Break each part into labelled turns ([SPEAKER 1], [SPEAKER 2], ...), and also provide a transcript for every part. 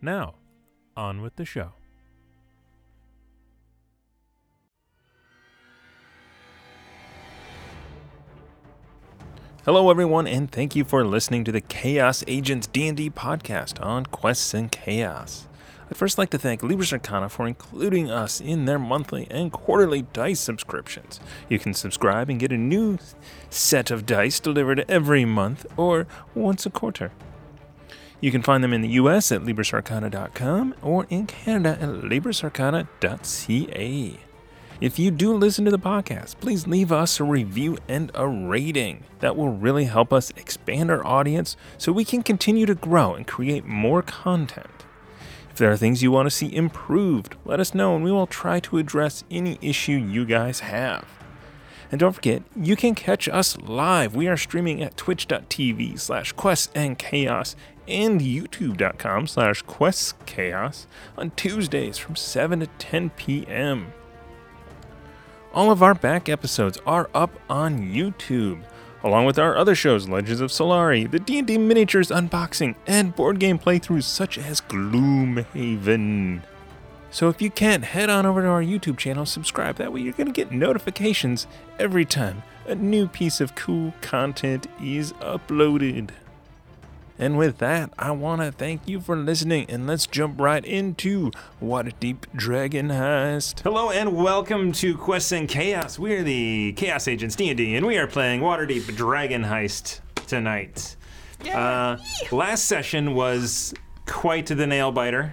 [SPEAKER 1] Now, on with the show. Hello, everyone, and thank you for listening to the Chaos Agents D&D podcast on Quests and Chaos. I'd first like to thank Libra Arcana for including us in their monthly and quarterly dice subscriptions. You can subscribe and get a new set of dice delivered every month or once a quarter. You can find them in the US at LibrisArcana.com or in Canada at LibrisArcana.ca. If you do listen to the podcast, please leave us a review and a rating. That will really help us expand our audience so we can continue to grow and create more content. If there are things you want to see improved, let us know and we will try to address any issue you guys have. And don't forget, you can catch us live. We are streaming at twitch.tv slash quests and chaos and youtube.com slash quests chaos on Tuesdays from 7 to 10 p.m. All of our back episodes are up on YouTube, along with our other shows, Legends of Solari, the D&D miniatures unboxing, and board game playthroughs such as Gloomhaven. So if you can, head on over to our YouTube channel, subscribe. That way you're going to get notifications every time a new piece of cool content is uploaded. And with that, I want to thank you for listening, and let's jump right into Waterdeep Dragon Heist. Hello, and welcome to Quests and Chaos. We're the Chaos Agents D&D, and we are playing Waterdeep Dragon Heist tonight. Uh, last session was quite the nail biter,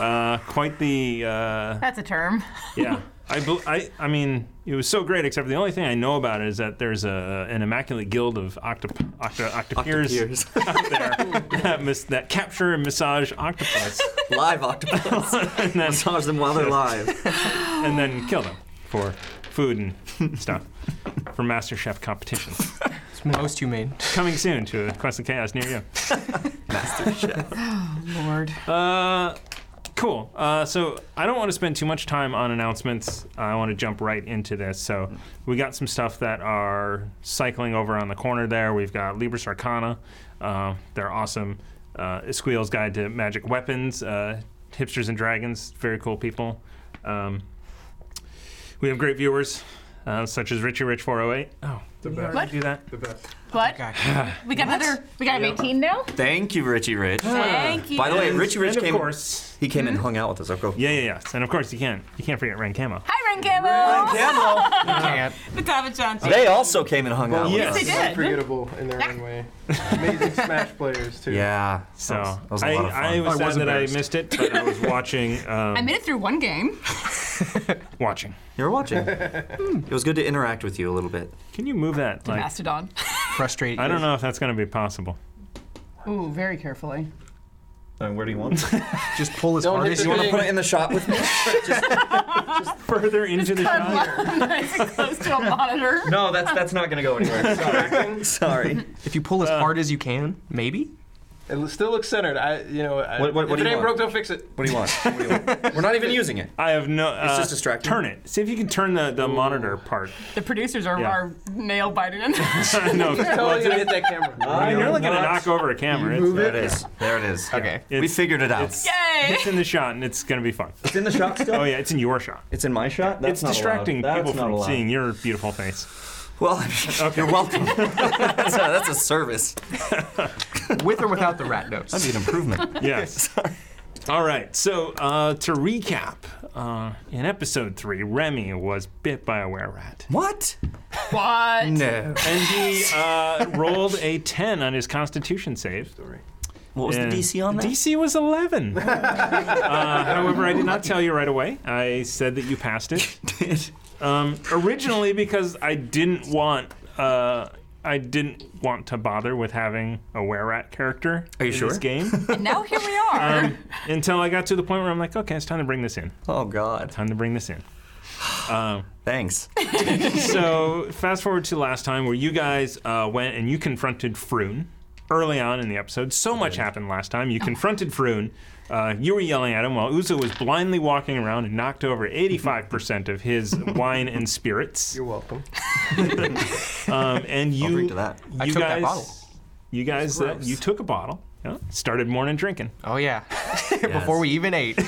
[SPEAKER 1] uh, quite the uh,
[SPEAKER 2] That's a term.
[SPEAKER 1] yeah. I, bel I, I mean, it was so great, except for the only thing I know about it is that there's a, an immaculate guild of octop- octa- octopiers
[SPEAKER 3] Years.
[SPEAKER 1] out there that, mis- that capture and massage octopus
[SPEAKER 3] live octopus.
[SPEAKER 1] and then,
[SPEAKER 3] Massage them while they're live.
[SPEAKER 1] and then kill them for food and stuff for Master Chef competitions.
[SPEAKER 4] It's most humane.
[SPEAKER 1] Coming soon to a Quest and Chaos near you.
[SPEAKER 2] Lord.
[SPEAKER 1] Uh, cool. Uh, so I don't want to spend too much time on announcements. I want to jump right into this. So we got some stuff that are cycling over on the corner there. We've got Libris Arcana. Uh, they're awesome. Uh, Squeal's Guide to Magic Weapons. Uh, Hipsters and Dragons. Very cool people. Um, we have great viewers. Uh, such as Richie Rich 408. Oh, the
[SPEAKER 4] best.
[SPEAKER 2] What?
[SPEAKER 1] Do that.
[SPEAKER 2] What?
[SPEAKER 4] Okay.
[SPEAKER 2] We got another. We got 18 now.
[SPEAKER 3] Thank you, Richie Rich.
[SPEAKER 2] Thank you.
[SPEAKER 3] By the way, Richie Rich
[SPEAKER 1] and of
[SPEAKER 3] came.
[SPEAKER 1] course, Mm-hmm.
[SPEAKER 3] He came and hung out with us. Okay.
[SPEAKER 1] yeah, yeah, yes, and of course you can't you can't forget Rankamo.
[SPEAKER 2] Hi, Rankamo.
[SPEAKER 3] Camo.
[SPEAKER 4] Can't.
[SPEAKER 2] The Tavachanchi.
[SPEAKER 3] They also came and hung
[SPEAKER 5] Oh,
[SPEAKER 3] out
[SPEAKER 1] yes.
[SPEAKER 3] with
[SPEAKER 2] They
[SPEAKER 3] us.
[SPEAKER 2] did.
[SPEAKER 5] Unforgettable in their own way. Amazing Smash players too.
[SPEAKER 3] Yeah.
[SPEAKER 1] So
[SPEAKER 3] that was, that was a
[SPEAKER 1] I,
[SPEAKER 3] lot of fun.
[SPEAKER 1] I Oh, was sad that I
[SPEAKER 3] embarrassed.
[SPEAKER 1] missed it, but I was watching. Um,
[SPEAKER 2] I made it through one game.
[SPEAKER 1] watching.
[SPEAKER 3] You were watching. it was good to interact with you a little bit.
[SPEAKER 1] Can you move that? Like,
[SPEAKER 2] Mastodon.
[SPEAKER 4] Frustrate.
[SPEAKER 1] I don't
[SPEAKER 4] you.
[SPEAKER 1] know if that's going to be possible.
[SPEAKER 2] Ooh, very carefully.
[SPEAKER 3] Uh, where do you want?
[SPEAKER 4] Just pull as
[SPEAKER 5] Don't
[SPEAKER 4] hard
[SPEAKER 5] hit
[SPEAKER 4] as
[SPEAKER 5] the
[SPEAKER 4] you
[SPEAKER 3] want
[SPEAKER 4] want.
[SPEAKER 3] to put it in the shot with me?
[SPEAKER 1] Further into the shot.
[SPEAKER 2] Nice, close to a monitor.
[SPEAKER 3] no, that's that's not gonna go anywhere. Sorry. Sorry.
[SPEAKER 4] If you
[SPEAKER 1] Uh.
[SPEAKER 4] pull as hard as you can, maybe.
[SPEAKER 5] It l- still looks centered. I, you know, I,
[SPEAKER 3] What- what- what do
[SPEAKER 5] if it
[SPEAKER 3] you
[SPEAKER 5] ain't
[SPEAKER 3] want?
[SPEAKER 5] broke, don't fix it.
[SPEAKER 3] What do you want? What do you want? We're not even using it.
[SPEAKER 1] I have no. Uh,
[SPEAKER 3] just distracting.
[SPEAKER 1] Turn it. See if you can turn the, the monitor part.
[SPEAKER 2] The producers are,
[SPEAKER 1] Yeah.
[SPEAKER 2] are nail biting. in.
[SPEAKER 1] no,
[SPEAKER 5] Totally gonna hit that camera.
[SPEAKER 1] Uh, you're not going to knock over a camera. It's,
[SPEAKER 3] There it is. There it is.
[SPEAKER 4] Okay.
[SPEAKER 3] We
[SPEAKER 1] It's-
[SPEAKER 3] figured it out.
[SPEAKER 1] It's,
[SPEAKER 2] Yay!
[SPEAKER 1] it's in the shot, and it's going to be fun.
[SPEAKER 3] It's in the shot still.
[SPEAKER 1] Oh yeah, it's in your shot.
[SPEAKER 3] It's in my shot. That's
[SPEAKER 1] it's distracting people from seeing your beautiful face.
[SPEAKER 3] Well, I mean, you're welcome. that's, a, that's a service.
[SPEAKER 4] With or without the rat nose.
[SPEAKER 3] That'd be an improvement.
[SPEAKER 1] Yes. All right. So uh, to recap, uh, in episode three, Remy was bit by a were rat.
[SPEAKER 3] what?
[SPEAKER 2] What?
[SPEAKER 3] No.
[SPEAKER 1] And he uh, rolled a 10 on his constitution save.
[SPEAKER 3] What was
[SPEAKER 1] And
[SPEAKER 3] the DC on that?
[SPEAKER 1] DC was 11. uh, however, I did not tell you right away. I said that you passed it. Um, originally, because I didn't want uh, I didn't want to bother with having a were rat character
[SPEAKER 3] Are you
[SPEAKER 1] in
[SPEAKER 3] sure?
[SPEAKER 1] this game
[SPEAKER 2] And now here we are.
[SPEAKER 1] um, until I got to the point where I'm like, okay, it's time to bring this in.
[SPEAKER 3] Oh God.
[SPEAKER 1] Time to bring this in.
[SPEAKER 3] Thanks.
[SPEAKER 1] so fast forward to last time where you guys uh, went and you confronted Froon early on in the episode. So much happened last time. You
[SPEAKER 4] Oh.
[SPEAKER 1] confronted Froon. Uh, you were yelling at him while Uzo was blindly walking around and knocked over 85% of his wine and spirits.
[SPEAKER 5] You're welcome.
[SPEAKER 1] Um, and you,
[SPEAKER 3] drink to that.
[SPEAKER 1] you
[SPEAKER 4] I took
[SPEAKER 1] guys,
[SPEAKER 4] that bottle.
[SPEAKER 1] you guys, uh,
[SPEAKER 4] gross.
[SPEAKER 1] you took a bottle. Yeah, started morning drinking.
[SPEAKER 4] Oh yeah. Before we even ate,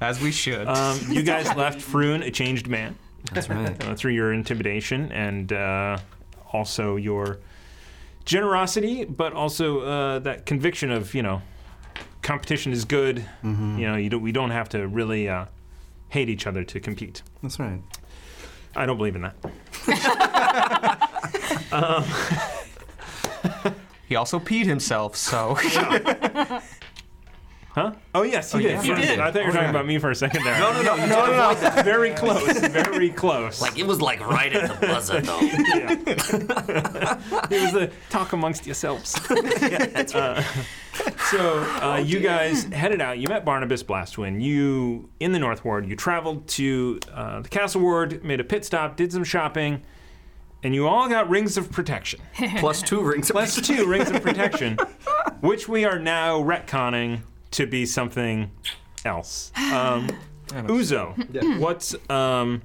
[SPEAKER 4] as we should.
[SPEAKER 1] Um, you guys left Froon a changed man.
[SPEAKER 3] That's right.
[SPEAKER 1] uh, through your intimidation and uh, also your generosity, but also uh, that conviction of you know competition is good. You know, you don't, we don't have to really uh, hate each other to compete.
[SPEAKER 3] That's right.
[SPEAKER 1] I don't believe in that.
[SPEAKER 4] he also peed himself, so
[SPEAKER 1] Huh? Oh yes, he
[SPEAKER 4] yeah.
[SPEAKER 1] did.
[SPEAKER 4] He
[SPEAKER 1] Yes.
[SPEAKER 2] did.
[SPEAKER 1] I thought you were talking about me for a second there.
[SPEAKER 3] No, no, no, no, no, no.
[SPEAKER 1] Very close. Very close.
[SPEAKER 6] Like it was like right at the buzzer though.
[SPEAKER 1] Yeah. it was the talk amongst yourselves. Uh, so uh, you guys headed out. You met Barnabas Blastwin. You in the North Ward. You traveled to uh, the Castle Ward, made a pit stop, did some shopping, and you all got rings of protection.
[SPEAKER 3] Plus two rings.
[SPEAKER 1] Plus two rings of protection, which we are now retconning to be something else. Um, Uzo, what's um,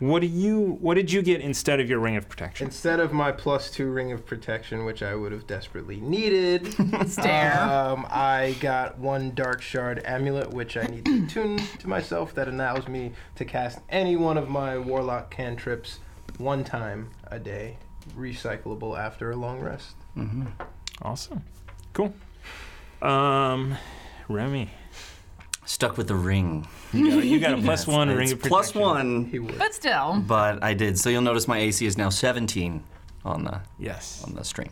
[SPEAKER 1] what do you what did you get instead of your ring of protection?
[SPEAKER 5] Instead of my plus two ring of protection, which I would have desperately needed,
[SPEAKER 3] uh,
[SPEAKER 2] Stare.
[SPEAKER 3] Uh-huh.
[SPEAKER 5] um, I got one dark shard amulet, which I need to tune to myself that allows me to cast any one of my warlock cantrips one time a day, recyclable after a long rest.
[SPEAKER 1] Awesome, cool. Um, Remy,
[SPEAKER 6] Stuck with the ring.
[SPEAKER 1] you got a, you got a plus one
[SPEAKER 6] It's
[SPEAKER 1] ring of protection.
[SPEAKER 6] plus one,
[SPEAKER 5] He would.
[SPEAKER 2] but still,
[SPEAKER 6] but I did. So you'll notice my AC is now 17 on the
[SPEAKER 1] Yes.
[SPEAKER 6] on the string.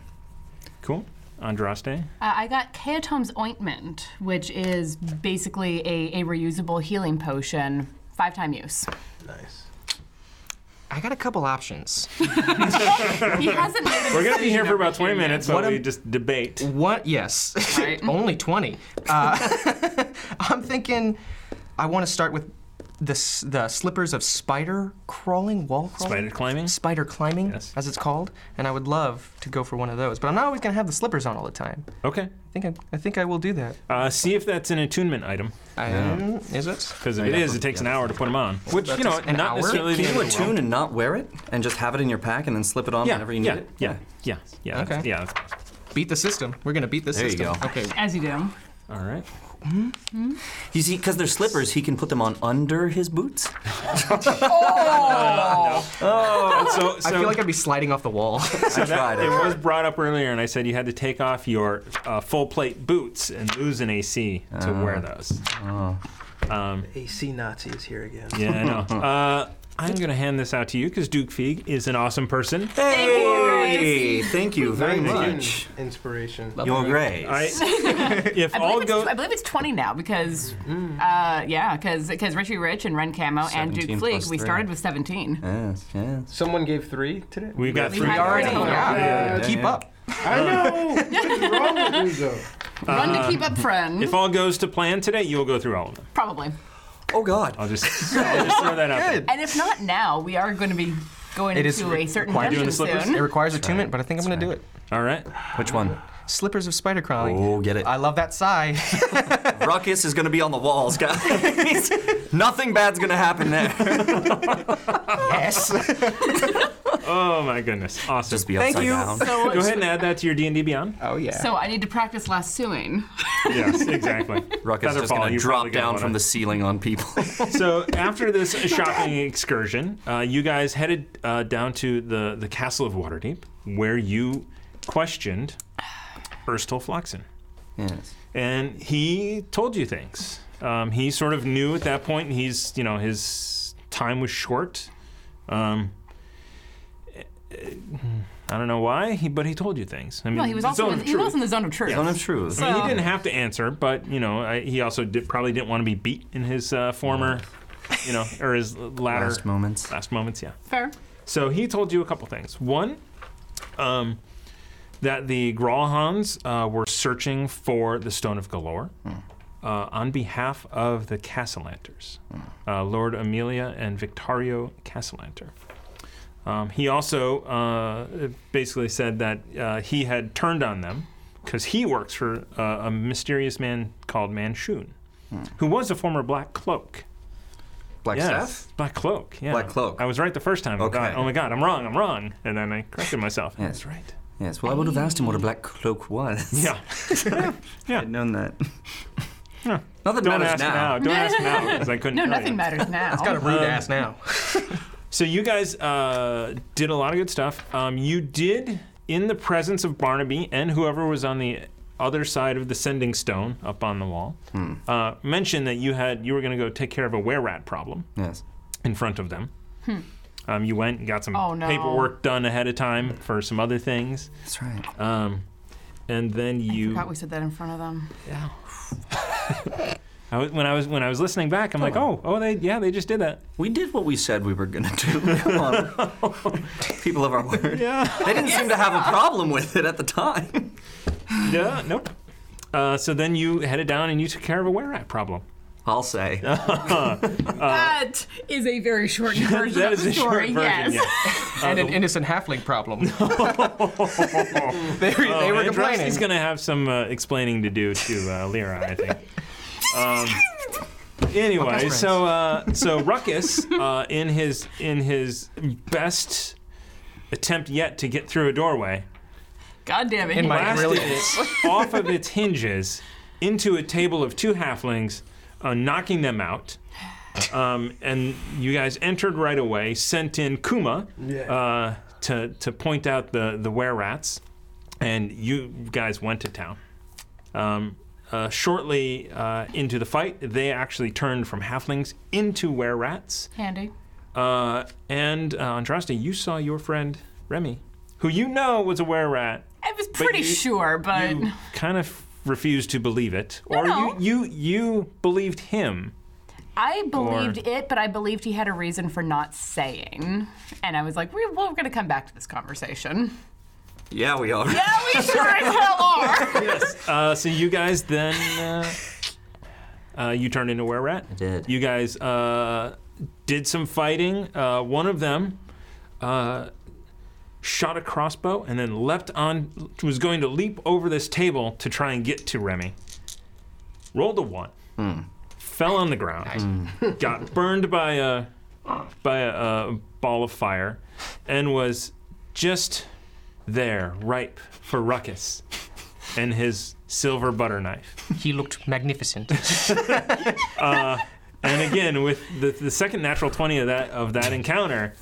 [SPEAKER 1] Cool. Andraste.
[SPEAKER 2] uh, I got Keatom's ointment, which is basically a, a reusable healing potion, five time use.
[SPEAKER 5] Nice.
[SPEAKER 4] I got a couple options.
[SPEAKER 2] He hasn't made a
[SPEAKER 1] We're gonna be here for about twenty
[SPEAKER 2] decision yet.
[SPEAKER 1] minutes while
[SPEAKER 4] What am-
[SPEAKER 1] we just debate.
[SPEAKER 4] What? Yes.
[SPEAKER 2] Right.
[SPEAKER 4] Only 20. Uh, I'm thinking I want to start with the, s- the slippers of spider crawling, wall crawling?
[SPEAKER 1] Spider climbing?
[SPEAKER 4] Spider climbing,
[SPEAKER 1] Yes.
[SPEAKER 4] as it's called. And I would love to go for one of those. But I'm not always going to have the slippers on all the time.
[SPEAKER 1] Okay.
[SPEAKER 4] I think I, I, think I will do that.
[SPEAKER 1] Uh, see if that's an attunement item.
[SPEAKER 4] I- Is it?
[SPEAKER 1] Because if it is, it takes an hour to put them on. Which, you know,
[SPEAKER 4] an
[SPEAKER 1] not
[SPEAKER 4] hour?
[SPEAKER 1] necessarily the
[SPEAKER 6] Can
[SPEAKER 1] end
[SPEAKER 6] you
[SPEAKER 1] of the world.
[SPEAKER 6] attune and not wear it and just have it in your pack and then slip it on
[SPEAKER 1] Yeah,
[SPEAKER 6] whenever you need
[SPEAKER 1] yeah,
[SPEAKER 6] it?
[SPEAKER 1] yeah, yeah, yeah. that's-
[SPEAKER 4] Okay.
[SPEAKER 1] Yeah. that's-
[SPEAKER 4] Beat the system. We're going to beat the
[SPEAKER 6] There you
[SPEAKER 4] system.
[SPEAKER 6] go.
[SPEAKER 4] Okay.
[SPEAKER 2] As you do.
[SPEAKER 1] All right.
[SPEAKER 6] You see, because they're slippers, he can put them on under his boots.
[SPEAKER 1] And so, so,
[SPEAKER 4] I feel like I'd be sliding off the wall.
[SPEAKER 1] so
[SPEAKER 6] I
[SPEAKER 1] that,
[SPEAKER 6] tried
[SPEAKER 1] it
[SPEAKER 6] it.
[SPEAKER 1] was brought up earlier, and I said you had to take off your uh, full plate boots and lose an AC to
[SPEAKER 6] Uh-huh.
[SPEAKER 1] wear those.
[SPEAKER 5] AC Nazi is here again.
[SPEAKER 1] Yeah, I know. Uh, I'm going to hand this out to you because Duke Feig is an awesome person.
[SPEAKER 6] Hey, thank you very
[SPEAKER 5] Nice
[SPEAKER 6] much.
[SPEAKER 5] Inspiration.
[SPEAKER 6] Your grace.
[SPEAKER 1] I, if
[SPEAKER 2] I
[SPEAKER 1] all
[SPEAKER 2] believe,
[SPEAKER 1] goes.
[SPEAKER 2] it's, I believe it's 20 now because,
[SPEAKER 1] Mm.
[SPEAKER 2] uh, yeah, because Richie Rich and Ren Camo and Duke
[SPEAKER 6] 17
[SPEAKER 2] Fleeg,
[SPEAKER 6] plus
[SPEAKER 2] we
[SPEAKER 6] three.
[SPEAKER 2] started with 17.
[SPEAKER 1] Uh,
[SPEAKER 6] Yes, yes.
[SPEAKER 5] Someone gave three today.
[SPEAKER 1] We've got
[SPEAKER 2] We
[SPEAKER 1] three.
[SPEAKER 2] have already-
[SPEAKER 4] Yeah.
[SPEAKER 7] Uh,
[SPEAKER 5] Yeah.
[SPEAKER 4] Keep
[SPEAKER 6] Yeah.
[SPEAKER 4] up.
[SPEAKER 5] I know. What's wrong with you, though?
[SPEAKER 2] Run to keep up, friend.
[SPEAKER 1] uh, If all goes to plan today, you'll go through all of them.
[SPEAKER 2] Probably.
[SPEAKER 6] Oh God.
[SPEAKER 1] I'll just, I'll just throw that out there.
[SPEAKER 2] And if not now, we are going to be going
[SPEAKER 4] It is
[SPEAKER 2] into
[SPEAKER 4] re-
[SPEAKER 2] a certain
[SPEAKER 4] required.
[SPEAKER 2] dungeon
[SPEAKER 1] Doing the slippers?
[SPEAKER 4] It
[SPEAKER 2] soon.
[SPEAKER 4] requires attunement, but I think I'm going to do it.
[SPEAKER 1] All right.
[SPEAKER 6] Which one?
[SPEAKER 4] Slippers of spider crawling.
[SPEAKER 6] Oh, get it.
[SPEAKER 4] I love that sigh.
[SPEAKER 6] Ruckus is gonna be on the walls, guys. Nothing bad's gonna happen there.
[SPEAKER 4] yes.
[SPEAKER 1] Oh, my goodness. Awesome.
[SPEAKER 6] Just be upside
[SPEAKER 4] you.
[SPEAKER 6] down.
[SPEAKER 2] So,
[SPEAKER 1] Go ahead and add that to your D&D Beyond.
[SPEAKER 4] Oh yeah.
[SPEAKER 2] so I need to practice lassoing.
[SPEAKER 1] Yes, exactly.
[SPEAKER 6] Ruckus is just
[SPEAKER 1] Featherfall,
[SPEAKER 6] gonna
[SPEAKER 1] you
[SPEAKER 6] drop
[SPEAKER 1] probably gonna
[SPEAKER 6] down
[SPEAKER 1] wanna-
[SPEAKER 6] from the ceiling on people.
[SPEAKER 1] So after this shopping excursion, uh, you guys headed uh, down to the the castle of Waterdeep, where you questioned Erstal Floxen,
[SPEAKER 6] yes.
[SPEAKER 1] and he told you things. Um, he sort of knew at that point. He's you know his time was short. Um, I don't know why, he, but he told you things. I mean,
[SPEAKER 2] No, he was
[SPEAKER 1] the
[SPEAKER 2] also
[SPEAKER 1] zone
[SPEAKER 2] in,
[SPEAKER 1] of
[SPEAKER 2] he
[SPEAKER 1] truth.
[SPEAKER 2] was in the zone of truth.
[SPEAKER 6] Zone of truth.
[SPEAKER 1] I mean, he
[SPEAKER 2] So-
[SPEAKER 1] didn't have to answer, but you know, I, he also did, probably didn't want to be beat in his uh, former, you know, or his latter
[SPEAKER 6] Last moments.
[SPEAKER 1] last moments. Yeah.
[SPEAKER 2] Fair.
[SPEAKER 1] So he told you a couple things. One, um, that the Grahans uh, were searching for the Stone of Galore uh, on behalf of the Castellanters, uh, Lord Amelia and Victorio Castellanter. Um, he also uh, basically said that uh, he had turned on them because he works for uh, a mysterious man called Manshun, who was a former Black Cloak.
[SPEAKER 6] Black
[SPEAKER 1] Yes,
[SPEAKER 6] Staff?
[SPEAKER 1] Black Cloak. Yeah.
[SPEAKER 6] Black Cloak.
[SPEAKER 1] I was right the first time. I thought,
[SPEAKER 6] Okay.
[SPEAKER 1] oh my God, I'm wrong. I'm wrong. And then I corrected myself.
[SPEAKER 6] Yeah.
[SPEAKER 1] That's right.
[SPEAKER 6] Yes, well, I would have asked him what a black cloak was.
[SPEAKER 1] Yeah.
[SPEAKER 6] I'd known that.
[SPEAKER 1] Yeah.
[SPEAKER 6] Not that
[SPEAKER 1] Don't
[SPEAKER 6] matters
[SPEAKER 1] ask now.
[SPEAKER 6] now.
[SPEAKER 1] Don't ask now because I couldn't.
[SPEAKER 2] No,
[SPEAKER 1] tell
[SPEAKER 2] nothing
[SPEAKER 1] you.
[SPEAKER 2] matters now.
[SPEAKER 4] It's got a rude ass now.
[SPEAKER 1] So you guys uh, did a lot of good stuff. Um, you did, in the presence of Barnaby and whoever was on the other side of the sending stone up on the wall, uh, mention that you had you were going to go take care of a were rat problem
[SPEAKER 6] Yes.
[SPEAKER 1] in front of them. Um, you went and got some
[SPEAKER 2] Hmm. Oh, no.
[SPEAKER 1] paperwork done ahead of time for some other things,
[SPEAKER 6] That's right.
[SPEAKER 1] um, and then you.
[SPEAKER 2] Forgot we said that in front of them.
[SPEAKER 1] Yeah. I was, when I was when I was listening back, I'm like, oh, oh, they yeah, they just did that.
[SPEAKER 6] We did what we said we were going to do. Come on. People of our word.
[SPEAKER 1] Yeah.
[SPEAKER 6] They didn't seem to have a problem with it at the time.
[SPEAKER 1] yeah. Nope. Uh, so then you headed down and you took care of a where rat problem.
[SPEAKER 6] I'll say.
[SPEAKER 2] that is a very short version
[SPEAKER 1] Uh, that
[SPEAKER 2] of
[SPEAKER 1] is
[SPEAKER 2] the
[SPEAKER 1] a short
[SPEAKER 2] story.
[SPEAKER 1] version.
[SPEAKER 2] yes.
[SPEAKER 1] Yeah.
[SPEAKER 4] and an innocent halfling problem. they, they were complaining.
[SPEAKER 1] He's gonna have some uh, explaining to do to uh, Lyra, I think. Um, anyway,
[SPEAKER 4] friends.
[SPEAKER 1] so uh, so Ruckus, uh, in his in his best attempt yet to get through a doorway,
[SPEAKER 2] God damn it.
[SPEAKER 4] In
[SPEAKER 2] he
[SPEAKER 4] my-
[SPEAKER 1] blasted
[SPEAKER 4] really
[SPEAKER 1] it off of its hinges into a table of two halflings, uh, knocking them out. Um, and you guys entered right away, sent in Kuma
[SPEAKER 5] Yeah.
[SPEAKER 1] uh, to, to point out the, the were rats, and you guys went to town. Um, uh, shortly uh, into the fight, they actually turned from halflings into were rats.
[SPEAKER 2] Handy.
[SPEAKER 1] Uh, and uh, Andraste, you saw your friend Remy, who you know was a were rat
[SPEAKER 2] I was pretty
[SPEAKER 1] you-
[SPEAKER 2] sure, but
[SPEAKER 1] you kind of refused to believe it,
[SPEAKER 2] No,
[SPEAKER 1] or
[SPEAKER 2] no.
[SPEAKER 1] you you you believed him.
[SPEAKER 2] I believed it, but I believed he had a reason for not saying. And I was like, we, we're going to come back to this conversation.
[SPEAKER 6] yeah, we are.
[SPEAKER 2] Yeah, we sure as hell are.
[SPEAKER 1] Uh, so you guys then uh, uh, you turned into a were rat. I
[SPEAKER 6] did.
[SPEAKER 1] You guys uh, did some fighting. Uh, one of them uh, shot a crossbow and then leapt on. Was going to leap over this table to try and get to Remy. Rolled a one. Fell on the ground. Got burned by a by a, a ball of fire, and was just there, ripe for ruckus, and his silver butter knife.
[SPEAKER 4] He looked magnificent.
[SPEAKER 1] And again, with the, the second natural twenty of that of that encounter,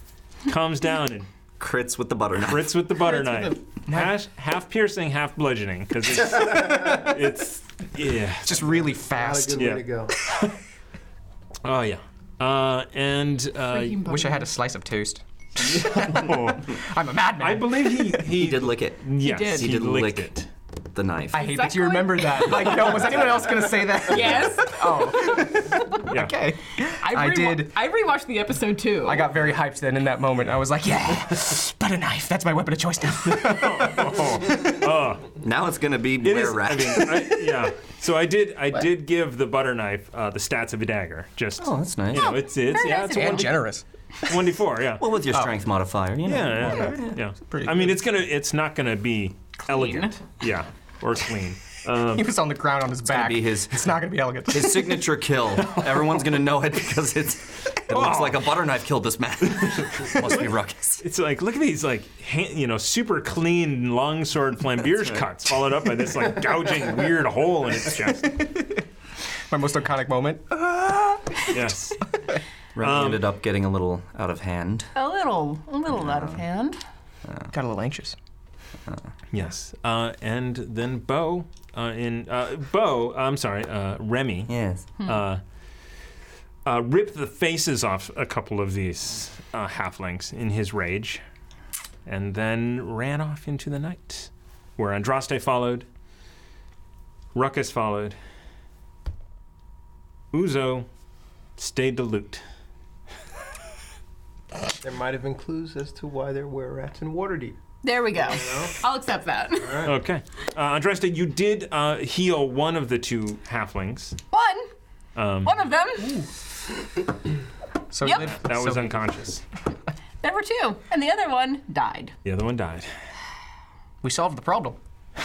[SPEAKER 1] comes down and
[SPEAKER 6] Crits with the butter knife.
[SPEAKER 1] crits with the butter knife. Half, half piercing, half bludgeoning, because it's, it's yeah.
[SPEAKER 4] Just really
[SPEAKER 5] Not a
[SPEAKER 4] fast.
[SPEAKER 5] good
[SPEAKER 1] Yeah.
[SPEAKER 5] way to go.
[SPEAKER 1] Oh yeah. Uh, and uh,
[SPEAKER 4] Wish I had a slice of toast. I'm a madman.
[SPEAKER 1] I believe he he,
[SPEAKER 6] He did lick it.
[SPEAKER 1] Yes,
[SPEAKER 2] did.
[SPEAKER 1] he,
[SPEAKER 2] He
[SPEAKER 6] did
[SPEAKER 1] licked
[SPEAKER 6] lick
[SPEAKER 1] it.
[SPEAKER 6] The knife.
[SPEAKER 4] I hate that you
[SPEAKER 2] Exactly.
[SPEAKER 4] remember that. Like, no, was anyone else gonna say that?
[SPEAKER 2] Yes.
[SPEAKER 4] Oh,
[SPEAKER 1] Yeah.
[SPEAKER 4] okay.
[SPEAKER 2] I,
[SPEAKER 4] I did.
[SPEAKER 2] I rewatched the episode too.
[SPEAKER 4] I got very hyped then in that moment. I was like, yeah, butter knife. That's my weapon of choice now.
[SPEAKER 6] now it's going to be
[SPEAKER 1] It
[SPEAKER 6] were
[SPEAKER 1] is-
[SPEAKER 6] rat.
[SPEAKER 1] I mean, I- yeah. So I did. I did give the butter knife uh, the stats of a dagger. Just
[SPEAKER 6] oh, that's nice.
[SPEAKER 1] you know, it's it's
[SPEAKER 2] Very
[SPEAKER 1] yeah,
[SPEAKER 2] nice
[SPEAKER 1] it's
[SPEAKER 2] of you.
[SPEAKER 1] one
[SPEAKER 4] and generous.
[SPEAKER 1] one d four. Yeah.
[SPEAKER 6] Well, with your strength modifier, you know.
[SPEAKER 1] Oh. Yeah, yeah, yeah.
[SPEAKER 4] pretty
[SPEAKER 1] I mean, it's gonna. It's not gonna be elegant. Yeah, or clean.
[SPEAKER 4] He was on the ground on his back.
[SPEAKER 6] be his-
[SPEAKER 4] It's not gonna be elegant.
[SPEAKER 6] His signature kill. Everyone's gonna know it because it's. It looks
[SPEAKER 1] Oh.
[SPEAKER 6] like a butter knife killed this man. Must be ruckus.
[SPEAKER 1] It's like look at these like hand, you know super clean longsword flambeers cuts followed up by this like gouging weird hole in its chest.
[SPEAKER 4] my most iconic moment.
[SPEAKER 1] Yes.
[SPEAKER 6] Remy
[SPEAKER 1] Um,
[SPEAKER 6] ended up getting a little out of hand.
[SPEAKER 2] a little, a little out of hand.
[SPEAKER 4] Got a little anxious.
[SPEAKER 1] Yes. Uh, and then Bo uh, in uh, Bo. I'm sorry. Uh, Remy.
[SPEAKER 6] Yes.
[SPEAKER 1] uh, uh, ripped the faces off a couple of these uh, halflings in his rage, and then ran off into the night, where Andraste followed, Ruckus followed, Uzo stayed to loot.
[SPEAKER 5] There might have been clues as to why there were rats in Waterdeep.
[SPEAKER 2] There we go. I'll accept that.
[SPEAKER 1] Okay. Uh, Andresta, you did uh, heal one of the two halflings.
[SPEAKER 2] One. One of them.
[SPEAKER 4] So
[SPEAKER 2] Yep.
[SPEAKER 4] did-
[SPEAKER 1] That was
[SPEAKER 4] so-
[SPEAKER 1] unconscious.
[SPEAKER 2] There were two, and the other one died.
[SPEAKER 1] The other one died.
[SPEAKER 4] we solved the problem.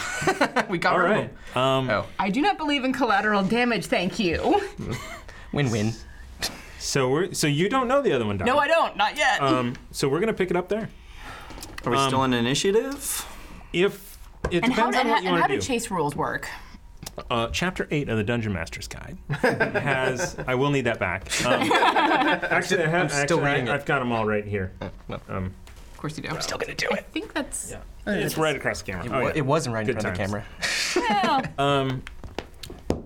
[SPEAKER 4] we
[SPEAKER 2] Oh.
[SPEAKER 4] got
[SPEAKER 1] All
[SPEAKER 4] rid
[SPEAKER 1] right.
[SPEAKER 4] of them.
[SPEAKER 1] Um,
[SPEAKER 4] Oh,
[SPEAKER 2] I do not believe in collateral damage. Thank you.
[SPEAKER 4] win-win.
[SPEAKER 1] so we're so you don't know the other one died.
[SPEAKER 2] No, I don't. Not yet.
[SPEAKER 1] Um, so we're gonna pick it up there.
[SPEAKER 6] Are we
[SPEAKER 1] Um,
[SPEAKER 6] still in initiative?
[SPEAKER 1] If it
[SPEAKER 2] and how,
[SPEAKER 1] depends
[SPEAKER 2] and,
[SPEAKER 1] on
[SPEAKER 2] how,
[SPEAKER 1] what
[SPEAKER 2] and
[SPEAKER 1] you want
[SPEAKER 2] how
[SPEAKER 1] to
[SPEAKER 2] do
[SPEAKER 1] do.
[SPEAKER 2] chase rules work?
[SPEAKER 1] uh, chapter 8 of the dungeon master's guide has i will need that back um, actually i have
[SPEAKER 4] still
[SPEAKER 1] actually, I-
[SPEAKER 4] reading it.
[SPEAKER 1] i've got them all right here
[SPEAKER 2] Of course you do. I'm still gonna do it. I think that's
[SPEAKER 1] it's right across the camera Oh, yeah.
[SPEAKER 4] It wasn't right in
[SPEAKER 1] Good
[SPEAKER 4] front of the
[SPEAKER 1] times.
[SPEAKER 4] camera.
[SPEAKER 2] well,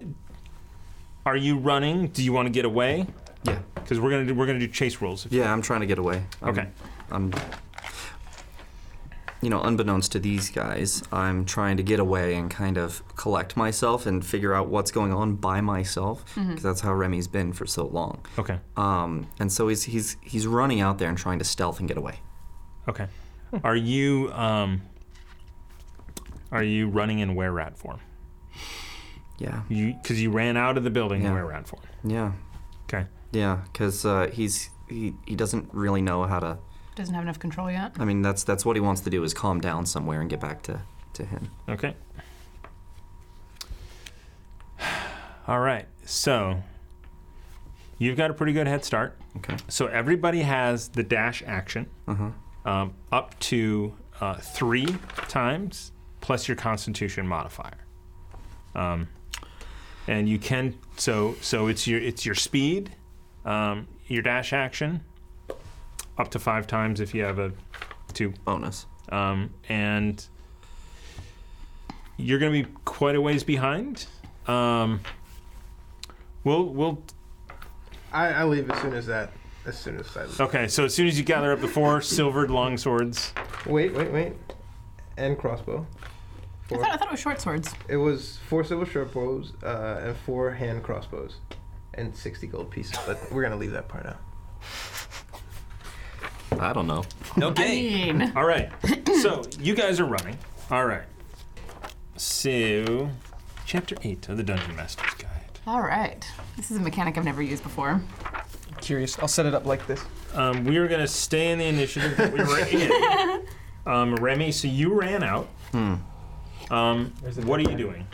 [SPEAKER 1] are you running do you want to get away
[SPEAKER 6] Yeah.
[SPEAKER 1] because we're gonna do we're gonna do chase rules
[SPEAKER 6] Yeah, I'm trying to get away. I'm-
[SPEAKER 1] Okay.
[SPEAKER 6] I'm, you know, unbeknownst to these guys, I'm trying to get away and kind of collect myself and figure out what's going on by myself, because that's how Remy's been for so long.
[SPEAKER 1] Mm-hmm. okay
[SPEAKER 6] Um, and so he's he's he's running out there and trying to stealth and get away.
[SPEAKER 1] okay are you um are you running in where rat form
[SPEAKER 6] Yeah,
[SPEAKER 1] you because you ran out of the building in
[SPEAKER 6] Yeah.
[SPEAKER 1] where rat form
[SPEAKER 6] yeah,
[SPEAKER 1] okay
[SPEAKER 6] yeah, because uh, he's he he doesn't really know how to.
[SPEAKER 2] doesn't have enough control yet.
[SPEAKER 6] I mean, that's that's what he wants to do is calm down somewhere and get back to to him.
[SPEAKER 1] Okay. All right. So you've got a pretty good head start.
[SPEAKER 6] Okay.
[SPEAKER 1] So everybody has the dash action um, up to uh, three times plus your Constitution modifier. Um, and you can so so it's your it's your speed, um, your dash action, up to five times if you have a two
[SPEAKER 6] Bonus.
[SPEAKER 1] um, and you're going to be quite a ways behind. Um, we'll we'll
[SPEAKER 5] I, I leave as soon as that. As soon as I leave.
[SPEAKER 1] okay. So as soon as you gather up the four silvered longswords,
[SPEAKER 5] Wait, wait, wait. And crossbow.
[SPEAKER 2] I thought, I thought it was short swords.
[SPEAKER 5] It was four silver short bows uh, and four hand crossbows, and sixty gold pieces. But we're gonna leave that part out.
[SPEAKER 6] I don't know.
[SPEAKER 2] I mean,
[SPEAKER 1] all right. So you guys are running. All right. So chapter eight of the Dungeon Master's Guide.
[SPEAKER 2] all right. This is a mechanic I've never used before.
[SPEAKER 4] Curious. I'll set it up like this.
[SPEAKER 1] Um, we are going to stay in the initiative that we were in. Um, Remy, so you ran out. Um, what are you doing?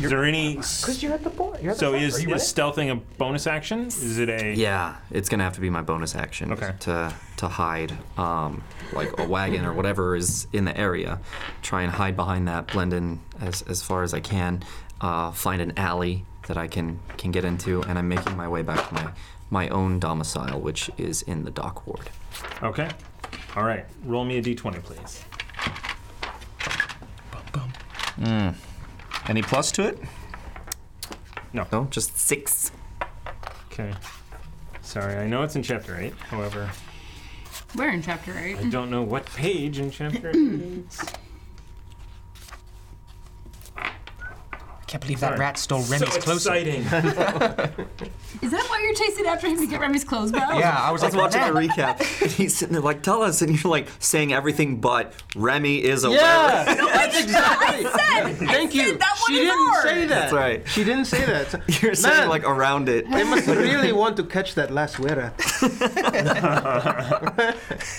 [SPEAKER 1] Is there any
[SPEAKER 5] Cause you're at the board. You're at
[SPEAKER 1] So is, is stealthing a bonus action? Is it a
[SPEAKER 6] Yeah, it's gonna have to be my bonus action
[SPEAKER 1] Okay.
[SPEAKER 6] to to hide, um, like a wagon or whatever is in the area. Try and hide behind that, blend in as as far as I can. Uh, find an alley that I can can get into, and I'm making my way back to my my own domicile, which is in the dock ward.
[SPEAKER 1] okay? All right, roll me a d20, please.
[SPEAKER 6] Any plus to it?
[SPEAKER 1] No.
[SPEAKER 6] No, just six.
[SPEAKER 1] Okay. Sorry, I know it's in chapter eight. However,
[SPEAKER 2] We're in chapter eight.
[SPEAKER 1] I don't know what page in chapter eight.
[SPEAKER 4] I can't believe
[SPEAKER 1] Sorry.
[SPEAKER 4] that rat stole Remy's
[SPEAKER 1] so
[SPEAKER 4] clothes.
[SPEAKER 1] exciting.
[SPEAKER 2] Is that why you're chasing after him to get Remy's clothes back?
[SPEAKER 4] Yeah, I was like,
[SPEAKER 6] Let's watch the
[SPEAKER 4] "Man."
[SPEAKER 6] recap. And he's sitting there like, tell us, and you're like saying everything but Remy is a werewolf."
[SPEAKER 4] Yeah, that's
[SPEAKER 2] I
[SPEAKER 4] exactly.
[SPEAKER 2] said.
[SPEAKER 4] Thank you.
[SPEAKER 2] that one
[SPEAKER 4] she
[SPEAKER 2] is
[SPEAKER 4] didn't
[SPEAKER 2] ours.
[SPEAKER 4] say that.
[SPEAKER 6] That's right.
[SPEAKER 5] She didn't say that.
[SPEAKER 6] You're
[SPEAKER 5] Man,
[SPEAKER 6] saying like around it.
[SPEAKER 5] They must really want to catch that last wearer.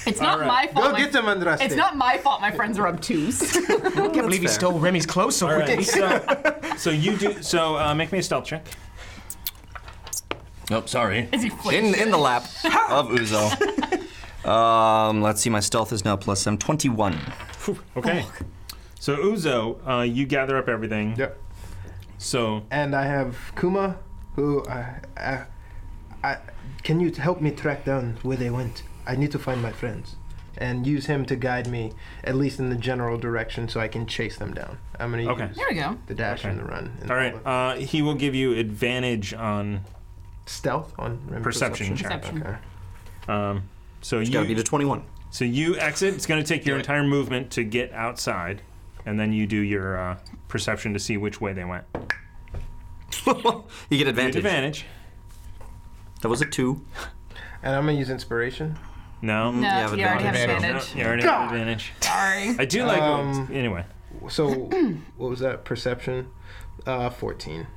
[SPEAKER 2] It's not my fault.
[SPEAKER 5] Go
[SPEAKER 2] Oh my-
[SPEAKER 5] get them, Andraste.
[SPEAKER 2] It's not my fault. My friends are obtuse.
[SPEAKER 4] I can't believe he stole Remy's clothes so
[SPEAKER 1] All
[SPEAKER 4] quickly.
[SPEAKER 1] right, so, so you do. So uh, make me a stealth check.
[SPEAKER 6] Nope, sorry.
[SPEAKER 2] As he flips.
[SPEAKER 6] In in the lap of Uzo. um, let's see. My stealth is now plus seven, 21.
[SPEAKER 1] Phew, Okay. So Uzo, uh, you gather up everything.
[SPEAKER 5] Yep.
[SPEAKER 1] So
[SPEAKER 5] And I have Kuma, who I, I, I, can you help me track down where they went? I need to find my friends, and use him to guide me at least in the general direction, so I can chase them down. I'm gonna
[SPEAKER 1] Okay.
[SPEAKER 5] use
[SPEAKER 2] There we go.
[SPEAKER 5] the dash
[SPEAKER 1] Okay.
[SPEAKER 5] and the run. And
[SPEAKER 1] all right,
[SPEAKER 5] the-
[SPEAKER 1] uh, he will give you advantage on
[SPEAKER 5] stealth on rem-
[SPEAKER 1] perception,
[SPEAKER 2] Perception.
[SPEAKER 5] Okay.
[SPEAKER 1] check. Um, so
[SPEAKER 6] It's
[SPEAKER 1] you
[SPEAKER 6] gotta be to 21.
[SPEAKER 1] So you exit. It's going to take your entire movement to get outside, and then you do your uh, perception to see which way they went.
[SPEAKER 6] you get
[SPEAKER 1] With
[SPEAKER 6] advantage.
[SPEAKER 1] advantage.
[SPEAKER 6] That was a two.
[SPEAKER 5] And I'm gonna use inspiration
[SPEAKER 1] No.
[SPEAKER 2] No,
[SPEAKER 6] you have
[SPEAKER 2] you already have
[SPEAKER 6] advantage.
[SPEAKER 2] advantage.
[SPEAKER 1] You already have advantage.
[SPEAKER 2] Sorry.
[SPEAKER 1] I do like.
[SPEAKER 5] Um,
[SPEAKER 1] anyway,
[SPEAKER 5] So, what was that? Perception? Uh, 14.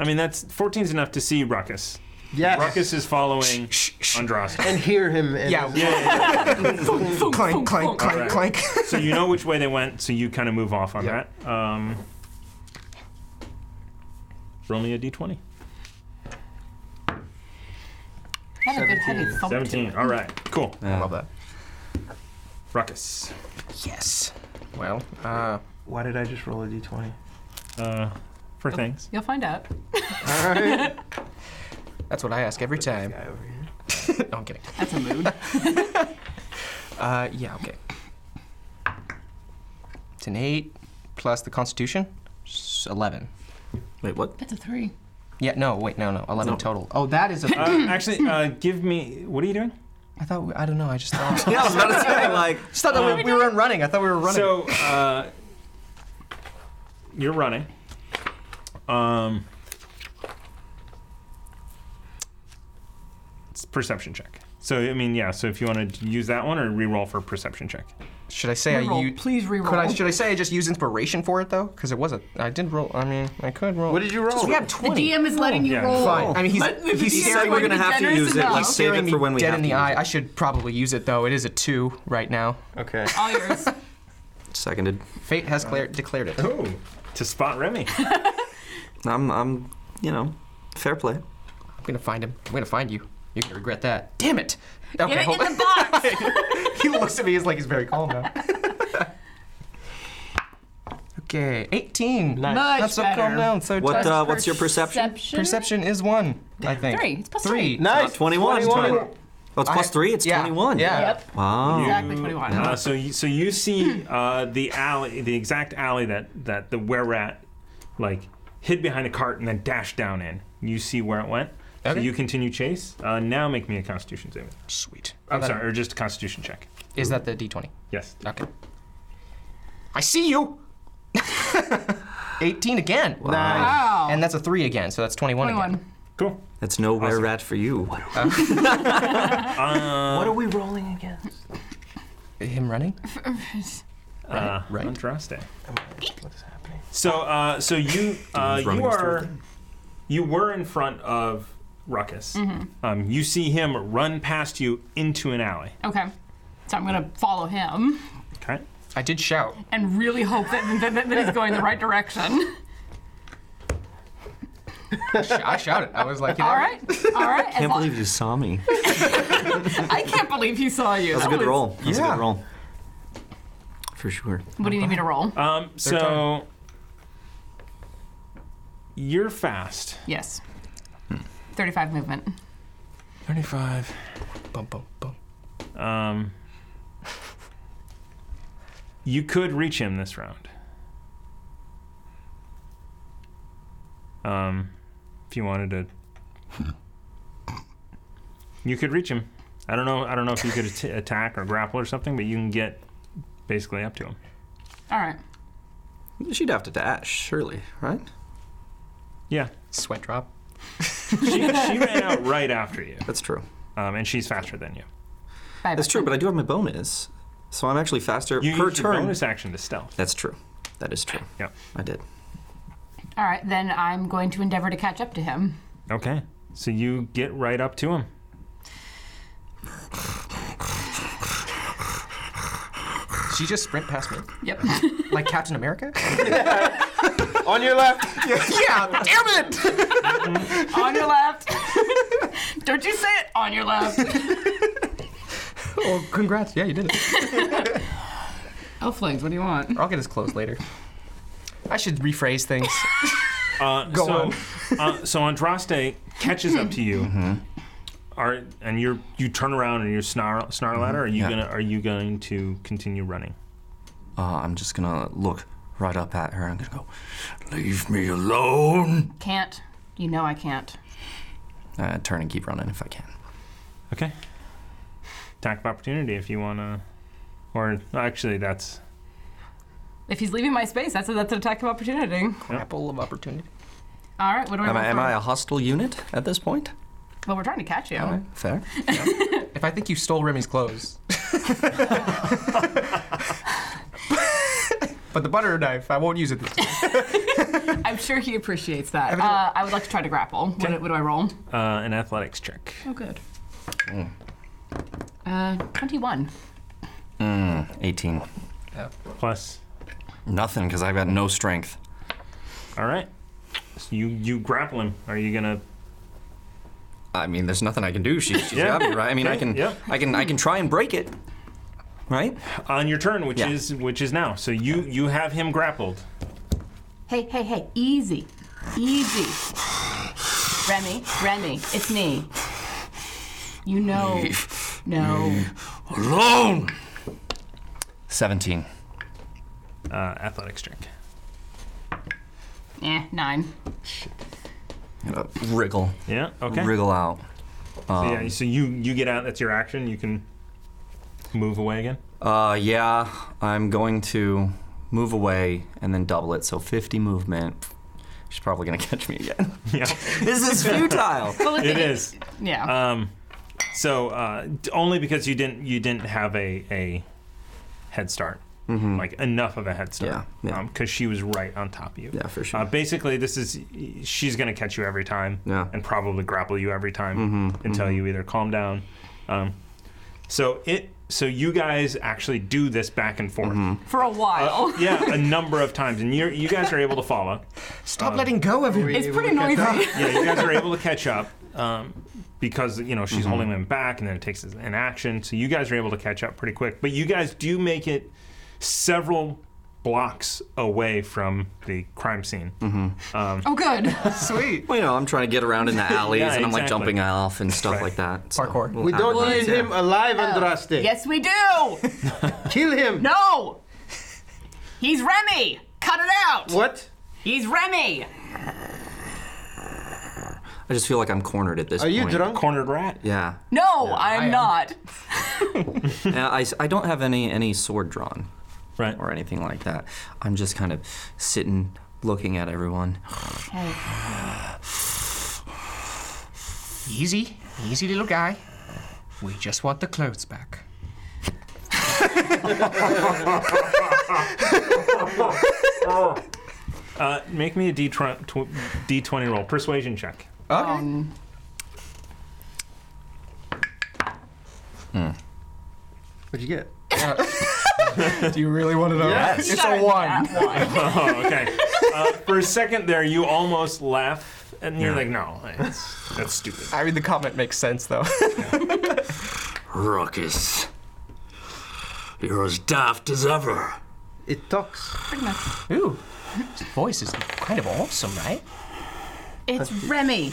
[SPEAKER 1] I mean that's 14's enough to see Ruckus.
[SPEAKER 5] Yes.
[SPEAKER 1] Ruckus is following
[SPEAKER 7] Shh, shh.
[SPEAKER 1] Andraste.
[SPEAKER 5] And hear him. And
[SPEAKER 7] Yeah.
[SPEAKER 2] Thunk, thunk,
[SPEAKER 7] Clank, clank,
[SPEAKER 2] thunk.
[SPEAKER 7] clank,
[SPEAKER 1] Alright.
[SPEAKER 7] clank.
[SPEAKER 1] so you know which way they went, so you kind of move off on
[SPEAKER 5] Yep.
[SPEAKER 1] that. Um, roll me a d20.
[SPEAKER 2] Had a good heavy thump to it.
[SPEAKER 1] 17. All right. Cool.
[SPEAKER 6] Yeah.
[SPEAKER 7] Love that.
[SPEAKER 1] Ruckus.
[SPEAKER 7] Yes. Well, uh,
[SPEAKER 5] Why did I just roll a d20?
[SPEAKER 1] Uh, for things.
[SPEAKER 2] You'll find out.
[SPEAKER 5] All right.
[SPEAKER 7] that's what I ask every time.
[SPEAKER 5] Guy over here.
[SPEAKER 7] no, I'm kidding.
[SPEAKER 2] That's a mood.
[SPEAKER 7] Uh, yeah, okay. It's an eight plus the Constitution. It's Eleven.
[SPEAKER 6] Wait, what?
[SPEAKER 2] That's a three.
[SPEAKER 7] Yeah, no, wait, no, no, eleven
[SPEAKER 6] No.
[SPEAKER 7] total. Oh, that is a.
[SPEAKER 1] Uh, actually, uh, give me. What are you doing?
[SPEAKER 7] I thought we, I don't know. I just thought.
[SPEAKER 6] Yeah, I was about to say, like,
[SPEAKER 7] just thought that we, we were running. I thought we were running.
[SPEAKER 1] So uh, you're running. Um, it's perception check. So I mean, yeah. So if you want to use that one or re-roll for perception check,
[SPEAKER 7] should I say I
[SPEAKER 2] Reroll.
[SPEAKER 7] use?
[SPEAKER 2] Please reroll.
[SPEAKER 7] Could I? Should I say I just use inspiration for it though? Because it was a. I did roll. I mean, I could roll.
[SPEAKER 5] What did you roll?
[SPEAKER 7] We have
[SPEAKER 2] the
[SPEAKER 7] twenty.
[SPEAKER 2] DM is letting you
[SPEAKER 1] Yeah.
[SPEAKER 2] roll.
[SPEAKER 7] Fine. I mean, he's
[SPEAKER 2] Let-
[SPEAKER 7] he's
[SPEAKER 2] the DM
[SPEAKER 7] staring.
[SPEAKER 6] we're
[SPEAKER 2] is
[SPEAKER 6] gonna have to
[SPEAKER 2] generous
[SPEAKER 6] use it,
[SPEAKER 2] enough.
[SPEAKER 6] like,
[SPEAKER 7] He's
[SPEAKER 6] save it
[SPEAKER 7] staring me
[SPEAKER 6] for when we
[SPEAKER 7] dead
[SPEAKER 6] have
[SPEAKER 7] in
[SPEAKER 6] to
[SPEAKER 7] the
[SPEAKER 6] use
[SPEAKER 7] eye.
[SPEAKER 6] it.
[SPEAKER 7] I should probably use it though. It is a two right now.
[SPEAKER 5] Okay.
[SPEAKER 2] All yours.
[SPEAKER 6] seconded.
[SPEAKER 7] Fate has clear, declared it.
[SPEAKER 1] oh, to spot Remy.
[SPEAKER 6] I'm, I'm, you know, fair play.
[SPEAKER 7] I'm gonna find him. I'm gonna find you. You're gonna regret that. Damn it. Okay,
[SPEAKER 2] Get it
[SPEAKER 7] hold
[SPEAKER 2] in
[SPEAKER 7] on.
[SPEAKER 2] the box.
[SPEAKER 7] he looks at me. He's like he's very calm now. okay, eighteen.
[SPEAKER 5] Nice.
[SPEAKER 2] Much
[SPEAKER 7] That's so
[SPEAKER 2] better.
[SPEAKER 7] calm down. So
[SPEAKER 6] What,
[SPEAKER 7] tight.
[SPEAKER 6] uh, what's your perception?
[SPEAKER 7] Perception is one, I think.
[SPEAKER 2] Three. It's plus
[SPEAKER 7] Three.
[SPEAKER 2] three.
[SPEAKER 5] Nice.
[SPEAKER 6] Not 21.
[SPEAKER 5] 21.
[SPEAKER 6] Oh, it's plus
[SPEAKER 7] I-
[SPEAKER 6] three. It's
[SPEAKER 7] yeah,
[SPEAKER 6] 21.
[SPEAKER 7] yeah.
[SPEAKER 2] Yep.
[SPEAKER 6] Wow.
[SPEAKER 2] Exactly 21.
[SPEAKER 1] Uh, so you so you see uh, the alley, the exact alley that that the where rat like hid behind a cart and then dashed down in. You see where it went. So
[SPEAKER 7] Okay.
[SPEAKER 1] you continue chase. Uh, now make me a Constitution saving.
[SPEAKER 7] Sweet.
[SPEAKER 1] I'm
[SPEAKER 7] That-
[SPEAKER 1] sorry, or just a Constitution check.
[SPEAKER 7] Is that the D20?
[SPEAKER 1] Yes.
[SPEAKER 7] Okay. I see you. 18 again.
[SPEAKER 6] Wow.
[SPEAKER 2] Wow.
[SPEAKER 7] And that's a three again, so that's 21, again.
[SPEAKER 2] 21.
[SPEAKER 1] Cool.
[SPEAKER 6] That's no were rat for you.
[SPEAKER 5] What are we rolling against?
[SPEAKER 7] Him running?
[SPEAKER 1] Uh,
[SPEAKER 7] right.
[SPEAKER 1] Andraste.
[SPEAKER 5] What's happening?
[SPEAKER 1] So, uh, so you uh,
[SPEAKER 6] running
[SPEAKER 1] you
[SPEAKER 6] is still a
[SPEAKER 1] are
[SPEAKER 6] thing.
[SPEAKER 1] you were in front of Ruckus. Um, you see him run past you into an alley.
[SPEAKER 2] Okay. So I'm going to follow him
[SPEAKER 1] Okay.
[SPEAKER 7] I did shout.
[SPEAKER 2] and really hope that, that, that, that he's going the right direction.
[SPEAKER 7] I sh- I shouted. I was like, you know,
[SPEAKER 2] All right. All right. As
[SPEAKER 6] Can't
[SPEAKER 2] long-
[SPEAKER 6] believe you saw me.
[SPEAKER 2] I can't believe he saw you.
[SPEAKER 6] That's
[SPEAKER 2] That
[SPEAKER 6] a good
[SPEAKER 2] was-
[SPEAKER 6] roll. That's a
[SPEAKER 7] Yeah.
[SPEAKER 6] good roll. For sure.
[SPEAKER 2] What do you need me to roll?
[SPEAKER 1] Um, so
[SPEAKER 7] time.
[SPEAKER 1] you're fast.
[SPEAKER 2] Yes. 35 movement.
[SPEAKER 1] 35.
[SPEAKER 7] Bum, bum, bum.
[SPEAKER 1] Um, you could reach him this round. Um, if you wanted to, you could reach him. I don't know. I don't know if you could at- attack or grapple or something, but you can get basically up to him.
[SPEAKER 2] All right.
[SPEAKER 6] She'd have to dash, surely, right?
[SPEAKER 1] Yeah,
[SPEAKER 7] Sweat drop.
[SPEAKER 1] she, she ran out right after you,
[SPEAKER 6] That's true.
[SPEAKER 1] um, and she's faster than you.
[SPEAKER 2] Bye.
[SPEAKER 6] That's true, but I do have my bonus. So I'm actually faster
[SPEAKER 1] You
[SPEAKER 6] per
[SPEAKER 1] used your
[SPEAKER 6] turn.
[SPEAKER 1] bonus action to stealth.
[SPEAKER 6] That's true. That is true.
[SPEAKER 1] Yeah.
[SPEAKER 6] I did.
[SPEAKER 2] All right. Then I'm going to endeavor to catch up to him.
[SPEAKER 1] Okay, so you get right up to him.
[SPEAKER 7] She just sprint past me.
[SPEAKER 2] Yep.
[SPEAKER 7] Like Captain America?
[SPEAKER 5] On your left.
[SPEAKER 7] yeah, damn it!
[SPEAKER 2] On your left. Don't you say it. On your left.
[SPEAKER 7] Oh, congrats. Yeah, you did it.
[SPEAKER 2] Elflings, what do you want?
[SPEAKER 7] I'll get his clothes later. I should rephrase things.
[SPEAKER 1] Uh,
[SPEAKER 7] Go
[SPEAKER 1] so,
[SPEAKER 7] on.
[SPEAKER 1] uh, so Andraste catches up to you.
[SPEAKER 6] Mm-hmm.
[SPEAKER 1] Are and you're you turn around and you snarl snarl at her. Are you
[SPEAKER 6] Mm-hmm. Yeah.
[SPEAKER 1] gonna Are you going to continue running?
[SPEAKER 6] Uh, I'm just gonna look right up at her. I'm gonna go, leave me alone.
[SPEAKER 2] Can't. You know I can't.
[SPEAKER 6] Uh, turn and keep running if I can.
[SPEAKER 1] Okay. Attack of opportunity if you wanna, or actually that's
[SPEAKER 2] If he's leaving my space, that's, a, that's an attack of opportunity.
[SPEAKER 7] Apple of opportunity.
[SPEAKER 2] All right. What do I
[SPEAKER 6] Am I,
[SPEAKER 2] roll
[SPEAKER 6] am
[SPEAKER 2] for?
[SPEAKER 6] I a hostile unit at this point?
[SPEAKER 2] Well, we're trying to catch you.
[SPEAKER 6] Fair.
[SPEAKER 7] If
[SPEAKER 4] if I think you stole Remy's clothes. but the butter knife, I won't use it. This time.
[SPEAKER 2] I'm sure he appreciates that. Uh, I would like to try to grapple. What, what do I roll?
[SPEAKER 1] Uh, an athletics check.
[SPEAKER 2] Oh, good. Uh, 21.
[SPEAKER 6] 18.
[SPEAKER 1] Plus.
[SPEAKER 6] Nothing, because I've got no strength.
[SPEAKER 1] All right. So you you grapple him. Are you gonna?
[SPEAKER 6] I mean, there's nothing I can do. She's, she's
[SPEAKER 1] Yeah.
[SPEAKER 6] got me, right? I mean, I
[SPEAKER 1] Okay,
[SPEAKER 6] can,
[SPEAKER 1] yeah.
[SPEAKER 6] I can, I can try and break it, right?
[SPEAKER 1] On your turn, which
[SPEAKER 6] Yeah.
[SPEAKER 1] is which is now. So you you have him grappled.
[SPEAKER 2] Hey, hey, hey, easy. Easy. Remy, Remy, it's me. You know. No.
[SPEAKER 6] Alone. Seventeen.
[SPEAKER 1] Uh, athletics check.
[SPEAKER 2] Eh, nine.
[SPEAKER 6] Uh, wriggle,
[SPEAKER 1] Yeah. Okay.
[SPEAKER 6] wriggle out.
[SPEAKER 1] So,
[SPEAKER 6] Um,
[SPEAKER 1] yeah. So you you get out. That's your action. You can move away again.
[SPEAKER 6] Uh, yeah, I'm going to move away and then double it, so 50 movement. She's probably gonna catch me again.
[SPEAKER 1] Yeah.
[SPEAKER 6] this is futile.
[SPEAKER 2] Well, if
[SPEAKER 1] it is.
[SPEAKER 2] Yeah.
[SPEAKER 1] Um, so uh, d- only because you didn't you didn't have a a head start, like enough of a head start.
[SPEAKER 6] Mm-hmm. Yeah, yeah.
[SPEAKER 1] Because she was right on top of you.
[SPEAKER 6] Yeah, for sure.
[SPEAKER 1] Uh, basically, this is she's gonna catch you every time.
[SPEAKER 6] Yeah. Mm-hmm,
[SPEAKER 1] And probably grapple you every time until you either calm down. Um, so it so you guys actually do this back and forth.
[SPEAKER 6] Mm-hmm.
[SPEAKER 2] For a while.
[SPEAKER 1] Yeah, a number of times, and you you guys are able to follow.
[SPEAKER 4] Stop letting go of him.
[SPEAKER 5] We
[SPEAKER 2] it's
[SPEAKER 5] able
[SPEAKER 2] pretty
[SPEAKER 5] to catch up?
[SPEAKER 2] noisy.
[SPEAKER 1] yeah, you guys are able to catch up um, because you know she's holding them back, and then it takes an action. So you guys are able to catch up pretty quick. But you guys do make it several blocks away from the crime scene.
[SPEAKER 2] Oh, good.
[SPEAKER 4] Sweet.
[SPEAKER 6] Well, you know, I'm trying to get around in the alleys
[SPEAKER 1] Yeah,
[SPEAKER 6] and I'm like
[SPEAKER 1] exactly.
[SPEAKER 6] jumping off and stuff like that. so-
[SPEAKER 4] Parkour.
[SPEAKER 6] Little
[SPEAKER 4] We
[SPEAKER 5] Don't
[SPEAKER 6] acrobatics,
[SPEAKER 5] leave
[SPEAKER 6] yeah.
[SPEAKER 5] him alive, Andraste.
[SPEAKER 2] yes, we do.
[SPEAKER 5] Kill him.
[SPEAKER 2] No. He's Remy. Cut it out.
[SPEAKER 5] What?
[SPEAKER 2] He's Remy.
[SPEAKER 6] I just feel like I'm cornered at this
[SPEAKER 5] Are
[SPEAKER 6] point.
[SPEAKER 5] you drunk?
[SPEAKER 1] Cornered rat.
[SPEAKER 6] Yeah.
[SPEAKER 2] No, I'm
[SPEAKER 4] am.
[SPEAKER 2] not.
[SPEAKER 6] Uh, I, s- I don't have any, any sword drawn
[SPEAKER 1] Right.
[SPEAKER 6] or anything like that. I'm just kind of sitting, looking at everyone.
[SPEAKER 4] Easy, easy little guy. We just want the clothes back.
[SPEAKER 1] Uh, make me a D tw- D twenty roll persuasion check.
[SPEAKER 4] Okay.
[SPEAKER 2] Um,
[SPEAKER 5] What'd you get?
[SPEAKER 4] Do you really want to know?
[SPEAKER 5] Yes.
[SPEAKER 4] It's
[SPEAKER 2] shut
[SPEAKER 4] a
[SPEAKER 2] it
[SPEAKER 4] one.
[SPEAKER 2] down.
[SPEAKER 1] Oh, okay. uh, for a second there, you almost laugh, and you're like, "No, it's, that's stupid."
[SPEAKER 4] I mean, the comment makes sense though.
[SPEAKER 8] Ruckus. You're as daft as ever.
[SPEAKER 5] It talks.
[SPEAKER 4] Ooh, his voice is kind of awesome, right?
[SPEAKER 2] It's Remy.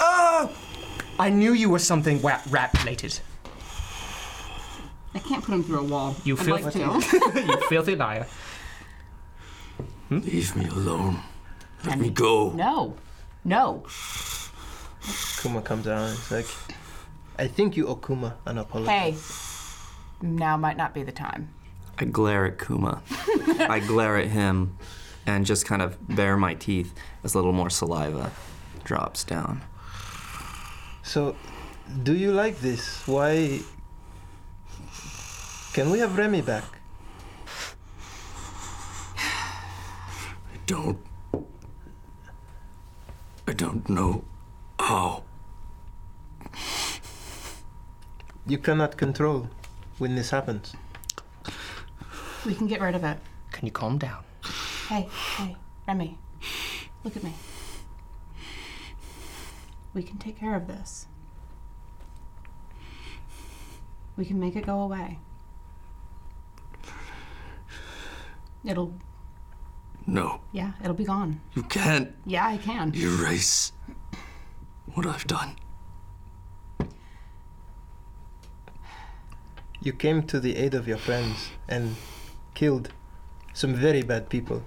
[SPEAKER 4] I knew you were something wa- rap related.
[SPEAKER 2] I can't put him through a wall.
[SPEAKER 4] You
[SPEAKER 2] I'd
[SPEAKER 4] feel-
[SPEAKER 2] like to.
[SPEAKER 4] you filthy liar.
[SPEAKER 8] Leave me alone. Let
[SPEAKER 2] Remy.
[SPEAKER 8] me go.
[SPEAKER 2] No. No.
[SPEAKER 5] Kuma comes out and it's like, I think you owe Kuma an apology.
[SPEAKER 2] Hey. Now might not be the time.
[SPEAKER 6] I glare at Kuma. I glare at him and just kind of bare my teeth as a little more saliva drops down.
[SPEAKER 5] So, do you like this? Why? Can we have Remy back?
[SPEAKER 8] I don't. I don't know how.
[SPEAKER 5] You cannot control when this happens.
[SPEAKER 2] We can get rid of it.
[SPEAKER 4] Can you calm down?
[SPEAKER 2] Hey, hey, Remy. Look at me. We can take care of this. We can make it go away. It'll,
[SPEAKER 8] No,
[SPEAKER 2] yeah, it'll be gone.
[SPEAKER 8] you can't
[SPEAKER 2] Yeah, I can.
[SPEAKER 8] erase what I've done.
[SPEAKER 5] You came to the aid of your friends and killed some very bad people.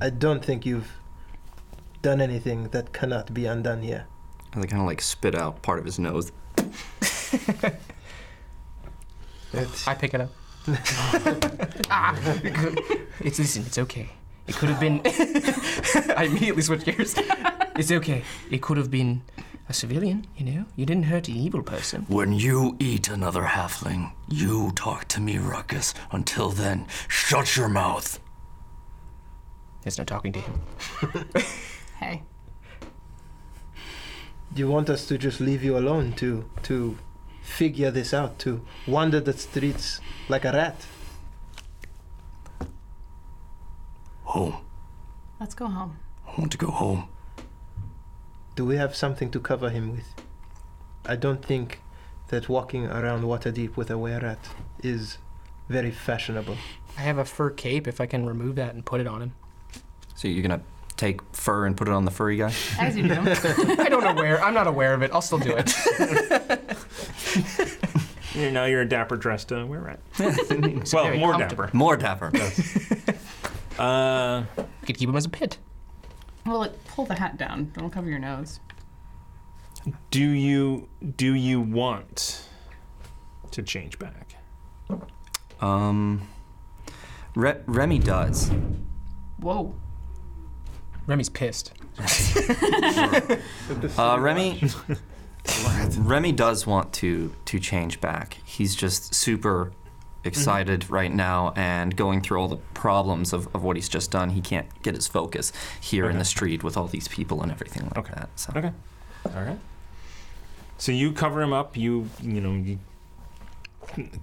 [SPEAKER 5] I don't think you've done anything that cannot be undone here.
[SPEAKER 6] As I kind of like spit out part of his nose.
[SPEAKER 5] It's,
[SPEAKER 4] I pick it up. ah, it could- it's listen. It's okay. It could have been. I immediately switch gears. It's okay. It could have been a a civilian, you know? You didn't hurt an evil person.
[SPEAKER 8] When you eat another halfling, you talk to me, Ruckus. Until then, shut your mouth.
[SPEAKER 4] There's no talking to him.
[SPEAKER 2] Hey.
[SPEAKER 5] You want us to just leave you alone to to figure this out, to wander the streets like a rat?
[SPEAKER 8] Home.
[SPEAKER 2] Let's go home.
[SPEAKER 8] I want to go home.
[SPEAKER 5] Do we have something to cover him with? I don't think that walking around Waterdeep with a were rat is very fashionable.
[SPEAKER 4] I have a fur cape if I can remove that and put it on him.
[SPEAKER 6] So you're gonna take fur and put it on the furry guy?
[SPEAKER 2] As you do.
[SPEAKER 4] I don't aware. I'm not aware of it. I'll still do it.
[SPEAKER 1] You know, you're a dapper dressed uh, were rat. well,
[SPEAKER 4] very
[SPEAKER 1] more
[SPEAKER 4] comfortable.
[SPEAKER 1] dapper.
[SPEAKER 6] More dapper.
[SPEAKER 1] Uh,
[SPEAKER 4] You could keep him as a pit.
[SPEAKER 2] well, look, pull the hat down. Don't cover your nose.
[SPEAKER 1] do you do you want to change back?
[SPEAKER 6] um, Re- Remy does.
[SPEAKER 2] Whoa.
[SPEAKER 4] Remy's pissed.
[SPEAKER 6] Uh, Remy. Remy does want to to change back. He's just super excited
[SPEAKER 8] Mm-hmm.
[SPEAKER 6] right now and going through all the problems of, of what he's just done. He can't get his focus here in the street with all these people and everything like
[SPEAKER 1] Okay.
[SPEAKER 6] that. So
[SPEAKER 1] Okay. All right. So you cover him up. You you know you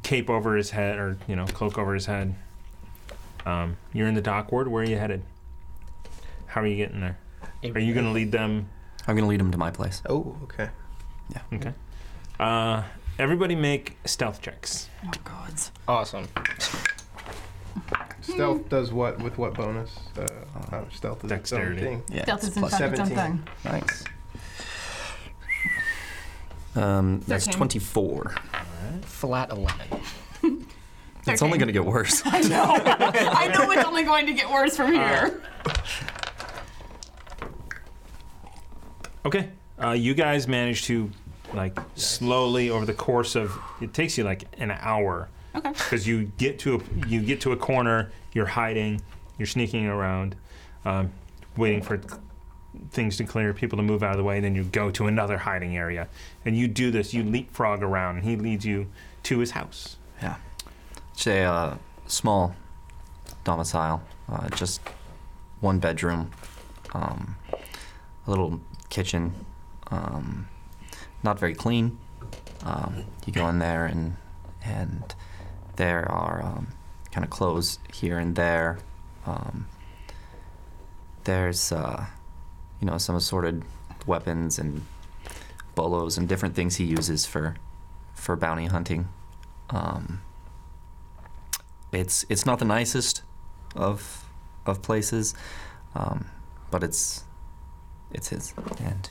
[SPEAKER 1] cape over his head or you know cloak over his head. Um, you're in the dock ward. Where are you headed? How are you getting there? Are you gonna lead them?
[SPEAKER 6] I'm gonna lead him to my place.
[SPEAKER 5] Oh, okay.
[SPEAKER 1] Okay. Uh, everybody make stealth checks.
[SPEAKER 2] Oh, God.
[SPEAKER 4] Awesome.
[SPEAKER 5] Stealth does what with what bonus? Uh, uh, stealth is its own
[SPEAKER 1] Dexterity.
[SPEAKER 5] thing.
[SPEAKER 6] Yeah.
[SPEAKER 2] Stealth is in
[SPEAKER 6] plus
[SPEAKER 2] fact its own
[SPEAKER 5] 17.
[SPEAKER 2] thing.
[SPEAKER 6] Nice. Um, that's
[SPEAKER 2] Thirteen.
[SPEAKER 6] 24.
[SPEAKER 4] Flat 11.
[SPEAKER 6] It's only
[SPEAKER 2] Thirteen.
[SPEAKER 6] gonna get worse.
[SPEAKER 2] I know. I know it's only going to get worse from here.
[SPEAKER 1] Okay. Uh, you guys manage to like slowly over the course of it takes you like an hour
[SPEAKER 2] Okay.
[SPEAKER 1] because you get to a you get to a corner, you're hiding, you're sneaking around, um, waiting for things to clear, people to move out of the way, and then you go to another hiding area, and you do this. You leapfrog around, and he leads you to his house.
[SPEAKER 6] Yeah. It's a uh, small domicile, uh, just one bedroom, um, a little kitchen, um, not very clean. Um, you go in there and and there are um, kind of clothes here and there. Um, there's uh, you know some assorted weapons and bolos and different things he uses for for bounty hunting. Um, it's it's not the nicest of of places, um, but it's it's his, and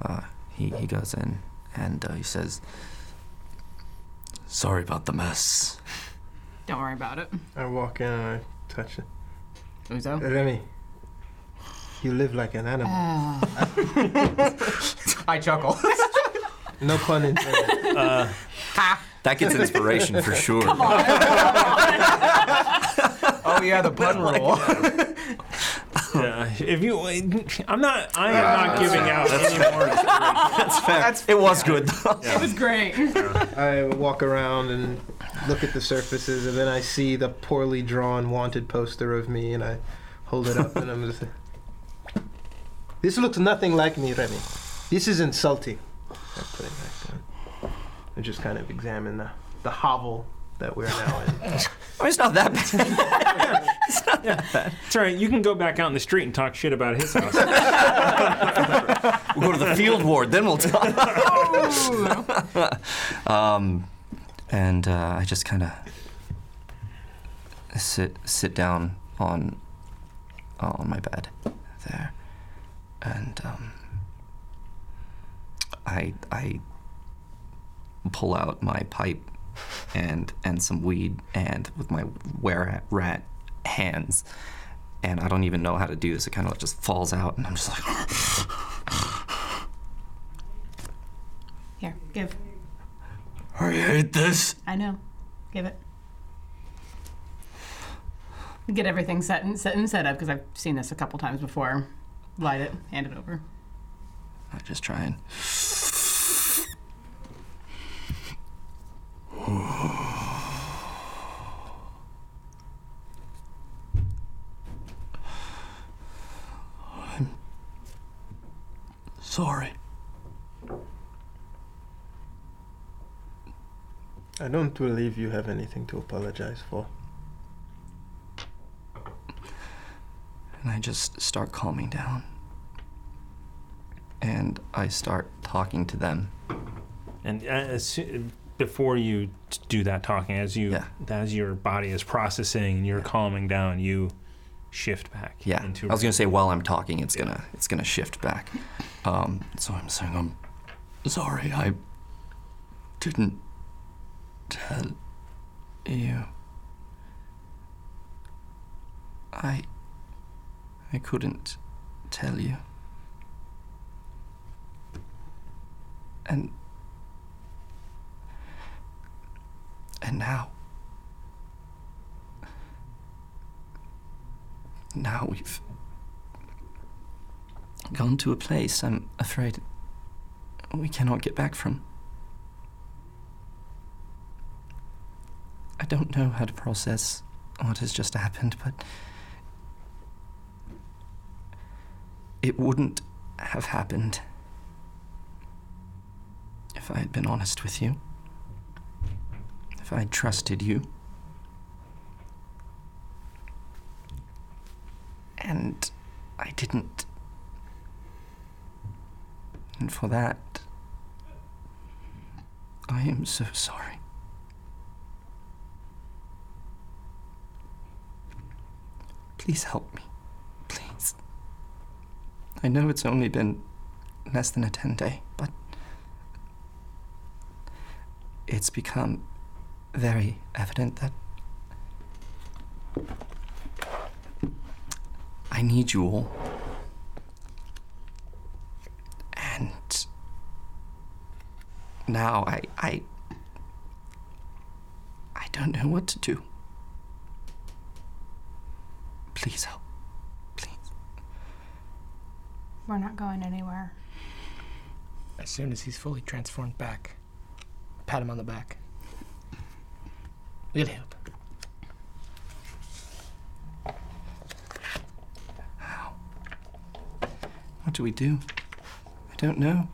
[SPEAKER 6] uh, he he goes in and uh, he says,
[SPEAKER 8] Sorry about the mess.
[SPEAKER 2] Don't worry about it.
[SPEAKER 5] I walk in and I touch it.
[SPEAKER 2] Uzo.
[SPEAKER 5] Remy, you live like an animal.
[SPEAKER 4] I chuckle.
[SPEAKER 5] No pun intended.
[SPEAKER 6] "That gets inspiration for sure."
[SPEAKER 4] oh, yeah, the pun rule.
[SPEAKER 1] Uh, if you, I'm not, I am not giving out any more.
[SPEAKER 6] That's fair. it was good though.
[SPEAKER 2] It was great.
[SPEAKER 5] I walk around and look at the surfaces, and then I see the poorly drawn wanted poster of me, and I hold it up, and I'm just. This looks nothing like me, Remy. This is insulting. I put it back down. I just kind of examine the, the hovel that we're now in.
[SPEAKER 6] I mean, it's not that bad.
[SPEAKER 1] It's all right. You can go back out in the street and talk shit about his house.
[SPEAKER 6] We'll go to the field ward, then we'll talk. um, and uh, I just kind of sit sit down on on my bed there, and um, I I pull out my pipe and and some weed and with my wear rat hands. And I don't even know how to do this. It kind of just falls out, and I'm just like,
[SPEAKER 2] Here, give.
[SPEAKER 8] I hate this.
[SPEAKER 2] I know. Give it. Get everything set and set and set up because I've seen this a couple times before. Light it, hand it over.
[SPEAKER 6] I just try and. I'm sorry.
[SPEAKER 5] I don't believe you have anything to apologize for.
[SPEAKER 6] and I just start calming down. And I start talking to them.
[SPEAKER 1] And uh, as, before you t- do that talking, as you
[SPEAKER 6] Yeah.
[SPEAKER 1] as your body is processing and you're calming down, you shift back.
[SPEAKER 6] Yeah.
[SPEAKER 1] Into
[SPEAKER 6] I was gonna say while I'm talking, it's gonna it's gonna shift back. Um, so I'm saying I'm sorry. I didn't tell you. I I couldn't tell you. And and now now we've gone to a place I'm afraid we cannot get back from. I don't know how to process what has just happened, but it wouldn't have happened if I had been honest with you, if I had trusted you. And I didn't. And for that, I am so sorry. Please help me. Please. I know it's only been less than a 10 day, but it's become very evident that I need you all. And now I I I don't know what to do. Please help. Please.
[SPEAKER 2] We're not going anywhere.
[SPEAKER 7] As soon as he's fully transformed back, pat him on the back. We gotta help.
[SPEAKER 6] What do we do? I don't know.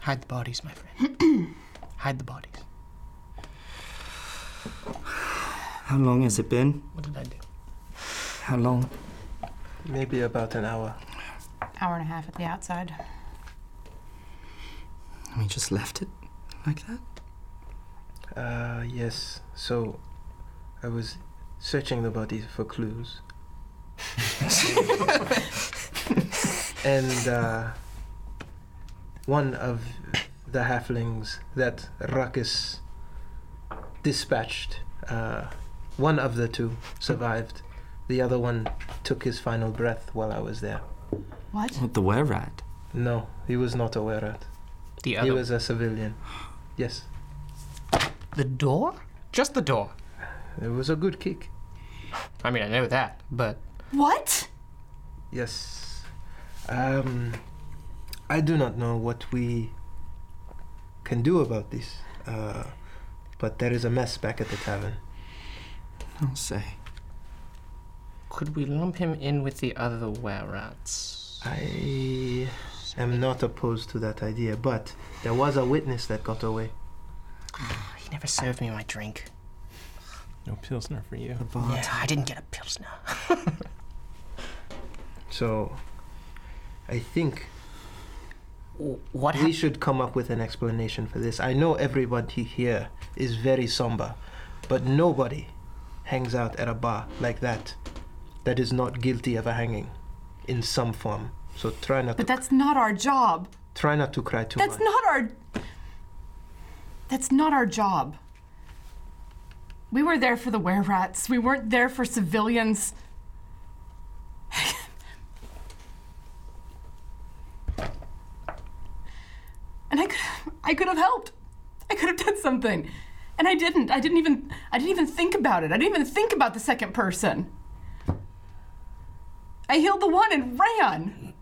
[SPEAKER 7] Hide the bodies, my friend. Hide the bodies.
[SPEAKER 6] How long has it been?
[SPEAKER 7] What did I do?
[SPEAKER 6] How long?
[SPEAKER 5] Maybe about an hour.
[SPEAKER 2] Hour and a half at the outside.
[SPEAKER 6] We just left it like that?
[SPEAKER 5] Uh, yes. So, I was searching the body for clues. and uh, one of the halflings that Ruckus dispatched, uh, one of the two survived. The other one took his final breath while I was there.
[SPEAKER 2] What?
[SPEAKER 9] With the were rat.
[SPEAKER 5] No, he was not aware of it.
[SPEAKER 7] The
[SPEAKER 5] He
[SPEAKER 7] other.
[SPEAKER 5] was a civilian. Yes,
[SPEAKER 7] the door? Just the door.
[SPEAKER 5] it was a good kick.
[SPEAKER 7] I mean, I know that, but
[SPEAKER 2] What?
[SPEAKER 5] Yes. Um, I do not know what we can do about this, uh, but there is a mess back at the tavern.
[SPEAKER 6] I'll say.
[SPEAKER 7] could we lump him in with the other were rats?
[SPEAKER 5] I am not opposed to that idea, but there was a witness that got away.
[SPEAKER 7] He never served me my drink.
[SPEAKER 1] No pilsner for you.
[SPEAKER 7] Yeah, I didn't get a pilsner.
[SPEAKER 5] So I think
[SPEAKER 7] W- What
[SPEAKER 5] we
[SPEAKER 7] happened?
[SPEAKER 5] should come up with an explanation for this. I know everybody here is very somber, but nobody hangs out at a bar like that that is not guilty of a hanging in some form. So try not
[SPEAKER 2] But
[SPEAKER 5] to
[SPEAKER 2] that's not our job.
[SPEAKER 5] Try not to cry too
[SPEAKER 2] That's
[SPEAKER 5] much.
[SPEAKER 2] not our. That's not our job. We were there for the were rats. We weren't there for civilians. and I could, I could have helped. I could have done something, and I didn't. I didn't even. I didn't even think about it. I didn't even think about the second person. I healed the one and ran.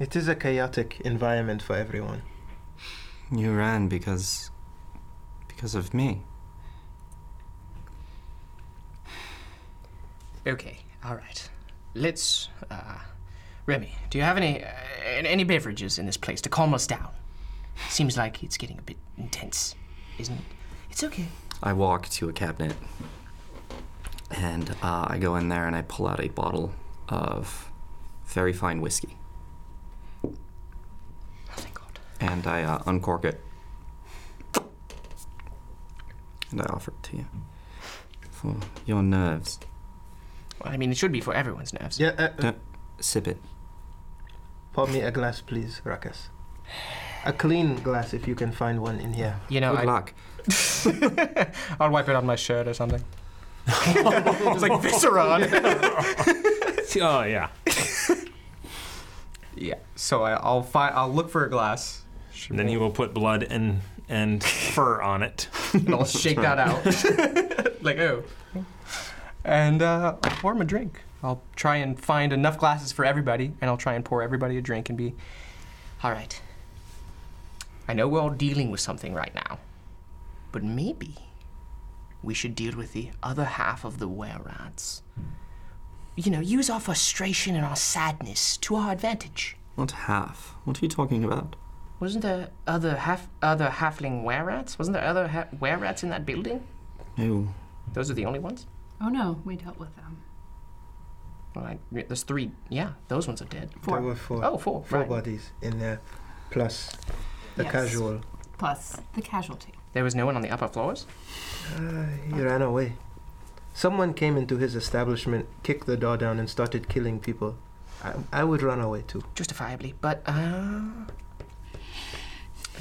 [SPEAKER 5] It is a chaotic environment for everyone.
[SPEAKER 6] You ran because. because of me.
[SPEAKER 7] Okay, all right. Let's. Uh, Remy, do you have any uh, an- any beverages in this place to calm us down? Seems like it's getting a bit intense, isn't it? It's okay.
[SPEAKER 6] I walk to a cabinet and uh, I go in there and I pull out a bottle of very fine whiskey. Oh, thank God. And I uh, uncork it. And I offer it to you. For your nerves.
[SPEAKER 7] Well, I mean, it should be for everyone's nerves.
[SPEAKER 5] Yeah, uh, uh,
[SPEAKER 6] Don't sip it.
[SPEAKER 5] pour me a glass, please, Ruckus. A clean glass, if you can find one in here.
[SPEAKER 7] You know,
[SPEAKER 6] Good
[SPEAKER 7] I,
[SPEAKER 6] luck.
[SPEAKER 10] I'll wipe it on my shirt or something.
[SPEAKER 7] it's like viscera. on it.
[SPEAKER 1] Oh, yeah.
[SPEAKER 4] Yeah. So I, I'll find. I'll look for a glass.
[SPEAKER 1] And then he will put blood and and fur on it.
[SPEAKER 4] and I'll shake that out. like, oh. And uh, I'll pour him a drink. I'll try and find enough glasses for everybody, and I'll try and pour everybody a drink and be.
[SPEAKER 7] all right. I know we're all dealing with something right now, but maybe we should deal with the other half of the were rats. You know, use our frustration and our sadness to our advantage.
[SPEAKER 6] What half? What are you talking about?
[SPEAKER 7] Wasn't there other half other halfling were rats? Wasn't there other ha- were rats in that building?
[SPEAKER 6] No.
[SPEAKER 7] Those are the only ones.
[SPEAKER 2] Oh no, we dealt with them.
[SPEAKER 7] Well, I, there's three. Yeah, those ones are dead.
[SPEAKER 5] There were four,
[SPEAKER 7] Oh, four.
[SPEAKER 5] four
[SPEAKER 7] right.
[SPEAKER 5] bodies in there, plus the
[SPEAKER 2] Yes.
[SPEAKER 5] casual.
[SPEAKER 2] Plus the casualty.
[SPEAKER 7] There was no one on the upper floors.
[SPEAKER 5] Uh, he ran away. Someone came into his establishment, kicked the door down, and started killing people. I, I would run away too.
[SPEAKER 7] justifiably, but uh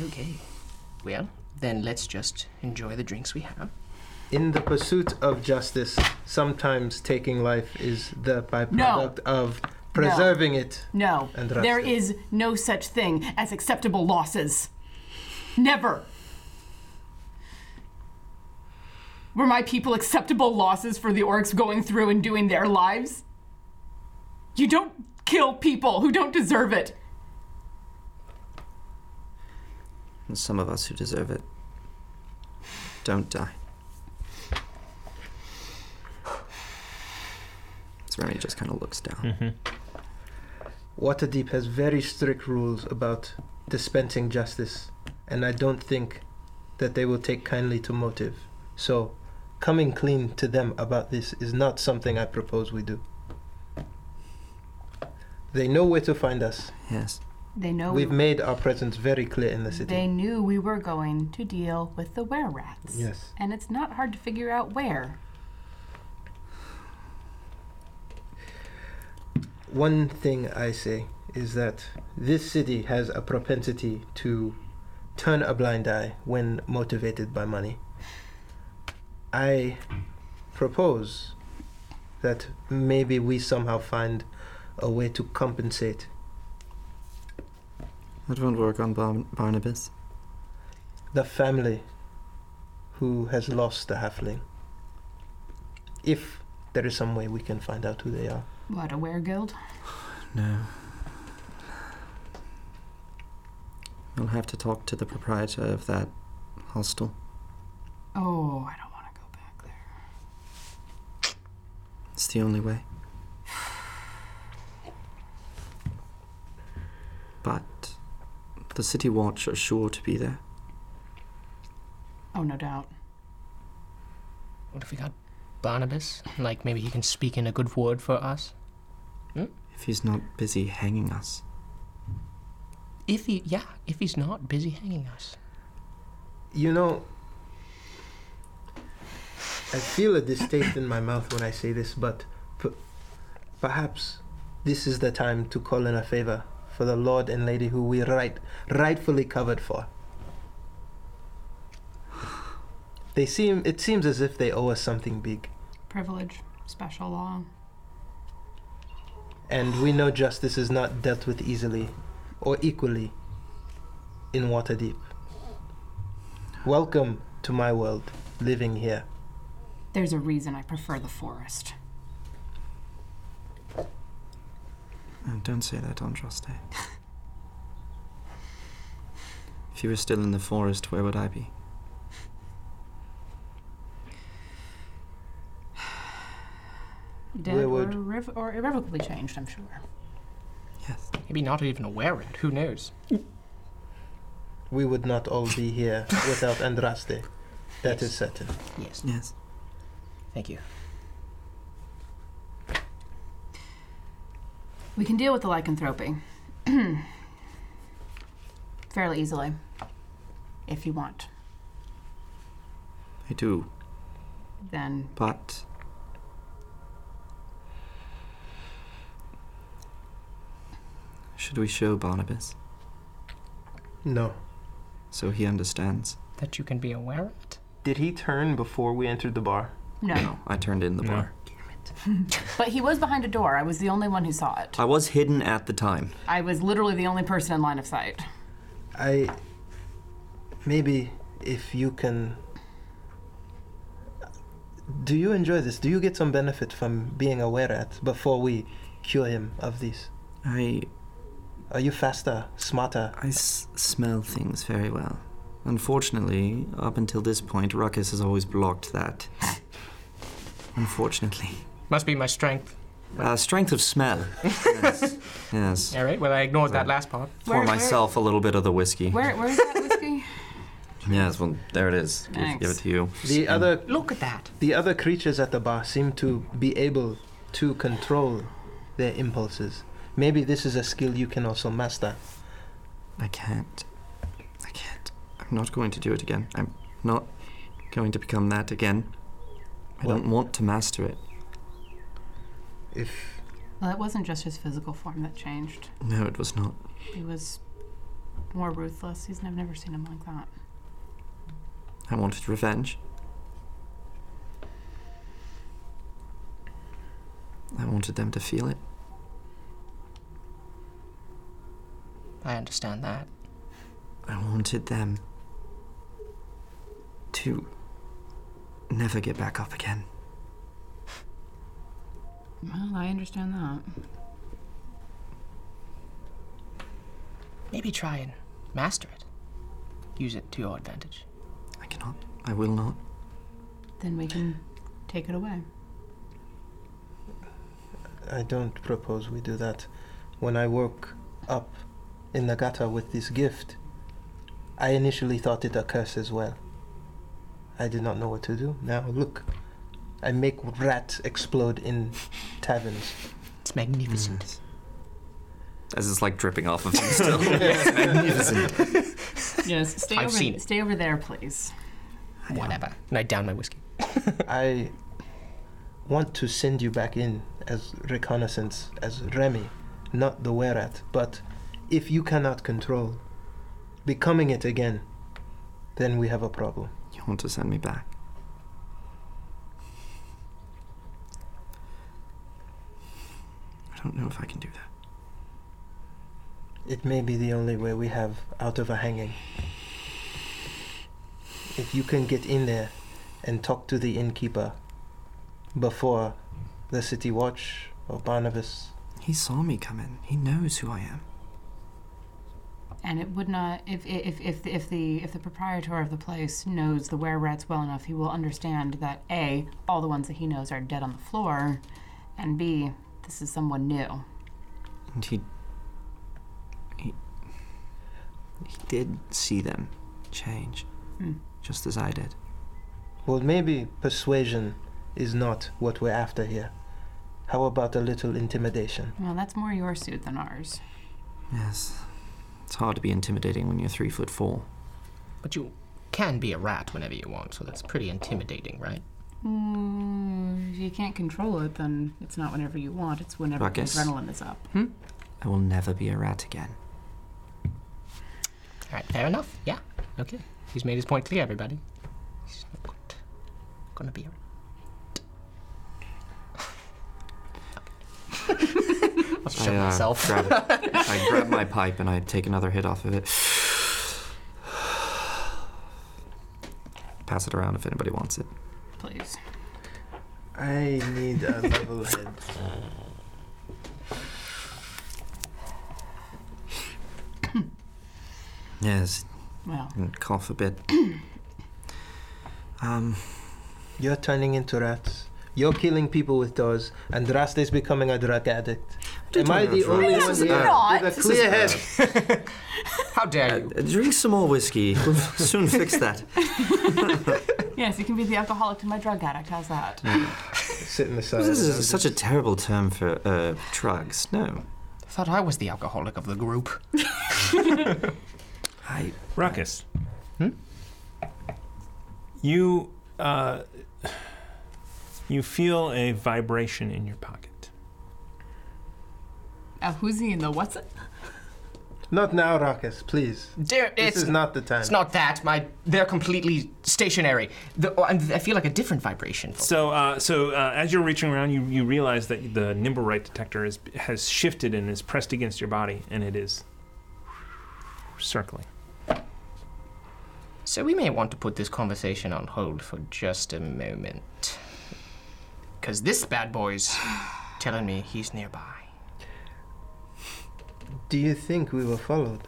[SPEAKER 7] okay. Well, then let's just enjoy the drinks we have.
[SPEAKER 5] In the pursuit of justice, sometimes taking life is the byproduct of preserving it.
[SPEAKER 2] No,
[SPEAKER 5] And Rastin.
[SPEAKER 2] there is no such thing as acceptable losses. Never. Were my people acceptable losses for the orcs going through and doing their lives? You don't kill people who don't deserve it.
[SPEAKER 6] And some of us who deserve it don't die. So Remy just kind of looks down.
[SPEAKER 5] Waterdeep has very strict rules about dispensing justice, and I don't think that they will take kindly to motive. So, coming clean to them about this is not something I propose we do. They know where to find us.
[SPEAKER 6] Yes.
[SPEAKER 2] They know
[SPEAKER 5] We've made our presence very clear in the city.
[SPEAKER 2] They knew we were going to deal with the were rats.
[SPEAKER 5] Yes.
[SPEAKER 2] And it's not hard to figure out where.
[SPEAKER 5] One thing I say is that this city has a propensity to turn a blind eye when motivated by money. I propose that maybe we somehow find a way to compensate.
[SPEAKER 6] That won't work on Bar- Barnabas.
[SPEAKER 5] the family who has lost the halfling. If there is some way we can find out who they are.
[SPEAKER 2] What, a were guild?
[SPEAKER 6] No. We'll have to talk to the proprietor of that hostel.
[SPEAKER 2] Oh, I don't want to go back there.
[SPEAKER 6] It's the only way. But the city watch are sure to be there.
[SPEAKER 2] Oh, no doubt.
[SPEAKER 7] What if we got Barnabas? Like maybe he can speak in a good word for us.
[SPEAKER 6] If he's not busy hanging us.
[SPEAKER 7] If he, yeah, if he's not busy hanging us.
[SPEAKER 5] You know, I feel a distaste in my mouth when I say this, but p- perhaps this is the time to call in a favor for the lord and lady who we right, rightfully covered for. They seem it seems as if they owe us something big.
[SPEAKER 2] Privilege, special law.
[SPEAKER 5] And we know justice is not dealt with easily or equally in Waterdeep. Welcome to my world, living here.
[SPEAKER 2] There's a reason I prefer the forest.
[SPEAKER 6] Oh, don't say that on Trust Day. If you were still in the forest, where would I be?
[SPEAKER 2] Dead
[SPEAKER 6] Where
[SPEAKER 2] or,
[SPEAKER 6] would-
[SPEAKER 2] irrev- or irrevocably changed, I'm sure.
[SPEAKER 4] Maybe not even a wererat. Who knows?
[SPEAKER 5] We would not all be here without Andraste. That is certain.
[SPEAKER 7] Yes.
[SPEAKER 6] Yes.
[SPEAKER 7] Thank you.
[SPEAKER 2] We can deal with the lycanthropy fairly easily, if you want.
[SPEAKER 6] I do,
[SPEAKER 2] Then
[SPEAKER 6] but should we show Barnabas
[SPEAKER 5] No.
[SPEAKER 6] so he understands?
[SPEAKER 4] That you can be aware of?
[SPEAKER 5] Did he turn before we entered the bar?
[SPEAKER 2] No.
[SPEAKER 6] I turned in the bar.
[SPEAKER 2] but he was behind a door. I was the only one who saw it.
[SPEAKER 6] I was hidden at the time.
[SPEAKER 2] I was literally the only person in line of sight.
[SPEAKER 5] I. Maybe if you can. Do you enjoy this? Do you get some benefit from being aware at before we cure him of this?
[SPEAKER 6] I.
[SPEAKER 5] Are you faster, smarter?
[SPEAKER 6] I s- smell things very well. Unfortunately, up until this point, Ruckus has always blocked that. Unfortunately.
[SPEAKER 4] Must be my strength.
[SPEAKER 6] Uh, strength of smell. yes. yes.
[SPEAKER 4] All right. Well, I ignored that last part.
[SPEAKER 6] Pour myself a little bit of the whiskey.
[SPEAKER 2] Where, where is that whiskey?
[SPEAKER 6] Yes, well, there it is. Give- Give,
[SPEAKER 2] Thanks.
[SPEAKER 6] it to you.
[SPEAKER 5] The other
[SPEAKER 7] look at that.
[SPEAKER 5] The other creatures at the bar seem to be able to control their impulses. Maybe this is a skill you can also master.
[SPEAKER 6] I can't. I can't. I'm not going to do it again. I'm not going to become that again. I don't want to master it.
[SPEAKER 5] If
[SPEAKER 2] Well, it wasn't just his physical form that changed.
[SPEAKER 6] no, it was not.
[SPEAKER 2] He was more ruthless. He's, I've never seen him like that.
[SPEAKER 6] I wanted revenge. I wanted them to feel it.
[SPEAKER 7] I understand that.
[SPEAKER 6] I wanted them to never get back up again.
[SPEAKER 2] Well, I understand that.
[SPEAKER 7] Maybe try and master it. Use it to your advantage.
[SPEAKER 6] I cannot. I will not.
[SPEAKER 2] Then we can take it away.
[SPEAKER 5] I don't propose we do that, when I woke up in Nagata with this gift, I initially thought it a curse as well. I did not know what to do. Now look, I make rats explode in taverns.
[SPEAKER 7] It's magnificent.
[SPEAKER 6] As it's like dripping off of him still. It's magnificent.
[SPEAKER 2] Yes, stay
[SPEAKER 7] I've
[SPEAKER 2] over
[SPEAKER 7] seen it.
[SPEAKER 2] stay over there, please.
[SPEAKER 7] Whatever. And I down my whiskey.
[SPEAKER 5] I want to send you back in as reconnaissance, as Remy, not the Werat. But if you cannot control becoming it again, then we have a problem.
[SPEAKER 6] You want to send me back? I don't know if I can do that.
[SPEAKER 5] It may be the only way we have out of a hanging. If you can get in there and talk to the innkeeper before the city watch or Barnabas,
[SPEAKER 6] He saw me come in. He knows who I am.
[SPEAKER 2] And it would not if if if the, if the if the proprietor of the place knows the were rats well enough, he will understand that a all the ones that he knows are dead on the floor, and b this is someone new.
[SPEAKER 6] And he. He. He did see them change.
[SPEAKER 2] Hmm.
[SPEAKER 6] Just as I did.
[SPEAKER 5] well, maybe persuasion is not what we're after here. How about a little intimidation?
[SPEAKER 2] Well, that's more your suit than ours.
[SPEAKER 6] Yes. It's hard to be intimidating when you're three foot four.
[SPEAKER 7] But you can be a rat whenever you want, so that's pretty intimidating, right?
[SPEAKER 2] Mm, if you can't control it, then it's not whenever you want. It's whenever the
[SPEAKER 6] Ruckus.
[SPEAKER 2] adrenaline is up.
[SPEAKER 6] I will never be a rat again.
[SPEAKER 7] All right, fair enough. Yeah. Okay. He's made his point clear, everybody. He's not gonna be a rat. I'll shut
[SPEAKER 6] I, uh,
[SPEAKER 7] myself.
[SPEAKER 6] grab- I grab my pipe and I take another hit off of it. Pass it around if anybody wants it.
[SPEAKER 2] Please.
[SPEAKER 5] I need a level head.
[SPEAKER 6] Yes,
[SPEAKER 2] Well.
[SPEAKER 6] and cough a bit.
[SPEAKER 5] Um, you're turning into rats. You're killing people with those, and Rasta's becoming a drug addict. Am I the only one
[SPEAKER 6] This is
[SPEAKER 5] here
[SPEAKER 6] not.
[SPEAKER 5] with a
[SPEAKER 6] This
[SPEAKER 5] clear
[SPEAKER 6] is-
[SPEAKER 5] head?
[SPEAKER 7] How dare
[SPEAKER 6] you? uh, drink some more whiskey. We'll soon fix that.
[SPEAKER 2] Yes, you can be the alcoholic to my drug addict. How's that?
[SPEAKER 5] Sit in the side.
[SPEAKER 6] This is Uh, such a terrible term for uh, drugs. No.
[SPEAKER 7] I thought I was the alcoholic of the group.
[SPEAKER 6] I,
[SPEAKER 1] Ruckus.
[SPEAKER 6] Hmm?
[SPEAKER 1] You uh, you feel a vibration in your pocket.
[SPEAKER 2] A whoosie Uh, in the what's it?
[SPEAKER 5] Not now, Ruckus, please.
[SPEAKER 7] Dear,
[SPEAKER 5] This
[SPEAKER 7] it's,
[SPEAKER 5] is not the time.
[SPEAKER 7] It's not that. My they're completely stationary. The, oh, and I feel like a different vibration.
[SPEAKER 1] So, uh, so uh, as you're reaching around, you, you realize that the Nimberite detector is, has shifted and is pressed against your body, and it is circling.
[SPEAKER 7] So we may want to put this conversation on hold for just a moment, because this bad boy's telling me he's nearby.
[SPEAKER 5] Do you think we were followed?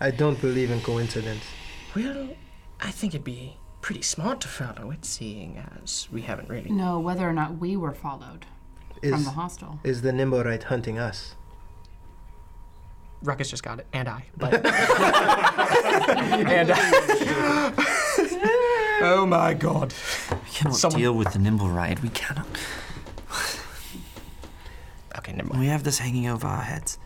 [SPEAKER 5] I don't believe in coincidence.
[SPEAKER 7] Well, I think it'd be pretty smart to follow it, seeing as we haven't really.
[SPEAKER 2] No, whether or not we were followed from
[SPEAKER 5] Is-
[SPEAKER 2] the hostel.
[SPEAKER 5] Is the Nimborite hunting us?
[SPEAKER 7] Ruckus just got it, and I. But... and I. oh my god.
[SPEAKER 6] we cannot
[SPEAKER 7] Someone-
[SPEAKER 6] deal with the nimble ride. We cannot.
[SPEAKER 7] okay, never
[SPEAKER 6] We have this hanging over our heads.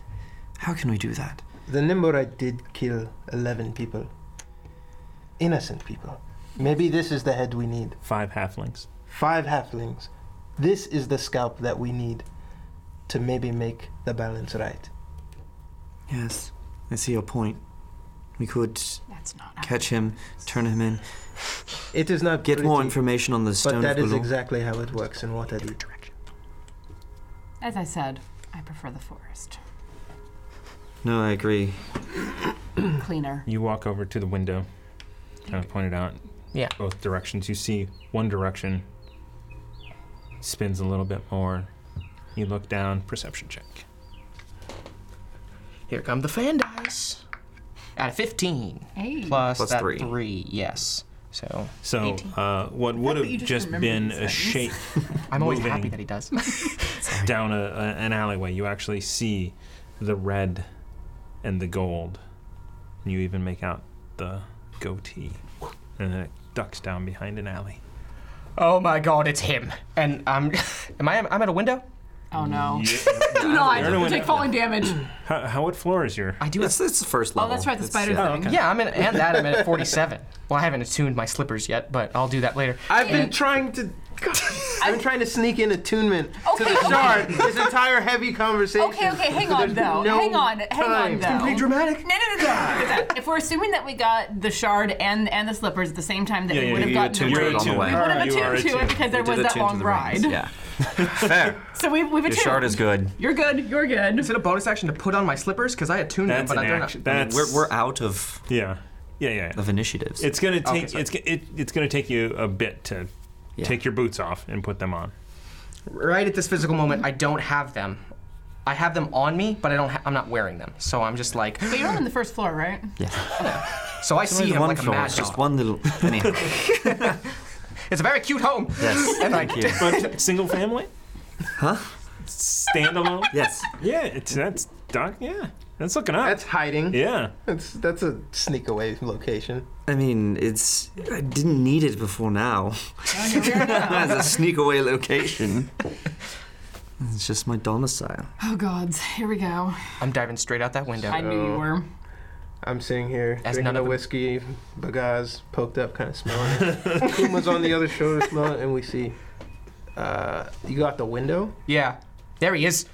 [SPEAKER 6] How can we do that?
[SPEAKER 5] The Nimborite did kill 11 people. Innocent people. Maybe this is the head we need.
[SPEAKER 1] Five halflings.
[SPEAKER 5] Five halflings. This is the scalp that we need to maybe make the balance right.
[SPEAKER 6] Yes, I see your point. We could
[SPEAKER 2] not
[SPEAKER 6] catch him, turn him in.
[SPEAKER 5] It is not
[SPEAKER 6] get more
[SPEAKER 5] pretty,
[SPEAKER 6] information on the
[SPEAKER 5] But
[SPEAKER 6] stone.
[SPEAKER 5] that is
[SPEAKER 6] Fulul.
[SPEAKER 5] exactly how it works in what I do.
[SPEAKER 2] As I said, I prefer the forest.
[SPEAKER 6] No, I agree.
[SPEAKER 2] Cleaner.
[SPEAKER 1] You walk over to the window, kind of point it out.
[SPEAKER 7] Yeah.
[SPEAKER 1] Both directions. You see one direction spins a little bit more. You look down. Perception check.
[SPEAKER 7] Here come the fan dice. At 15.
[SPEAKER 2] Hey.
[SPEAKER 7] Plus,
[SPEAKER 1] Plus
[SPEAKER 7] that
[SPEAKER 1] three.
[SPEAKER 7] three. yes. So,
[SPEAKER 1] So, uh, what would have
[SPEAKER 7] you just
[SPEAKER 1] just
[SPEAKER 7] remember
[SPEAKER 1] been
[SPEAKER 7] these
[SPEAKER 1] a
[SPEAKER 7] things.
[SPEAKER 1] shape.
[SPEAKER 7] I'm always
[SPEAKER 1] moving
[SPEAKER 7] happy that he does.
[SPEAKER 1] down a, a, an alleyway, you actually see the red and the gold. And you even make out the goatee. And then it ducks down behind an alley.
[SPEAKER 7] oh my god, it's him. And um, am I? I'm at a window.
[SPEAKER 2] Oh no.
[SPEAKER 1] Do
[SPEAKER 2] not.
[SPEAKER 1] You're in a window.
[SPEAKER 2] Take falling damage.
[SPEAKER 1] How, how what floor is your?
[SPEAKER 7] I do.
[SPEAKER 6] It's, it's the first
[SPEAKER 2] Oh,
[SPEAKER 6] level.
[SPEAKER 2] that's right, the
[SPEAKER 6] It's,
[SPEAKER 2] spider
[SPEAKER 6] uh,
[SPEAKER 2] thing.
[SPEAKER 7] Yeah, I'm in, and that I'm at 47. Well, I haven't attuned my slippers yet, but I'll do that later.
[SPEAKER 5] I've been trying to. I've been trying to sneak in attunement
[SPEAKER 2] Okay,
[SPEAKER 5] to the
[SPEAKER 2] okay.
[SPEAKER 5] shard this entire heavy conversation.
[SPEAKER 2] Okay, okay, hang
[SPEAKER 5] So
[SPEAKER 2] on
[SPEAKER 5] there's been
[SPEAKER 2] though.
[SPEAKER 5] no
[SPEAKER 2] hang on, hang
[SPEAKER 5] time.
[SPEAKER 2] on though.
[SPEAKER 5] dramatic.
[SPEAKER 2] No, no, no, no. If we're assuming that we got the shard and and the slippers at the same time, that
[SPEAKER 1] Yeah,
[SPEAKER 2] we
[SPEAKER 1] yeah,
[SPEAKER 2] would have
[SPEAKER 1] you
[SPEAKER 2] gotten
[SPEAKER 1] attuned to
[SPEAKER 2] the
[SPEAKER 1] it on the
[SPEAKER 2] We
[SPEAKER 1] way.
[SPEAKER 2] would have
[SPEAKER 1] You are
[SPEAKER 2] attuned to it
[SPEAKER 1] attuned.
[SPEAKER 2] because there
[SPEAKER 6] We did
[SPEAKER 2] was that
[SPEAKER 6] attune to
[SPEAKER 2] long
[SPEAKER 6] the
[SPEAKER 2] ride.
[SPEAKER 6] rings, Yeah.
[SPEAKER 5] Fair.
[SPEAKER 2] So we we've
[SPEAKER 6] Your
[SPEAKER 2] attuned.
[SPEAKER 6] shard is good.
[SPEAKER 2] You're good. You're good.
[SPEAKER 7] Is it a bonus action to put on my slippers? Because I attuned
[SPEAKER 1] That's
[SPEAKER 7] them,
[SPEAKER 1] an
[SPEAKER 7] but I
[SPEAKER 1] action.
[SPEAKER 7] don't.
[SPEAKER 1] That's
[SPEAKER 6] We're, we're out of,
[SPEAKER 1] yeah. Yeah, yeah. yeah.
[SPEAKER 6] of initiatives.
[SPEAKER 1] It's gonna take
[SPEAKER 7] sorry.
[SPEAKER 1] it's g- it, it's gonna take you a bit to
[SPEAKER 6] Yeah.
[SPEAKER 1] take your boots off and put them on.
[SPEAKER 7] Right at this physical moment, I don't have them. I have them on me, but I don't. Ha- I'm not wearing them, so I'm just like.
[SPEAKER 2] But you're on the first floor, right?
[SPEAKER 7] So I see
[SPEAKER 6] Only
[SPEAKER 7] him
[SPEAKER 6] one
[SPEAKER 7] like a
[SPEAKER 6] floor,
[SPEAKER 7] mad
[SPEAKER 6] it's
[SPEAKER 7] dog.
[SPEAKER 6] just one little. Anyhow,
[SPEAKER 7] It's a very cute home.
[SPEAKER 6] yes.
[SPEAKER 7] And I
[SPEAKER 6] Thank you.
[SPEAKER 1] But single family?
[SPEAKER 6] Huh?
[SPEAKER 1] Standalone?
[SPEAKER 6] Yes.
[SPEAKER 1] Yeah, it's that's doc yeah. That's looking up.
[SPEAKER 5] That's hiding.
[SPEAKER 1] yeah.
[SPEAKER 5] That's that's a sneak away location.
[SPEAKER 6] I mean, it's. I didn't need it before now. As a sneak away location. It's just my domicile.
[SPEAKER 2] Oh gods, here we go.
[SPEAKER 7] I'm diving straight out that window.
[SPEAKER 2] I knew you were.
[SPEAKER 5] I'm sitting here
[SPEAKER 7] As
[SPEAKER 5] drinking
[SPEAKER 7] none
[SPEAKER 5] a
[SPEAKER 7] of them-
[SPEAKER 5] whiskey, bagaz poked up, kind of smelling it. Kuma's on the other shoulder smelling it, and we see. Uh, you got the window.
[SPEAKER 7] Yeah. There he is.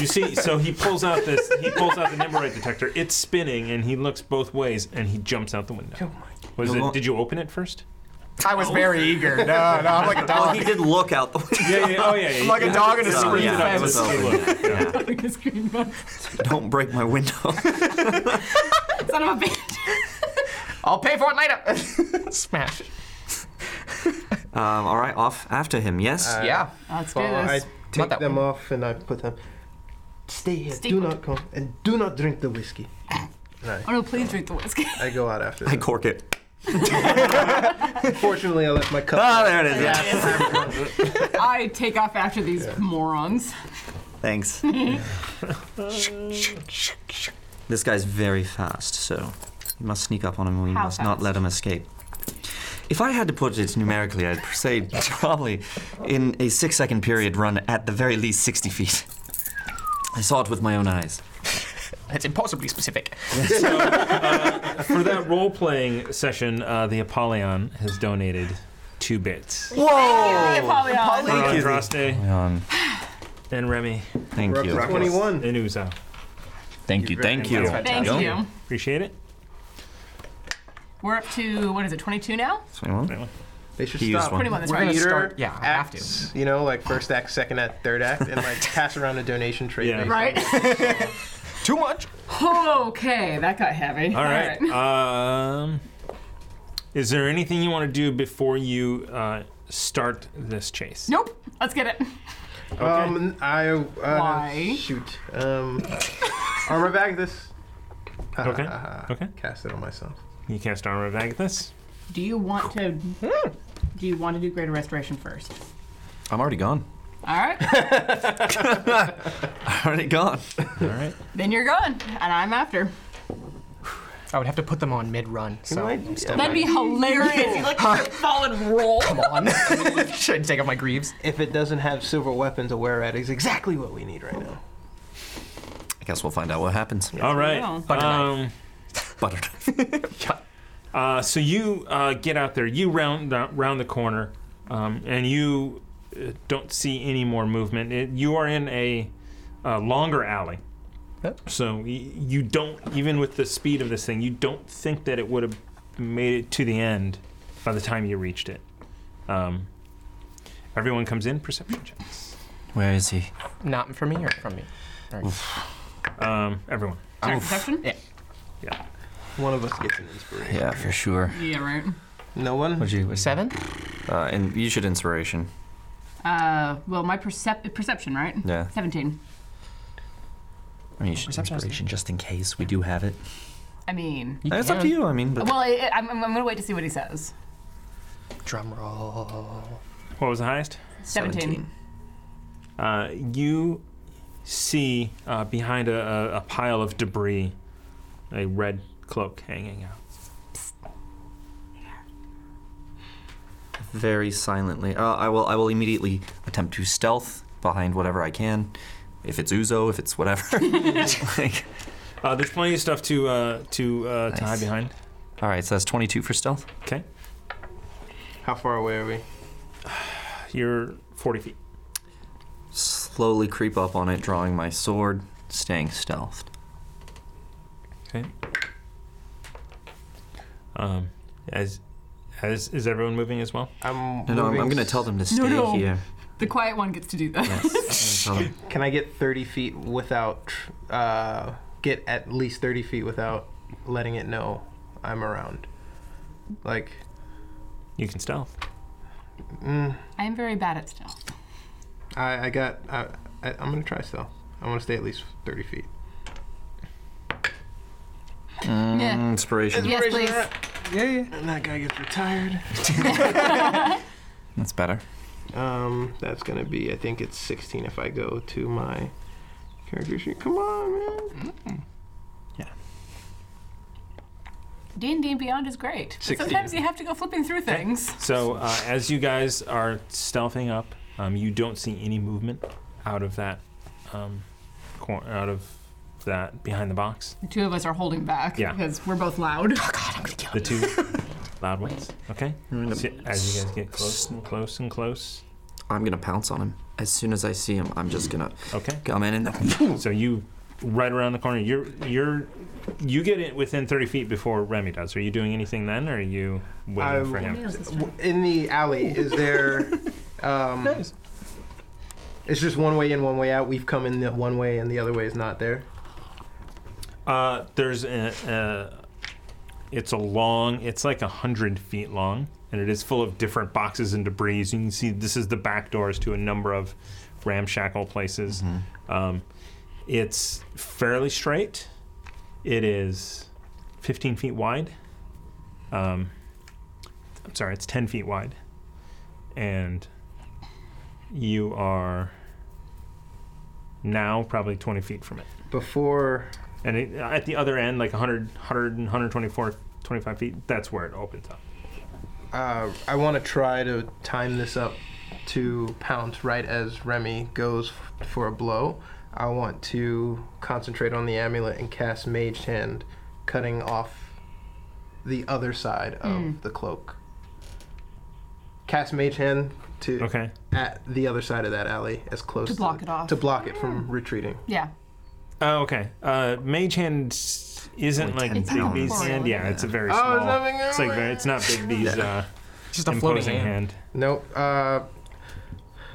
[SPEAKER 1] You see, so he pulls out this, he pulls out the Nimorite detector. It's spinning, and he looks both ways, and he jumps out the window. Was
[SPEAKER 6] No,
[SPEAKER 1] it?
[SPEAKER 6] well-
[SPEAKER 1] Did you open it first?
[SPEAKER 7] I was very eager. No, no, I'm like a
[SPEAKER 6] Oh,
[SPEAKER 7] dog.
[SPEAKER 6] he did look out the window.
[SPEAKER 1] Yeah, yeah, oh yeah. yeah.
[SPEAKER 7] like a dog in a
[SPEAKER 6] Oh,
[SPEAKER 7] screen
[SPEAKER 6] yeah, it
[SPEAKER 7] fence.
[SPEAKER 6] was
[SPEAKER 1] Just
[SPEAKER 6] open.
[SPEAKER 1] look, yeah.
[SPEAKER 6] Don't break my window.
[SPEAKER 2] Son of a bitch.
[SPEAKER 7] I'll pay for it later. Smash.
[SPEAKER 6] Um, all right, off after him. Yes.
[SPEAKER 5] Uh,
[SPEAKER 7] Yeah.
[SPEAKER 2] Let's do
[SPEAKER 5] Well, I
[SPEAKER 2] this.
[SPEAKER 5] take
[SPEAKER 7] that
[SPEAKER 5] them off and I put them. Stay here.
[SPEAKER 2] Stay
[SPEAKER 5] do
[SPEAKER 2] put.
[SPEAKER 5] not come and do not drink the whiskey. And I,
[SPEAKER 2] Oh no, please drink the whiskey.
[SPEAKER 5] I go out after.
[SPEAKER 6] I cork it.
[SPEAKER 5] Fortunately, I left my cup.
[SPEAKER 6] Ah, there it is.
[SPEAKER 2] Yeah.
[SPEAKER 6] Yeah.
[SPEAKER 2] I take off after these morons.
[SPEAKER 6] Thanks. This guy's very fast, so you must sneak up on him or you
[SPEAKER 2] How
[SPEAKER 6] must not let him escape. If I had to put it numerically, I'd say probably in a six second period run at the very least 60 feet. I saw it with my own eyes.
[SPEAKER 7] That's impossibly specific.
[SPEAKER 1] For that role playing session, uh, the Apollyon has donated two bits.
[SPEAKER 2] Whoa! Hey, Apollyon.
[SPEAKER 1] For Andraste
[SPEAKER 2] Apollyon.
[SPEAKER 1] and Remy.
[SPEAKER 6] Thank
[SPEAKER 5] We're up
[SPEAKER 6] you.
[SPEAKER 5] to 21.
[SPEAKER 1] And Uzo.
[SPEAKER 8] Thank you, thank you.
[SPEAKER 1] That's
[SPEAKER 2] Thank
[SPEAKER 1] fantastic.
[SPEAKER 2] you.
[SPEAKER 1] Appreciate it.
[SPEAKER 2] We're up to what is it, 22 now?
[SPEAKER 6] 21.
[SPEAKER 5] They should
[SPEAKER 6] He used
[SPEAKER 5] stop.
[SPEAKER 6] one.
[SPEAKER 2] 21. That's
[SPEAKER 5] We're
[SPEAKER 2] right.
[SPEAKER 5] gonna
[SPEAKER 7] Peter
[SPEAKER 5] start
[SPEAKER 7] yeah, I have to.
[SPEAKER 5] acts, You know, like first act, second act, third act, and like pass around a donation tray.
[SPEAKER 1] Yeah.
[SPEAKER 5] based on-
[SPEAKER 2] Right.
[SPEAKER 4] Too much.
[SPEAKER 2] okay, that got heavy.
[SPEAKER 1] All right. Um, is there anything you want to do before you uh, start this chase?
[SPEAKER 2] Nope. Let's get it.
[SPEAKER 5] Um, I. Uh,
[SPEAKER 2] Why?
[SPEAKER 5] Shoot. Um, armor bag this.
[SPEAKER 1] Okay. Okay.
[SPEAKER 5] Cast it on myself.
[SPEAKER 1] You cast Armor of Agathis.
[SPEAKER 2] Do you want to? Do you want to do greater restoration first?
[SPEAKER 8] I'm already gone.
[SPEAKER 2] All right.
[SPEAKER 8] Already gone.
[SPEAKER 1] All right.
[SPEAKER 2] then you're going, and I'm after.
[SPEAKER 4] I would have to put them on mid-run. So
[SPEAKER 5] I-
[SPEAKER 4] I'm still
[SPEAKER 2] That'd be hilarious. You like fall and roll.
[SPEAKER 4] Come on. Should I take off my greaves?
[SPEAKER 5] If it doesn't have silver weapons, a wear at is exactly what we need right now.
[SPEAKER 8] I guess we'll find out what happens.
[SPEAKER 1] All right.
[SPEAKER 2] will.
[SPEAKER 4] Butter knife.
[SPEAKER 1] Um,
[SPEAKER 8] Butter.
[SPEAKER 1] Uh, so you uh, get out there, you round the, round the corner, um, and you uh, don't see any more movement. It, you are in a uh, longer alley,
[SPEAKER 4] Yep.
[SPEAKER 1] so y- you don't even with the speed of this thing, you don't think that it would have made it to the end by the time you reached it. Um, everyone comes in perception checks.
[SPEAKER 8] Where is he?
[SPEAKER 4] Not from me or from me.
[SPEAKER 1] Um, everyone.
[SPEAKER 2] Sorry, perception?
[SPEAKER 1] Yeah.
[SPEAKER 5] One of us gets an inspiration.
[SPEAKER 8] Yeah, for sure.
[SPEAKER 2] Yeah, right.
[SPEAKER 5] No one.
[SPEAKER 8] What'd you?
[SPEAKER 4] Seven.
[SPEAKER 8] Uh, and you should inspiration.
[SPEAKER 2] Uh, well, my percep- perception, right?
[SPEAKER 8] Yeah.
[SPEAKER 2] 17.
[SPEAKER 8] I mean, you should
[SPEAKER 4] Perception is-
[SPEAKER 8] inspiration just in case we do have it.
[SPEAKER 2] I mean,
[SPEAKER 6] Uh,
[SPEAKER 8] It's up to you. I mean, but
[SPEAKER 2] well, I, I- I'm, I'm going to wait to see what he says.
[SPEAKER 4] Drum roll.
[SPEAKER 1] What was the highest?
[SPEAKER 2] 17.
[SPEAKER 1] Uh, you see uh, behind a, a, a pile of debris a red cloak hanging out.
[SPEAKER 6] Very silently. Uh, I will. I will immediately attempt to stealth behind whatever I can. If it's Uzo, if it's whatever. Like-
[SPEAKER 1] Uh, there's plenty of stuff to uh, to uh, to hide
[SPEAKER 6] Nice.
[SPEAKER 1] behind.
[SPEAKER 6] all right, so that's 22 for stealth.
[SPEAKER 1] Okay,
[SPEAKER 5] How far away are we?
[SPEAKER 1] you're 40 feet.
[SPEAKER 6] Slowly creep up on it, drawing my sword, staying stealthed.
[SPEAKER 1] Okay. Um, as as is everyone moving as well?
[SPEAKER 5] I'm.
[SPEAKER 6] No, no, I'm,
[SPEAKER 5] moving
[SPEAKER 6] I'm going to
[SPEAKER 5] s-
[SPEAKER 6] tell them to stay
[SPEAKER 2] no.
[SPEAKER 6] here.
[SPEAKER 2] The quiet one gets to do that.
[SPEAKER 6] Yes. I'm gonna tell them.
[SPEAKER 5] Can I get 30 feet without. tr- Uh, get at least 30 feet without letting it know I'm around? Like.
[SPEAKER 1] You can stealth.
[SPEAKER 5] Mm,
[SPEAKER 2] I am very bad at stealth.
[SPEAKER 5] I, I got. I, I, I'm going to try still. I want to stay at least 30 feet.
[SPEAKER 2] Yeah.
[SPEAKER 6] Mm, Inspiration.
[SPEAKER 2] Yes, please.
[SPEAKER 4] Yeah, yeah.
[SPEAKER 5] And that guy gets retired.
[SPEAKER 8] that's better.
[SPEAKER 5] Um, that's gonna be. I think it's 16 if I go to my character sheet. Come on, man.
[SPEAKER 2] D&D and Beyond is great. But
[SPEAKER 5] 16.
[SPEAKER 2] Sometimes you have to go flipping through things.
[SPEAKER 1] So uh, as you guys are stealthing up, um, you don't see any movement out of that um, cor- out of that behind the box.
[SPEAKER 2] The two of us are holding back
[SPEAKER 1] Yeah.
[SPEAKER 2] because we're both loud. Oh, God, I'm going to kill
[SPEAKER 1] The two loud ones. Okay. So as you guys get close and close and close.
[SPEAKER 6] I'm going to pounce on him. As soon as I see him, I'm just going to
[SPEAKER 1] Okay.
[SPEAKER 6] come in and then.
[SPEAKER 1] So you right around the corner. You're you're you get it within 30 feet before Remy does. Are you doing anything then, or are you waiting
[SPEAKER 5] I-
[SPEAKER 1] for him?
[SPEAKER 5] W- In the alley, is there? Um,
[SPEAKER 4] Nice.
[SPEAKER 5] It's just one way in, one way out. We've come in the one way, and the other way is not there.
[SPEAKER 1] Uh, there's a, a it's a long. It's like a hundred feet long, and it is full of different boxes and debris. You can see this is the back doors to a number of ramshackle places. Um, it's fairly straight. It is 15 feet wide. Um, I'm sorry, it's 10 feet wide. And you are now probably 20 feet from it.
[SPEAKER 5] Before.
[SPEAKER 1] And it, at the other end, like 100, 100, and 124, 25 feet, that's where it opens up.
[SPEAKER 5] Uh, I want to try to time this up to pounce right as Remy goes f- for a blow. I want to concentrate on the amulet and cast Mage Hand, cutting off the other side of
[SPEAKER 2] Mm.
[SPEAKER 5] the cloak. Cast Mage Hand to
[SPEAKER 1] Okay.
[SPEAKER 5] at the other side of that alley, as close
[SPEAKER 2] To block it off. Hmm.
[SPEAKER 5] to block it from retreating.
[SPEAKER 2] Yeah.
[SPEAKER 1] Oh, okay. Uh, mage hand s- isn't
[SPEAKER 6] Only
[SPEAKER 1] like
[SPEAKER 6] 10
[SPEAKER 1] Big
[SPEAKER 6] pounds.
[SPEAKER 1] B's hand. Yeah, it's a very
[SPEAKER 5] Oh,
[SPEAKER 1] small.
[SPEAKER 5] it's nothing
[SPEAKER 1] it's like very, it's not Big B's. Uh,
[SPEAKER 4] Just a floating
[SPEAKER 1] imposing hand.
[SPEAKER 4] hand.
[SPEAKER 5] Nope. Uh,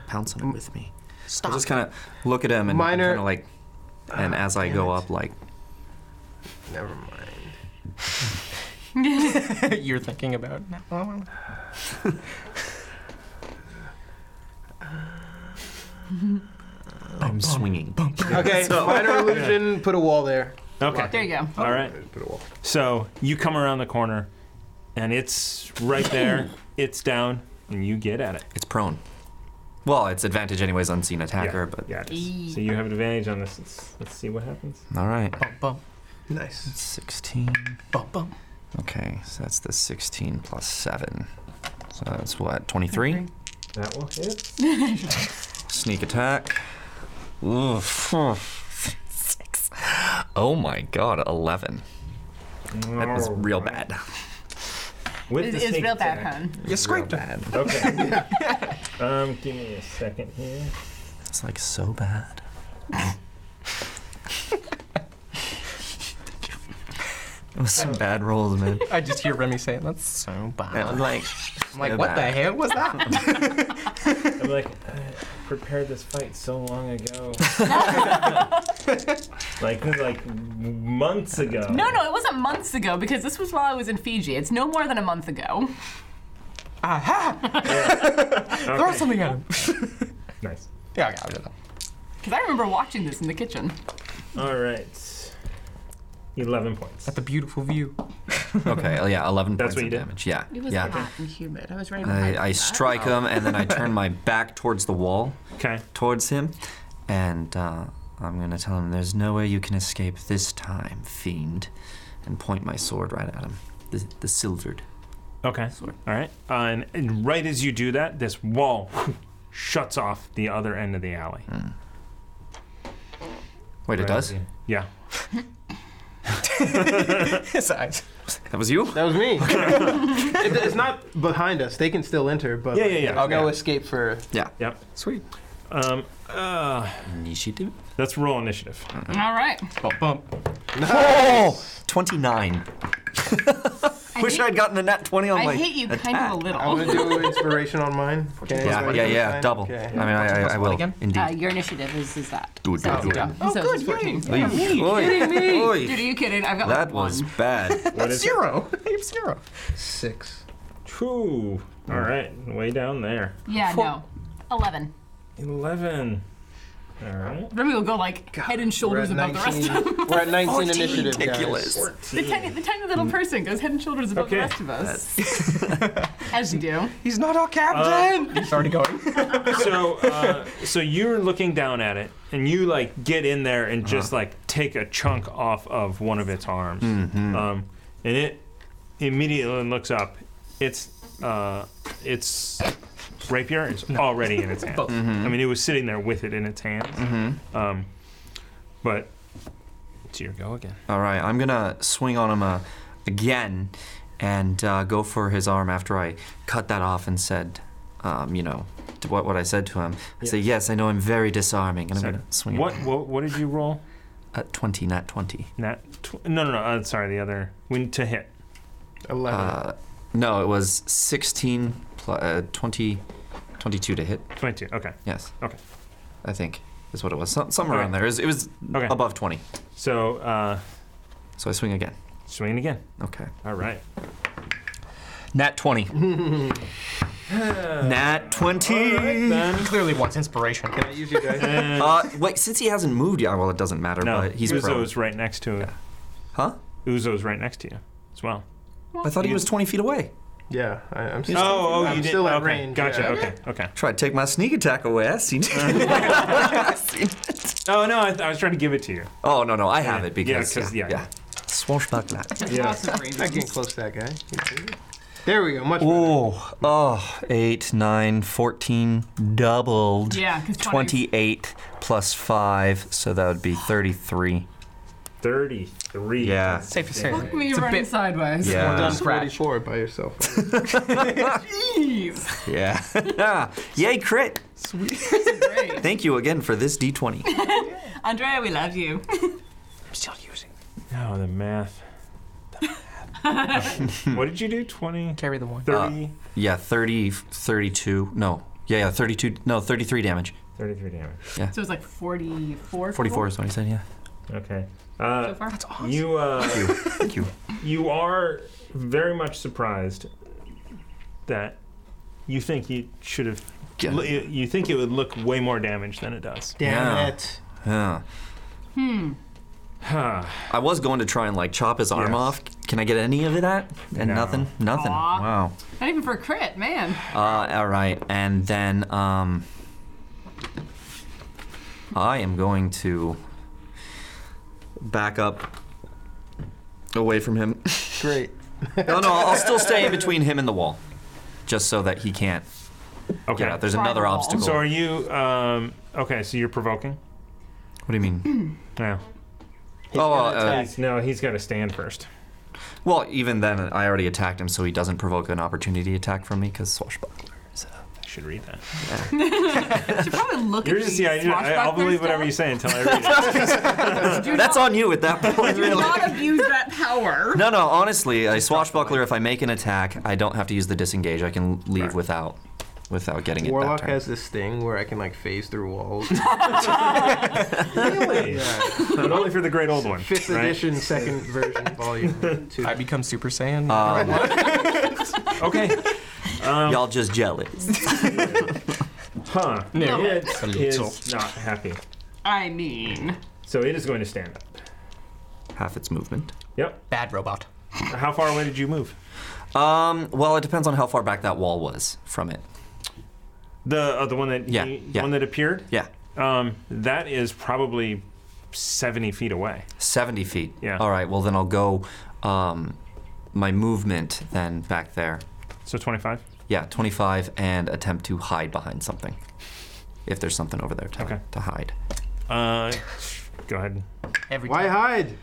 [SPEAKER 6] Pounce on it with me.
[SPEAKER 7] Stop.
[SPEAKER 6] I'll just kind of look at him and
[SPEAKER 5] Minor- Ah,
[SPEAKER 6] kind of like, and as I go
[SPEAKER 5] damn it.
[SPEAKER 6] up, like,
[SPEAKER 5] never mind.
[SPEAKER 4] You're thinking about. No.
[SPEAKER 6] I'm swinging.
[SPEAKER 5] Okay, minor illusion. Put a wall there.
[SPEAKER 1] Okay.
[SPEAKER 2] There you go.
[SPEAKER 1] All right.
[SPEAKER 5] Put a wall.
[SPEAKER 1] So you come around the corner, and it's right there. it's down, and you get at it.
[SPEAKER 6] It's prone. Well, it's advantage anyways, unseen attacker, but
[SPEAKER 1] Yeah. It is. So you have an advantage on this. Let's, let's see what happens.
[SPEAKER 6] all right.
[SPEAKER 7] Bum, bum,
[SPEAKER 5] Nice.
[SPEAKER 6] 16.
[SPEAKER 7] bum, bum.
[SPEAKER 6] Okay, so that's the 16 plus 7. So that's what, 23?
[SPEAKER 1] That will hit.
[SPEAKER 6] Sneak attack. Oof. Six. Oh my god, 11. That
[SPEAKER 5] Oh
[SPEAKER 6] was real bad.
[SPEAKER 1] With
[SPEAKER 2] It's,
[SPEAKER 1] the
[SPEAKER 2] it's
[SPEAKER 1] sneak
[SPEAKER 2] real bad
[SPEAKER 1] attack.
[SPEAKER 2] pun.
[SPEAKER 4] You scraped it.
[SPEAKER 6] Bad.
[SPEAKER 1] Okay. um, give me a second here.
[SPEAKER 6] It's like so bad. it was some bad rolls, man.
[SPEAKER 4] I just hear Remy saying, "That's
[SPEAKER 7] So bad.
[SPEAKER 6] Yeah.
[SPEAKER 4] I'm like, I'm like,
[SPEAKER 6] So
[SPEAKER 4] what the
[SPEAKER 6] bad.
[SPEAKER 4] hell was that?
[SPEAKER 1] I'm like, I prepared this fight so long ago. like, like months ago.
[SPEAKER 2] No, no, it wasn't months ago because this was while I was in Fiji. It's no more than a month ago.
[SPEAKER 4] Aha! Throw
[SPEAKER 1] Okay.
[SPEAKER 4] something at him.
[SPEAKER 1] Nice.
[SPEAKER 4] Yeah, yeah, yeah.
[SPEAKER 2] Because I remember watching this in the kitchen.
[SPEAKER 1] All right. Eleven points.
[SPEAKER 4] At the beautiful view.
[SPEAKER 6] Okay, oh, yeah, 11
[SPEAKER 1] That's
[SPEAKER 6] points
[SPEAKER 1] what you
[SPEAKER 6] of
[SPEAKER 1] did?
[SPEAKER 6] damage. Yeah.
[SPEAKER 2] It was
[SPEAKER 6] yeah.
[SPEAKER 2] hot and humid. I was ready to
[SPEAKER 6] I, I strike him and then I turn my back towards the wall,
[SPEAKER 1] Okay.
[SPEAKER 6] towards him, and uh, I'm going to tell him, There's no way you can escape this time, fiend, and point my sword right at him. The, the silvered.
[SPEAKER 1] Okay.
[SPEAKER 6] Sorry.
[SPEAKER 1] All right. Uh, and, and right as you do that, this wall shuts off the other end of the alley.
[SPEAKER 2] Hmm.
[SPEAKER 6] Wait, it does?
[SPEAKER 1] Yeah.
[SPEAKER 4] His eyes.
[SPEAKER 6] That was you?
[SPEAKER 5] That was me. It- it's not behind us. They can still enter, but
[SPEAKER 1] Yeah, yeah, yeah.
[SPEAKER 5] there's no
[SPEAKER 1] Okay.
[SPEAKER 5] escape for.
[SPEAKER 1] Yep.
[SPEAKER 4] Sweet.
[SPEAKER 1] Um. Uh,
[SPEAKER 6] Initiative?
[SPEAKER 1] let's roll initiative.
[SPEAKER 2] All right.
[SPEAKER 4] Bump, bump.
[SPEAKER 6] Oh! 29.
[SPEAKER 2] I
[SPEAKER 6] Wish
[SPEAKER 2] hate-
[SPEAKER 6] I'd gotten a nat 20 on
[SPEAKER 2] I
[SPEAKER 6] my.
[SPEAKER 2] hate you kind of a little.
[SPEAKER 5] I want to do inspiration on mine. Can
[SPEAKER 6] Yeah,
[SPEAKER 5] anybody
[SPEAKER 6] yeah,
[SPEAKER 5] do
[SPEAKER 6] yeah,
[SPEAKER 5] mine?
[SPEAKER 6] double.
[SPEAKER 5] Okay.
[SPEAKER 6] I mean, I, I, I will.
[SPEAKER 4] again?
[SPEAKER 6] Indeed.
[SPEAKER 2] Uh, your initiative is, is that.
[SPEAKER 6] Do it, do it, do it.
[SPEAKER 2] Oh, so good. 14.
[SPEAKER 6] Oy, oy, oy.
[SPEAKER 2] Dude, are you kidding? I've got
[SPEAKER 6] That
[SPEAKER 2] like one.
[SPEAKER 6] was bad.
[SPEAKER 1] What is it?
[SPEAKER 4] Zero. I have zero.
[SPEAKER 5] Six.
[SPEAKER 1] Two. All right. Way down there.
[SPEAKER 2] Yeah, no. 11.
[SPEAKER 1] Eleven. All right.
[SPEAKER 2] Remy will go like head and
[SPEAKER 5] We're
[SPEAKER 2] shoulders
[SPEAKER 5] at
[SPEAKER 2] above the rest of
[SPEAKER 5] 19.
[SPEAKER 2] them.
[SPEAKER 5] We're at 19 initiative, guys.
[SPEAKER 2] The tiny, the tiny
[SPEAKER 6] Mm.
[SPEAKER 2] little person goes head and shoulders above
[SPEAKER 1] Okay.
[SPEAKER 2] the rest of us. As you do.
[SPEAKER 4] He's not our captain. He's already going.
[SPEAKER 1] so uh, so you're looking down at it and you like get in there and just like take a chunk off of one of its arms um, and it immediately looks up it's uh, it's rapier is already in its hand
[SPEAKER 4] Both.
[SPEAKER 1] i mean it was sitting there with it in its hand
[SPEAKER 6] Mm-hmm.
[SPEAKER 1] um, but it's your go again
[SPEAKER 6] All right, I'm gonna swing on him uh, again and uh, go for his arm after I cut that off and said, um, you know, to what what I said to him. I say, yes, I know I'm very disarming, and I'm
[SPEAKER 1] Sorry.
[SPEAKER 6] gonna swing.
[SPEAKER 1] what,
[SPEAKER 6] Him.
[SPEAKER 1] what what did you roll
[SPEAKER 6] At 20, not 20.
[SPEAKER 1] Nat tw- no no no uh, sorry the other when to hit
[SPEAKER 5] 11.
[SPEAKER 6] Uh, no, it was 16 plus uh, 20, 22 to hit.
[SPEAKER 1] 22 okay
[SPEAKER 6] Yes.
[SPEAKER 1] Okay.
[SPEAKER 6] I think is what it was. Some, somewhere
[SPEAKER 1] Okay.
[SPEAKER 6] around there. It was, it was
[SPEAKER 1] Okay.
[SPEAKER 6] above 20.
[SPEAKER 1] so uh,
[SPEAKER 6] So I swing again.
[SPEAKER 1] swing again
[SPEAKER 6] Okay.
[SPEAKER 1] all right
[SPEAKER 6] Nat 20. Nat 20.
[SPEAKER 4] He clearly wants inspiration.
[SPEAKER 5] Can I use you guys?
[SPEAKER 1] And
[SPEAKER 6] Uh, wait, since he hasn't moved yet, well, it doesn't matter,
[SPEAKER 1] no,
[SPEAKER 6] but he's
[SPEAKER 1] Uzo's
[SPEAKER 6] prone.
[SPEAKER 1] right next to it.
[SPEAKER 6] Huh?
[SPEAKER 1] Uzo's right next to you as well.
[SPEAKER 6] I thought he was 20 feet away.
[SPEAKER 5] Yeah, I, I'm
[SPEAKER 1] Oh,
[SPEAKER 5] still.
[SPEAKER 1] oh,
[SPEAKER 5] I'm
[SPEAKER 1] you did.
[SPEAKER 5] still at
[SPEAKER 1] okay.
[SPEAKER 5] range.
[SPEAKER 1] Gotcha.
[SPEAKER 5] yeah.
[SPEAKER 1] Okay. Okay.
[SPEAKER 6] Tried to take my sneak attack away. I seen
[SPEAKER 1] Oh no, I, th- I was trying to give it to you.
[SPEAKER 6] Oh no no, I have
[SPEAKER 1] Yeah.
[SPEAKER 6] it because
[SPEAKER 1] Yeah, 'cause- yeah.
[SPEAKER 6] Swashbuckler.
[SPEAKER 5] Yeah. Not getting close to that guy. There we go. Much
[SPEAKER 6] Oh, oh, 8, 9, 14, doubled.
[SPEAKER 2] Yeah, 'cause 20.
[SPEAKER 6] 28 plus 5, so that would be 33.
[SPEAKER 1] Thirty-three.
[SPEAKER 6] Yeah.
[SPEAKER 7] Safe to say.
[SPEAKER 2] Fuck me running sideways.
[SPEAKER 5] better.
[SPEAKER 6] Yeah.
[SPEAKER 5] Done
[SPEAKER 7] Scratch.
[SPEAKER 5] 44 by yourself.
[SPEAKER 2] Jeez.
[SPEAKER 6] Yeah. Yay, crit.
[SPEAKER 2] Great.
[SPEAKER 6] Thank you again for this d20.
[SPEAKER 2] Andrea, we love you.
[SPEAKER 7] I'm still using.
[SPEAKER 1] No, the math. what did you do? 20,
[SPEAKER 4] Carry the one.
[SPEAKER 1] 30,
[SPEAKER 6] Yeah, 30, 32. No. Yeah, yeah, 32. No, 33 damage.
[SPEAKER 1] 33 damage.
[SPEAKER 2] So it's like 44.
[SPEAKER 6] 44 is what he said, yeah.
[SPEAKER 1] Okay. Uh,
[SPEAKER 2] So far.
[SPEAKER 1] you uh,
[SPEAKER 6] Thank you.
[SPEAKER 1] you are very much surprised that you think you should have.
[SPEAKER 8] Yeah.
[SPEAKER 1] l- You you think it would look way more damage than it does.
[SPEAKER 5] Damn
[SPEAKER 6] Yeah.
[SPEAKER 5] it.
[SPEAKER 6] Yeah.
[SPEAKER 1] Huh.
[SPEAKER 6] I was going to try and like chop his arm
[SPEAKER 1] Yes.
[SPEAKER 6] off. Can I get any of it at? And
[SPEAKER 1] No.
[SPEAKER 6] nothing? Nothing.
[SPEAKER 2] Aw.
[SPEAKER 6] Wow.
[SPEAKER 2] Not even for a crit, man.
[SPEAKER 6] Uh, all right, and then um, I am going to back up away from him.
[SPEAKER 5] Great.
[SPEAKER 6] no, no, I'll still stay in between him and the wall, just so that he can't
[SPEAKER 1] Okay.
[SPEAKER 6] get out. There's
[SPEAKER 2] Try the
[SPEAKER 6] another
[SPEAKER 2] wall.
[SPEAKER 6] obstacle.
[SPEAKER 1] so are you? Um, okay. So you're provoking.
[SPEAKER 6] What do you mean?
[SPEAKER 1] No.
[SPEAKER 6] oh,
[SPEAKER 5] gonna
[SPEAKER 6] uh,
[SPEAKER 5] attack.
[SPEAKER 1] No, he's got to stand first.
[SPEAKER 6] well, even then, I already attacked him, so he doesn't provoke an opportunity attack from me because swashbuckler. So.
[SPEAKER 1] I should read that.
[SPEAKER 2] should probably look
[SPEAKER 1] You're
[SPEAKER 2] at
[SPEAKER 1] just
[SPEAKER 2] the
[SPEAKER 1] yeah. you I, I'll
[SPEAKER 2] swashbuckler
[SPEAKER 1] believe whatever you
[SPEAKER 2] stuff.
[SPEAKER 1] say until I read it.
[SPEAKER 2] Do
[SPEAKER 6] That's
[SPEAKER 2] not,
[SPEAKER 6] on you at that point.
[SPEAKER 2] Do
[SPEAKER 6] really.
[SPEAKER 2] not abuse that power.
[SPEAKER 6] No, no. Honestly, a swashbuckler. If I make an attack, I don't have to use the disengage. I can leave without, without getting it.
[SPEAKER 5] Warlock
[SPEAKER 6] that turn.
[SPEAKER 5] has this thing where I can like phase through walls.
[SPEAKER 1] really? But only for the great old one.
[SPEAKER 5] Fifth
[SPEAKER 1] right?
[SPEAKER 5] edition, second version, volume two.
[SPEAKER 4] I become Super Saiyan.
[SPEAKER 1] Okay.
[SPEAKER 6] Y'all just jealous.
[SPEAKER 1] Huh.
[SPEAKER 2] No.
[SPEAKER 1] It
[SPEAKER 4] Little.
[SPEAKER 1] is not happy.
[SPEAKER 2] I mean,
[SPEAKER 1] So it is going to stand up.
[SPEAKER 6] Half its movement.
[SPEAKER 1] Yep.
[SPEAKER 7] Bad robot.
[SPEAKER 1] How far away did you move?
[SPEAKER 6] Um. Well, it depends on how far back that wall was from it.
[SPEAKER 1] The uh, the one that
[SPEAKER 6] Yeah,
[SPEAKER 1] he-
[SPEAKER 6] yeah.
[SPEAKER 1] one that appeared.
[SPEAKER 6] Yeah,
[SPEAKER 1] Um, that is probably seventy feet away.
[SPEAKER 6] seventy feet.
[SPEAKER 1] Yeah.
[SPEAKER 6] All right. Well, then I'll go. Um, my movement then back there.
[SPEAKER 1] So twenty-five.
[SPEAKER 6] Yeah, twenty-five, and attempt to hide behind something. If there's something over there to,
[SPEAKER 1] Okay.
[SPEAKER 6] to hide.
[SPEAKER 1] Uh, go ahead.
[SPEAKER 7] Every
[SPEAKER 5] Why
[SPEAKER 7] time.
[SPEAKER 5] hide?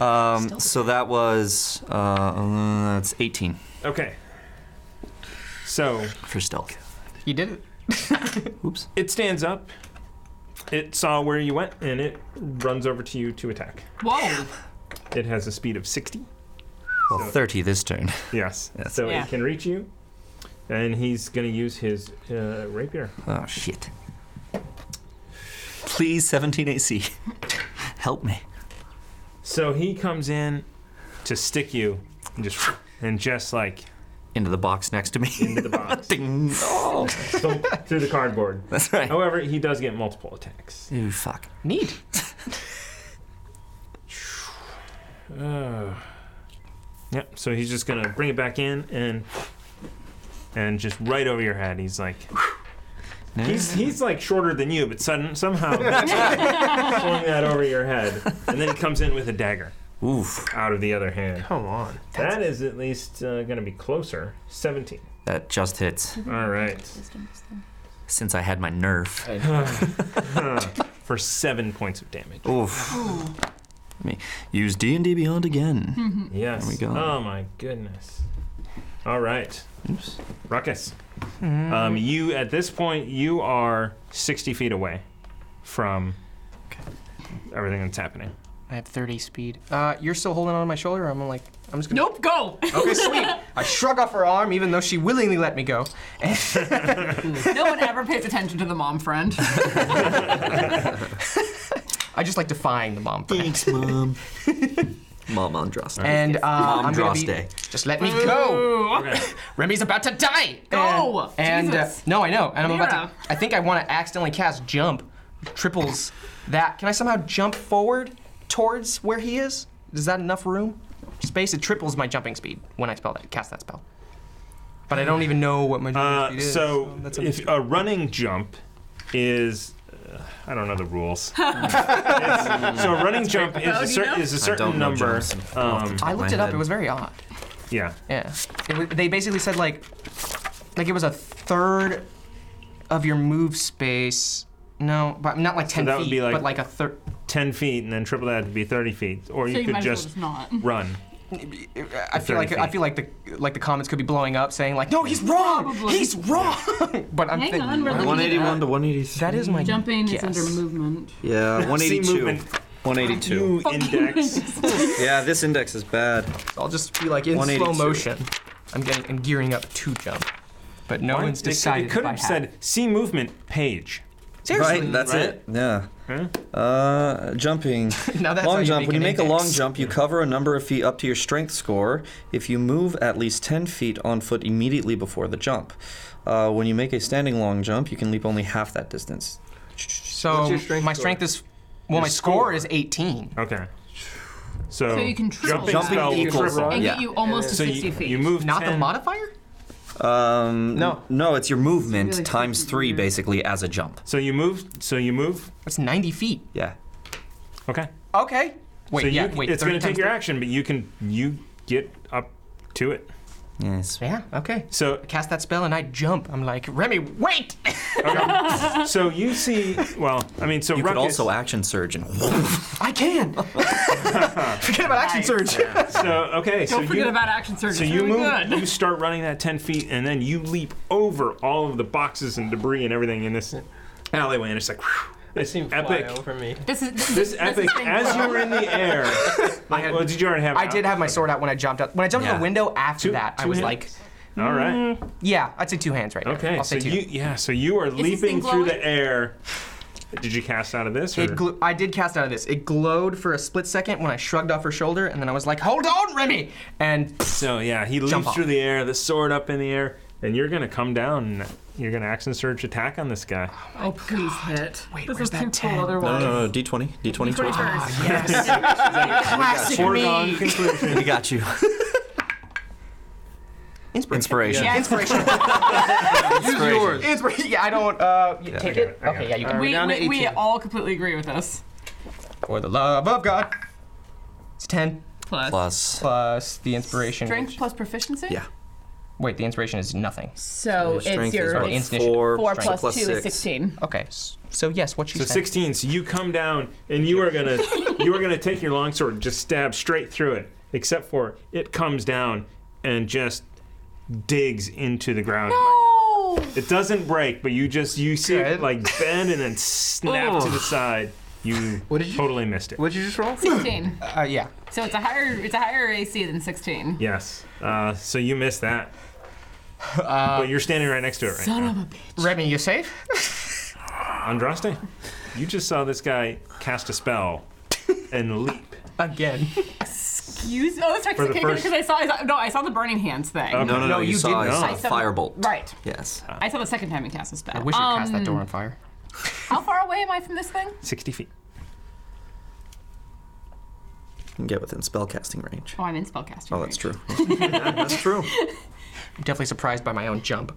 [SPEAKER 6] Um, so that was uh, that's eighteen
[SPEAKER 1] Okay. So
[SPEAKER 6] for stealth.
[SPEAKER 4] you did it.
[SPEAKER 6] Oops.
[SPEAKER 1] it stands up. It saw where you went, and it runs over to you to attack.
[SPEAKER 2] whoa.
[SPEAKER 1] It has a speed of sixty.
[SPEAKER 6] Well,
[SPEAKER 1] So-
[SPEAKER 6] thirty this turn.
[SPEAKER 1] Yes.
[SPEAKER 6] Yes.
[SPEAKER 1] So
[SPEAKER 2] Yeah.
[SPEAKER 1] it can reach you, and he's gonna use his uh, rapier.
[SPEAKER 6] Oh shit. Please, 17 AC. Help me.
[SPEAKER 1] So he comes in to stick you, and just and just like
[SPEAKER 6] Into the box next to me.
[SPEAKER 1] into the box
[SPEAKER 6] Ding. Oh,
[SPEAKER 1] thump, through the cardboard.
[SPEAKER 6] that's right.
[SPEAKER 1] However, he does get multiple attacks.
[SPEAKER 6] Ooh, fuck.
[SPEAKER 7] Need.
[SPEAKER 1] Uh, yep. So he's just gonna bring it back in and and just right over your head. He's like. He's, he's like shorter than you, but sudden somehow swung that over your head, and then he comes in with a dagger
[SPEAKER 6] Oof.
[SPEAKER 1] out of the other hand.
[SPEAKER 5] Come on.
[SPEAKER 1] That is at least uh, going to be closer. Seventeen.
[SPEAKER 6] That just hits.
[SPEAKER 1] All right.
[SPEAKER 6] Since I had my nerf.
[SPEAKER 1] for seven points of damage.
[SPEAKER 6] Oof. Let me use D and D Beyond again.
[SPEAKER 1] Yes.
[SPEAKER 6] There we go.
[SPEAKER 1] Oh my goodness. All right,
[SPEAKER 6] Oops.
[SPEAKER 1] Ruckus. Um, you at this point you are sixty feet away from everything that's happening.
[SPEAKER 4] I have 30 speed. Uh, you're still holding on to my shoulder. I'm like, I'm just gonna.
[SPEAKER 2] Nope, go.
[SPEAKER 4] Okay, sweet. I shrug off her arm, even though she willingly let me go.
[SPEAKER 2] no one ever pays attention to the mom friend.
[SPEAKER 4] I just like defying the mom.
[SPEAKER 6] Thanks, mom. mom on Dross.
[SPEAKER 4] And uh,
[SPEAKER 6] Mom
[SPEAKER 4] I'm gonna
[SPEAKER 6] Dross
[SPEAKER 4] be-
[SPEAKER 6] Day.
[SPEAKER 4] Just let me go. Remy's about to die.
[SPEAKER 2] Go!
[SPEAKER 4] And, and, uh,
[SPEAKER 2] Jesus.
[SPEAKER 4] no, I know. And I'm
[SPEAKER 2] Lyra.
[SPEAKER 4] about to. I think I want to accidentally cast jump, triples that. Can I somehow jump forward
[SPEAKER 7] towards where he is? Is that enough room? Space, it triples my jumping speed when I spell that, cast that spell. But I don't even know what my
[SPEAKER 1] Uh,
[SPEAKER 7] jumping speed is. um,
[SPEAKER 1] so,
[SPEAKER 7] that's a
[SPEAKER 1] if a running jump is, uh, I don't know the rules. It's- so a running jump
[SPEAKER 7] Oh,
[SPEAKER 1] is a, cer- is a certain number. Um,
[SPEAKER 7] I looked it up. It was very odd.
[SPEAKER 1] yeah.
[SPEAKER 7] Yeah. It wa- they basically said like, like it was a third of your move space. No, but not like
[SPEAKER 1] So
[SPEAKER 7] ten
[SPEAKER 1] that
[SPEAKER 7] feet,
[SPEAKER 1] would be like
[SPEAKER 7] but like a third.
[SPEAKER 1] Ten feet, and then triple that would be thirty feet, or
[SPEAKER 2] So
[SPEAKER 1] you
[SPEAKER 2] you
[SPEAKER 1] could
[SPEAKER 2] might as well
[SPEAKER 1] just,
[SPEAKER 2] just not.
[SPEAKER 1] run.
[SPEAKER 7] I
[SPEAKER 1] 30
[SPEAKER 7] feel like I
[SPEAKER 1] feet.
[SPEAKER 7] feel like the like the comments could be blowing up, saying like, "No, he's wrong. He's wrong." but I'm
[SPEAKER 2] Hang
[SPEAKER 7] thinking,
[SPEAKER 2] on, we're looking it
[SPEAKER 6] 181
[SPEAKER 2] up.
[SPEAKER 6] to 183.
[SPEAKER 7] That is my
[SPEAKER 2] Jumping
[SPEAKER 7] guess.
[SPEAKER 2] is under movement.
[SPEAKER 6] Yeah, 182. 182.
[SPEAKER 1] index.
[SPEAKER 6] yeah, this index is bad.
[SPEAKER 7] I'll just be like in slow
[SPEAKER 6] 182.
[SPEAKER 7] motion. I'm getting I'm gearing up to jump, but no
[SPEAKER 1] Why-
[SPEAKER 7] one's
[SPEAKER 1] they-
[SPEAKER 7] decided.
[SPEAKER 1] They could
[SPEAKER 7] if I
[SPEAKER 1] have said see movement page.
[SPEAKER 7] seriously.
[SPEAKER 6] right, that's
[SPEAKER 1] right?
[SPEAKER 6] it. Yeah.
[SPEAKER 1] Huh?
[SPEAKER 6] Uh, jumping.
[SPEAKER 7] Now that's how
[SPEAKER 6] long
[SPEAKER 7] you
[SPEAKER 6] jump.
[SPEAKER 7] make
[SPEAKER 6] when you
[SPEAKER 7] an
[SPEAKER 6] make a
[SPEAKER 7] index.
[SPEAKER 6] long jump, you cover a number of feet up to your strength score if you move at least 10 feet on foot immediately before the jump. Uh, when you make a standing long jump, you can leap only half that distance.
[SPEAKER 7] So
[SPEAKER 5] What's your strength
[SPEAKER 7] my
[SPEAKER 5] score?
[SPEAKER 7] strength is well, my score is 18.
[SPEAKER 1] Okay. So,
[SPEAKER 2] So you can triple
[SPEAKER 1] jumping,
[SPEAKER 2] that.
[SPEAKER 1] spell
[SPEAKER 6] Jumping equals
[SPEAKER 1] triple.
[SPEAKER 2] And
[SPEAKER 6] Yeah.
[SPEAKER 2] get you almost to
[SPEAKER 1] So
[SPEAKER 2] 60
[SPEAKER 1] you,
[SPEAKER 2] feet.
[SPEAKER 1] you move
[SPEAKER 7] Not
[SPEAKER 1] 10,
[SPEAKER 7] the modifier?
[SPEAKER 6] Um,
[SPEAKER 5] No.
[SPEAKER 6] No, it's your movement
[SPEAKER 2] Really
[SPEAKER 6] times three, basically, as a jump.
[SPEAKER 1] So you move. So you move.
[SPEAKER 7] That's 90 feet.
[SPEAKER 6] Yeah.
[SPEAKER 1] Okay.
[SPEAKER 7] Okay. Wait,
[SPEAKER 1] so
[SPEAKER 7] Oh, yeah,
[SPEAKER 1] you,
[SPEAKER 7] wait.
[SPEAKER 1] it's going to
[SPEAKER 7] 30
[SPEAKER 1] take your
[SPEAKER 7] times
[SPEAKER 1] action, but you can you get up to it.
[SPEAKER 6] Yes.
[SPEAKER 7] three. Yeah, okay.
[SPEAKER 1] So
[SPEAKER 7] I cast that spell and I jump. I'm like, Remy, wait!
[SPEAKER 1] okay. so you see. Well, I mean, so
[SPEAKER 6] You could
[SPEAKER 1] Ruckus-
[SPEAKER 6] also action surge and.
[SPEAKER 7] I can! Forget about action surge.
[SPEAKER 1] So okay. so
[SPEAKER 2] Don't forget
[SPEAKER 1] you,
[SPEAKER 2] about action surge.
[SPEAKER 1] So
[SPEAKER 2] it's
[SPEAKER 1] you
[SPEAKER 2] really
[SPEAKER 1] move,
[SPEAKER 2] good.
[SPEAKER 1] you start running that 10 feet, and then you leap over all of the boxes and debris and everything in this alleyway, and it's like, whew, this
[SPEAKER 5] Seem fly
[SPEAKER 1] epic,
[SPEAKER 5] over me.
[SPEAKER 2] This is this,
[SPEAKER 1] this
[SPEAKER 2] is
[SPEAKER 1] epic,
[SPEAKER 2] thing.
[SPEAKER 1] as you were in the air, like, well, did you already have
[SPEAKER 7] I did have my sword out when I jumped out. When I jumped out
[SPEAKER 6] Yeah.
[SPEAKER 7] the window after
[SPEAKER 1] Two-
[SPEAKER 7] that, I
[SPEAKER 1] two
[SPEAKER 7] was
[SPEAKER 1] hands?
[SPEAKER 7] like,
[SPEAKER 1] All right.
[SPEAKER 7] yeah, I'd say two hands right now.
[SPEAKER 1] Okay,
[SPEAKER 7] I'll
[SPEAKER 1] so
[SPEAKER 7] say two.
[SPEAKER 1] you, yeah, so you are
[SPEAKER 2] this thing
[SPEAKER 1] leaping through
[SPEAKER 2] glowing?
[SPEAKER 1] the air. Did you cast out of this?
[SPEAKER 7] It
[SPEAKER 1] or-
[SPEAKER 7] gl- I did cast out of this. It glowed for a split second when I shrugged off her shoulder, and then I was like, "Hold on, Remy!" And
[SPEAKER 1] so, yeah, he
[SPEAKER 7] Jump
[SPEAKER 1] leaps
[SPEAKER 7] off.
[SPEAKER 1] through the air, the sword up in the air, and you're going to come down. and You're going to action surge attack on this guy.
[SPEAKER 2] Oh, please hit.
[SPEAKER 7] Wait,
[SPEAKER 2] this
[SPEAKER 7] where's
[SPEAKER 2] is too
[SPEAKER 7] that
[SPEAKER 2] cool
[SPEAKER 7] 10?
[SPEAKER 6] No,
[SPEAKER 2] otherwise.
[SPEAKER 6] no, no, D20. D20 twice.
[SPEAKER 7] classic
[SPEAKER 1] Foregone
[SPEAKER 7] me.
[SPEAKER 1] conclusion.
[SPEAKER 6] We got you. Inspiration.
[SPEAKER 7] Yeah, inspiration.
[SPEAKER 5] Yours.
[SPEAKER 7] Inspiration. Yeah, I don't. Uh, you
[SPEAKER 1] I
[SPEAKER 7] take
[SPEAKER 1] got
[SPEAKER 7] it.
[SPEAKER 1] it, I got
[SPEAKER 7] Okay,
[SPEAKER 1] it.
[SPEAKER 7] yeah, you can.
[SPEAKER 2] We,
[SPEAKER 5] down to
[SPEAKER 2] we, we
[SPEAKER 5] 18.
[SPEAKER 2] all completely agree with this.
[SPEAKER 7] For the love of God. It's 10
[SPEAKER 2] Plus.
[SPEAKER 6] Plus.
[SPEAKER 7] plus the inspiration.
[SPEAKER 2] Strength
[SPEAKER 7] which-
[SPEAKER 2] plus proficiency?
[SPEAKER 6] Yeah.
[SPEAKER 7] Wait, the inspiration is nothing.
[SPEAKER 2] So it's
[SPEAKER 6] Strength is
[SPEAKER 2] your
[SPEAKER 6] what?
[SPEAKER 2] it's
[SPEAKER 7] inspiration.
[SPEAKER 6] four.
[SPEAKER 2] four
[SPEAKER 6] strength
[SPEAKER 2] plus
[SPEAKER 6] plus
[SPEAKER 2] two is
[SPEAKER 6] six.
[SPEAKER 2] 16.
[SPEAKER 7] Okay, s- so yes, what she
[SPEAKER 1] So
[SPEAKER 7] said.
[SPEAKER 1] 16. So you come down and you are gonna you are gonna take your longsword and just stab straight through it. Except for it comes down and just digs into the ground.
[SPEAKER 2] No!
[SPEAKER 1] It doesn't break, but you just you see it
[SPEAKER 7] Good.
[SPEAKER 1] like bend and then snap to the side. You
[SPEAKER 5] did you-
[SPEAKER 1] totally missed it.
[SPEAKER 5] What'd you just roll?
[SPEAKER 2] 16.
[SPEAKER 7] Uh, yeah.
[SPEAKER 2] So it's a higher it's a higher AC than 16.
[SPEAKER 1] Yes. Uh, so you missed that. but you're standing right next to it right
[SPEAKER 2] Son
[SPEAKER 1] now.
[SPEAKER 2] of a bitch.
[SPEAKER 7] Remy, you safe?
[SPEAKER 1] Andraste, you just saw this guy cast a spell and leap.
[SPEAKER 7] Again.
[SPEAKER 2] Use oh that's right
[SPEAKER 1] For the
[SPEAKER 2] because
[SPEAKER 1] first-
[SPEAKER 2] I saw I saw, no I saw the burning hands thing.
[SPEAKER 1] Okay.
[SPEAKER 6] No, no, no.
[SPEAKER 7] No,
[SPEAKER 6] You
[SPEAKER 7] you
[SPEAKER 6] saw
[SPEAKER 7] didn't.
[SPEAKER 6] I
[SPEAKER 2] I
[SPEAKER 6] saw
[SPEAKER 2] saw-
[SPEAKER 6] firebolt.
[SPEAKER 2] Right.
[SPEAKER 6] Yes.
[SPEAKER 2] I saw the second time he cast a spell.
[SPEAKER 7] I wish you cast that
[SPEAKER 2] Um,
[SPEAKER 7] door on fire.
[SPEAKER 2] How far away am I from this thing?
[SPEAKER 1] 60 feet.
[SPEAKER 6] You can get within spellcasting range.
[SPEAKER 2] Oh, I'm in spellcasting.
[SPEAKER 6] Oh, that's
[SPEAKER 2] range.
[SPEAKER 6] true. Yeah, that's true.
[SPEAKER 7] I'm definitely surprised by my own jump.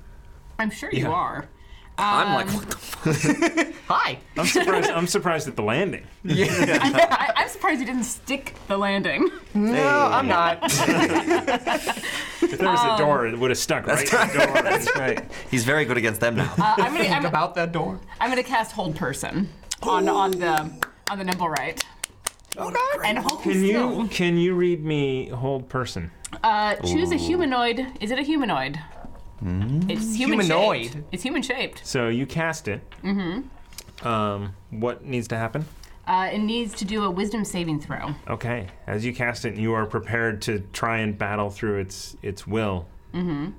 [SPEAKER 2] I'm sure you
[SPEAKER 1] Yeah.
[SPEAKER 2] are.
[SPEAKER 6] I'm
[SPEAKER 2] Um,
[SPEAKER 6] like, what the
[SPEAKER 7] Hi!
[SPEAKER 1] I'm surprised I'm surprised at the landing.
[SPEAKER 2] I, I, I'm surprised you didn't stick the landing.
[SPEAKER 7] No, I'm not.
[SPEAKER 1] If there was
[SPEAKER 2] Oh.
[SPEAKER 1] a door, it would have stuck right at the door. That's right.
[SPEAKER 6] He's very good against them now.
[SPEAKER 2] Uh, I'm gonna I'm,
[SPEAKER 7] About that door.
[SPEAKER 2] I'm gonna cast hold person on on the on the nimble right. And hold
[SPEAKER 1] Oh, Can
[SPEAKER 2] still.
[SPEAKER 1] you can you read me hold person?
[SPEAKER 2] Uh, choose a humanoid. Is it a humanoid?
[SPEAKER 1] Hmm?
[SPEAKER 2] It's human
[SPEAKER 7] Humanoid.
[SPEAKER 2] Shaped. It's human shaped.
[SPEAKER 1] So you cast it. Mm-hmm. Um, what needs to happen?
[SPEAKER 2] Uh, it needs to do a wisdom saving throw.
[SPEAKER 1] Okay. As you cast it, you are prepared to try and battle through its its will. Mm-hmm.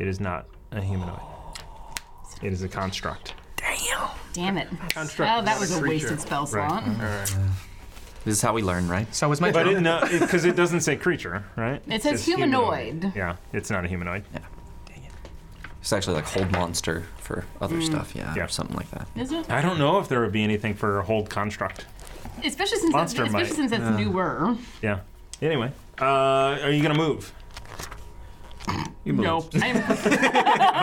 [SPEAKER 1] is not a humanoid. It is a construct.
[SPEAKER 2] Damn it. oh, that was a wasted spell slot.
[SPEAKER 6] This is how we learn, right?
[SPEAKER 7] So was my
[SPEAKER 1] But
[SPEAKER 7] jump.
[SPEAKER 1] it no, because it, doesn't say creature, right?
[SPEAKER 2] It says
[SPEAKER 1] just
[SPEAKER 2] humanoid.
[SPEAKER 1] Yeah, it's not a humanoid.
[SPEAKER 6] It's actually like hold monster
[SPEAKER 2] Hmm.
[SPEAKER 6] for other stuff, yeah,
[SPEAKER 1] Yeah.
[SPEAKER 6] or something like that.
[SPEAKER 2] Is it?
[SPEAKER 1] I don't know if there would be anything for hold construct.
[SPEAKER 2] Especially since
[SPEAKER 1] Monster
[SPEAKER 2] it's, especially
[SPEAKER 1] might.
[SPEAKER 2] since it's
[SPEAKER 1] Yeah.
[SPEAKER 2] newer.
[SPEAKER 1] Yeah. Anyway, uh, are you gonna move? You move.
[SPEAKER 2] Nope. I'm,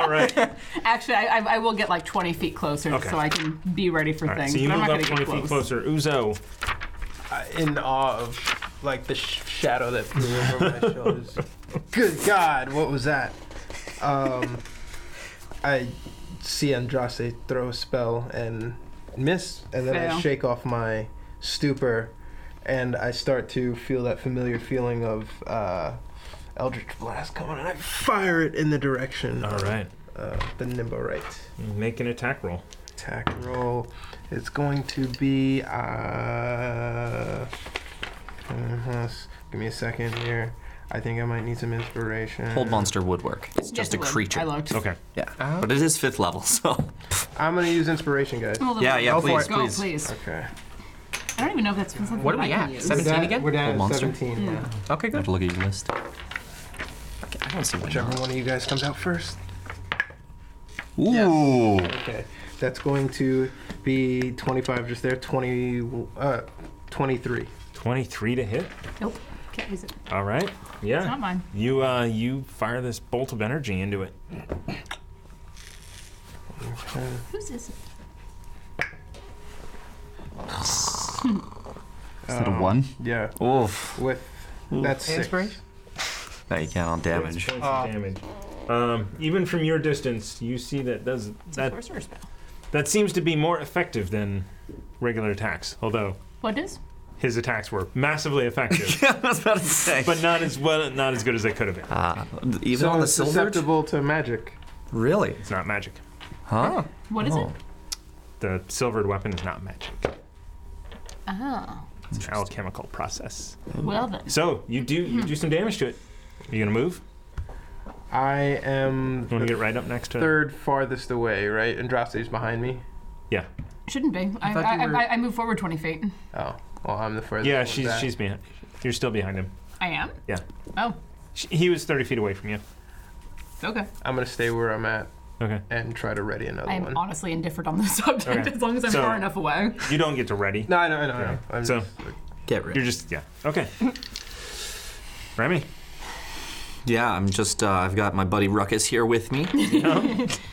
[SPEAKER 2] All right. Actually, I, I, I will get like 20 feet closer
[SPEAKER 1] Okay.
[SPEAKER 2] so I can be ready for
[SPEAKER 1] All right,
[SPEAKER 2] things.
[SPEAKER 1] so you
[SPEAKER 2] but
[SPEAKER 1] move
[SPEAKER 2] I'm not
[SPEAKER 1] up 20
[SPEAKER 2] gonna get
[SPEAKER 1] feet
[SPEAKER 2] close.
[SPEAKER 1] closer. Uzo.
[SPEAKER 5] in awe of like the sh- shadow that flew over my shoulders. Good God, what was that? Um, I see Andrase throw a spell and miss, and then
[SPEAKER 2] Fail.
[SPEAKER 5] I shake off my stupor, and I start to feel that familiar feeling of uh, Eldritch Blast coming, and I fire it in the direction.
[SPEAKER 1] All right.
[SPEAKER 5] Uh, the Nimborite.
[SPEAKER 1] Make an attack roll.
[SPEAKER 5] Attack roll. It's going to be. Uh, uh, give me a second here. I think I might need some inspiration.
[SPEAKER 6] Hold monster would work. It's just a creature.
[SPEAKER 1] Okay.
[SPEAKER 6] Yeah. But it is fifth level, so.
[SPEAKER 5] I'm gonna use inspiration, guys.
[SPEAKER 2] Hold on,
[SPEAKER 6] Yeah,
[SPEAKER 2] wait.
[SPEAKER 6] yeah,
[SPEAKER 2] Go
[SPEAKER 6] please,
[SPEAKER 2] for it. Go,
[SPEAKER 6] please.
[SPEAKER 2] please.
[SPEAKER 5] Okay.
[SPEAKER 2] I don't even know if that's something
[SPEAKER 7] What are
[SPEAKER 2] that
[SPEAKER 7] we
[SPEAKER 2] I can
[SPEAKER 7] at?
[SPEAKER 2] use.
[SPEAKER 7] 17 again?
[SPEAKER 5] We're down at
[SPEAKER 6] Monster?
[SPEAKER 5] 17
[SPEAKER 2] Yeah.
[SPEAKER 5] now.
[SPEAKER 7] Okay,
[SPEAKER 6] I have
[SPEAKER 7] good.
[SPEAKER 6] to look at your list. Okay, I don't see why
[SPEAKER 5] Whichever
[SPEAKER 6] not.
[SPEAKER 5] one of you guys comes out first.
[SPEAKER 6] Ooh.
[SPEAKER 5] Okay. That's going to be 25 just there, 20, uh, 23.
[SPEAKER 1] 23 to hit.
[SPEAKER 2] Nope. Can't use it.
[SPEAKER 1] All right. Yeah.
[SPEAKER 2] It's not mine.
[SPEAKER 1] You uh, you fire this bolt of energy into it.
[SPEAKER 2] Whose is it?
[SPEAKER 8] Is that a one?
[SPEAKER 5] Yeah.
[SPEAKER 6] Um, Oof.
[SPEAKER 5] With.
[SPEAKER 6] Hmm.
[SPEAKER 5] That's six.
[SPEAKER 4] Inspiration?
[SPEAKER 6] Now you count on damage.
[SPEAKER 1] Six points of damage. Um, even from your distance, you see that does
[SPEAKER 2] It's a
[SPEAKER 1] that
[SPEAKER 2] sorcerer spell.
[SPEAKER 1] that seems to be more effective than regular attacks. Although
[SPEAKER 2] What is?
[SPEAKER 1] his attacks were massively effective,
[SPEAKER 6] I was about to say.
[SPEAKER 1] but not as well, not as good as they could have been.
[SPEAKER 6] uh, even
[SPEAKER 5] So
[SPEAKER 6] on the
[SPEAKER 5] it's
[SPEAKER 6] silver.
[SPEAKER 5] susceptible to magic.
[SPEAKER 6] Really?
[SPEAKER 1] It's not magic.
[SPEAKER 6] Huh?
[SPEAKER 2] What is
[SPEAKER 6] Oh.
[SPEAKER 2] it?
[SPEAKER 1] The silvered weapon is not magic.
[SPEAKER 2] Oh.
[SPEAKER 1] It's an alchemical process.
[SPEAKER 2] Well then.
[SPEAKER 1] So you do you
[SPEAKER 2] Hmm.
[SPEAKER 1] do some damage to it. Are you gonna move?
[SPEAKER 5] I am
[SPEAKER 1] You want to get right up next to?
[SPEAKER 5] third farthest away, right? Andraste's behind me.
[SPEAKER 1] Yeah.
[SPEAKER 2] Shouldn't be. I,
[SPEAKER 4] thought
[SPEAKER 2] I,
[SPEAKER 4] you were-
[SPEAKER 2] I, I move forward 20 feet.
[SPEAKER 5] Oh, well, I'm the furthest.
[SPEAKER 1] Yeah,
[SPEAKER 5] one
[SPEAKER 1] she's
[SPEAKER 5] back.
[SPEAKER 1] she's behind. You're still behind him.
[SPEAKER 2] I am?
[SPEAKER 1] Yeah.
[SPEAKER 2] Oh,
[SPEAKER 1] She, he was 30 feet away from you.
[SPEAKER 2] okay.
[SPEAKER 5] I'm gonna stay where I'm at
[SPEAKER 1] Okay.
[SPEAKER 5] and try to ready another
[SPEAKER 2] I am
[SPEAKER 5] one.
[SPEAKER 2] honestly indifferent on this subject
[SPEAKER 1] Okay.
[SPEAKER 2] as long as I'm
[SPEAKER 1] So-
[SPEAKER 2] far enough away.
[SPEAKER 1] You don't get to ready.
[SPEAKER 5] No, I know, I know, I know. I'm
[SPEAKER 1] So-
[SPEAKER 5] just, like,
[SPEAKER 6] Get rid.
[SPEAKER 1] You're just yeah. Okay. Remy.
[SPEAKER 6] Yeah, I'm just, uh, I've got my buddy Ruckus here with me.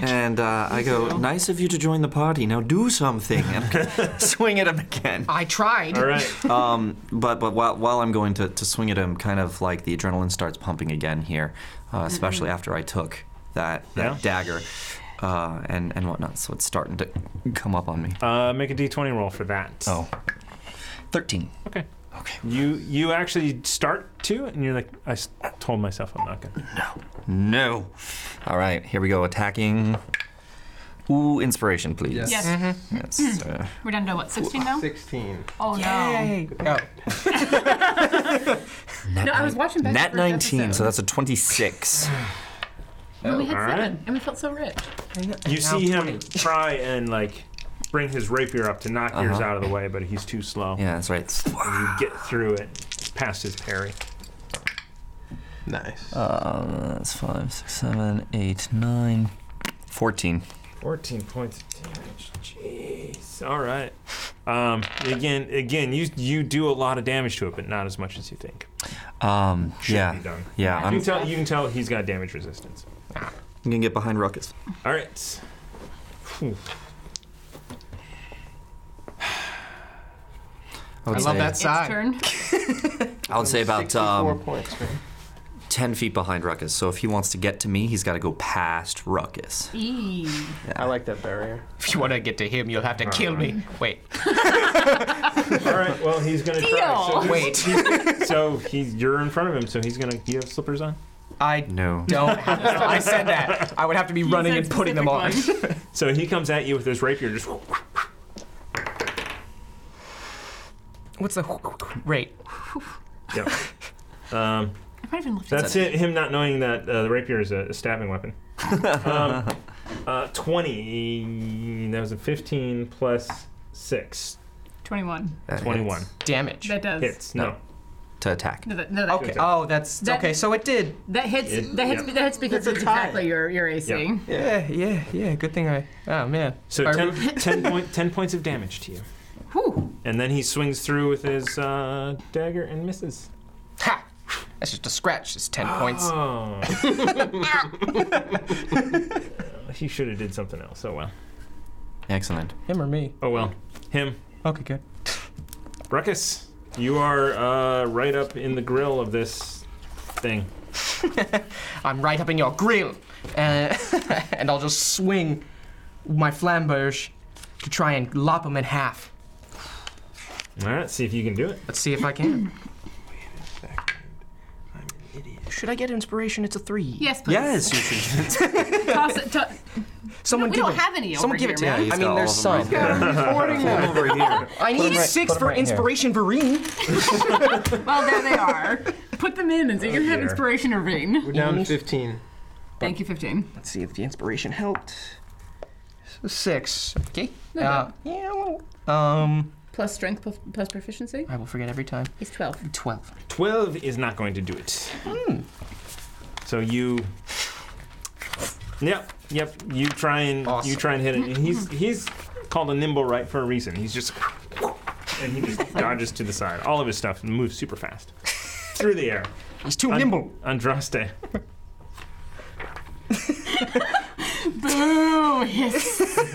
[SPEAKER 6] and uh, I go, nice of you to join the party. Now do something. And swing at him again.
[SPEAKER 7] I tried.
[SPEAKER 1] All right.
[SPEAKER 6] Um, but but while, while I'm going to, to swing at him, kind of like the adrenaline starts pumping again here, uh, especially after I took that, that
[SPEAKER 1] Yeah.
[SPEAKER 6] dagger uh, and, and whatnot. So it's starting to come up on me.
[SPEAKER 1] Uh, make a d20 roll for that.
[SPEAKER 6] Oh. 13.
[SPEAKER 1] Okay.
[SPEAKER 6] Okay.
[SPEAKER 1] You you actually start to, and you're like, I s- told myself I'm not gonna.
[SPEAKER 6] No. All right, here we go. Attacking. Ooh, inspiration, please.
[SPEAKER 5] Yes.
[SPEAKER 2] Yes.
[SPEAKER 6] That's, uh,
[SPEAKER 2] We're down to what, 16 now?
[SPEAKER 5] 16.
[SPEAKER 2] Oh no.
[SPEAKER 4] Yay! Oh,
[SPEAKER 6] nat
[SPEAKER 2] No, I was watching Best
[SPEAKER 6] Nat
[SPEAKER 2] First
[SPEAKER 6] 19, so
[SPEAKER 2] episode.
[SPEAKER 6] that's a 26.
[SPEAKER 2] But we had
[SPEAKER 1] All right.
[SPEAKER 2] seven and we felt so rich.
[SPEAKER 1] You see him try and like bring his rapier up to knock yours
[SPEAKER 6] Uh-huh.
[SPEAKER 1] out of the way, but he's too slow.
[SPEAKER 6] yeah, that's right.
[SPEAKER 1] You get through it, past his parry.
[SPEAKER 5] Nice.
[SPEAKER 6] Uh, that's 5, six, seven, eight, nine, 14.
[SPEAKER 1] 14 points of damage. Jeez. All right. Um, again, again, you you do a lot of damage to it, but not as much as you think.
[SPEAKER 6] Um,
[SPEAKER 1] Should
[SPEAKER 6] yeah.
[SPEAKER 1] be done.
[SPEAKER 6] Yeah,
[SPEAKER 1] You
[SPEAKER 6] I'm
[SPEAKER 1] can tell you can tell he's got damage resistance.
[SPEAKER 6] gonna get behind Ruckus.
[SPEAKER 1] All right. Phew.
[SPEAKER 6] would
[SPEAKER 4] I
[SPEAKER 6] say,
[SPEAKER 4] love that
[SPEAKER 2] It's
[SPEAKER 4] side.
[SPEAKER 2] turn.
[SPEAKER 6] I would say about
[SPEAKER 5] 64
[SPEAKER 6] um,
[SPEAKER 5] points. man.
[SPEAKER 6] 10 feet behind Ruckus. So if he wants to get to me, he's gotta go past Ruckus.
[SPEAKER 2] Eee.
[SPEAKER 5] I like that barrier.
[SPEAKER 7] If you want to get to him, you'll have to kill me. Wait,
[SPEAKER 1] All right. Well, he's gonna try. So,
[SPEAKER 2] Deal.
[SPEAKER 7] wait.
[SPEAKER 1] he's- so he's you're in front of him, so he's gonna. Do you have slippers on?
[SPEAKER 7] I
[SPEAKER 6] No.
[SPEAKER 7] don't have this. I said that. I would have to be running
[SPEAKER 2] said
[SPEAKER 7] and putting them on.
[SPEAKER 2] specific
[SPEAKER 1] So he comes at you with his rapier, just
[SPEAKER 7] What's the rate?
[SPEAKER 1] yeah. Um,
[SPEAKER 2] I might even lift it.
[SPEAKER 1] that's it. Him not knowing that uh, the rapier is a, a stabbing weapon. Um, uh, Twenty. That was a fifteen plus six.
[SPEAKER 2] 21.
[SPEAKER 6] That hits.
[SPEAKER 1] Twenty-one
[SPEAKER 7] Damage.
[SPEAKER 2] That does.
[SPEAKER 1] hits. No.
[SPEAKER 6] To attack.
[SPEAKER 2] No, that, no, that,
[SPEAKER 7] Okay. Oh, that's
[SPEAKER 2] That-
[SPEAKER 7] okay. So it did.
[SPEAKER 2] that hits.
[SPEAKER 1] It-
[SPEAKER 2] that hits.
[SPEAKER 1] yeah.
[SPEAKER 2] That hits because it's exactly your your AC.
[SPEAKER 1] Yeah.
[SPEAKER 7] Yeah, yeah, yeah. Good thing I. Oh man.
[SPEAKER 1] So
[SPEAKER 7] Are
[SPEAKER 1] 10, 10 point, 10 points of damage to you.
[SPEAKER 2] Whew.
[SPEAKER 1] And then he swings through with his uh, dagger and misses.
[SPEAKER 7] Ha! That's just a scratch. It's ten points.
[SPEAKER 1] Oh. he should have did something else. Oh well.
[SPEAKER 6] Excellent.
[SPEAKER 4] Him or me?
[SPEAKER 1] Oh well. Him.
[SPEAKER 4] Okay, good.
[SPEAKER 1] Ruckus, you are uh, right up in the grill of this thing.
[SPEAKER 7] I'm right up in your grill, uh, and I'll just swing my flamberge to try and lop him in half.
[SPEAKER 1] All right, see if you can do it.
[SPEAKER 7] Let's see if I can. Should I get inspiration? It's a three.
[SPEAKER 2] Yes, please.
[SPEAKER 6] Yes, you should.
[SPEAKER 2] Toss it. To-
[SPEAKER 7] Someone
[SPEAKER 2] we
[SPEAKER 7] give
[SPEAKER 2] don't
[SPEAKER 7] it.
[SPEAKER 2] have any over
[SPEAKER 7] Someone give
[SPEAKER 2] here,
[SPEAKER 7] it
[SPEAKER 2] man.
[SPEAKER 7] to me.
[SPEAKER 6] he's
[SPEAKER 7] I
[SPEAKER 6] got
[SPEAKER 7] mean,
[SPEAKER 6] all
[SPEAKER 7] there's
[SPEAKER 6] of
[SPEAKER 7] some.
[SPEAKER 6] them over here.
[SPEAKER 7] I need
[SPEAKER 4] right-
[SPEAKER 7] six
[SPEAKER 4] put 'em
[SPEAKER 7] for
[SPEAKER 4] right here.
[SPEAKER 7] inspiration for Reen.
[SPEAKER 2] Well, there they are. Put them in and see if you have
[SPEAKER 1] dear.
[SPEAKER 2] inspiration, Irvine.
[SPEAKER 5] We're down to 15.
[SPEAKER 2] Thank you, 15.
[SPEAKER 7] Let's see if the inspiration helped. So six. Okay. Uh, yeah, a little. Um,
[SPEAKER 2] Plus strength, plus, plus proficiency.
[SPEAKER 7] I will forget every time.
[SPEAKER 2] He's 12.
[SPEAKER 7] Twelve.
[SPEAKER 1] 12 is not going to do it. So you Yep, yep. You try and you
[SPEAKER 7] Awesome.
[SPEAKER 1] try and hit it. And he's he's called a nimble right for a reason. He's just and he just dodges to the side. All of his stuff moves super fast. Through the air.
[SPEAKER 7] He's too
[SPEAKER 1] And-
[SPEAKER 7] nimble.
[SPEAKER 1] Andraste.
[SPEAKER 2] Boo! Hiss.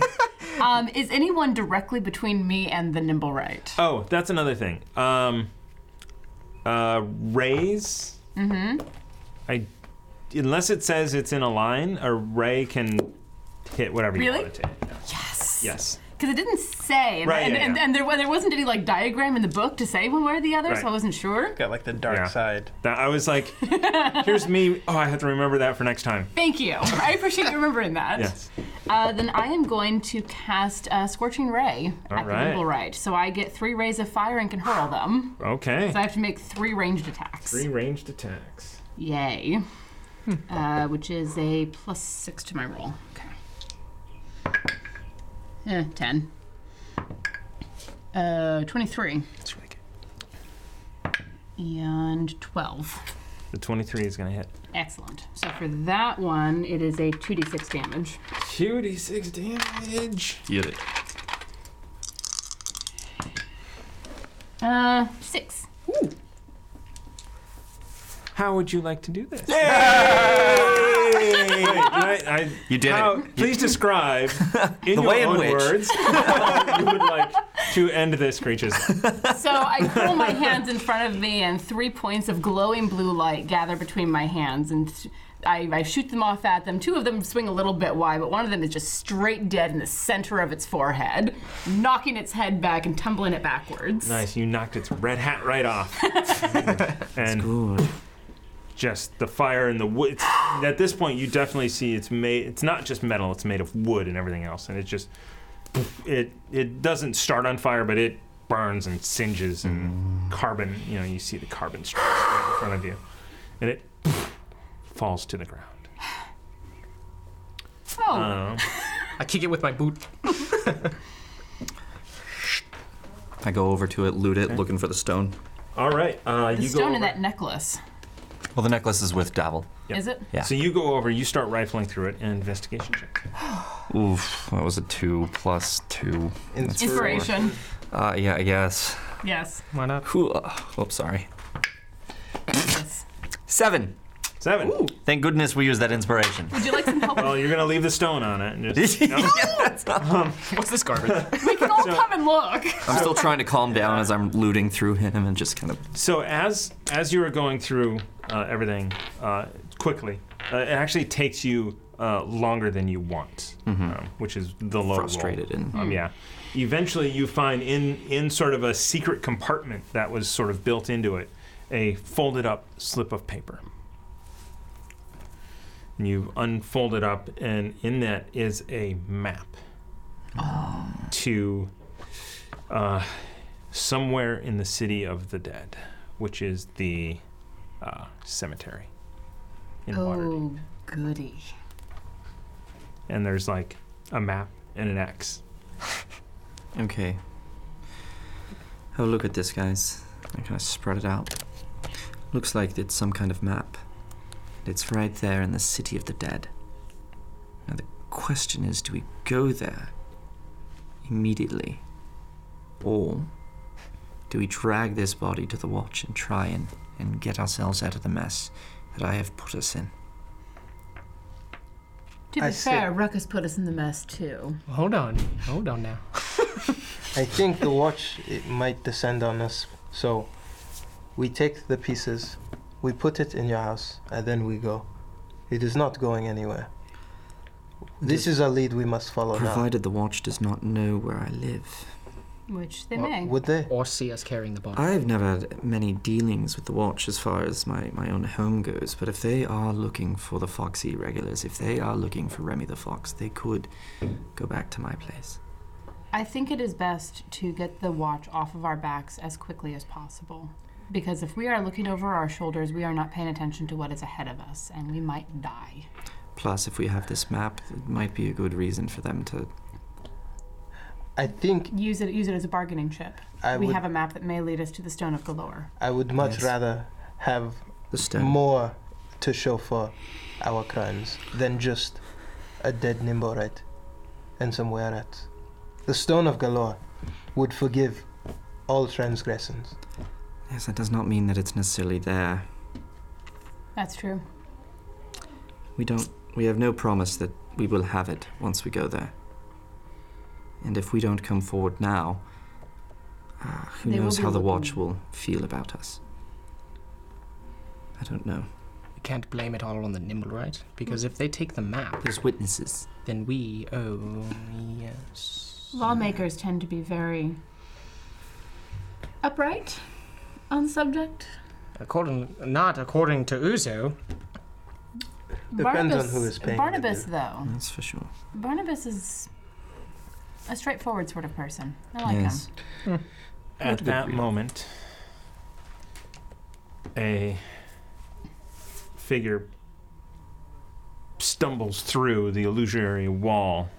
[SPEAKER 2] um, is anyone directly between me and the nimble right?
[SPEAKER 1] Oh, that's another thing. Um uh rays. Mm-hmm. I unless it says it's in a line, a ray can hit whatever
[SPEAKER 2] Really?
[SPEAKER 1] you want it to hit.
[SPEAKER 2] Yes.
[SPEAKER 1] Yes.
[SPEAKER 2] Because it didn't say, and,
[SPEAKER 1] Right,
[SPEAKER 2] and,
[SPEAKER 1] yeah,
[SPEAKER 2] and,
[SPEAKER 1] yeah.
[SPEAKER 2] and there, wa- there wasn't any like diagram in the book to say one way or the other,
[SPEAKER 1] Right.
[SPEAKER 2] so I wasn't sure.
[SPEAKER 5] Got like the dark
[SPEAKER 1] Yeah.
[SPEAKER 5] side.
[SPEAKER 1] That I was like, here's me. Oh, I have to remember that for next time.
[SPEAKER 2] Thank you. I appreciate you remembering that.
[SPEAKER 1] Yes.
[SPEAKER 2] Uh, then I am going to cast uh, Scorching Ray
[SPEAKER 1] All
[SPEAKER 2] at
[SPEAKER 1] right.
[SPEAKER 2] the nimble right, so I get three rays of fire and can hurl them.
[SPEAKER 1] Okay.
[SPEAKER 2] So I have to make three ranged attacks.
[SPEAKER 1] Three ranged attacks.
[SPEAKER 2] Yay. Uh, which is a plus six to my roll. Okay. Eh, ten. Uh, 23.
[SPEAKER 7] That's really good.
[SPEAKER 2] And 12.
[SPEAKER 1] The 23 is gonna hit.
[SPEAKER 2] Excellent. So for that one, it is a 2d6 damage.
[SPEAKER 1] 2d6 damage.
[SPEAKER 8] Get it.
[SPEAKER 2] Uh, six.
[SPEAKER 1] How would you like to do this? Yay! I, I,
[SPEAKER 6] You did it.
[SPEAKER 1] how- Please describe in your
[SPEAKER 6] Oh. way in
[SPEAKER 1] own
[SPEAKER 6] which.
[SPEAKER 1] words how you would like to end this creature's. life.
[SPEAKER 2] So I curl my hands in front of me, and three points of glowing blue light gather between my hands, and I, I shoot them off at them. Two of them swing a little bit wide, but one of them is just straight dead in the center of its forehead, knocking its head back and tumbling it backwards.
[SPEAKER 1] Nice. You knocked its red hat right off. and just the fire and the wood. It's, at this point, you definitely see it's made. It's not just metal; it's made of wood and everything else. And it just it it doesn't start on fire, but it burns and singes and
[SPEAKER 6] Mm.
[SPEAKER 1] carbon. You know, you see the carbon streaks right in front of you, and it falls to the ground.
[SPEAKER 2] Oh,
[SPEAKER 1] Uh,
[SPEAKER 7] I kick it with my boot.
[SPEAKER 6] I go over to it, loot it, looking for the stone.
[SPEAKER 1] all right, uh,
[SPEAKER 2] the
[SPEAKER 1] you go.
[SPEAKER 2] stone in
[SPEAKER 1] over-
[SPEAKER 2] that necklace.
[SPEAKER 6] Well, the necklace is with Dabble.
[SPEAKER 1] Yep.
[SPEAKER 2] Is it?
[SPEAKER 6] Yeah.
[SPEAKER 1] So you go over. You start rifling through it. An investigation check.
[SPEAKER 6] Oof, that was a two plus two. That's four.
[SPEAKER 2] Inspiration.
[SPEAKER 6] Uh, yeah, I guess.
[SPEAKER 2] Yes.
[SPEAKER 4] Why not?
[SPEAKER 6] Whew, uh, oops, sorry.
[SPEAKER 2] yes.
[SPEAKER 6] Seven.
[SPEAKER 1] Seven.
[SPEAKER 6] Thank goodness we used that inspiration.
[SPEAKER 2] Would you like some help?
[SPEAKER 1] Well, you're gonna leave the stone on it. And just, no?
[SPEAKER 7] What's this garbage?
[SPEAKER 2] we can all come and look.
[SPEAKER 6] I'm still trying to calm down as I'm looting through him and just kind of.
[SPEAKER 1] So as as you are going through uh, everything uh, quickly, uh, it actually takes you uh, longer than you want, um, which is the low roll.
[SPEAKER 6] Mm-hmm. Frustrated and-
[SPEAKER 1] um, yeah. Eventually, you find in in sort of a secret compartment that was sort of built into it a folded up slip of paper. And you unfold it up, and in that is a map to uh, somewhere in the city of the dead, which is the uh, cemetery in Waterdeep.
[SPEAKER 2] Oh, goody.
[SPEAKER 1] And there's like a map and an X.
[SPEAKER 6] Okay. Have a look at this, guys. I kind of spread it out. Looks like it's some kind of map. It's right there in the city of the dead. Now the question is, do we go there immediately, or do we drag this body to the watch and try and, and get ourselves out of the mess that I have put us in?
[SPEAKER 2] To be
[SPEAKER 5] I see.
[SPEAKER 2] fair, Ruckus put us in the mess too.
[SPEAKER 4] Hold on. Hold on now.
[SPEAKER 5] I think the watch it might descend on us. So we take the pieces, we put it in your house, and then we go. It is not going anywhere. This is a lead we must follow now.
[SPEAKER 6] Provided the watch does not know where I live.
[SPEAKER 2] Which they
[SPEAKER 7] Well,
[SPEAKER 2] may.
[SPEAKER 5] Would they?
[SPEAKER 7] Or see us carrying the body.
[SPEAKER 6] I've never had many dealings with the Watch as far as my, my own home goes, but if they are looking for the Foxy regulars, if they are looking for Remy the Fox, they could go back to my place.
[SPEAKER 2] I think it is best to get the watch off of our backs as quickly as possible. Because if we are looking over our shoulders, we are not paying attention to what is ahead of us, and we might die.
[SPEAKER 6] Plus, if we have this map, it might be a good reason for them to.
[SPEAKER 5] I think
[SPEAKER 2] Use it, use it as a bargaining chip.
[SPEAKER 5] I
[SPEAKER 2] we
[SPEAKER 5] would.
[SPEAKER 2] have a map that may lead us to the Stone of Galore.
[SPEAKER 5] I would much
[SPEAKER 6] Yes.
[SPEAKER 5] rather have
[SPEAKER 6] The stone.
[SPEAKER 5] more to show for our crimes than just a dead Nimboret and some werats. The Stone of Galore would forgive all transgressions.
[SPEAKER 6] yes, that does not mean that it's necessarily there.
[SPEAKER 2] That's true.
[SPEAKER 6] We don't. We have no promise that we will have it once we go there. And if we don't come forward now, uh, who
[SPEAKER 2] They will
[SPEAKER 6] knows
[SPEAKER 2] be
[SPEAKER 6] how the Watch
[SPEAKER 2] looking.
[SPEAKER 6] will feel about us? I don't know.
[SPEAKER 7] We can't blame it all on the nimble, right? Because if they take the map,
[SPEAKER 6] There's witnesses.
[SPEAKER 7] then we oh yes.
[SPEAKER 2] Lawmakers tend to be very upright on subject.
[SPEAKER 7] According, not according to Uzo.
[SPEAKER 5] Depends on who is paying the
[SPEAKER 2] Barnabas, though.
[SPEAKER 6] That's for sure.
[SPEAKER 2] Barnabas is a straightforward sort of person. I like him.
[SPEAKER 6] yes.
[SPEAKER 1] At that moment, a figure stumbles through the illusory wall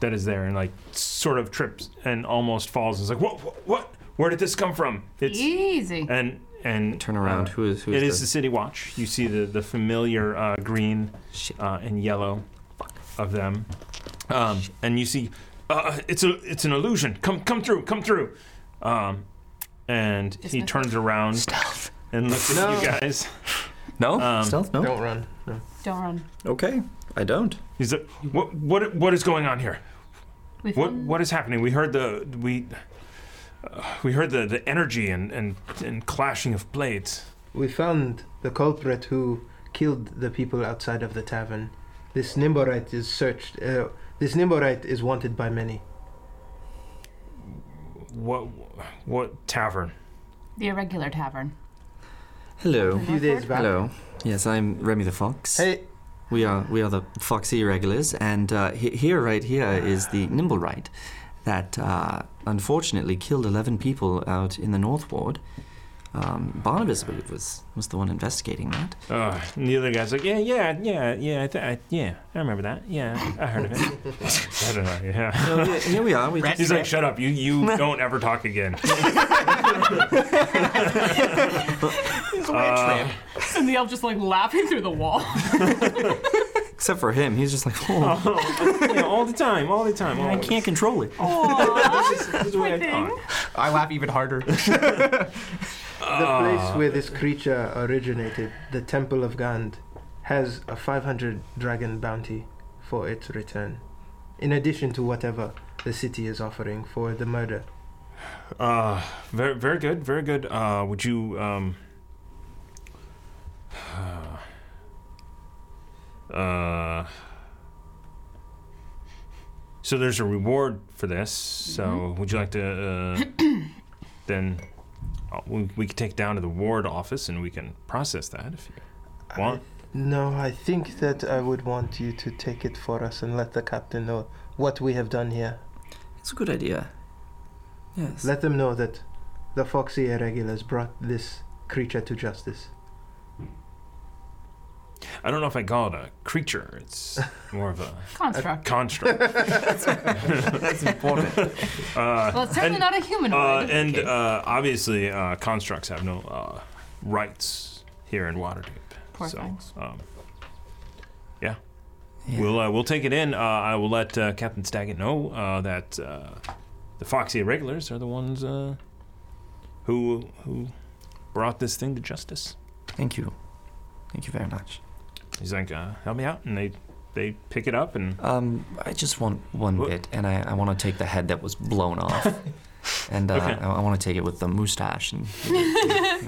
[SPEAKER 1] that is there and like sort of trips and almost falls. It's like what? What? what? Where did this come from? It's
[SPEAKER 2] Easy.
[SPEAKER 1] and and
[SPEAKER 6] Turn around.
[SPEAKER 1] uh,
[SPEAKER 6] who is who
[SPEAKER 1] it is
[SPEAKER 6] is?
[SPEAKER 1] the city watch. You see the the familiar uh, green
[SPEAKER 6] the- Shit.
[SPEAKER 1] uh, and yellow of them, um, and you see uh, it's a it's an illusion. Come come through, come through, um, and he
[SPEAKER 2] Isn't it-
[SPEAKER 1] turns around and looks at you guys.
[SPEAKER 6] No.
[SPEAKER 1] Um,
[SPEAKER 6] Stealth. No.
[SPEAKER 5] Don't run. No.
[SPEAKER 2] Don't run.
[SPEAKER 6] Okay. I don't.
[SPEAKER 1] He's like, what what what is going on here?
[SPEAKER 2] We
[SPEAKER 1] What
[SPEAKER 2] found-
[SPEAKER 1] what is happening? We heard the we. Uh, we heard the, the energy and, and, and clashing of blades.
[SPEAKER 5] We found the culprit who killed the people outside of the tavern. This Nimborite is searched. Uh, this Nimborite is wanted by many.
[SPEAKER 1] What what tavern?
[SPEAKER 2] The irregular tavern.
[SPEAKER 6] Hello.
[SPEAKER 5] A few days back.
[SPEAKER 6] Oh. Hello. Yes, I'm Remy the Fox.
[SPEAKER 5] Hey,
[SPEAKER 6] We are we are the Foxy regulars, and uh, he- here, right here, is the Nimble Right that uh, unfortunately killed eleven people out in the North Ward. Um, Barnabas, I believe, was was the one investigating that.
[SPEAKER 1] Uh, and the other guy's like, yeah, yeah, yeah, yeah, I th- I, yeah, I remember that. Yeah, I heard of it. I don't know. Yeah.
[SPEAKER 6] So here, here we are. We
[SPEAKER 7] Rat-
[SPEAKER 1] He's like, shut up. You you don't ever talk again. Uh,
[SPEAKER 2] And the elf just like laughing through the wall.
[SPEAKER 6] except for him, he's just like, oh,
[SPEAKER 1] yeah, all the time, all the time.
[SPEAKER 6] I
[SPEAKER 1] always.
[SPEAKER 6] can't control it.
[SPEAKER 1] This is- this is the way I
[SPEAKER 2] thing.
[SPEAKER 1] talk.
[SPEAKER 4] I laugh even harder.
[SPEAKER 5] The place where this creature originated, the Temple of Gand, has a 500 dragon bounty for its return, in addition to whatever the city is offering for the murder.
[SPEAKER 1] Uh, very very good, very good. Uh, would you um. Uh, so there's a reward for this. So would you like to uh, then uh, we, we could take it down to the ward office and we can process that if you want.
[SPEAKER 5] No, I think that I would want you to take it for us and let the captain know what we have done here.
[SPEAKER 6] It's a good idea. Yes.
[SPEAKER 5] Let them know that the Foxy Irregulars brought this creature to justice.
[SPEAKER 1] I don't know if I call it a creature. It's more of a
[SPEAKER 2] Construct.
[SPEAKER 1] construct.
[SPEAKER 6] That's important.
[SPEAKER 1] Uh,
[SPEAKER 2] Well, it's certainly
[SPEAKER 1] and-
[SPEAKER 2] not a
[SPEAKER 1] Uh,
[SPEAKER 2] humanoid.
[SPEAKER 1] and uh, obviously, uh, constructs have no uh, rights here in Waterdeep.
[SPEAKER 2] Poor
[SPEAKER 1] so,
[SPEAKER 2] things.
[SPEAKER 1] um, yeah.
[SPEAKER 6] Yeah.
[SPEAKER 1] We'll uh, we'll take it in. Uh, I will let uh, Captain Staggett know uh, that uh, the Foxy Irregulars are the ones uh, who who brought this thing to justice.
[SPEAKER 6] Thank you. Thank you very much.
[SPEAKER 1] He's like, uh, help me out, and they they pick it up and
[SPEAKER 6] Um, I just want one bit, and I, I want to take the head that was blown off, and uh,
[SPEAKER 1] Okay.
[SPEAKER 6] I, I want to take it with the mustache and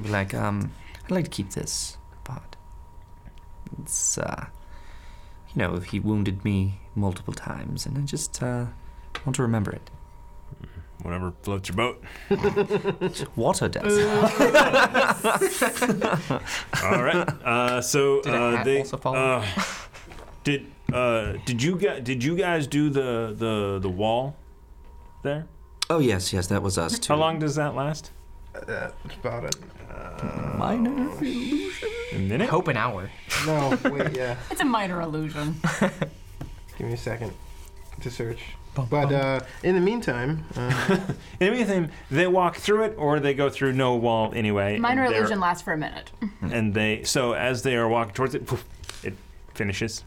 [SPEAKER 6] be like, um, I'd like to keep this, but it's uh, you know, he wounded me multiple times, and I just uh, want to remember it.
[SPEAKER 1] Whatever floats your boat.
[SPEAKER 6] Water does.
[SPEAKER 1] All right. Uh, so
[SPEAKER 6] Did a
[SPEAKER 1] uh,
[SPEAKER 6] hat
[SPEAKER 1] they
[SPEAKER 6] also follow?
[SPEAKER 1] uh, did uh, did you guys did you guys do the the the wall there?
[SPEAKER 6] Oh yes, yes, that was us too.
[SPEAKER 1] How long does that last?
[SPEAKER 5] Uh, it's about a
[SPEAKER 6] Uh, Minor
[SPEAKER 1] A minute.
[SPEAKER 7] Hope an hour.
[SPEAKER 5] No, wait, yeah.
[SPEAKER 2] It's a minor illusion.
[SPEAKER 5] Give me a second to search. But uh, in the meantime, uh,
[SPEAKER 1] Anything they walk through it or they go through no wall anyway. and
[SPEAKER 2] Minor
[SPEAKER 1] they're-
[SPEAKER 2] illusion lasts for a minute.
[SPEAKER 1] and they so as they are walking towards it, poof, it finishes.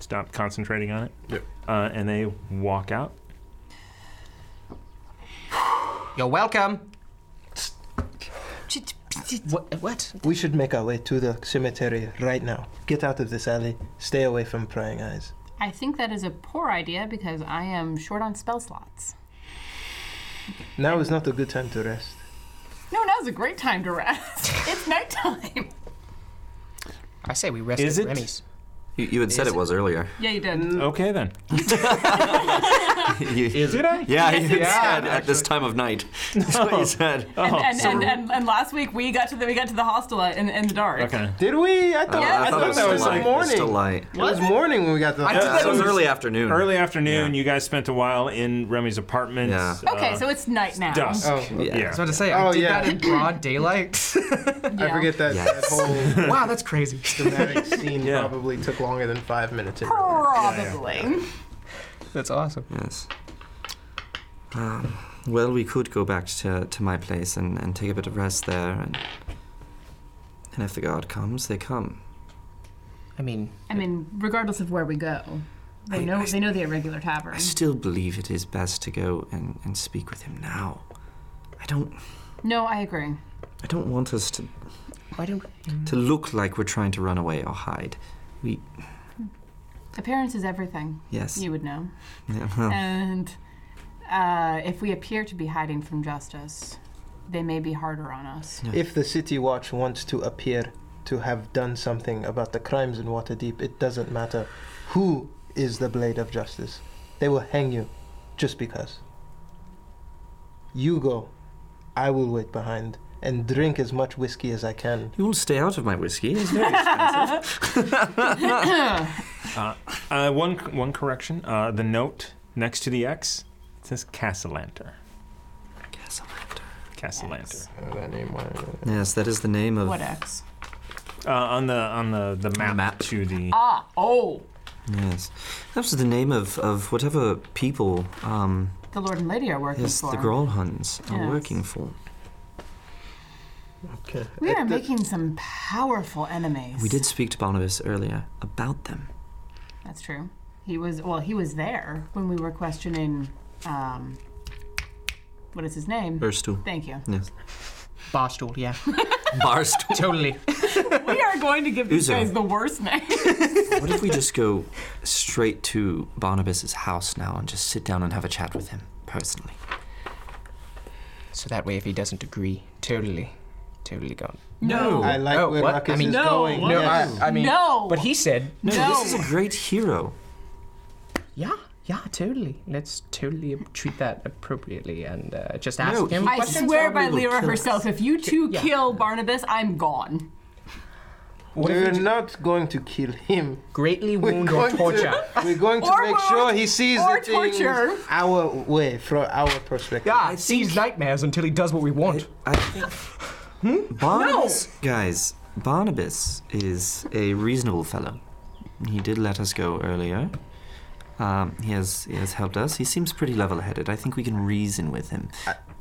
[SPEAKER 1] Stop concentrating on it.
[SPEAKER 5] Yep.
[SPEAKER 1] Uh, and they walk out.
[SPEAKER 7] You're welcome.
[SPEAKER 5] What?
[SPEAKER 7] What?
[SPEAKER 5] we should make our way to the cemetery right now. Get out of this alley. Stay away from prying eyes.
[SPEAKER 2] I think that is a poor idea because I am short on spell slots.
[SPEAKER 5] Now is not a good time to rest.
[SPEAKER 2] No, now's a great time to rest. it's nighttime.
[SPEAKER 7] I say we rest
[SPEAKER 1] Is
[SPEAKER 7] at
[SPEAKER 1] it?
[SPEAKER 7] Remy's.
[SPEAKER 6] You, you had said it was earlier.
[SPEAKER 2] Yeah, you
[SPEAKER 1] Mm.
[SPEAKER 2] did.
[SPEAKER 1] Okay then.
[SPEAKER 6] You-
[SPEAKER 1] Did I?
[SPEAKER 6] yeah, you had
[SPEAKER 7] it's-
[SPEAKER 6] said at this time of night. That's what you said.
[SPEAKER 2] And,
[SPEAKER 1] Oh,
[SPEAKER 2] and, and, and, and last week we got to the we got to the hostel in, in the dark.
[SPEAKER 1] Okay.
[SPEAKER 5] Did we? I thought,
[SPEAKER 2] Yeah,
[SPEAKER 5] I thought, that was
[SPEAKER 6] still light.
[SPEAKER 5] like
[SPEAKER 6] It was
[SPEAKER 5] morning.
[SPEAKER 6] still light.
[SPEAKER 5] It was morning when we got to the uh,
[SPEAKER 6] It was early afternoon.
[SPEAKER 1] Early afternoon. You guys spent a while in Remy's apartment.
[SPEAKER 6] Yeah.
[SPEAKER 2] Okay, so it's night now.
[SPEAKER 1] Uh, dusk.
[SPEAKER 5] Oh,
[SPEAKER 6] Yeah.
[SPEAKER 1] Yeah.
[SPEAKER 4] I was about to say,
[SPEAKER 5] Oh,
[SPEAKER 4] I did
[SPEAKER 5] yeah.
[SPEAKER 4] that in broad daylight.
[SPEAKER 5] I
[SPEAKER 2] Yeah.
[SPEAKER 5] forget that, that
[SPEAKER 6] Yes.
[SPEAKER 5] whole
[SPEAKER 4] wow, that's crazy.
[SPEAKER 5] dramatic scene
[SPEAKER 1] Yeah.
[SPEAKER 5] probably took longer than five minutes. in real life.
[SPEAKER 2] Probably.
[SPEAKER 4] That's awesome.
[SPEAKER 6] Yes. Um, well, we could go back to, to my place and, and take a bit of rest there, and and if the guard comes, they come.
[SPEAKER 7] I mean,
[SPEAKER 2] I mean, regardless of where we go, they
[SPEAKER 6] I-
[SPEAKER 2] know
[SPEAKER 6] I-
[SPEAKER 2] they know the irregular tavern.
[SPEAKER 6] I still believe it is best to go and, and speak with him now. I don't
[SPEAKER 2] No, I agree.
[SPEAKER 6] I don't want us to
[SPEAKER 7] why don't
[SPEAKER 6] to look like we're trying to run away or hide. We
[SPEAKER 2] Appearance is everything.
[SPEAKER 6] yes.
[SPEAKER 2] You would know.
[SPEAKER 6] Yeah, well,
[SPEAKER 2] And uh, if we appear to be hiding from justice, they may be harder on us.
[SPEAKER 5] If the City Watch wants to appear to have done something about the crimes in Waterdeep, it doesn't matter who is the blade of justice. They will hang you just because. You go. I will wait behind and drink as much whiskey as I can.
[SPEAKER 6] you will stay out of my whiskey. It's very expensive.
[SPEAKER 1] Uh, one one correction. Uh, the note next to the X it says Casalanter.
[SPEAKER 6] Casalanter.
[SPEAKER 1] Casalanter.
[SPEAKER 6] Yes, that is the name of
[SPEAKER 2] What X?
[SPEAKER 1] Uh, on the on the the map,
[SPEAKER 6] map.
[SPEAKER 1] to the
[SPEAKER 2] Ah, oh,
[SPEAKER 6] yes. That was the name of, of whatever people um,
[SPEAKER 2] the Lord and Lady are working
[SPEAKER 6] Yes,
[SPEAKER 2] for.
[SPEAKER 6] the Grolhuns are
[SPEAKER 2] Yes.
[SPEAKER 6] working for.
[SPEAKER 5] Okay.
[SPEAKER 2] we are
[SPEAKER 5] It-
[SPEAKER 2] making some powerful enemies.
[SPEAKER 6] We did speak to Barnabas earlier about them.
[SPEAKER 2] That's true. He was well. He was there when we were questioning. Um, what is his name?
[SPEAKER 6] Barstool.
[SPEAKER 2] Thank you.
[SPEAKER 6] Yes.
[SPEAKER 7] Barstool? Yeah,
[SPEAKER 6] Barstool.
[SPEAKER 7] totally.
[SPEAKER 2] We are going to give these
[SPEAKER 6] Uzo.
[SPEAKER 2] guys the worst name.
[SPEAKER 6] what if we just go straight to Barnabas's house now and just sit down and have a chat with him personally?
[SPEAKER 7] So that way, if he doesn't agree, totally, totally gone.
[SPEAKER 2] No.
[SPEAKER 5] I like
[SPEAKER 7] Oh,
[SPEAKER 5] where
[SPEAKER 7] what?
[SPEAKER 5] Ruckus
[SPEAKER 7] I mean-
[SPEAKER 5] is
[SPEAKER 7] No,
[SPEAKER 5] going.
[SPEAKER 7] No, I, I mean,
[SPEAKER 2] no.
[SPEAKER 7] But he said,
[SPEAKER 2] no.
[SPEAKER 6] This is a great hero.
[SPEAKER 7] yeah, yeah, totally. Let's totally treat that appropriately and uh, just ask
[SPEAKER 6] No,
[SPEAKER 7] him.
[SPEAKER 6] he-
[SPEAKER 2] I
[SPEAKER 7] questions.
[SPEAKER 2] swear
[SPEAKER 6] are
[SPEAKER 2] by
[SPEAKER 6] little
[SPEAKER 2] Lyra
[SPEAKER 6] killers.
[SPEAKER 2] herself, if you two
[SPEAKER 7] Yeah.
[SPEAKER 2] kill Barnabas, I'm gone.
[SPEAKER 7] What if
[SPEAKER 5] We're
[SPEAKER 7] we ju-
[SPEAKER 5] not going to kill him.
[SPEAKER 7] greatly
[SPEAKER 5] We're
[SPEAKER 7] wound or
[SPEAKER 5] going
[SPEAKER 7] torture?
[SPEAKER 5] to, we're going to
[SPEAKER 2] Or
[SPEAKER 5] make
[SPEAKER 2] wound
[SPEAKER 5] sure he sees
[SPEAKER 2] or
[SPEAKER 5] the things
[SPEAKER 2] torture.
[SPEAKER 5] our way, from our perspective.
[SPEAKER 7] Yeah, sees nightmares until he does what we want.
[SPEAKER 6] I think. Barnabas, guys, Barnabas is a reasonable fellow. He did let us go earlier. Um, he has he has helped us. He seems pretty level-headed. I think we can reason with him.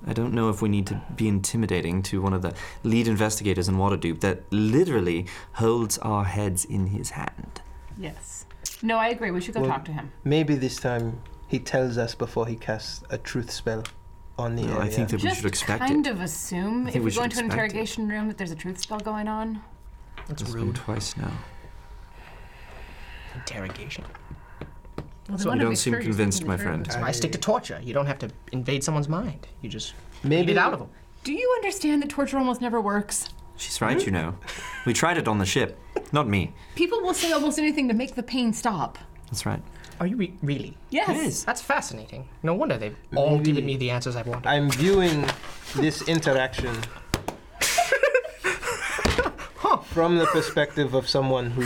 [SPEAKER 6] I don't know if we need to be intimidating to one of the lead investigators in Waterdeep that literally holds our heads in his hand.
[SPEAKER 2] Yes. No, I agree. We should go
[SPEAKER 5] Well-
[SPEAKER 2] talk to him.
[SPEAKER 5] Maybe this time he tells us before he casts a truth spell. on the
[SPEAKER 6] No,
[SPEAKER 5] area.
[SPEAKER 6] I think that we
[SPEAKER 2] Just
[SPEAKER 6] should expect it.
[SPEAKER 2] kind of assume
[SPEAKER 6] I
[SPEAKER 2] if
[SPEAKER 6] think
[SPEAKER 2] we
[SPEAKER 6] we
[SPEAKER 2] go
[SPEAKER 6] should
[SPEAKER 2] into an
[SPEAKER 6] expect it.
[SPEAKER 2] interrogation room that there's a truth spell going on.
[SPEAKER 6] That's rude. Twice now.
[SPEAKER 7] Interrogation.
[SPEAKER 2] Well, they
[SPEAKER 6] So
[SPEAKER 2] wanna
[SPEAKER 6] you don't
[SPEAKER 2] make
[SPEAKER 6] seem
[SPEAKER 2] sure you're
[SPEAKER 6] convinced,
[SPEAKER 2] speaking
[SPEAKER 6] my
[SPEAKER 2] the
[SPEAKER 6] friend.
[SPEAKER 7] That's why I stick to torture. You don't have to invade someone's mind. You just
[SPEAKER 5] Maybe-
[SPEAKER 7] beat it out of them.
[SPEAKER 2] Do you understand that torture almost never works?
[SPEAKER 6] She's right, you know. We tried it on the ship, not me.
[SPEAKER 2] People will say almost anything to make the pain stop.
[SPEAKER 6] That's right.
[SPEAKER 7] Are you re- really?
[SPEAKER 2] Yes.
[SPEAKER 7] That's fascinating. No wonder they've all given me the answers I wanted.
[SPEAKER 5] I'm viewing this interaction from the perspective of someone who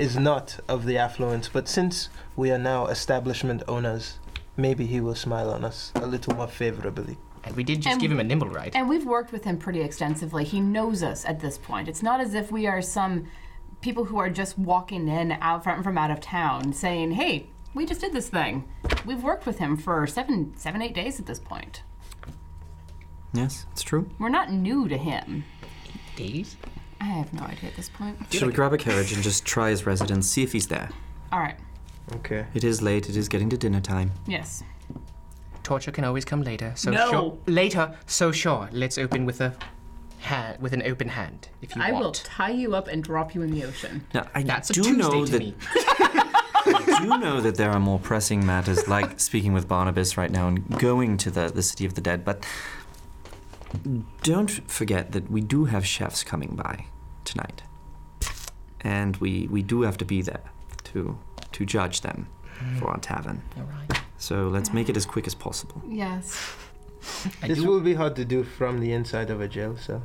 [SPEAKER 5] is not of the affluence, but since we are now establishment owners, maybe he will smile on us a little more favorably.
[SPEAKER 7] And we did just
[SPEAKER 2] And-
[SPEAKER 7] give him a nimble ride.
[SPEAKER 2] And we've worked with him pretty extensively. He knows us at this point. It's not as if we are some people who are just walking in out from, from out of town saying, hey, we just did this thing. We've worked with him for seven, seven, eight days at this point.
[SPEAKER 6] Yes, it's true.
[SPEAKER 2] We're not new to him.
[SPEAKER 7] Days?
[SPEAKER 2] I have no idea at this point.
[SPEAKER 6] Should we grab a carriage and just try his residence, see if he's there?
[SPEAKER 2] All right.
[SPEAKER 5] Okay.
[SPEAKER 6] It is late, it is getting to dinner time.
[SPEAKER 2] Yes.
[SPEAKER 7] Torture can always come later. So
[SPEAKER 2] No.
[SPEAKER 7] sure. Later. So sure. Let's open with a hand, with an open hand, if you
[SPEAKER 2] I will
[SPEAKER 7] want.
[SPEAKER 2] tie you up and drop you in the ocean.
[SPEAKER 6] Now, I
[SPEAKER 7] That's a
[SPEAKER 6] do
[SPEAKER 7] Tuesday
[SPEAKER 6] know
[SPEAKER 7] to
[SPEAKER 6] that
[SPEAKER 7] me.
[SPEAKER 6] I do know that there are more pressing matters, like speaking with Barnabas right now and going to the, the city of the dead. But don't forget that we do have chefs coming by tonight, and we we do have to be there to to judge them for our tavern.
[SPEAKER 7] All right.
[SPEAKER 6] So let's make it as quick as possible.
[SPEAKER 2] Yes.
[SPEAKER 7] I
[SPEAKER 5] This
[SPEAKER 7] do-
[SPEAKER 5] will be hard to do from the inside of a jail cell.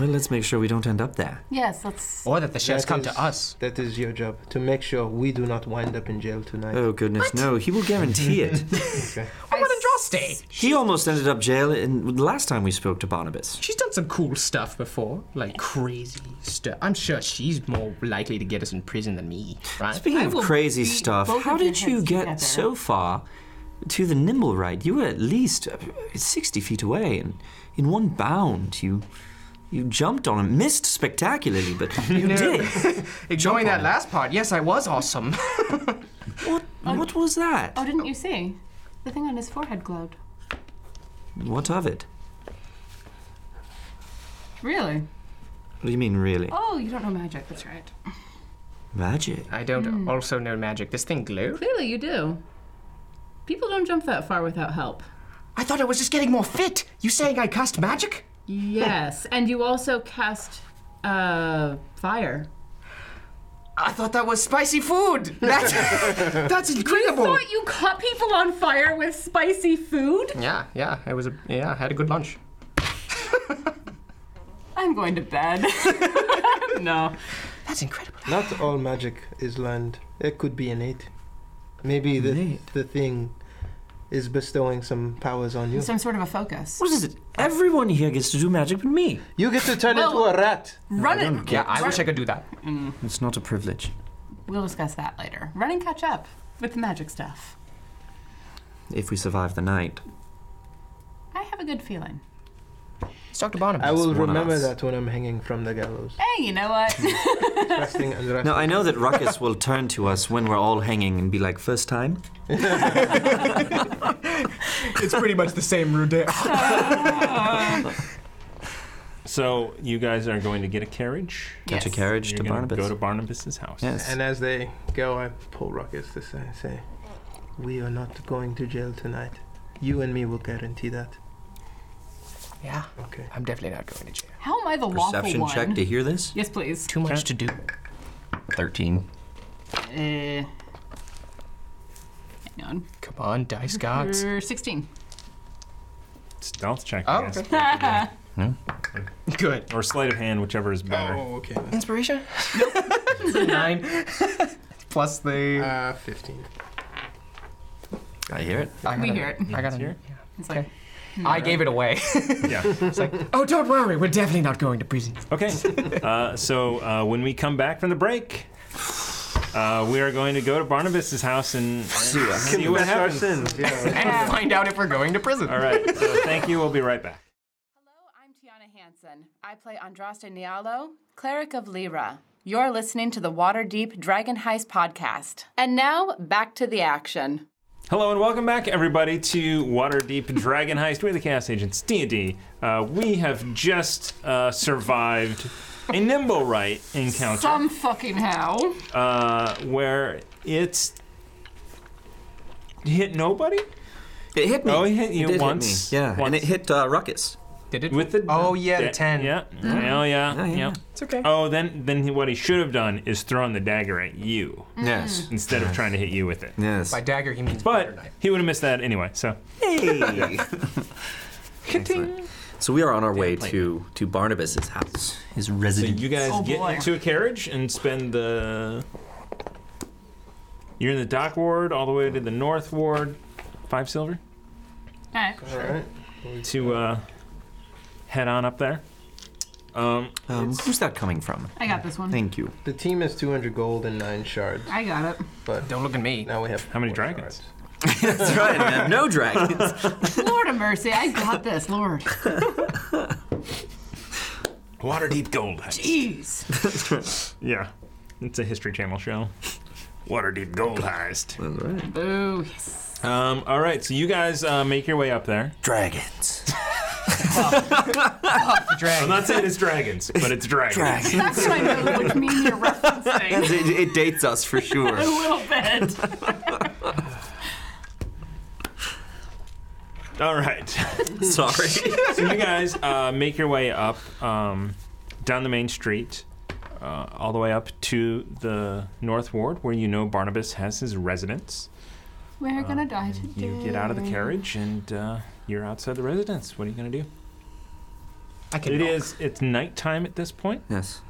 [SPEAKER 6] Well, let's make sure we don't end up there.
[SPEAKER 2] Yes, let's.
[SPEAKER 7] Or that the chefs
[SPEAKER 5] That
[SPEAKER 7] come
[SPEAKER 5] is-
[SPEAKER 7] to us.
[SPEAKER 5] That is your job, to make sure we do not wind up in jail tonight.
[SPEAKER 6] Oh goodness, no! He will guarantee it.
[SPEAKER 5] Okay.
[SPEAKER 7] What about a draw stay?
[SPEAKER 6] he almost ended up jail in the last time we spoke to Barnabas.
[SPEAKER 7] She's done some cool stuff before, like crazy stuff. I'm sure she's more likely to get us in prison than me, right?
[SPEAKER 6] Speaking
[SPEAKER 2] I
[SPEAKER 6] of
[SPEAKER 2] will
[SPEAKER 6] crazy
[SPEAKER 2] beat
[SPEAKER 6] stuff,
[SPEAKER 2] both
[SPEAKER 6] how
[SPEAKER 2] of your
[SPEAKER 6] did you
[SPEAKER 2] heads
[SPEAKER 6] get
[SPEAKER 2] together.
[SPEAKER 6] so far to the nimble ride? You were at least uh, 60 feet away, and in one bound, you you jumped on him, missed spectacularly, but you
[SPEAKER 7] No.
[SPEAKER 6] did.
[SPEAKER 7] Ignoring
[SPEAKER 6] Jump on
[SPEAKER 7] that last part, yes, I was awesome.
[SPEAKER 6] What, what was that?
[SPEAKER 2] Oh, didn't you see? The thing on his forehead glowed.
[SPEAKER 6] What of it?
[SPEAKER 2] Really?
[SPEAKER 6] What do you mean, really?
[SPEAKER 2] Oh, you don't know magic. That's right.
[SPEAKER 6] Magic?
[SPEAKER 7] I don't also know magic. This thing glowed?
[SPEAKER 2] Clearly, you do. People don't jump that far without help.
[SPEAKER 7] I thought I was just getting more fit. You saying I cast magic?
[SPEAKER 2] Yes, and you also cast uh, fire.
[SPEAKER 7] I thought that was spicy food. That's, that's incredible.
[SPEAKER 2] Thought you caught people on fire with spicy food?
[SPEAKER 7] Yeah, yeah, I was a, yeah, I had a good lunch.
[SPEAKER 2] I'm going to bed. no.
[SPEAKER 7] That's incredible.
[SPEAKER 5] Not all magic is learned. It could be innate. Maybe the
[SPEAKER 6] Innate.
[SPEAKER 5] the thing is bestowing some powers on you.
[SPEAKER 2] Some sort of a focus.
[SPEAKER 6] What is it? Everyone here gets to do magic but me.
[SPEAKER 5] You get to turn
[SPEAKER 2] Well-
[SPEAKER 5] into a rat.
[SPEAKER 2] Run it.
[SPEAKER 7] Yeah, I wish I could do that.
[SPEAKER 6] It's not a privilege.
[SPEAKER 2] We'll discuss that later. Run and catch up with the magic stuff.
[SPEAKER 6] If we survive the night,
[SPEAKER 2] I have a good feeling.
[SPEAKER 7] It's Dr. Barnabas.
[SPEAKER 5] I will
[SPEAKER 6] one of
[SPEAKER 5] remember
[SPEAKER 6] us.
[SPEAKER 5] that when I'm hanging from the gallows.
[SPEAKER 2] Hey, you know what?
[SPEAKER 5] Resting and resting.
[SPEAKER 6] No, I know that Ruckus will turn to us when we're all hanging and be like, first time?
[SPEAKER 4] It's pretty much the same route.
[SPEAKER 1] So you guys are going to get a carriage.
[SPEAKER 6] Catch a
[SPEAKER 2] Yes.
[SPEAKER 6] carriage
[SPEAKER 1] You're
[SPEAKER 6] to
[SPEAKER 1] gonna
[SPEAKER 6] Barnabas.
[SPEAKER 1] Go to Barnabas's house.
[SPEAKER 6] Yes.
[SPEAKER 5] And as they go, I pull Ruckus to say, say, "We are not going to jail tonight. You and me will guarantee that."
[SPEAKER 7] Yeah,
[SPEAKER 5] Okay.
[SPEAKER 7] I'm definitely not going to jail.
[SPEAKER 2] How am I the lawful
[SPEAKER 6] Perception
[SPEAKER 2] one?
[SPEAKER 6] check to hear this?
[SPEAKER 2] Yes, please.
[SPEAKER 7] Too much to do.
[SPEAKER 6] 13.
[SPEAKER 2] Uh, hang on.
[SPEAKER 7] Come on, dice
[SPEAKER 6] Oh,
[SPEAKER 7] gods.
[SPEAKER 2] You're 16.
[SPEAKER 1] Stealth check.
[SPEAKER 7] Oh,
[SPEAKER 1] I guess.
[SPEAKER 7] Good.
[SPEAKER 1] Or sleight of hand, whichever is better.
[SPEAKER 5] okay.
[SPEAKER 7] Inspiration? Nope. Nine. Plus the.
[SPEAKER 5] Uh, fifteen.
[SPEAKER 6] I hear it.
[SPEAKER 7] I got
[SPEAKER 2] We
[SPEAKER 7] a-
[SPEAKER 2] hear it.
[SPEAKER 7] I got a-
[SPEAKER 1] Here?
[SPEAKER 2] It's like,
[SPEAKER 7] I gave it away.
[SPEAKER 1] Yeah.
[SPEAKER 7] oh, don't worry. We're definitely not going to prison.
[SPEAKER 1] Okay. Uh, so uh, when we come back from the break, uh, we are going to go to Barnabas's house and see what,
[SPEAKER 5] Confess our
[SPEAKER 1] happens.
[SPEAKER 5] sins. Yeah.
[SPEAKER 7] And find out if we're going to prison.
[SPEAKER 1] All right. So thank you. We'll be right back.
[SPEAKER 2] Hello, I'm Tiana Hansen. I play Andraste Nialo, cleric of Lyra. You're listening to the Waterdeep Dragon Heist podcast. And now, back to the action.
[SPEAKER 1] Hello and welcome back, everybody, to Waterdeep Dragon Heist. We're the Chaos Agents D&D. Uh, we have just uh, survived a Nimblewright encounter.
[SPEAKER 2] Some fucking how.
[SPEAKER 1] uh, where it's hit nobody.
[SPEAKER 6] It hit me.
[SPEAKER 1] Oh, it hit
[SPEAKER 6] It
[SPEAKER 1] you
[SPEAKER 6] did hit
[SPEAKER 1] once.
[SPEAKER 6] me, yeah, and
[SPEAKER 1] once.
[SPEAKER 6] it hit uh, Ruckus.
[SPEAKER 1] Did it with the?
[SPEAKER 4] Oh, yeah, the 10.
[SPEAKER 1] Yeah.
[SPEAKER 4] Mhm.
[SPEAKER 1] Oh yeah.
[SPEAKER 4] Oh, yeah.
[SPEAKER 1] yeah.
[SPEAKER 4] It's okay.
[SPEAKER 1] Oh, then then he, what he should have done is thrown the dagger at you.
[SPEAKER 6] Yes. Mm.
[SPEAKER 1] Instead of
[SPEAKER 6] Yes.
[SPEAKER 1] trying to hit you with it.
[SPEAKER 6] Yes.
[SPEAKER 4] By dagger, he means.
[SPEAKER 1] But he would have missed that anyway. So.
[SPEAKER 6] Hey. So we are on our way
[SPEAKER 1] plane.
[SPEAKER 6] to to Barnabas's house, his
[SPEAKER 1] So
[SPEAKER 6] residence.
[SPEAKER 1] you guys
[SPEAKER 2] Oh,
[SPEAKER 1] get
[SPEAKER 2] boy.
[SPEAKER 1] into a carriage and spend the. You're in the dock ward all the way to the north ward. Five silver
[SPEAKER 2] Alright.
[SPEAKER 1] to uh, head on up there. Um,
[SPEAKER 6] who's that coming from?
[SPEAKER 2] I got this one.
[SPEAKER 6] Thank you.
[SPEAKER 5] The team has 200 gold and nine shards.
[SPEAKER 2] I got it.
[SPEAKER 5] But
[SPEAKER 4] don't look at me.
[SPEAKER 5] Now we have
[SPEAKER 1] how many dragons?
[SPEAKER 6] That's right. I have no dragons.
[SPEAKER 2] Lord of mercy, I got this, Lord.
[SPEAKER 1] Waterdeep Gold
[SPEAKER 2] Jeez.
[SPEAKER 1] Heist. yeah, it's a History Channel show. Waterdeep Gold Heist.
[SPEAKER 6] That's right.
[SPEAKER 2] Boo, yes.
[SPEAKER 1] Um, all right, so you guys uh, make your way up there.
[SPEAKER 6] Dragons.
[SPEAKER 1] I'm not saying it's dragons, but it's dragons.
[SPEAKER 6] Dragons.
[SPEAKER 2] That's what I know which meme you're referencing.
[SPEAKER 6] Yes, it, it dates us for sure.
[SPEAKER 2] A little bit.
[SPEAKER 1] All right.
[SPEAKER 6] Sorry.
[SPEAKER 1] so you guys uh, make your way up um, down the main street, uh, all the way up to the North Ward, where you know Barnabas has his residence. Um,
[SPEAKER 2] We're gonna die today.
[SPEAKER 1] You get out of the carriage, and uh, you're outside the residence. What are you gonna do?
[SPEAKER 4] I can.
[SPEAKER 1] It
[SPEAKER 4] knock.
[SPEAKER 1] is. It's nighttime at this point.
[SPEAKER 6] Yes.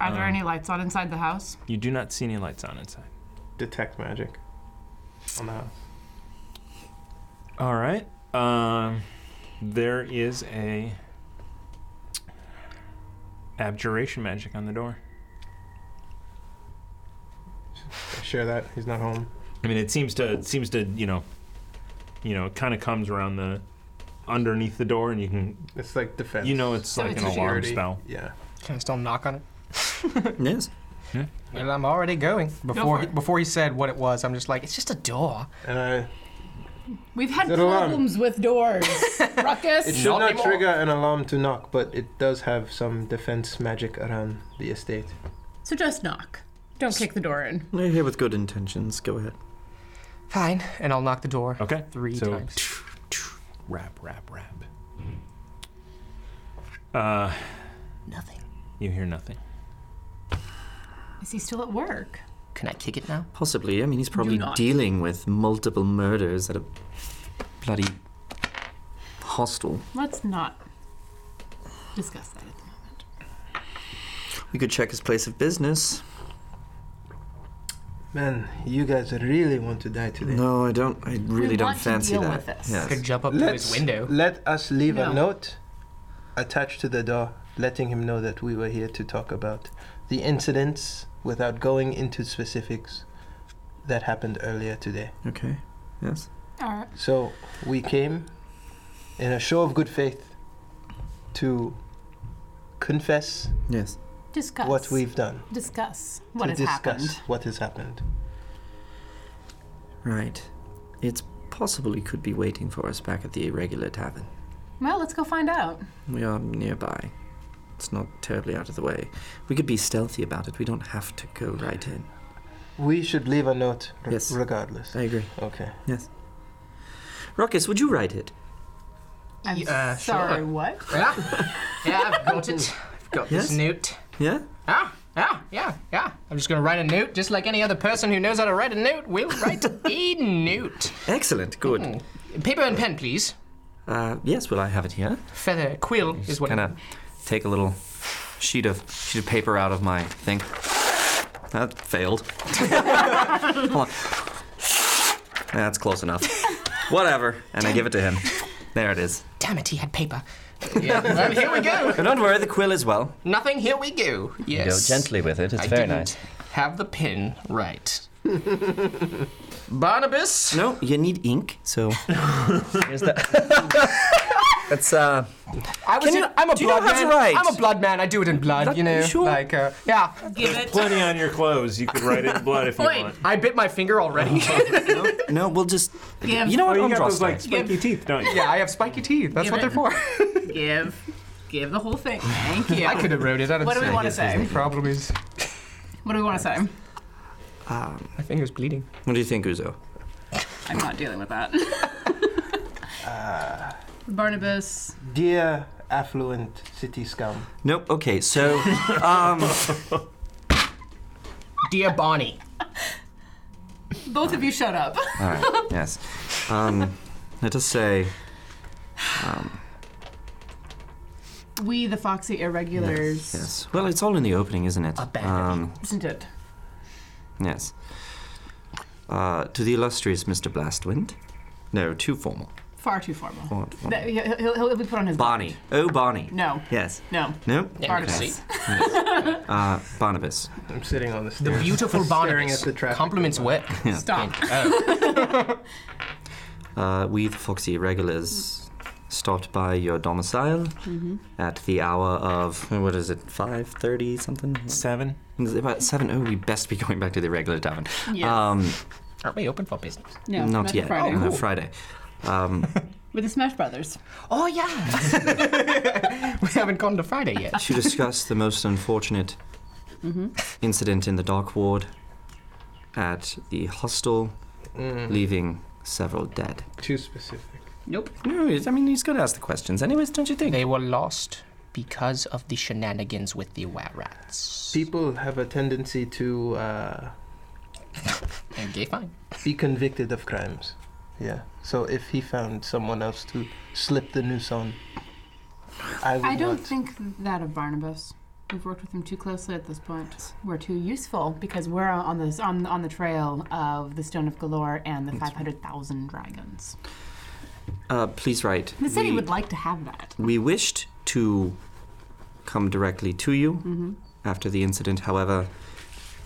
[SPEAKER 2] Are
[SPEAKER 6] Uh.
[SPEAKER 2] there any lights on inside the house?
[SPEAKER 1] You do not see any lights on inside.
[SPEAKER 5] Detect magic on the house.
[SPEAKER 1] All right. Um, there is a abjuration magic on the door.
[SPEAKER 5] I share that. He's not home.
[SPEAKER 1] I mean, it seems to it seems to you know, you know, it kind of comes around the underneath the door, and you can
[SPEAKER 5] It's like defense.
[SPEAKER 1] you know it's like an alarm
[SPEAKER 5] Security.
[SPEAKER 1] spell.
[SPEAKER 5] Yeah.
[SPEAKER 4] Can I still knock on it?
[SPEAKER 6] Yes.
[SPEAKER 4] Well, I'm already going. Before
[SPEAKER 2] for
[SPEAKER 4] he,
[SPEAKER 2] it.
[SPEAKER 4] before he said what it was, I'm just like, it's just a door.
[SPEAKER 5] And I.
[SPEAKER 2] We've had
[SPEAKER 5] Is it alarm?
[SPEAKER 2] problems with doors.
[SPEAKER 5] It
[SPEAKER 2] Ruckus.
[SPEAKER 5] should
[SPEAKER 4] Not
[SPEAKER 5] not
[SPEAKER 4] anymore.
[SPEAKER 5] trigger an alarm to knock, but it does have some defense magic around the estate.
[SPEAKER 2] So just knock. Don't kick the door in.
[SPEAKER 6] You're here with good intentions. Go ahead.
[SPEAKER 4] Fine, and I'll knock the door.
[SPEAKER 1] Okay,
[SPEAKER 4] Three
[SPEAKER 1] so,
[SPEAKER 4] times.
[SPEAKER 1] Rap, rap, rap. Uh,
[SPEAKER 7] Nothing.
[SPEAKER 1] you hear nothing.
[SPEAKER 2] Is he still at work?
[SPEAKER 7] Can I kick it now?
[SPEAKER 6] Possibly. I mean, he's probably
[SPEAKER 2] not.
[SPEAKER 6] dealing with multiple murders at a bloody hostel.
[SPEAKER 2] Let's not discuss that at the moment.
[SPEAKER 6] We could check his place of business.
[SPEAKER 5] Man, you guys really want to die today.
[SPEAKER 6] No, I don't. I really
[SPEAKER 2] We
[SPEAKER 6] don't
[SPEAKER 2] want to
[SPEAKER 6] fancy
[SPEAKER 2] deal
[SPEAKER 6] that.
[SPEAKER 2] with this.
[SPEAKER 6] Yes.
[SPEAKER 4] Could jump up to his
[SPEAKER 5] Let's,
[SPEAKER 4] window.
[SPEAKER 5] Let us leave
[SPEAKER 2] No.
[SPEAKER 5] a note attached to the door, letting him know that we were here to talk about the incidents without going into specifics that happened earlier today.
[SPEAKER 6] Okay. Yes.
[SPEAKER 2] All right.
[SPEAKER 5] So we came in a show of good faith to confess
[SPEAKER 6] Yes.
[SPEAKER 2] Discuss.
[SPEAKER 5] what we've done,
[SPEAKER 2] discuss what
[SPEAKER 5] to
[SPEAKER 2] has
[SPEAKER 5] discuss
[SPEAKER 2] happened.
[SPEAKER 5] what has happened.
[SPEAKER 6] Right. It's possible he could be waiting for us back at the irregular tavern.
[SPEAKER 2] Well, let's go find out.
[SPEAKER 6] We are nearby. It's not terribly out of the way. We could be stealthy about it. We don't have to go right in.
[SPEAKER 5] We should leave a note r-
[SPEAKER 6] Yes.
[SPEAKER 5] regardless.
[SPEAKER 6] I agree.
[SPEAKER 5] Okay.
[SPEAKER 6] Yes. Ruckus, would you write it?
[SPEAKER 2] I'm
[SPEAKER 4] Yeah, sure.
[SPEAKER 2] sorry. What?
[SPEAKER 4] yeah, yeah, I've got it. I've got
[SPEAKER 6] Yes?
[SPEAKER 4] this newt.
[SPEAKER 6] Yeah?
[SPEAKER 4] Ah, yeah, yeah, yeah. I'm just gonna write a note, just like any other person who knows how to write a note will write a note.
[SPEAKER 6] Excellent. Good.
[SPEAKER 2] Mm.
[SPEAKER 4] Paper and pen, please.
[SPEAKER 6] Uh, yes, well, I have it here.
[SPEAKER 4] Feather quill is what.
[SPEAKER 6] Kind of take a little sheet of sheet of paper out of my thing. That failed. Hold on. That's close enough. Whatever. And I give it to him. There it is.
[SPEAKER 4] Damn it, he had paper. yeah, well, here we go.
[SPEAKER 6] And don't worry, the quill as well.
[SPEAKER 4] Nothing. Here we go. Yes.
[SPEAKER 6] with it. It's
[SPEAKER 4] I didn't Have the pin right. Barnabas.
[SPEAKER 6] No, you need ink, so. Here's the.
[SPEAKER 4] That's uh. I was.
[SPEAKER 7] Can
[SPEAKER 4] in-
[SPEAKER 7] you-
[SPEAKER 4] I'm a
[SPEAKER 7] do you know
[SPEAKER 4] blood
[SPEAKER 7] what's
[SPEAKER 4] man.
[SPEAKER 7] right?
[SPEAKER 4] I'm a blood man. I do it in blood. you know,
[SPEAKER 7] sure.
[SPEAKER 4] like uh, yeah.
[SPEAKER 7] Give
[SPEAKER 1] There's plenty on your clothes. You could write it in blood if you
[SPEAKER 4] Wait,
[SPEAKER 1] want.
[SPEAKER 4] I bit my finger already.
[SPEAKER 6] No, we'll just.
[SPEAKER 1] Give.
[SPEAKER 6] You know
[SPEAKER 1] Oh,
[SPEAKER 6] what?
[SPEAKER 1] you
[SPEAKER 6] I'll
[SPEAKER 1] got
[SPEAKER 6] draw
[SPEAKER 1] those, like,
[SPEAKER 6] stars.
[SPEAKER 1] spiky teeth, don't you?
[SPEAKER 4] yeah, I have spiky teeth. That's
[SPEAKER 2] Give
[SPEAKER 4] what
[SPEAKER 2] it.
[SPEAKER 4] they're for.
[SPEAKER 2] Give. Give the whole thing. Thank you.
[SPEAKER 4] I could have wrote it. I don't
[SPEAKER 2] What do we
[SPEAKER 4] know.
[SPEAKER 2] want to say?
[SPEAKER 4] The problem is
[SPEAKER 2] What do we want to say?
[SPEAKER 6] Um,
[SPEAKER 4] my finger's bleeding.
[SPEAKER 6] what do you think, Uzo?
[SPEAKER 2] I'm not dealing with that. Uh, Barnabas.
[SPEAKER 5] Dear affluent city scum.
[SPEAKER 6] Nope. Okay, so um,
[SPEAKER 7] Dear Bonnie.
[SPEAKER 2] Both of you shut up.
[SPEAKER 6] All right. Yes. Um, let us say. Um,
[SPEAKER 2] We, the Foxy Irregulars.
[SPEAKER 6] yes. Well, it's all in the opening, isn't it? Um,
[SPEAKER 2] Isn't it?
[SPEAKER 6] yes. Uh, to the illustrious Mr. Blastwind. No, too formal.
[SPEAKER 2] Far too formal.
[SPEAKER 6] Formal, formal.
[SPEAKER 2] That- he'll, he'll, he'll be put on his.
[SPEAKER 6] Bonnie. Oh, Bonnie.
[SPEAKER 2] No.
[SPEAKER 6] Yes.
[SPEAKER 2] No.
[SPEAKER 6] No.
[SPEAKER 2] Barnabas.
[SPEAKER 6] Uh, Barnabas.
[SPEAKER 5] I'm sitting on the
[SPEAKER 7] The
[SPEAKER 5] stairs.
[SPEAKER 7] beautiful
[SPEAKER 5] staring
[SPEAKER 7] Barnabas.
[SPEAKER 5] at the traffic.
[SPEAKER 7] Compliments work.
[SPEAKER 6] Yeah.
[SPEAKER 2] Stop.
[SPEAKER 6] Uh, we, the Foxy Regulars, stopped by your domicile
[SPEAKER 2] Mm-hmm.
[SPEAKER 6] at the hour of what is it, five thirty something?
[SPEAKER 1] Seven.
[SPEAKER 6] It's About seven. Oh, we best be going back to the regular tavern.
[SPEAKER 2] Yes.
[SPEAKER 6] Um,
[SPEAKER 7] Aren't we open for business?
[SPEAKER 2] No.
[SPEAKER 6] not,
[SPEAKER 2] not
[SPEAKER 6] yet.
[SPEAKER 2] Friday.
[SPEAKER 6] Not Friday. Um,
[SPEAKER 2] With the Smash Brothers.
[SPEAKER 7] Oh, yeah. we haven't gone to Friday yet.
[SPEAKER 6] to discuss the most unfortunate incident in the Dark Ward at the hostel, leaving several dead.
[SPEAKER 5] Too specific.
[SPEAKER 2] Nope.
[SPEAKER 6] No, I mean he's got to ask the questions, anyways, don't you think?
[SPEAKER 7] They were lost because of the shenanigans with the were rats.
[SPEAKER 5] People have a tendency to uh,
[SPEAKER 7] Okay, fine.
[SPEAKER 5] be convicted of crimes. Yeah. So if he found someone else to slip the noose on, I would
[SPEAKER 2] I don't
[SPEAKER 5] not.
[SPEAKER 2] think that of Barnabas. We've worked with him too closely at this point. We're too useful because we're on this on on the trail of the Stone of Galore and the five hundred thousand dragons.
[SPEAKER 6] Uh, please write.
[SPEAKER 2] The city
[SPEAKER 6] We-
[SPEAKER 2] would like to have that.
[SPEAKER 6] We wished to come directly to you after the incident, however,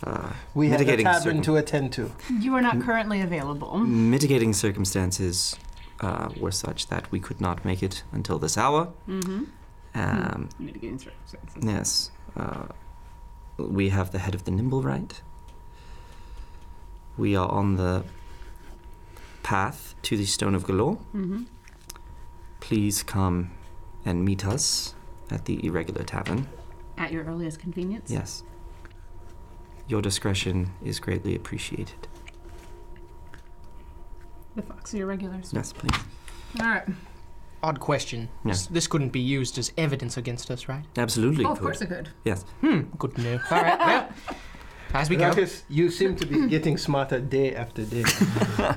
[SPEAKER 6] uh,
[SPEAKER 5] we have a
[SPEAKER 6] mitigating,
[SPEAKER 5] tavern
[SPEAKER 6] circum-
[SPEAKER 5] to attend to.
[SPEAKER 2] You are not currently
[SPEAKER 6] Mm.
[SPEAKER 2] available.
[SPEAKER 6] mitigating circumstances uh, were such that we could not make it until this hour.
[SPEAKER 2] Mm-hmm.
[SPEAKER 6] Um,
[SPEAKER 2] Mitigating
[SPEAKER 6] Yes. Uh, we have the head of the nimble right. We are on the path to the Stone of Galore.
[SPEAKER 2] Mm-hmm.
[SPEAKER 6] Please come and meet us at the Irregular Tavern.
[SPEAKER 2] At your earliest convenience.
[SPEAKER 6] Yes. Your discretion is greatly appreciated.
[SPEAKER 2] The Foxy Irregulars.
[SPEAKER 6] Yes, please.
[SPEAKER 2] All right.
[SPEAKER 7] Odd question.
[SPEAKER 6] Yeah.
[SPEAKER 7] This- This couldn't be used as evidence against us, right?
[SPEAKER 6] Absolutely.
[SPEAKER 2] Oh, of
[SPEAKER 6] good.
[SPEAKER 2] course it could.
[SPEAKER 6] Yes.
[SPEAKER 7] Good to know. All right, well, as we go.
[SPEAKER 5] Marcus, you seem to be getting smarter day after day.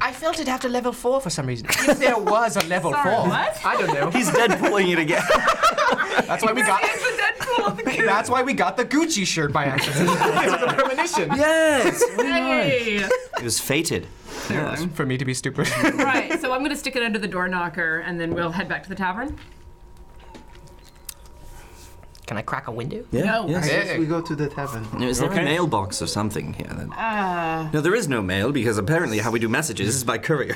[SPEAKER 7] I felt it after level four for some reason. If there was a level
[SPEAKER 2] Sorry,
[SPEAKER 7] four,
[SPEAKER 2] what?
[SPEAKER 7] I don't know.
[SPEAKER 6] He's dead pulling it again.
[SPEAKER 7] That's why we got. That's why we got the Gucci shirt by accident. it's a premonition
[SPEAKER 6] yes.
[SPEAKER 2] Hey!
[SPEAKER 6] It was fated.
[SPEAKER 4] for me to be stupid.
[SPEAKER 2] right, so I'm gonna stick it under the door knocker and then we'll head back to the tavern.
[SPEAKER 7] Can I crack a window?
[SPEAKER 6] Yeah.
[SPEAKER 2] No.
[SPEAKER 6] Yes.
[SPEAKER 5] Yes, we go to the tavern.
[SPEAKER 6] No, is there
[SPEAKER 1] Okay.
[SPEAKER 6] a mailbox or something here then?
[SPEAKER 2] Uh.
[SPEAKER 6] no, there is no mail because apparently how we do messages is by courier.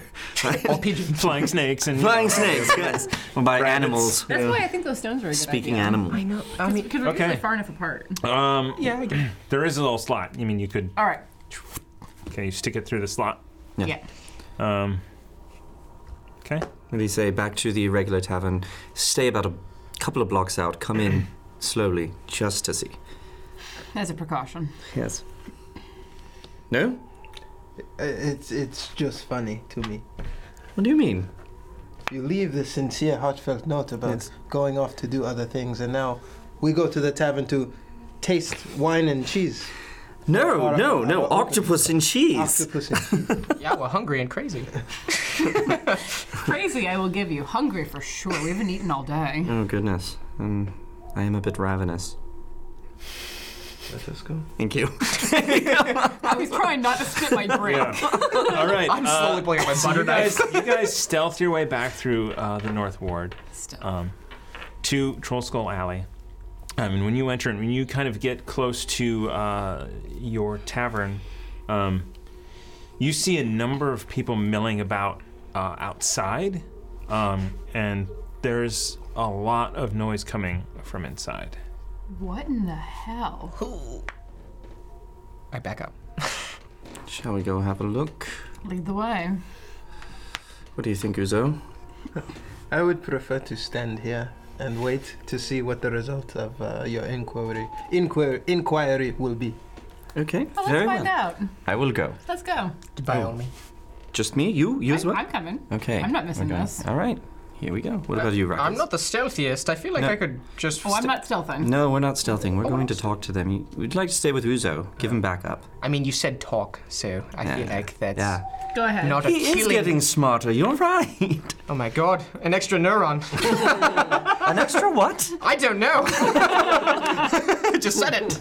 [SPEAKER 7] Or pigeon?
[SPEAKER 1] Flying snakes and
[SPEAKER 6] Flying snakes, yes. Or by animals.
[SPEAKER 2] That's why I think those stones are a good
[SPEAKER 6] Speaking
[SPEAKER 2] idea.
[SPEAKER 6] animal.
[SPEAKER 7] I know. I mean,
[SPEAKER 2] Because we're
[SPEAKER 1] Okay.
[SPEAKER 2] usually far enough apart.
[SPEAKER 1] Um,
[SPEAKER 7] yeah, I guess.
[SPEAKER 1] there is a little slot. You mean, you could.
[SPEAKER 2] All right.
[SPEAKER 1] Okay, you stick it through the slot.
[SPEAKER 6] Yeah.
[SPEAKER 2] Yeah.
[SPEAKER 1] Um, okay.
[SPEAKER 6] Maybe say back to the regular tavern, stay about a couple of blocks out, come in slowly, just to see.
[SPEAKER 2] As a precaution.
[SPEAKER 6] Yes. No?
[SPEAKER 5] Uh, It's it's just funny to me.
[SPEAKER 6] What do you mean?
[SPEAKER 5] You leave the sincere, heartfelt note about
[SPEAKER 6] Yes.
[SPEAKER 5] going off to do other things, and now we go to the tavern to taste wine and cheese.
[SPEAKER 6] No,
[SPEAKER 5] Or-
[SPEAKER 6] no,
[SPEAKER 5] or-
[SPEAKER 6] no.
[SPEAKER 5] or-
[SPEAKER 6] Octopus and cheese.
[SPEAKER 5] Octopus and cheese.
[SPEAKER 7] Yeah, we're hungry and crazy.
[SPEAKER 2] Crazy, I will give you. Hungry for sure. We haven't eaten all day.
[SPEAKER 6] Oh goodness. Um I am a bit ravenous.
[SPEAKER 5] Let us go.
[SPEAKER 6] Thank you.
[SPEAKER 2] I was trying not to spit my drink.
[SPEAKER 1] All right.
[SPEAKER 7] I'm
[SPEAKER 1] uh,
[SPEAKER 7] slowly pulling out my
[SPEAKER 1] so
[SPEAKER 7] butter
[SPEAKER 1] you
[SPEAKER 7] knife.
[SPEAKER 1] guys, you guys stealth your way back through uh, the North Ward.
[SPEAKER 2] Still.
[SPEAKER 6] Uh.
[SPEAKER 1] um, to Troll Skull Alley. Um, and when you enter and when you kind of get close to uh, your tavern, um, you see a number of people milling about uh, outside. Um, and There's a lot of noise coming from inside.
[SPEAKER 2] What in the hell?
[SPEAKER 7] I back up.
[SPEAKER 6] Shall we go have a look?
[SPEAKER 2] Lead the way.
[SPEAKER 6] What do you think, Uzo?
[SPEAKER 5] I would prefer to stand here and wait to see what the result of uh, your inquiry inquiry inquiry will be.
[SPEAKER 6] Okay.
[SPEAKER 2] Well, Oh, let's
[SPEAKER 6] Very
[SPEAKER 2] find
[SPEAKER 6] well.
[SPEAKER 2] out.
[SPEAKER 6] I will go.
[SPEAKER 2] Let's go.
[SPEAKER 7] By
[SPEAKER 6] Oh.
[SPEAKER 7] all means.
[SPEAKER 6] Just me? You? You as well?
[SPEAKER 2] I'm coming.
[SPEAKER 6] Okay.
[SPEAKER 2] I'm not missing
[SPEAKER 6] we're going.
[SPEAKER 2] this.
[SPEAKER 6] All right. Here we go. What about you, Rocket?
[SPEAKER 7] I'm not the stealthiest. I feel like
[SPEAKER 6] No.
[SPEAKER 7] I could just.
[SPEAKER 2] Oh, I'm not stealthing.
[SPEAKER 6] No, we're not stealthing. We're going to talk to them. You- We'd like to stay with Uzo. Give him back up.
[SPEAKER 7] I mean, you said talk, so I feel
[SPEAKER 6] Yeah.
[SPEAKER 7] like that's.
[SPEAKER 6] Yeah.
[SPEAKER 2] Go ahead.
[SPEAKER 7] Not
[SPEAKER 6] He
[SPEAKER 7] a
[SPEAKER 6] is
[SPEAKER 7] killing.
[SPEAKER 6] getting smarter. You're right.
[SPEAKER 7] Oh my god, an extra neuron.
[SPEAKER 6] An extra what?
[SPEAKER 7] I don't know. just said it.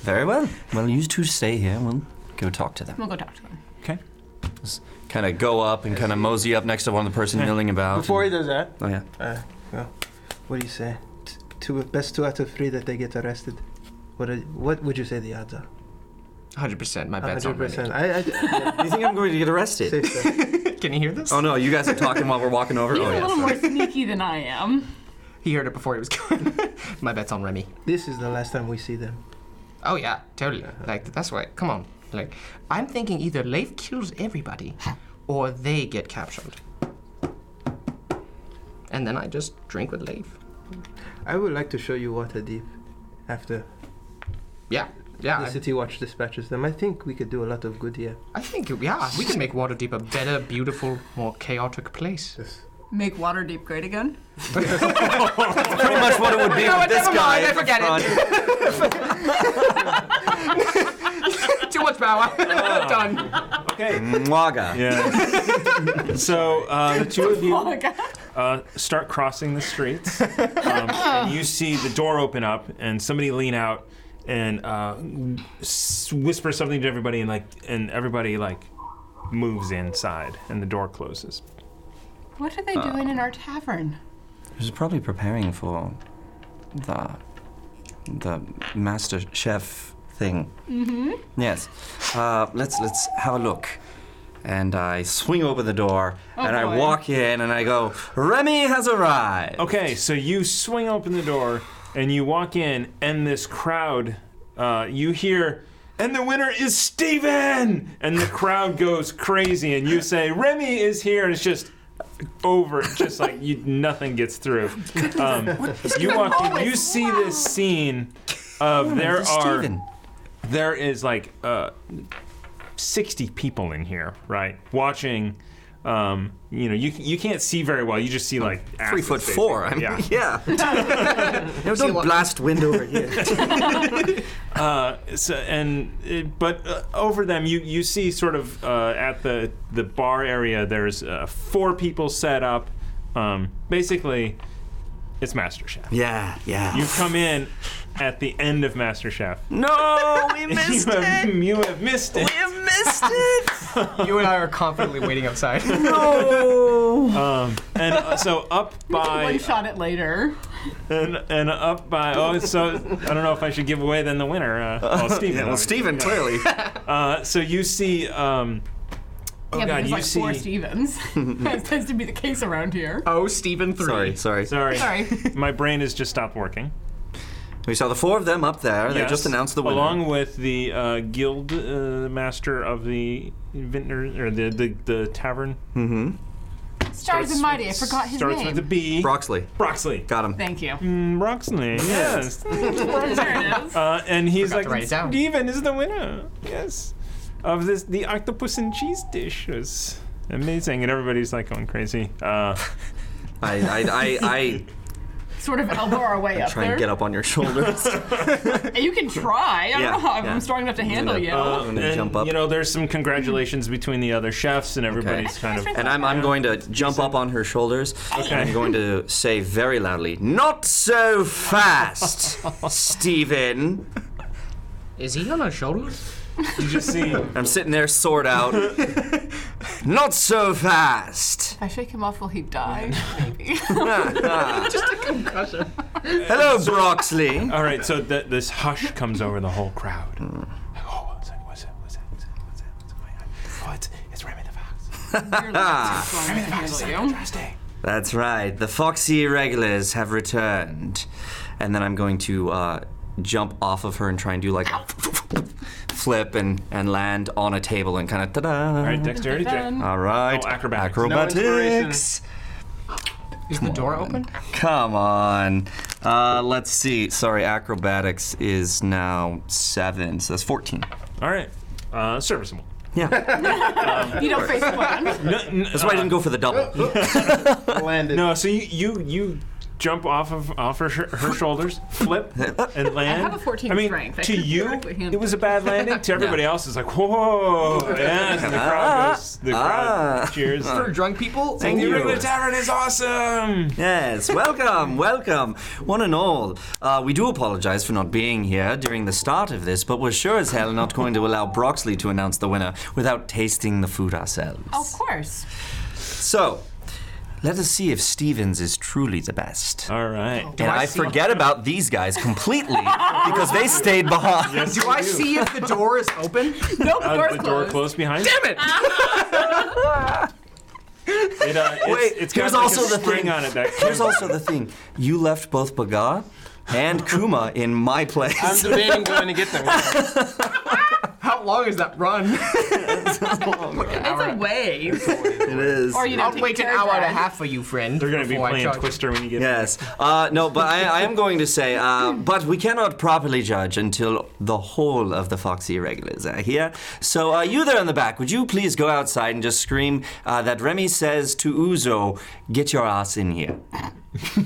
[SPEAKER 6] Very well. Well, you two stay here. We'll go talk to them.
[SPEAKER 2] We'll go talk to them.
[SPEAKER 1] Okay.
[SPEAKER 6] Kind of go up and kind of mosey up next to one of the person milling about.
[SPEAKER 5] Before he does that,
[SPEAKER 6] oh yeah.
[SPEAKER 5] uh, well, what do you say? T- two best two out of three that they get arrested. What are, what would you say the odds are?
[SPEAKER 7] 100%, my bet's on
[SPEAKER 5] Hundred percent.
[SPEAKER 7] Reddit.
[SPEAKER 5] I, I
[SPEAKER 6] Do you think I'm going to get arrested?
[SPEAKER 5] safe bet.
[SPEAKER 7] Can you hear this?
[SPEAKER 6] Oh no, you guys are talking while we're walking over.
[SPEAKER 2] He's
[SPEAKER 6] oh
[SPEAKER 2] a
[SPEAKER 6] yeah.
[SPEAKER 2] little
[SPEAKER 6] sorry.
[SPEAKER 2] more sneaky than I am.
[SPEAKER 7] He heard it before he was going. my bet's on Remy.
[SPEAKER 5] This is the last time we see them.
[SPEAKER 7] Oh yeah, totally.
[SPEAKER 6] Uh-huh.
[SPEAKER 7] Like that's why. Come on. Like I'm thinking either Leif kills everybody, or they get captured. And then I just drink with Leif.
[SPEAKER 5] I would like to show you Waterdeep after
[SPEAKER 7] Yeah, yeah.
[SPEAKER 5] the
[SPEAKER 7] I,
[SPEAKER 5] City Watch dispatches them. I think we could do a lot of good here.
[SPEAKER 7] I think yeah, we can make Waterdeep a better, beautiful, more chaotic place.
[SPEAKER 2] Make water deep great again.
[SPEAKER 6] Pretty much what it would be
[SPEAKER 7] You know
[SPEAKER 6] with
[SPEAKER 7] what,
[SPEAKER 6] this
[SPEAKER 7] never
[SPEAKER 6] guy.
[SPEAKER 7] mind, I
[SPEAKER 6] in
[SPEAKER 7] forget it.
[SPEAKER 6] front.
[SPEAKER 7] Too much power. Done.
[SPEAKER 1] Okay.
[SPEAKER 6] Mwaga.
[SPEAKER 1] Yeah. so uh, the two of you
[SPEAKER 2] Oh my god.
[SPEAKER 1] uh, start crossing the streets, um, and you see the door open up, and somebody lean out and uh, s- whisper something to everybody, and like, and everybody like moves inside, and the door closes.
[SPEAKER 2] What are they
[SPEAKER 6] Uh.
[SPEAKER 2] doing in our tavern?
[SPEAKER 6] He was probably preparing for the the master chef thing. Mm-hmm. Yes. Uh, let's let's have a look. And I swing open the door and I
[SPEAKER 2] boy.
[SPEAKER 6] walk in and I go, Remy has arrived.
[SPEAKER 1] Okay, so you swing open the door and you walk in, and this crowd, uh, you hear, and the winner is Steven! And the crowd goes crazy, and you say, Remy is here, and it's just over, just like you, nothing gets through. Um, you walk in, you see this scene of there
[SPEAKER 6] Mr.
[SPEAKER 1] are
[SPEAKER 6] Steven.
[SPEAKER 1] there is like uh, 60 people in here, right? Watching. Um, you know, you you can't see very well. You just see like
[SPEAKER 6] Three
[SPEAKER 1] asses,
[SPEAKER 6] foot four. I
[SPEAKER 1] basically.
[SPEAKER 6] mean,
[SPEAKER 1] Yeah.
[SPEAKER 6] yeah. no, don't blast wind over here.
[SPEAKER 1] Uh, so, and it, but uh, over them, you you see sort of uh, at the the bar area. There's uh, four people set up. Um, basically, it's MasterChef.
[SPEAKER 6] yeah, yeah.
[SPEAKER 1] You come in at the end of MasterChef.
[SPEAKER 6] no, we missed
[SPEAKER 1] you have,
[SPEAKER 6] it.
[SPEAKER 1] You have missed it.
[SPEAKER 6] We have missed it.
[SPEAKER 7] You and I are confidently waiting outside.
[SPEAKER 6] No.
[SPEAKER 1] Um, and uh, so up by
[SPEAKER 2] One shot it later.
[SPEAKER 1] and, and up by oh, so I don't know if I should give away then the winner. Uh, well, Steven.
[SPEAKER 6] yeah, well,
[SPEAKER 1] obviously.
[SPEAKER 6] Steven, clearly.
[SPEAKER 1] Uh, so you see. Um, oh
[SPEAKER 2] yeah, but
[SPEAKER 1] God,
[SPEAKER 2] there's
[SPEAKER 1] you
[SPEAKER 2] like
[SPEAKER 1] see.
[SPEAKER 2] four Stevens. that tends to be the case around here.
[SPEAKER 7] oh, Stephen three.
[SPEAKER 6] sorry, sorry.
[SPEAKER 1] Sorry.
[SPEAKER 2] Sorry.
[SPEAKER 1] My brain has just stopped working.
[SPEAKER 6] We saw the four of them up there. They
[SPEAKER 1] Yes,
[SPEAKER 6] just announced the winner.
[SPEAKER 1] Along with the uh, guild uh, master of the vintner or the the, the tavern.
[SPEAKER 6] Hmm.
[SPEAKER 2] Stars and Mighty. I forgot his
[SPEAKER 1] starts
[SPEAKER 2] name.
[SPEAKER 1] with a B.
[SPEAKER 6] Broxley.
[SPEAKER 1] Broxley.
[SPEAKER 6] Got him.
[SPEAKER 2] Thank you.
[SPEAKER 1] Mm, Broxley. Yes.
[SPEAKER 2] there it is.
[SPEAKER 1] uh, and he's
[SPEAKER 7] Forgot to write
[SPEAKER 1] like,
[SPEAKER 7] it down.
[SPEAKER 1] Steven is the winner. Yes. Of this, the octopus and cheese dish was amazing, and everybody's like going crazy. Uh,
[SPEAKER 6] I, I, I,
[SPEAKER 2] Sort of elbow our way
[SPEAKER 6] I
[SPEAKER 2] up
[SPEAKER 6] try
[SPEAKER 2] there.
[SPEAKER 6] and get up on your shoulders.
[SPEAKER 2] You can try. I don't
[SPEAKER 6] Yeah,
[SPEAKER 2] know how I'm
[SPEAKER 6] yeah.
[SPEAKER 2] strong enough to handle
[SPEAKER 6] gonna-
[SPEAKER 2] you.
[SPEAKER 6] uh,
[SPEAKER 1] uh,
[SPEAKER 6] I'm gonna
[SPEAKER 1] and,
[SPEAKER 6] jump up.
[SPEAKER 1] You know, there's some congratulations between the other chefs, and everybody's kind of.
[SPEAKER 6] and I'm, I'm going to jump up on her shoulders.
[SPEAKER 1] Okay.
[SPEAKER 6] And I'm going to say very loudly, "Not so fast, Steven."
[SPEAKER 7] Is he on our shoulders?
[SPEAKER 1] You just see.
[SPEAKER 6] I'm sitting there, sword out. Not so fast.
[SPEAKER 2] if I shake him off, will he die? Maybe.
[SPEAKER 6] Hello, Broxley.
[SPEAKER 1] All right, so th- this hush comes over the whole crowd. Like, oh, what's that? What's that? What's that? What's that? What's that? What's that? What's that? Oh, it's, it's Remy the Fox.
[SPEAKER 2] You're like too strong to handle you.
[SPEAKER 1] Thursday.
[SPEAKER 6] That's right. The foxy regulars have returned. And then I'm going to uh, jump off of her and try and do like flip and, and land on a table and kind of ta-da. All
[SPEAKER 1] right, dexterity check.
[SPEAKER 6] All right.
[SPEAKER 1] Oh, acrobatics. No
[SPEAKER 6] Acrobatics.
[SPEAKER 4] Is the door open?
[SPEAKER 6] Come on. Uh, let's see. Sorry, acrobatics is now seven, so that's 14.
[SPEAKER 1] All right. Uh, serviceable.
[SPEAKER 2] you don't face one.
[SPEAKER 1] No, n-
[SPEAKER 6] That's why I didn't go for the double.
[SPEAKER 1] Uh,
[SPEAKER 5] Landed.
[SPEAKER 1] No, so you you, you jump off of off her, sh- her shoulders, flip, and land.
[SPEAKER 2] have a 14
[SPEAKER 1] I mean,
[SPEAKER 2] strength. I
[SPEAKER 1] to
[SPEAKER 2] could
[SPEAKER 1] you,
[SPEAKER 2] barely handle
[SPEAKER 1] it was a bad landing. To everybody else, it's like whoa, yes, and the crowd goes, the crowd
[SPEAKER 6] Ah.
[SPEAKER 1] cheers.
[SPEAKER 7] For drunk people,
[SPEAKER 1] And
[SPEAKER 6] you.
[SPEAKER 1] the regular tavern is awesome.
[SPEAKER 6] Yes, welcome, welcome, one and all. Uh, we do apologize for not being here during the start of this, but we're sure as hell not going to allow Broxley to announce the winner without tasting the food ourselves.
[SPEAKER 2] Of course.
[SPEAKER 6] So, let us see if Stevens is truly the best.
[SPEAKER 1] All right.
[SPEAKER 6] and I, forget about these guys completely because they stayed behind.
[SPEAKER 7] do I see if the door is open?
[SPEAKER 2] No, the
[SPEAKER 1] Uh,
[SPEAKER 2] door's
[SPEAKER 1] the door
[SPEAKER 2] closed.
[SPEAKER 1] closed behind. you.
[SPEAKER 7] Damn it!
[SPEAKER 1] It, uh, it's,
[SPEAKER 6] Wait,
[SPEAKER 1] it's
[SPEAKER 6] here's
[SPEAKER 1] got like
[SPEAKER 6] also
[SPEAKER 1] a
[SPEAKER 6] the
[SPEAKER 1] spring
[SPEAKER 6] thing.
[SPEAKER 1] on it. That
[SPEAKER 6] Here's also the thing: you left both Baga and Kuma in my place.
[SPEAKER 5] I'm debating going to get them.
[SPEAKER 7] How long is that run?
[SPEAKER 2] It's a wave.
[SPEAKER 6] it is.
[SPEAKER 2] Or you know,
[SPEAKER 7] I'll
[SPEAKER 2] take
[SPEAKER 7] wait an
[SPEAKER 2] care of
[SPEAKER 7] hour and a
[SPEAKER 2] that.
[SPEAKER 7] half for you, friend.
[SPEAKER 1] They're gonna be
[SPEAKER 7] before I
[SPEAKER 1] playing
[SPEAKER 7] charge.
[SPEAKER 1] Twister when you get.
[SPEAKER 6] Yes. Uh, no, but I, I am going to say, uh, but we cannot properly judge until the whole of the Foxy regulars are here. So, uh, you there in the back, would you please go outside and just scream uh, that Remy says to Uzo, get your ass in here?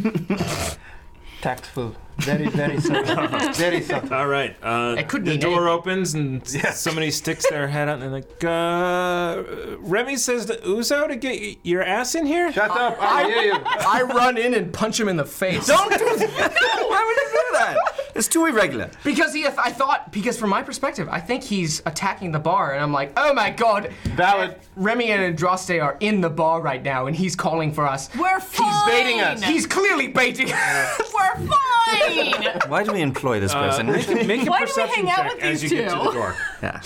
[SPEAKER 5] Tactful. Very, very subtle. very subtle.
[SPEAKER 1] All right. Uh,
[SPEAKER 7] It could
[SPEAKER 1] the
[SPEAKER 7] mean
[SPEAKER 1] door
[SPEAKER 7] anything.
[SPEAKER 1] opens and s- somebody sticks their head out and they're like, uh, "Remy says to Uzo to get y- your ass in here."
[SPEAKER 5] Shut up. I hear you.
[SPEAKER 7] I run in and punch him in the face.
[SPEAKER 6] Don't do that! Why would you do that? It's too irregular.
[SPEAKER 7] Because he, I thought, because from my perspective, I think he's attacking the bar, and I'm like, oh my god.
[SPEAKER 5] Valid.
[SPEAKER 7] Remy and Andraste are in the bar right now, and he's calling for us.
[SPEAKER 2] We're fine. He's
[SPEAKER 5] baiting us.
[SPEAKER 7] He's clearly baiting.
[SPEAKER 2] We're fine.
[SPEAKER 6] Why do we employ this
[SPEAKER 1] Uh,
[SPEAKER 6] person?
[SPEAKER 1] make, a- make a
[SPEAKER 2] Why do we
[SPEAKER 1] perception
[SPEAKER 2] hang out
[SPEAKER 1] check
[SPEAKER 2] with
[SPEAKER 1] as you
[SPEAKER 2] these
[SPEAKER 1] get to the
[SPEAKER 2] two?
[SPEAKER 1] door.
[SPEAKER 6] yeah.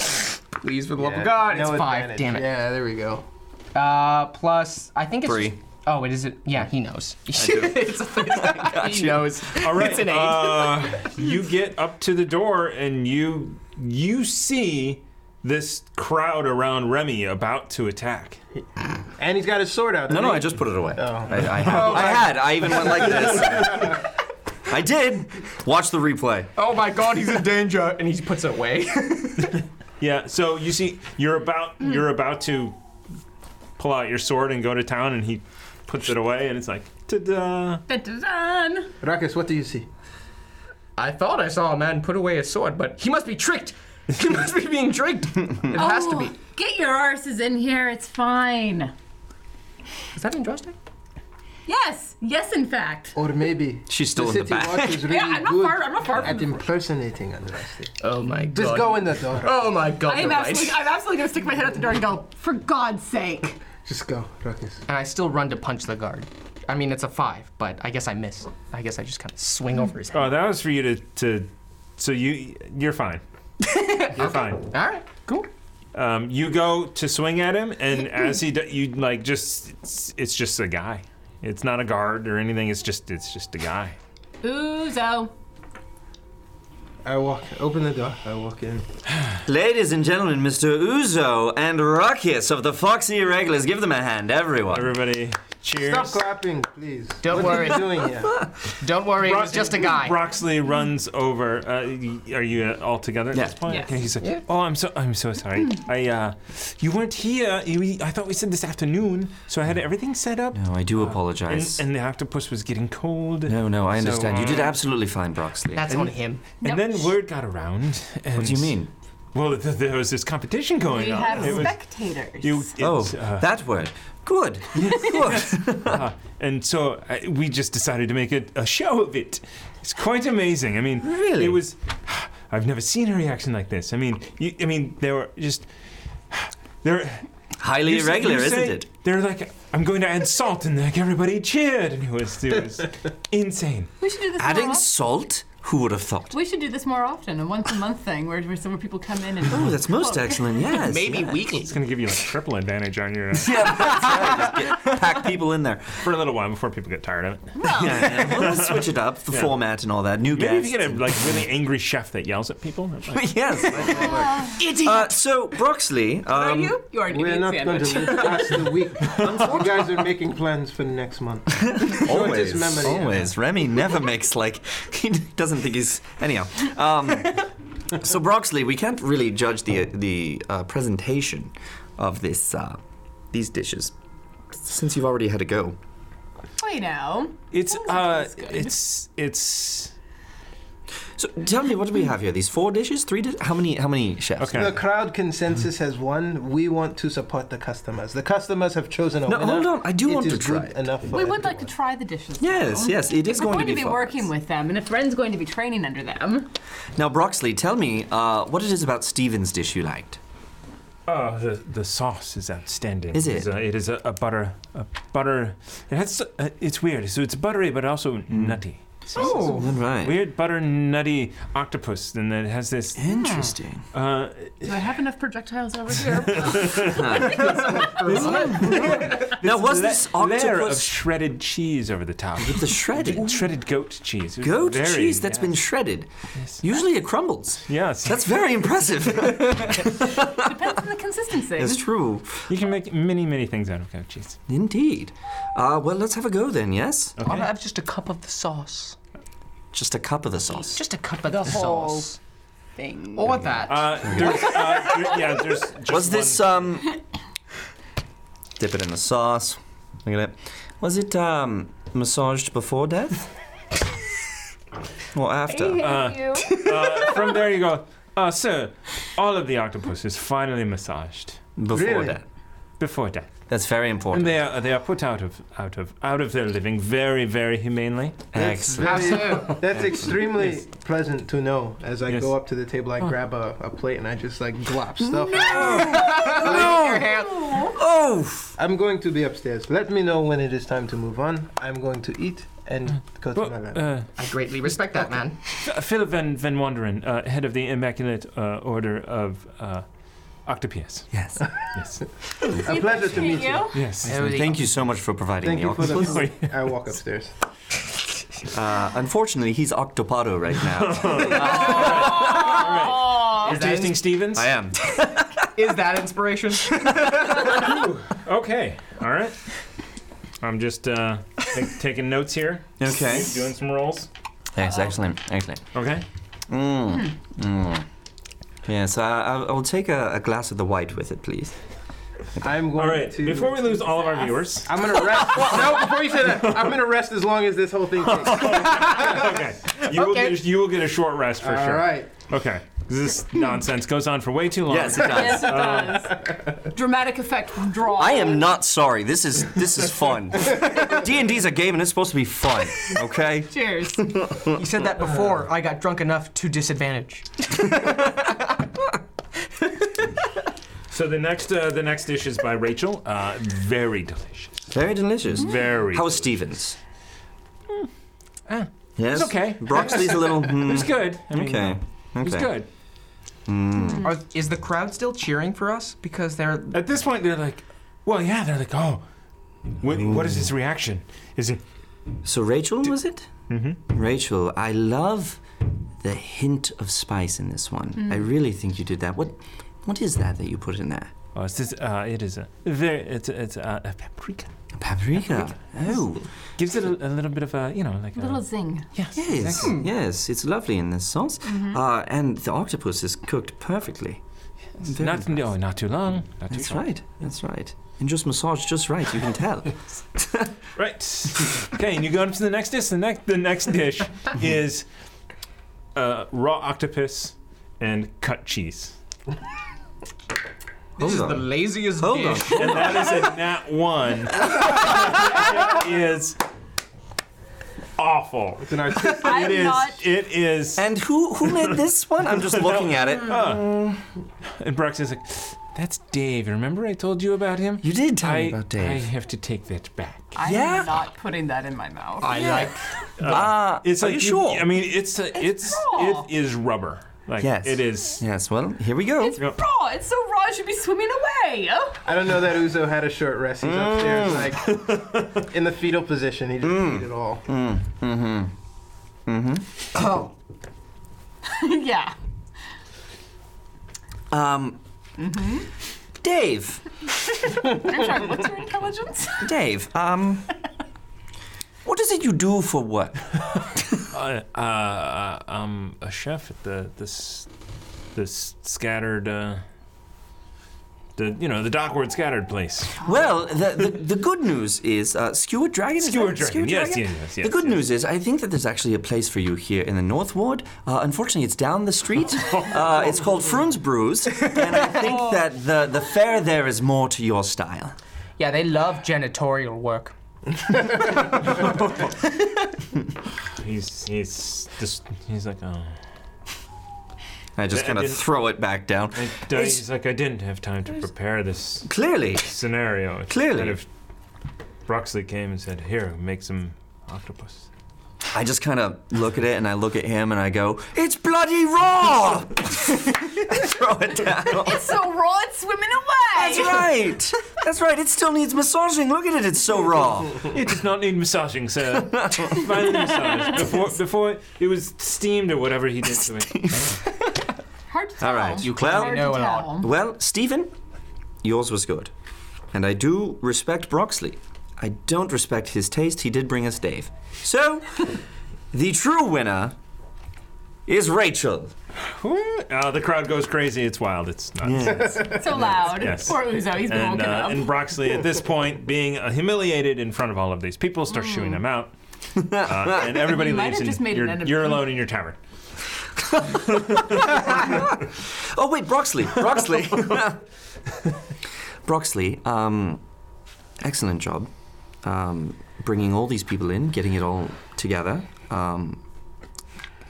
[SPEAKER 7] Please, for the love
[SPEAKER 5] Yeah,
[SPEAKER 7] of God,
[SPEAKER 5] no
[SPEAKER 7] it's five.
[SPEAKER 5] advantage.
[SPEAKER 7] Damn it.
[SPEAKER 5] Yeah,
[SPEAKER 7] there we go. Uh, plus, I think it's
[SPEAKER 6] Three.
[SPEAKER 7] just- oh, it is it? Yeah, he knows. It's- he knows.
[SPEAKER 1] All right.
[SPEAKER 7] It's an eight.
[SPEAKER 1] Uh, you get up to the door and you you see this crowd around Remy about to attack.
[SPEAKER 5] And he's got his sword out.
[SPEAKER 6] No, no, I
[SPEAKER 5] doesn't
[SPEAKER 6] just put it away. I, I, had, I had. I even went like this. I did. Watch the replay.
[SPEAKER 7] oh my god, he's in danger, and he puts it away.
[SPEAKER 1] Yeah. So you see, you're about you're about to pull out your sword and go to town, and he puts it away, and it's like, ta-da.
[SPEAKER 2] Dun-dun-dun.
[SPEAKER 5] he? Ruckus, what do you see?
[SPEAKER 7] I thought I saw a man put away his sword, but he must be tricked. He must be being tricked. It has to be.
[SPEAKER 2] Oh, Get your arses in here. It's fine. Oh.
[SPEAKER 7] Is that interesting?
[SPEAKER 2] Yes. Yes, in fact.
[SPEAKER 5] Or maybe
[SPEAKER 6] She's still
[SPEAKER 5] the
[SPEAKER 6] in the
[SPEAKER 5] city
[SPEAKER 6] back.
[SPEAKER 5] watch is really
[SPEAKER 2] Yeah, I'm not
[SPEAKER 5] good
[SPEAKER 2] far- I'm not far from
[SPEAKER 5] at
[SPEAKER 2] the-
[SPEAKER 5] impersonating Andraste.
[SPEAKER 7] Oh my god.
[SPEAKER 5] Just go in the door.
[SPEAKER 7] Oh my god.
[SPEAKER 2] I am
[SPEAKER 7] you're right.
[SPEAKER 2] absolutely, I'm absolutely gonna stick my head out the door and go, for God's sake.
[SPEAKER 5] Just go, Ruckus.
[SPEAKER 7] And I still run to punch the guard. I mean, it's a five, but I guess I miss. I guess I just kind of swing over his head.
[SPEAKER 1] Oh, that was for you to to. So you you're fine. You're fine.
[SPEAKER 7] All right, cool.
[SPEAKER 1] Um, you go to swing at him, and as he do, you like just it's, it's just a guy. It's not a guard or anything. It's just it's just a guy.
[SPEAKER 2] Uzo.
[SPEAKER 5] I walk, open the door. I walk in.
[SPEAKER 6] Ladies and gentlemen, Mr. Uzo and Ruckus of the Foxy Irregulars, give them a hand, everyone.
[SPEAKER 1] Everybody, cheers.
[SPEAKER 5] Stop clapping, please.
[SPEAKER 7] Don't
[SPEAKER 5] what
[SPEAKER 7] worry.
[SPEAKER 5] What are you doing here?
[SPEAKER 7] Don't worry, it was
[SPEAKER 1] Brox-
[SPEAKER 7] just a guy.
[SPEAKER 1] Broxley runs over. Uh, y- are you uh, all together at
[SPEAKER 6] Yeah.
[SPEAKER 1] this point?
[SPEAKER 2] Yes.
[SPEAKER 1] Okay, he's like, "Oh, I'm so I'm so sorry. I uh, you weren't here. You- we- I thought we said this afternoon, so I had everything set up.
[SPEAKER 6] No, I do
[SPEAKER 1] And,
[SPEAKER 6] apologize.
[SPEAKER 1] and the octopus was getting cold.
[SPEAKER 6] no, no, I
[SPEAKER 1] So,
[SPEAKER 6] understand. you
[SPEAKER 1] uh,
[SPEAKER 6] did absolutely fine, Broxley.
[SPEAKER 7] That's on him.
[SPEAKER 1] And then word got around. And
[SPEAKER 6] what do you mean?
[SPEAKER 1] Well, th- there was this competition going
[SPEAKER 2] We
[SPEAKER 1] on.
[SPEAKER 2] have
[SPEAKER 1] It was-
[SPEAKER 2] spectators.
[SPEAKER 1] you- it's,
[SPEAKER 6] Oh,
[SPEAKER 1] uh,
[SPEAKER 6] that word. Good. Good.
[SPEAKER 1] uh, and so I, we just decided to make a, a show of it. It's quite amazing. I mean,
[SPEAKER 6] Really?
[SPEAKER 1] it was. I've never seen a reaction like this. I mean, you, I mean, there were just there.
[SPEAKER 6] Highly
[SPEAKER 1] you say-
[SPEAKER 6] irregular,
[SPEAKER 1] you
[SPEAKER 6] isn't
[SPEAKER 1] say-
[SPEAKER 6] it?
[SPEAKER 1] They're like, I'm going to add salt, and like everybody cheered, and it was, it was insane.
[SPEAKER 2] We should do this
[SPEAKER 6] Adding
[SPEAKER 2] tomorrow.
[SPEAKER 6] salt? Who would have thought?
[SPEAKER 2] We should do this more often, a once a month thing where, where some people come in and.
[SPEAKER 6] Oh, that's most
[SPEAKER 2] Look.
[SPEAKER 6] excellent. Yes. yes.
[SPEAKER 1] It's going to give you like triple advantage on your. uh,
[SPEAKER 6] yeah, that's right. Just get, pack people in there
[SPEAKER 1] for a little while before people get tired of it.
[SPEAKER 6] Yeah, yeah. Well, let's switch it up, the
[SPEAKER 1] Yeah.
[SPEAKER 6] format and all that. New
[SPEAKER 1] Maybe if
[SPEAKER 6] guests.
[SPEAKER 1] you get a like really angry chef that yells at people. that might-
[SPEAKER 6] yes.
[SPEAKER 7] Idiot.
[SPEAKER 6] Uh, so Broxley, um,
[SPEAKER 2] you? You are an
[SPEAKER 5] We're
[SPEAKER 2] idiot
[SPEAKER 5] not going
[SPEAKER 2] sandwich.
[SPEAKER 5] to live past the week. you guys are making plans for next month.
[SPEAKER 6] always,
[SPEAKER 5] Shortest memory ever.
[SPEAKER 6] always. Remy never makes like he doesn't think he's anyhow. Um, so Broxley, we can't really judge the the uh, presentation of this uh, these dishes since you've already had a go.
[SPEAKER 2] Well, you know.
[SPEAKER 1] It's
[SPEAKER 6] oh,
[SPEAKER 1] uh, it's it's
[SPEAKER 6] So tell me, what do we have here? These four dishes, three dishes? How many? How many chefs?
[SPEAKER 1] okay.
[SPEAKER 5] The crowd consensus has won. We want to support the customers. The customers have chosen a
[SPEAKER 6] No,
[SPEAKER 5] winner.
[SPEAKER 6] hold on. I do
[SPEAKER 5] It
[SPEAKER 6] want
[SPEAKER 5] is
[SPEAKER 6] to try
[SPEAKER 5] good
[SPEAKER 6] it.
[SPEAKER 5] enough. for
[SPEAKER 2] We would like to
[SPEAKER 5] everyone.
[SPEAKER 2] try the dishes.
[SPEAKER 6] Yes,
[SPEAKER 2] though.
[SPEAKER 6] yes, it is
[SPEAKER 2] If we're
[SPEAKER 6] going to
[SPEAKER 2] going to be
[SPEAKER 6] be fun.
[SPEAKER 2] working with them, and if Ren's going to be training under them,
[SPEAKER 6] Now, Broxley, tell me uh, what it is about Steven's dish you liked.
[SPEAKER 1] Oh, the, the sauce is outstanding.
[SPEAKER 6] Is it?
[SPEAKER 1] It's a, it is a, a butter, a butter. It has. Uh, it's weird. So it's buttery, but also nutty.
[SPEAKER 6] All right.
[SPEAKER 1] Weird butter nutty octopus, and then it has this.
[SPEAKER 6] Interesting.
[SPEAKER 1] Uh,
[SPEAKER 2] do I have enough projectiles over here?
[SPEAKER 6] now, was
[SPEAKER 1] la-
[SPEAKER 6] this
[SPEAKER 1] layer of
[SPEAKER 6] octopus
[SPEAKER 1] shredded cheese over the top?
[SPEAKER 6] with the shredded
[SPEAKER 1] shredded goat cheese. It was
[SPEAKER 6] goat
[SPEAKER 1] very-
[SPEAKER 6] cheese that's
[SPEAKER 1] yeah.
[SPEAKER 6] been shredded? Usually it crumbles.
[SPEAKER 1] Yes,
[SPEAKER 6] That's very impressive.
[SPEAKER 2] Depends on the consistency.
[SPEAKER 6] That's true.
[SPEAKER 1] you can make many, many things out of goat cheese.
[SPEAKER 6] Indeed. Uh, well, let's have a go then, yes?
[SPEAKER 1] Okay.
[SPEAKER 7] I'll have just a cup of the sauce.
[SPEAKER 6] Just a cup of the sauce.
[SPEAKER 7] Just a cup of the,
[SPEAKER 2] whole
[SPEAKER 7] sauce.
[SPEAKER 2] Thing.
[SPEAKER 7] Or that.
[SPEAKER 1] Uh, there's, uh, there- yeah, there's just
[SPEAKER 6] Was this,
[SPEAKER 1] one-
[SPEAKER 6] um. dip it in the sauce. Look at it. Was it, um, massaged before death? or after?
[SPEAKER 1] uh, uh, from there you go. Uh, sir, all of the octopus is finally massaged
[SPEAKER 6] Before
[SPEAKER 5] Really?
[SPEAKER 6] death.
[SPEAKER 1] before death.
[SPEAKER 6] That's very
[SPEAKER 1] And
[SPEAKER 6] important.
[SPEAKER 1] they are they are put out of out of out of their living very very humanely.
[SPEAKER 5] That's
[SPEAKER 6] Excellent.
[SPEAKER 5] very- That's extremely
[SPEAKER 1] Yes.
[SPEAKER 5] pleasant to know. As I
[SPEAKER 1] Yes.
[SPEAKER 5] go up to the table, I grab a, a plate and I just like glop stuff.
[SPEAKER 6] Oh!
[SPEAKER 5] I'm going to be upstairs. Let me know when it is time to move on. I'm going to eat and go to
[SPEAKER 1] But,
[SPEAKER 5] my lab.
[SPEAKER 1] uh,
[SPEAKER 7] I greatly respect that, man.
[SPEAKER 1] Ph- Philip van van Wanderen, uh, head of the Immaculate uh, Order of uh, Octopius.
[SPEAKER 6] Yes.
[SPEAKER 1] Yes,
[SPEAKER 5] a pleasure to meet you.
[SPEAKER 1] yes.
[SPEAKER 6] Thank you so much for providing
[SPEAKER 5] Thank
[SPEAKER 6] the
[SPEAKER 5] you for
[SPEAKER 6] octopus.
[SPEAKER 5] the. I walk upstairs.
[SPEAKER 6] Uh, unfortunately, he's octopado right now.
[SPEAKER 1] You're
[SPEAKER 7] that
[SPEAKER 1] tasting
[SPEAKER 7] is-
[SPEAKER 1] Stevens.
[SPEAKER 6] I am.
[SPEAKER 7] Is that inspiration?
[SPEAKER 1] Okay. All right. I'm just uh, ta- taking notes here,
[SPEAKER 6] Okay.
[SPEAKER 1] doing some rolls.
[SPEAKER 6] Yes, excellent. Excellent.
[SPEAKER 1] Okay.
[SPEAKER 6] Mm. Mm. Yes, I, I- I will take a, a glass of the white with it, please.
[SPEAKER 5] I'm going
[SPEAKER 1] All right.
[SPEAKER 5] to.
[SPEAKER 1] Before we lose all of our viewers.
[SPEAKER 5] I'm gonna rest. no, before you say that, I'm gonna rest as long as this whole thing takes.
[SPEAKER 1] Okay. You will get a, you will get a short rest for
[SPEAKER 5] All
[SPEAKER 1] sure.
[SPEAKER 5] right.
[SPEAKER 1] Okay. This nonsense goes on for way too long.
[SPEAKER 6] Yes, it
[SPEAKER 2] Yes,
[SPEAKER 6] does.
[SPEAKER 2] it does. Dramatic effect withdrawal.
[SPEAKER 6] I am not sorry. This is this is fun. D and D's a game, and it's supposed to be fun. Okay.
[SPEAKER 2] Cheers.
[SPEAKER 4] You said that before.
[SPEAKER 7] Uh.
[SPEAKER 4] I got drunk enough to disadvantage.
[SPEAKER 1] So the next uh, the next dish is by Rachel. Uh, very delicious.
[SPEAKER 6] Very delicious.
[SPEAKER 1] Very.
[SPEAKER 6] How's Stevens? Yes. Ah,
[SPEAKER 1] It's okay.
[SPEAKER 6] Broxley's a little. hmm,
[SPEAKER 1] It's good. I mean,
[SPEAKER 6] okay. Okay.
[SPEAKER 1] It's good.
[SPEAKER 7] Mm.
[SPEAKER 4] Are, is the crowd still cheering for us? Because they're.
[SPEAKER 1] At this point, they're like, well, yeah. They're like, oh, what, what is his reaction? Is it?
[SPEAKER 6] So Rachel was it? Mm-hmm. Rachel, I love the hint of spice in this one. I really think you did that. What, what is that that you put in there?
[SPEAKER 1] Oh, it's this. Uh, it is a very. It's a, it's a, a paprika.
[SPEAKER 6] Paprika. Oh,
[SPEAKER 1] Gives it a, a little bit of a you know like a
[SPEAKER 2] Little zing.
[SPEAKER 1] yes.
[SPEAKER 6] yes, yes. It's lovely in this sauce, uh, and the octopus is cooked perfectly. Very
[SPEAKER 1] Not no, not too long. Not too
[SPEAKER 6] That's
[SPEAKER 1] short.
[SPEAKER 6] right. That's right. And just massaged just right. You can tell.
[SPEAKER 1] Right. okay, and you go up to the next dish. The next the next dish is uh, raw octopus and cut cheese.
[SPEAKER 7] This is
[SPEAKER 6] Hold
[SPEAKER 7] the
[SPEAKER 6] on.
[SPEAKER 7] laziest
[SPEAKER 6] Hold on.
[SPEAKER 7] dish.
[SPEAKER 1] And that is a nat one. it is awful.
[SPEAKER 5] It's an artistic.
[SPEAKER 1] It
[SPEAKER 2] I'm
[SPEAKER 1] is
[SPEAKER 2] not.
[SPEAKER 1] it is
[SPEAKER 6] And who who made this one? I'm just looking at it.
[SPEAKER 1] and Brox is like
[SPEAKER 11] That's Dave. Remember I told you about him? You did
[SPEAKER 6] tell
[SPEAKER 11] I,
[SPEAKER 6] me about Dave.
[SPEAKER 11] I have to take that back.
[SPEAKER 2] I
[SPEAKER 11] Yeah.
[SPEAKER 2] am not putting that in my mouth.
[SPEAKER 11] Uh, it's
[SPEAKER 6] are
[SPEAKER 11] like
[SPEAKER 6] Ah, you sure?
[SPEAKER 11] I mean, it's
[SPEAKER 1] uh,
[SPEAKER 11] a, it's
[SPEAKER 2] raw.
[SPEAKER 11] it is rubber. Like
[SPEAKER 6] yes.
[SPEAKER 11] it is.
[SPEAKER 6] Yes. Well, here we go.
[SPEAKER 11] Yep.
[SPEAKER 2] raw. It's so raw. It should be swimming away. Oh.
[SPEAKER 5] I don't know that Uzo had a short rest. He's upstairs, like in the fetal position. He just ate it all.
[SPEAKER 8] Mm, mm-hmm. Mm-hmm.
[SPEAKER 2] Oh. yeah.
[SPEAKER 6] Um,
[SPEAKER 2] Mm-hmm.
[SPEAKER 6] Dave.
[SPEAKER 2] I'm sorry. What's your intelligence?
[SPEAKER 6] Dave. Um, what is it you do for work?
[SPEAKER 1] uh, uh, I'm a chef at the this this scattered uh, the you know the dockward scattered place.
[SPEAKER 6] Well, the, the, the good news is uh, Skewer Dragon. is
[SPEAKER 1] Skewer
[SPEAKER 6] that-
[SPEAKER 1] Dragon, yes, yes, yes, yes,
[SPEAKER 6] The good news is I think that there's actually a place for you here in the North Ward. Uh, unfortunately, it's down the street. uh, it's called Frun's Brews, and I think that the the fare there is more to your style.
[SPEAKER 7] Yeah, they love janitorial work.
[SPEAKER 1] He's he's just he's like oh.
[SPEAKER 6] I just kind of
[SPEAKER 1] didn't-
[SPEAKER 6] throw it back down.
[SPEAKER 1] I,
[SPEAKER 6] It's-
[SPEAKER 1] he's like I didn't have time to prepare this
[SPEAKER 6] Clearly.
[SPEAKER 1] scenario. It's
[SPEAKER 6] Clearly.
[SPEAKER 1] kind of- Broxley came and said, "Here, make some octopus."
[SPEAKER 6] I just kind of look at it and I look at him and I go, "It's bloody raw!" throw it down.
[SPEAKER 2] It's so raw. It's swimming away.
[SPEAKER 6] That's right. That's right. It still needs massaging. Look at it. It's so raw.
[SPEAKER 1] It does not need massaging, sir. Finally massaged before before it was steamed or whatever he did to it.
[SPEAKER 2] Hard to
[SPEAKER 6] All right.
[SPEAKER 7] You
[SPEAKER 6] well,
[SPEAKER 7] clearly know a lot.
[SPEAKER 6] Well, Stephen, yours was good, and I do respect Broxley. I don't respect his taste. He did bring us Dave. So, the true winner is Rachel.
[SPEAKER 1] Uh, the crowd goes crazy. It's wild. It's nuts.
[SPEAKER 2] so loud.
[SPEAKER 1] Yes.
[SPEAKER 2] Poor Uzo. He's been
[SPEAKER 1] and,
[SPEAKER 2] woken
[SPEAKER 1] uh,
[SPEAKER 2] up.
[SPEAKER 1] and Broxley, at this point, being uh, humiliated in front of all of these people, starts shooing them out. Uh, and everybody
[SPEAKER 2] You Mm. might
[SPEAKER 1] leaves,
[SPEAKER 2] have
[SPEAKER 1] and
[SPEAKER 2] just made an
[SPEAKER 1] you're,
[SPEAKER 2] enemy.
[SPEAKER 1] you're alone in your tavern.
[SPEAKER 6] Oh wait, Broxley. Broxley. Broxley. Um, excellent job, um, bringing all these people in, getting it all together. Um,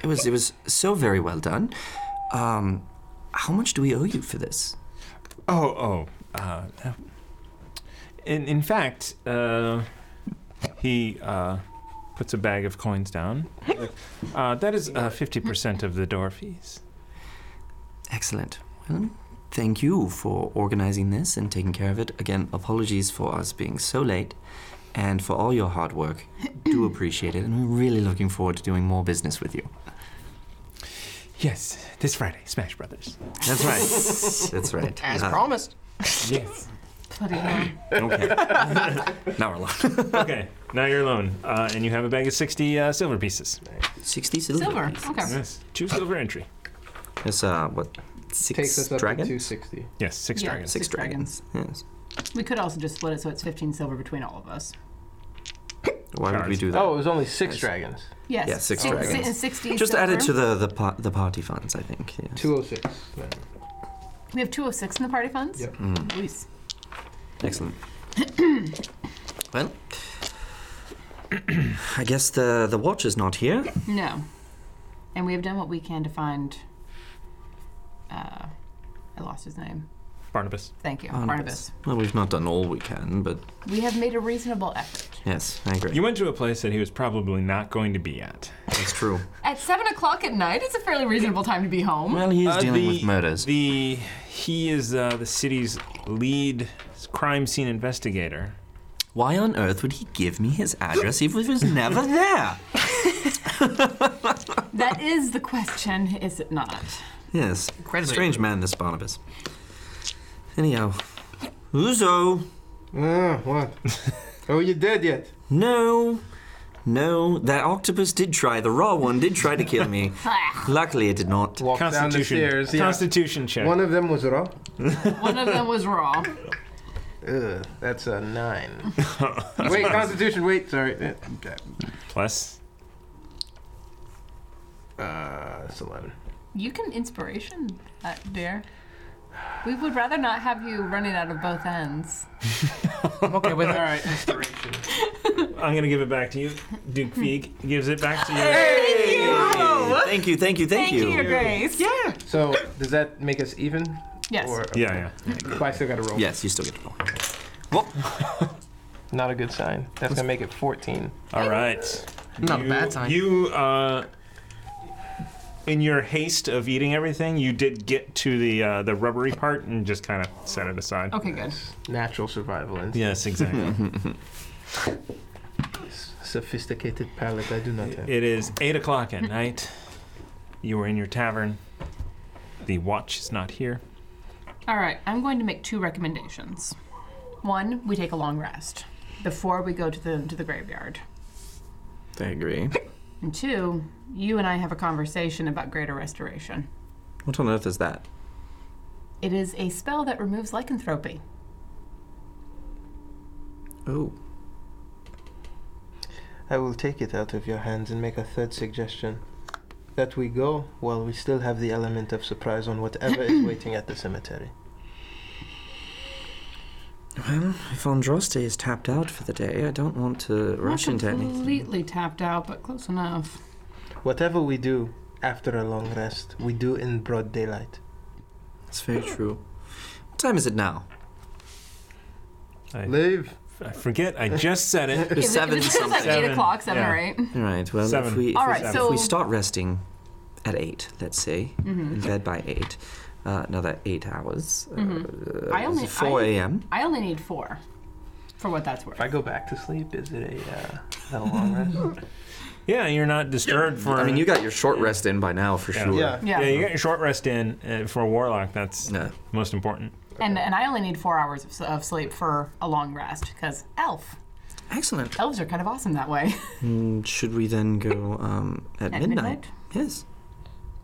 [SPEAKER 6] it was it was so very well done. Um, how much do we owe you for this?
[SPEAKER 1] Oh, oh. Uh, in, in fact, uh, he uh, puts a bag of coins down. Uh, that is uh, 50% of the door fees.
[SPEAKER 6] Excellent. Well, thank you for organizing this and taking care of it. Again, apologies for us being so late and for all your hard work. Do appreciate it, and we're really looking forward to doing more business with you.
[SPEAKER 1] Yes, this Friday, Smash Brothers.
[SPEAKER 6] That's right. That's right.
[SPEAKER 7] As
[SPEAKER 6] Uh,
[SPEAKER 7] promised.
[SPEAKER 1] Yes.
[SPEAKER 2] Bloody hell.
[SPEAKER 6] Okay. now we're lost.
[SPEAKER 1] okay, now you're alone, uh, and you have a bag of 60 uh, silver pieces.
[SPEAKER 6] 60 silver.
[SPEAKER 2] Silver. Okay.
[SPEAKER 1] Yes, two silver entry.
[SPEAKER 6] That's, uh, what, six
[SPEAKER 5] Takes us up
[SPEAKER 6] dragon?
[SPEAKER 5] to 260.
[SPEAKER 1] Yes, six
[SPEAKER 2] Yeah.
[SPEAKER 1] dragons.
[SPEAKER 6] Six
[SPEAKER 2] Six
[SPEAKER 6] dragons. Yes.
[SPEAKER 2] We could also just split it so it's 15 silver between all of us.
[SPEAKER 6] Why would we do that?
[SPEAKER 5] Oh, it was only six dragons.
[SPEAKER 2] Yes.
[SPEAKER 6] Yeah, six
[SPEAKER 2] and,
[SPEAKER 6] dragons.
[SPEAKER 2] si- and 60
[SPEAKER 6] Just
[SPEAKER 2] silver.
[SPEAKER 6] add it to the the, pa- the party funds, I think. Yeah.
[SPEAKER 5] 206.
[SPEAKER 2] We have 206 in the party funds?
[SPEAKER 5] Yep.
[SPEAKER 6] Mm,
[SPEAKER 2] Luis.
[SPEAKER 6] excellent. well, I guess the the watch is not here.
[SPEAKER 2] No. And we have done what we can to find. Uh, I lost his name.
[SPEAKER 1] Barnabas.
[SPEAKER 2] Thank you,
[SPEAKER 6] Barnabas.
[SPEAKER 2] Barnabas.
[SPEAKER 6] Well, we've not done all we can, but
[SPEAKER 2] We have made a reasonable effort.
[SPEAKER 6] yes, I agree.
[SPEAKER 1] You went to a place that he was probably not going to be at.
[SPEAKER 6] That's true.
[SPEAKER 2] At seven o'clock at night, it's a fairly reasonable time to be home.
[SPEAKER 6] Well, he is
[SPEAKER 1] Uh,
[SPEAKER 6] dealing
[SPEAKER 1] the-
[SPEAKER 6] with murders.
[SPEAKER 1] The he is uh, the city's lead crime scene investigator.
[SPEAKER 6] Why on earth would he give me his address if he was never there?
[SPEAKER 2] That is the question, is it not?
[SPEAKER 6] Yes.
[SPEAKER 7] Incredibly.
[SPEAKER 6] Strange man, this Barnabas. Anyhow, Uzo.
[SPEAKER 5] Uh, what? oh, you dead yet?
[SPEAKER 6] No, no, that octopus did try. The raw one did try to kill me.
[SPEAKER 2] Ah.
[SPEAKER 6] Luckily, it did not.
[SPEAKER 5] Walk down the stairs. yeah.
[SPEAKER 1] Constitution check.
[SPEAKER 5] One of them was raw.
[SPEAKER 2] One of them was raw.
[SPEAKER 5] Ugh, that's a nine. wait, Constitution. Wait, sorry. Uh, okay.
[SPEAKER 1] Plus,
[SPEAKER 5] Uh, that's eleven.
[SPEAKER 2] You can inspiration that, dear. We would rather not have you running out of both ends.
[SPEAKER 7] I'm okay with it.
[SPEAKER 5] right, inspiration.
[SPEAKER 1] I'm gonna give it back to you. Duke Feig gives it back to you.
[SPEAKER 6] Thank you, thank you, thank,
[SPEAKER 2] Thank you, Your Grace.
[SPEAKER 5] So does that make us even?
[SPEAKER 2] Yes.
[SPEAKER 5] Or,
[SPEAKER 11] Yeah, yeah.
[SPEAKER 5] But I still got to roll.
[SPEAKER 6] Yes, you still get to roll.
[SPEAKER 5] Not a good sign. That's gonna make it 14.
[SPEAKER 1] All right.
[SPEAKER 5] Not a bad sign.
[SPEAKER 1] You, uh, in your haste of eating everything, you did get to the uh, the rubbery part and just kind of set it aside.
[SPEAKER 2] Okay, good.
[SPEAKER 5] Natural survival instinct.
[SPEAKER 1] Yes, exactly.
[SPEAKER 5] Sophisticated palate, I do not have.
[SPEAKER 1] It is eight o'clock at night. You were in your tavern. The watch is not here.
[SPEAKER 2] All right, I'm going to make two recommendations. One, we take a long rest before we go to the to the graveyard.
[SPEAKER 6] I agree.
[SPEAKER 2] And two, you and I have a conversation about greater restoration.
[SPEAKER 6] What on earth is that?
[SPEAKER 2] It is a spell that removes lycanthropy.
[SPEAKER 6] Oh.
[SPEAKER 5] I will take it out of your hands and make a third suggestion. That we go while we still have the element of surprise on whatever is waiting at the cemetery.
[SPEAKER 6] Well, if Andraste is tapped out for the day, I don't want to rush
[SPEAKER 2] Not
[SPEAKER 6] into anything.
[SPEAKER 2] completely tapped out, but close enough.
[SPEAKER 5] Whatever we do after a long rest, we do in broad daylight.
[SPEAKER 6] That's very true. What time is it now?
[SPEAKER 1] I,
[SPEAKER 5] Leave.
[SPEAKER 1] I forget. I just said it.
[SPEAKER 2] Is it-
[SPEAKER 6] seven
[SPEAKER 2] is it
[SPEAKER 6] something.
[SPEAKER 2] like eight o'clock, seven or eight?
[SPEAKER 6] All right. Well,
[SPEAKER 1] Seven.
[SPEAKER 6] if we if,
[SPEAKER 2] All
[SPEAKER 6] we-
[SPEAKER 2] right,
[SPEAKER 6] if
[SPEAKER 2] so-
[SPEAKER 6] we start resting at eight, let's say,
[SPEAKER 2] Mhm.
[SPEAKER 6] in bed by eight, uh, another eight hours.
[SPEAKER 2] Mhm.
[SPEAKER 6] Uh,
[SPEAKER 2] I only-
[SPEAKER 6] four
[SPEAKER 2] I-
[SPEAKER 6] a.m.
[SPEAKER 2] I only need four, for what that's worth.
[SPEAKER 5] If I go back to sleep, is it a, uh, a long rest?
[SPEAKER 1] Yeah, you're not disturbed for.
[SPEAKER 6] I mean, you got your short rest in by now for
[SPEAKER 1] Yeah.
[SPEAKER 6] sure.
[SPEAKER 1] Yeah.
[SPEAKER 2] Yeah.
[SPEAKER 1] you got your short rest in uh, for a warlock. That's most important.
[SPEAKER 2] And and I only need four hours of, s- of sleep for a long rest because elf.
[SPEAKER 6] Excellent.
[SPEAKER 2] Elves are kind of awesome that way.
[SPEAKER 6] Mm, should we then go um, at,
[SPEAKER 2] At midnight?
[SPEAKER 6] Yes.
[SPEAKER 2] Is
[SPEAKER 6] Does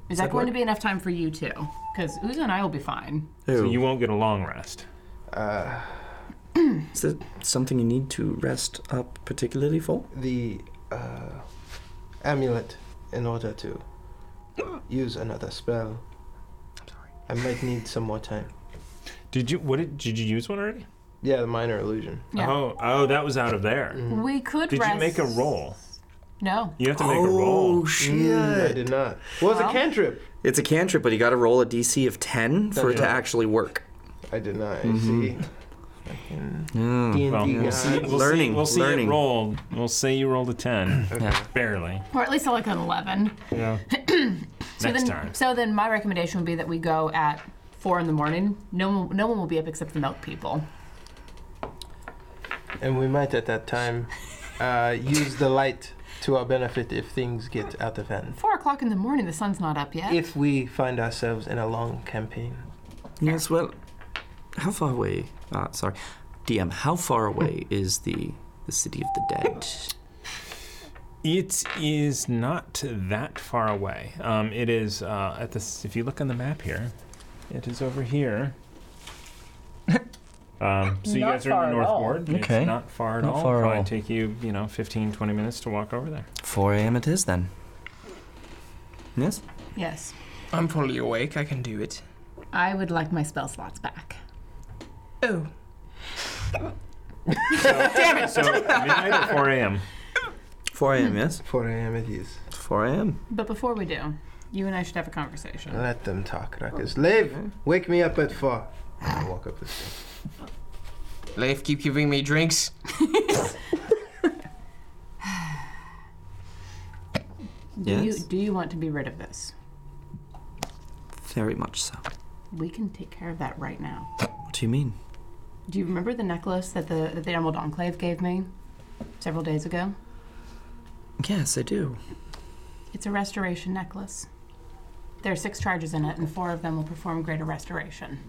[SPEAKER 2] that,
[SPEAKER 6] that
[SPEAKER 2] going to
[SPEAKER 6] work?
[SPEAKER 2] be enough time for you too? Because Uza and I will be fine.
[SPEAKER 6] Oh.
[SPEAKER 1] So you won't get a long rest.
[SPEAKER 5] Uh,
[SPEAKER 6] Is that something you need to rest up particularly for?
[SPEAKER 5] the uh, amulet in order to use another spell. I'm sorry. I might need some more time.
[SPEAKER 1] Did you? What did? Did you use one already?
[SPEAKER 5] Yeah, the minor illusion.
[SPEAKER 2] Yeah.
[SPEAKER 1] Oh, oh, that was out of there.
[SPEAKER 6] Mm-hmm.
[SPEAKER 2] We could
[SPEAKER 1] Did
[SPEAKER 2] rest.
[SPEAKER 1] you make a roll?
[SPEAKER 2] No.
[SPEAKER 1] You have to make a
[SPEAKER 6] Oh,
[SPEAKER 1] roll.
[SPEAKER 5] Mm, I did not. Well, it's a
[SPEAKER 2] Well-
[SPEAKER 5] cantrip.
[SPEAKER 6] It's a cantrip, but you got to roll a DC of 10 for it to
[SPEAKER 5] Yeah.
[SPEAKER 6] actually work.
[SPEAKER 5] I did not. See.
[SPEAKER 6] Mhm.
[SPEAKER 5] D&D
[SPEAKER 1] Well, we'll
[SPEAKER 5] guy.
[SPEAKER 1] see, we'll
[SPEAKER 6] Learning,
[SPEAKER 1] See, we'll see
[SPEAKER 6] learning.
[SPEAKER 1] it rolled. We'll say you rolled a ten, barely.
[SPEAKER 2] Or at least like an eleven.
[SPEAKER 1] Yeah.
[SPEAKER 2] So
[SPEAKER 1] Next
[SPEAKER 2] then,
[SPEAKER 1] time.
[SPEAKER 2] so then my recommendation would be that we go at four in the morning. No one, no one will be up except the milk people.
[SPEAKER 5] And we might at that time uh, use the light to our benefit if things get out of hand.
[SPEAKER 2] Four o'clock in the morning, the sun's not up yet.
[SPEAKER 5] If we find ourselves in a long campaign.
[SPEAKER 6] Yes, well, how far away? Uh, sorry. DM, how far away is the, the City of the Dead?
[SPEAKER 1] It is not that far away. Um, it is uh, at this. If you look on the map here, it is over here. Um, so you
[SPEAKER 11] Not
[SPEAKER 1] guys are in
[SPEAKER 11] far
[SPEAKER 1] the
[SPEAKER 11] at
[SPEAKER 1] north
[SPEAKER 11] all.
[SPEAKER 1] ward.
[SPEAKER 6] Okay.
[SPEAKER 1] It's not far at
[SPEAKER 6] Not
[SPEAKER 1] all.
[SPEAKER 6] far at
[SPEAKER 1] Probably
[SPEAKER 6] all.
[SPEAKER 1] take you, you know, 15, 20 minutes to walk over there.
[SPEAKER 6] 4 a.m. it is then. Yes?
[SPEAKER 2] Yes.
[SPEAKER 4] I'm fully awake. I can do it.
[SPEAKER 2] I would like my spell slots back.
[SPEAKER 4] Oh.
[SPEAKER 2] Damn it!
[SPEAKER 1] So midnight at 4 a.m.
[SPEAKER 6] 4 a.m., yes?
[SPEAKER 5] 4 a.m. it is.
[SPEAKER 6] 4 a.m.
[SPEAKER 2] But before we do, you and I should have a conversation.
[SPEAKER 1] Uh,
[SPEAKER 5] Let them talk, Ruckus. Leave! Wake me up at 4. I walk up the stairs.
[SPEAKER 4] Leif, keep giving me drinks.
[SPEAKER 2] do,
[SPEAKER 6] Yes.
[SPEAKER 2] you, do you want to be rid of this?
[SPEAKER 6] Very much so.
[SPEAKER 2] We can take care of that right now.
[SPEAKER 6] What do you mean?
[SPEAKER 2] Do you remember the necklace that the that the Emerald Enclave gave me several days ago?
[SPEAKER 6] Yes, I do.
[SPEAKER 2] It's a restoration necklace. There are six charges in it, and four of them will perform greater restoration.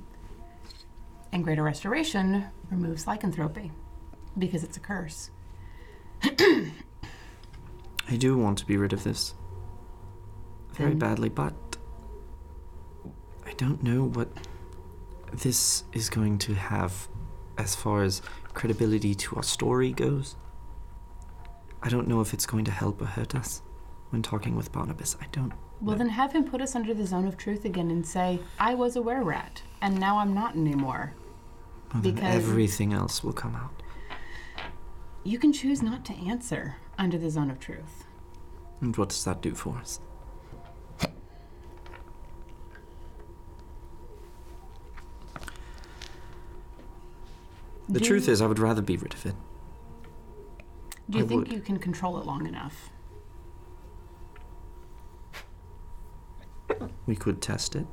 [SPEAKER 2] And greater restoration removes lycanthropy because it's a curse.
[SPEAKER 6] I do want to be rid of this. Very
[SPEAKER 2] Then-
[SPEAKER 6] badly, but I don't know what this is going to have as far as credibility to our story goes. I don't know if it's going to help or hurt us when talking with Barnabas. I don't.
[SPEAKER 2] Well, then have him put us under the zone of truth again and say, I was a were rat, and now I'm not anymore.
[SPEAKER 6] Well, then
[SPEAKER 2] Because-
[SPEAKER 6] everything else will come out.
[SPEAKER 2] You can choose not to answer under the zone of truth.
[SPEAKER 6] And what does that do for us? The
[SPEAKER 2] Do
[SPEAKER 6] truth
[SPEAKER 2] you-
[SPEAKER 6] is, I would rather be rid of it.
[SPEAKER 2] Do you
[SPEAKER 6] I
[SPEAKER 2] think
[SPEAKER 6] would.
[SPEAKER 2] you can control it long enough?
[SPEAKER 6] We could test it.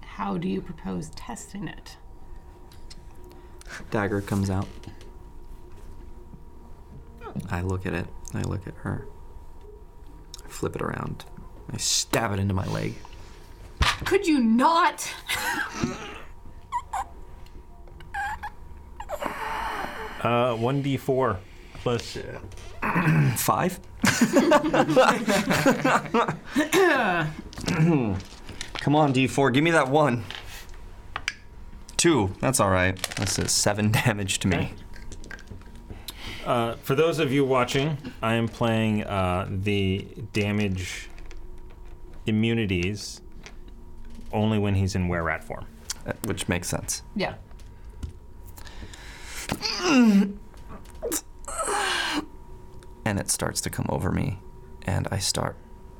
[SPEAKER 2] How do you propose testing it?
[SPEAKER 6] Dagger comes out. I look at it. I look at her. I flip it around. I stab it into my leg.
[SPEAKER 12] Could you not?
[SPEAKER 1] Uh, 1d4 plus.
[SPEAKER 6] Five? Come on, D4, give me that one. Two. That's all right. That's a seven damage to me.
[SPEAKER 1] Uh, for those of you watching, I am playing uh, the damage immunities only when he's in wear rat form.
[SPEAKER 6] uh, Which makes sense.
[SPEAKER 2] Yeah.
[SPEAKER 6] and it starts to come over me and i start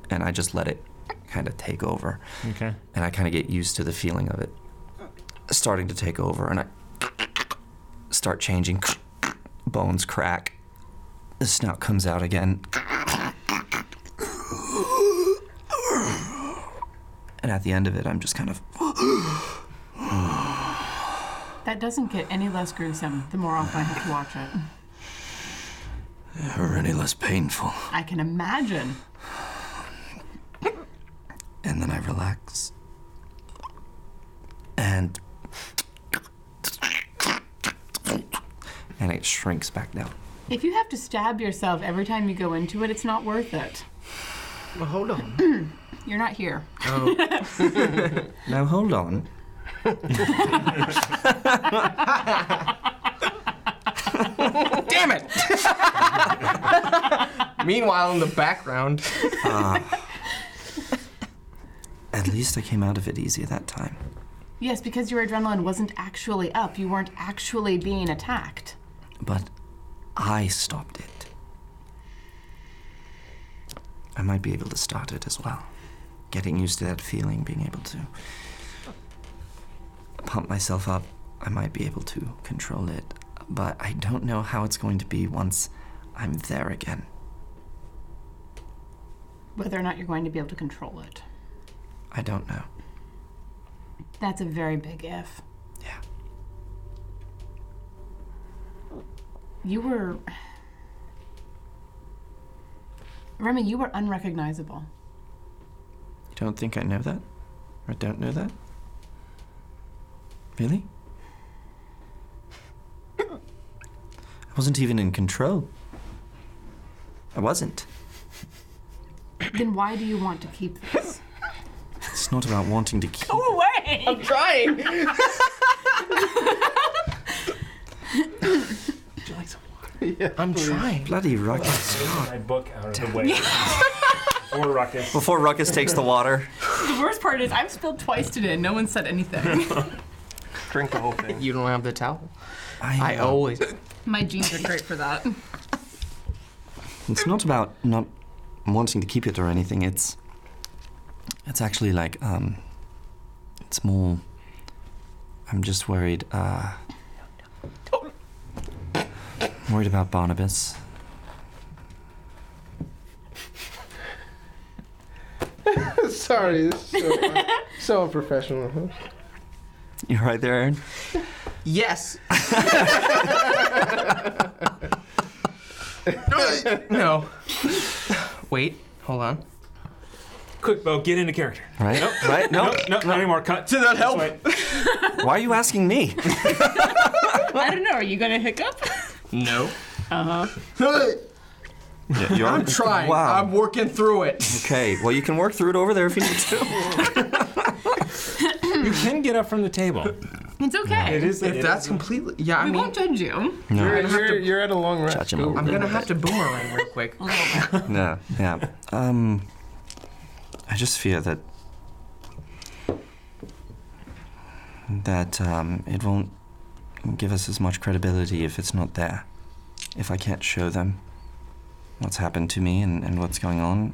[SPEAKER 6] and i just let it kind of take over
[SPEAKER 1] Okay.
[SPEAKER 6] and i kind of get used to the feeling of it starting to take over and i start changing bones crack the snout comes out again and at the end of it i'm just kind of
[SPEAKER 2] That doesn't get any less gruesome the more often I have to watch it.
[SPEAKER 8] Never any less painful.
[SPEAKER 2] I can imagine.
[SPEAKER 6] and then i relax and and it shrinks back down
[SPEAKER 2] If you have to stab yourself every time you go into it, it's not worth it.
[SPEAKER 7] Well, hold on.
[SPEAKER 2] You're not here.
[SPEAKER 6] now hold on.
[SPEAKER 4] Damn it! Meanwhile, in the background.
[SPEAKER 6] Ah. at least I came out of it easy that time.
[SPEAKER 2] Yes, because your adrenaline wasn't actually up. You weren't actually being attacked.
[SPEAKER 6] But I stopped it. I might be able to start it as well. Getting used to that feeling, being able to pump myself up, I might be able to control it. But I don't know how it's going to be once I'm there again.
[SPEAKER 2] Whether or not you're going to be able to control it.
[SPEAKER 6] I don't know.
[SPEAKER 2] That's a very big if.
[SPEAKER 6] Yeah.
[SPEAKER 2] You were. Remy, you were unrecognizable.
[SPEAKER 6] You don't think I know that? Or don't know that? Really? I wasn't even in control. I wasn't.
[SPEAKER 2] Then why do you want to keep this?
[SPEAKER 6] It's not about wanting to keep.
[SPEAKER 2] Go away! I'm
[SPEAKER 7] trying!
[SPEAKER 4] I'm trying.
[SPEAKER 6] Bloody ruckus.
[SPEAKER 1] My book out of the way. Before Ruckus.
[SPEAKER 6] Before Ruckus takes the water.
[SPEAKER 2] the worst part is I've spilled twice today and no one said anything.
[SPEAKER 4] Drink the whole thing. You don't have the towel?
[SPEAKER 6] I,
[SPEAKER 4] I always.
[SPEAKER 2] My jeans are great for that.
[SPEAKER 6] It's not about not wanting to keep it or anything. It's. It's actually like, um. It's more. I'm just worried, uh. Worried about Barnabas.
[SPEAKER 5] Sorry, this is so, so unprofessional. huh?
[SPEAKER 6] You right there, Aaron?
[SPEAKER 4] Yes. no. Wait, hold on.
[SPEAKER 1] Quick, Bo, get into character.
[SPEAKER 6] Right? Right? No.
[SPEAKER 1] Nope, nope, not anymore. Cut. To that help.
[SPEAKER 6] Why are you asking me?
[SPEAKER 2] I don't know. Are you gonna hiccup?
[SPEAKER 4] No.
[SPEAKER 2] Uh huh.
[SPEAKER 6] Yeah, you are?
[SPEAKER 4] I'm trying.
[SPEAKER 6] Wow.
[SPEAKER 4] I'm working through it.
[SPEAKER 6] Okay, well, you can work through it over there if you need to.
[SPEAKER 1] You can get up from the table.
[SPEAKER 2] It's okay.
[SPEAKER 1] It is-
[SPEAKER 4] If
[SPEAKER 1] it
[SPEAKER 4] that's
[SPEAKER 1] is-
[SPEAKER 4] completely. Yeah, I
[SPEAKER 2] we
[SPEAKER 4] mean.
[SPEAKER 2] won't judge you.
[SPEAKER 6] No.
[SPEAKER 4] You're, you're,
[SPEAKER 5] you're at a long rest.
[SPEAKER 6] Judge him a
[SPEAKER 4] I'm
[SPEAKER 6] little
[SPEAKER 4] gonna
[SPEAKER 6] bit.
[SPEAKER 4] have to boomerang real quick.
[SPEAKER 6] Yeah, yeah. Um, I just fear that that um, it won't give us as much credibility if it's not there. If I can't show them what's happened to me and, and what's going on,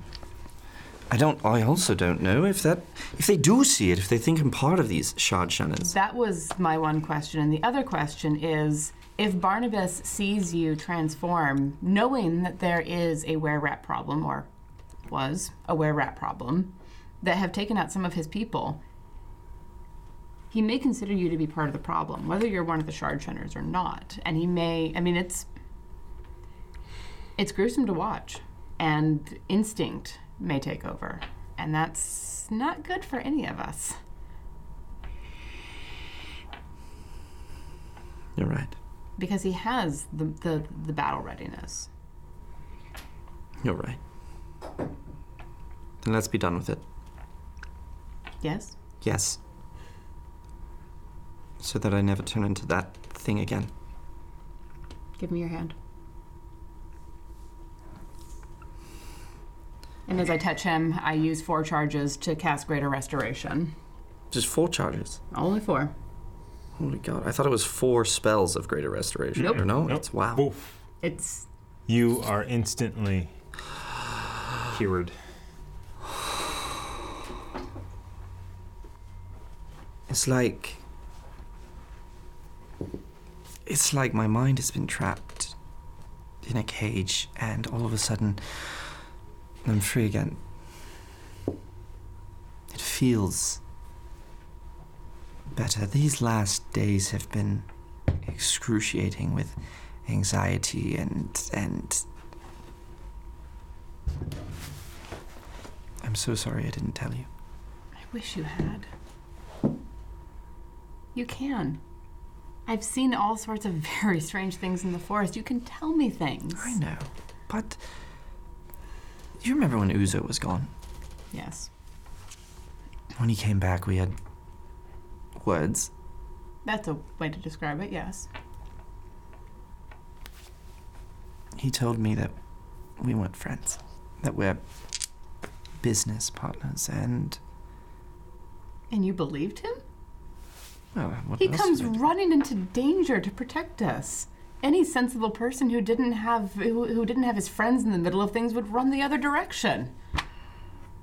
[SPEAKER 6] I don't. I also don't know if that, if they do see it, if they think I'm part of these shard shunners.
[SPEAKER 2] That was my one question. And the other question is if Barnabas sees you transform, knowing that there is a were rat problem, or was a were rat problem, that have taken out some of his people, he may consider you to be part of the problem, whether you're one of the shard shunners or not. And he may, I mean, it's. It's gruesome to watch, and instinct may take over, and that's not good for any of us.
[SPEAKER 6] You're right.
[SPEAKER 2] because he has the, the, the battle readiness.
[SPEAKER 6] You're right. Then let's be done with it.
[SPEAKER 2] Yes?
[SPEAKER 6] Yes. So that I never turn into that thing again.
[SPEAKER 2] Give me your hand. And as I touch him, I use four charges to cast Greater Restoration.
[SPEAKER 6] Just four charges.
[SPEAKER 2] Only four.
[SPEAKER 6] Holy God! I thought it was four spells of Greater Restoration.
[SPEAKER 2] Nope.
[SPEAKER 6] No,
[SPEAKER 2] Nope.
[SPEAKER 6] it's wow.
[SPEAKER 2] It's
[SPEAKER 11] You are instantly cured.
[SPEAKER 6] It's like. It's like my mind has been trapped in a cage, and all of a sudden, I'm free again. It feels better. These last days have been excruciating with anxiety and and I'm so sorry I didn't tell you.
[SPEAKER 2] I wish you had. You can. I've seen all sorts of very strange things in the forest. You can tell me things. I
[SPEAKER 6] know. But Do you remember when Uzo was gone?
[SPEAKER 2] yes,
[SPEAKER 6] When he came back, we had words.
[SPEAKER 2] that's a way to describe it. Yes.
[SPEAKER 6] He told me that we weren't friends, that we're business partners, and
[SPEAKER 2] And you believed him?
[SPEAKER 6] well, what
[SPEAKER 2] he
[SPEAKER 6] else
[SPEAKER 2] comes
[SPEAKER 6] would-
[SPEAKER 2] running into danger to protect us. Any sensible person who didn't have who, who didn't have his friends in the middle of things would run the other direction.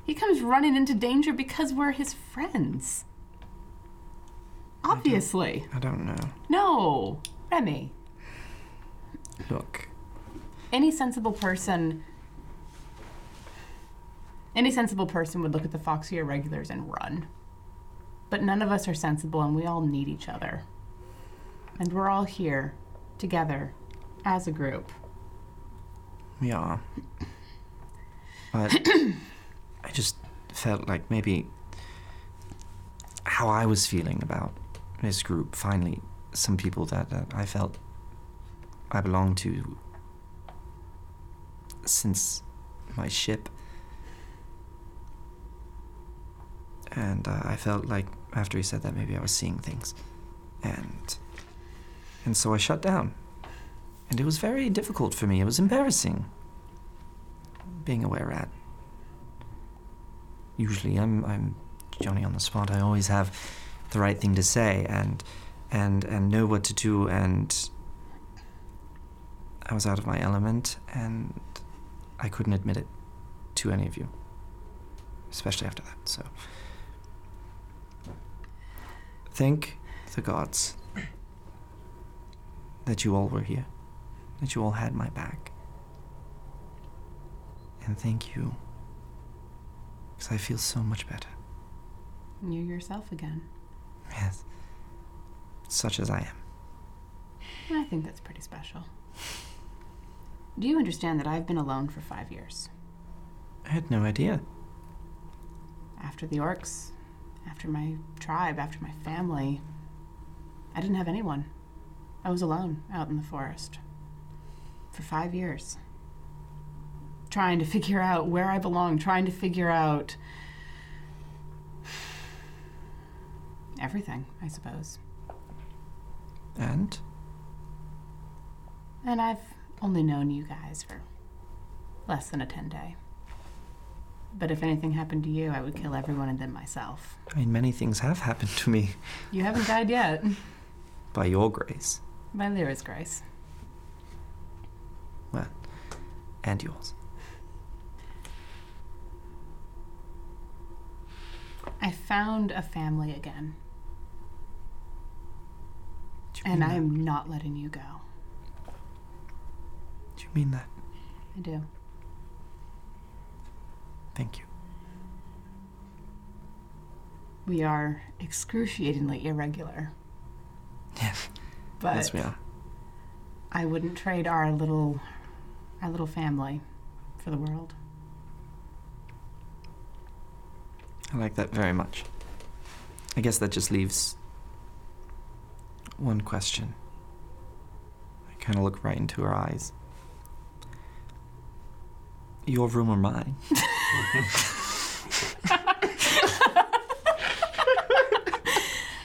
[SPEAKER 2] He comes running into danger because we're his friends. Obviously.
[SPEAKER 6] I don't know.
[SPEAKER 2] No, Remy.
[SPEAKER 6] Look,
[SPEAKER 2] Any sensible person any sensible person would look at the Foxier regulars and run. But none of us are sensible and we all need each other. And we're all here together as a group.
[SPEAKER 6] we are. But I just felt like maybe how I was feeling about this group, finally, some people that, that I felt I belonged to since my ship. And uh, I felt like after he said that, maybe I was seeing things. And. And so I shut down. And it was very difficult for me. It was embarrassing being a were rat. Usually I'm, I'm Johnny on the spot. I always have the right thing to say and, and, and know what to do. And I was out of my element and I couldn't admit it to any of you, especially after that. So thank the gods that you all were here, that you all had my back. And thank you, because I feel so much better,
[SPEAKER 2] And you're yourself again.
[SPEAKER 6] yes, such as I am.
[SPEAKER 2] And I think that's pretty special. Do you understand that I've been alone for five years?
[SPEAKER 6] I had no idea.
[SPEAKER 2] After the orcs, after my tribe, after my family, I didn't have anyone. I was alone out in the forest for five years, trying to figure out where I belong, trying to figure out everything, I suppose.
[SPEAKER 6] And
[SPEAKER 2] And I've only known you guys for less than a 10 day. But if anything happened to you, I would kill everyone and then myself.
[SPEAKER 6] I mean, many things have happened to me
[SPEAKER 2] You haven't died yet,
[SPEAKER 6] by your grace
[SPEAKER 2] by Lyra's grace.
[SPEAKER 6] and yours.
[SPEAKER 2] I found a family again.
[SPEAKER 6] Do you
[SPEAKER 2] And
[SPEAKER 6] mean
[SPEAKER 2] I
[SPEAKER 6] that?
[SPEAKER 2] am not letting you go.
[SPEAKER 6] Do you mean that?
[SPEAKER 2] I do.
[SPEAKER 6] Thank you.
[SPEAKER 2] We are excruciatingly irregular.
[SPEAKER 6] Yes.
[SPEAKER 2] But
[SPEAKER 6] yes, we are.
[SPEAKER 2] I wouldn't trade our little our little family for the world.
[SPEAKER 6] I like that very much. I guess that just leaves one question. I kind of look right into her eyes. Your room or mine?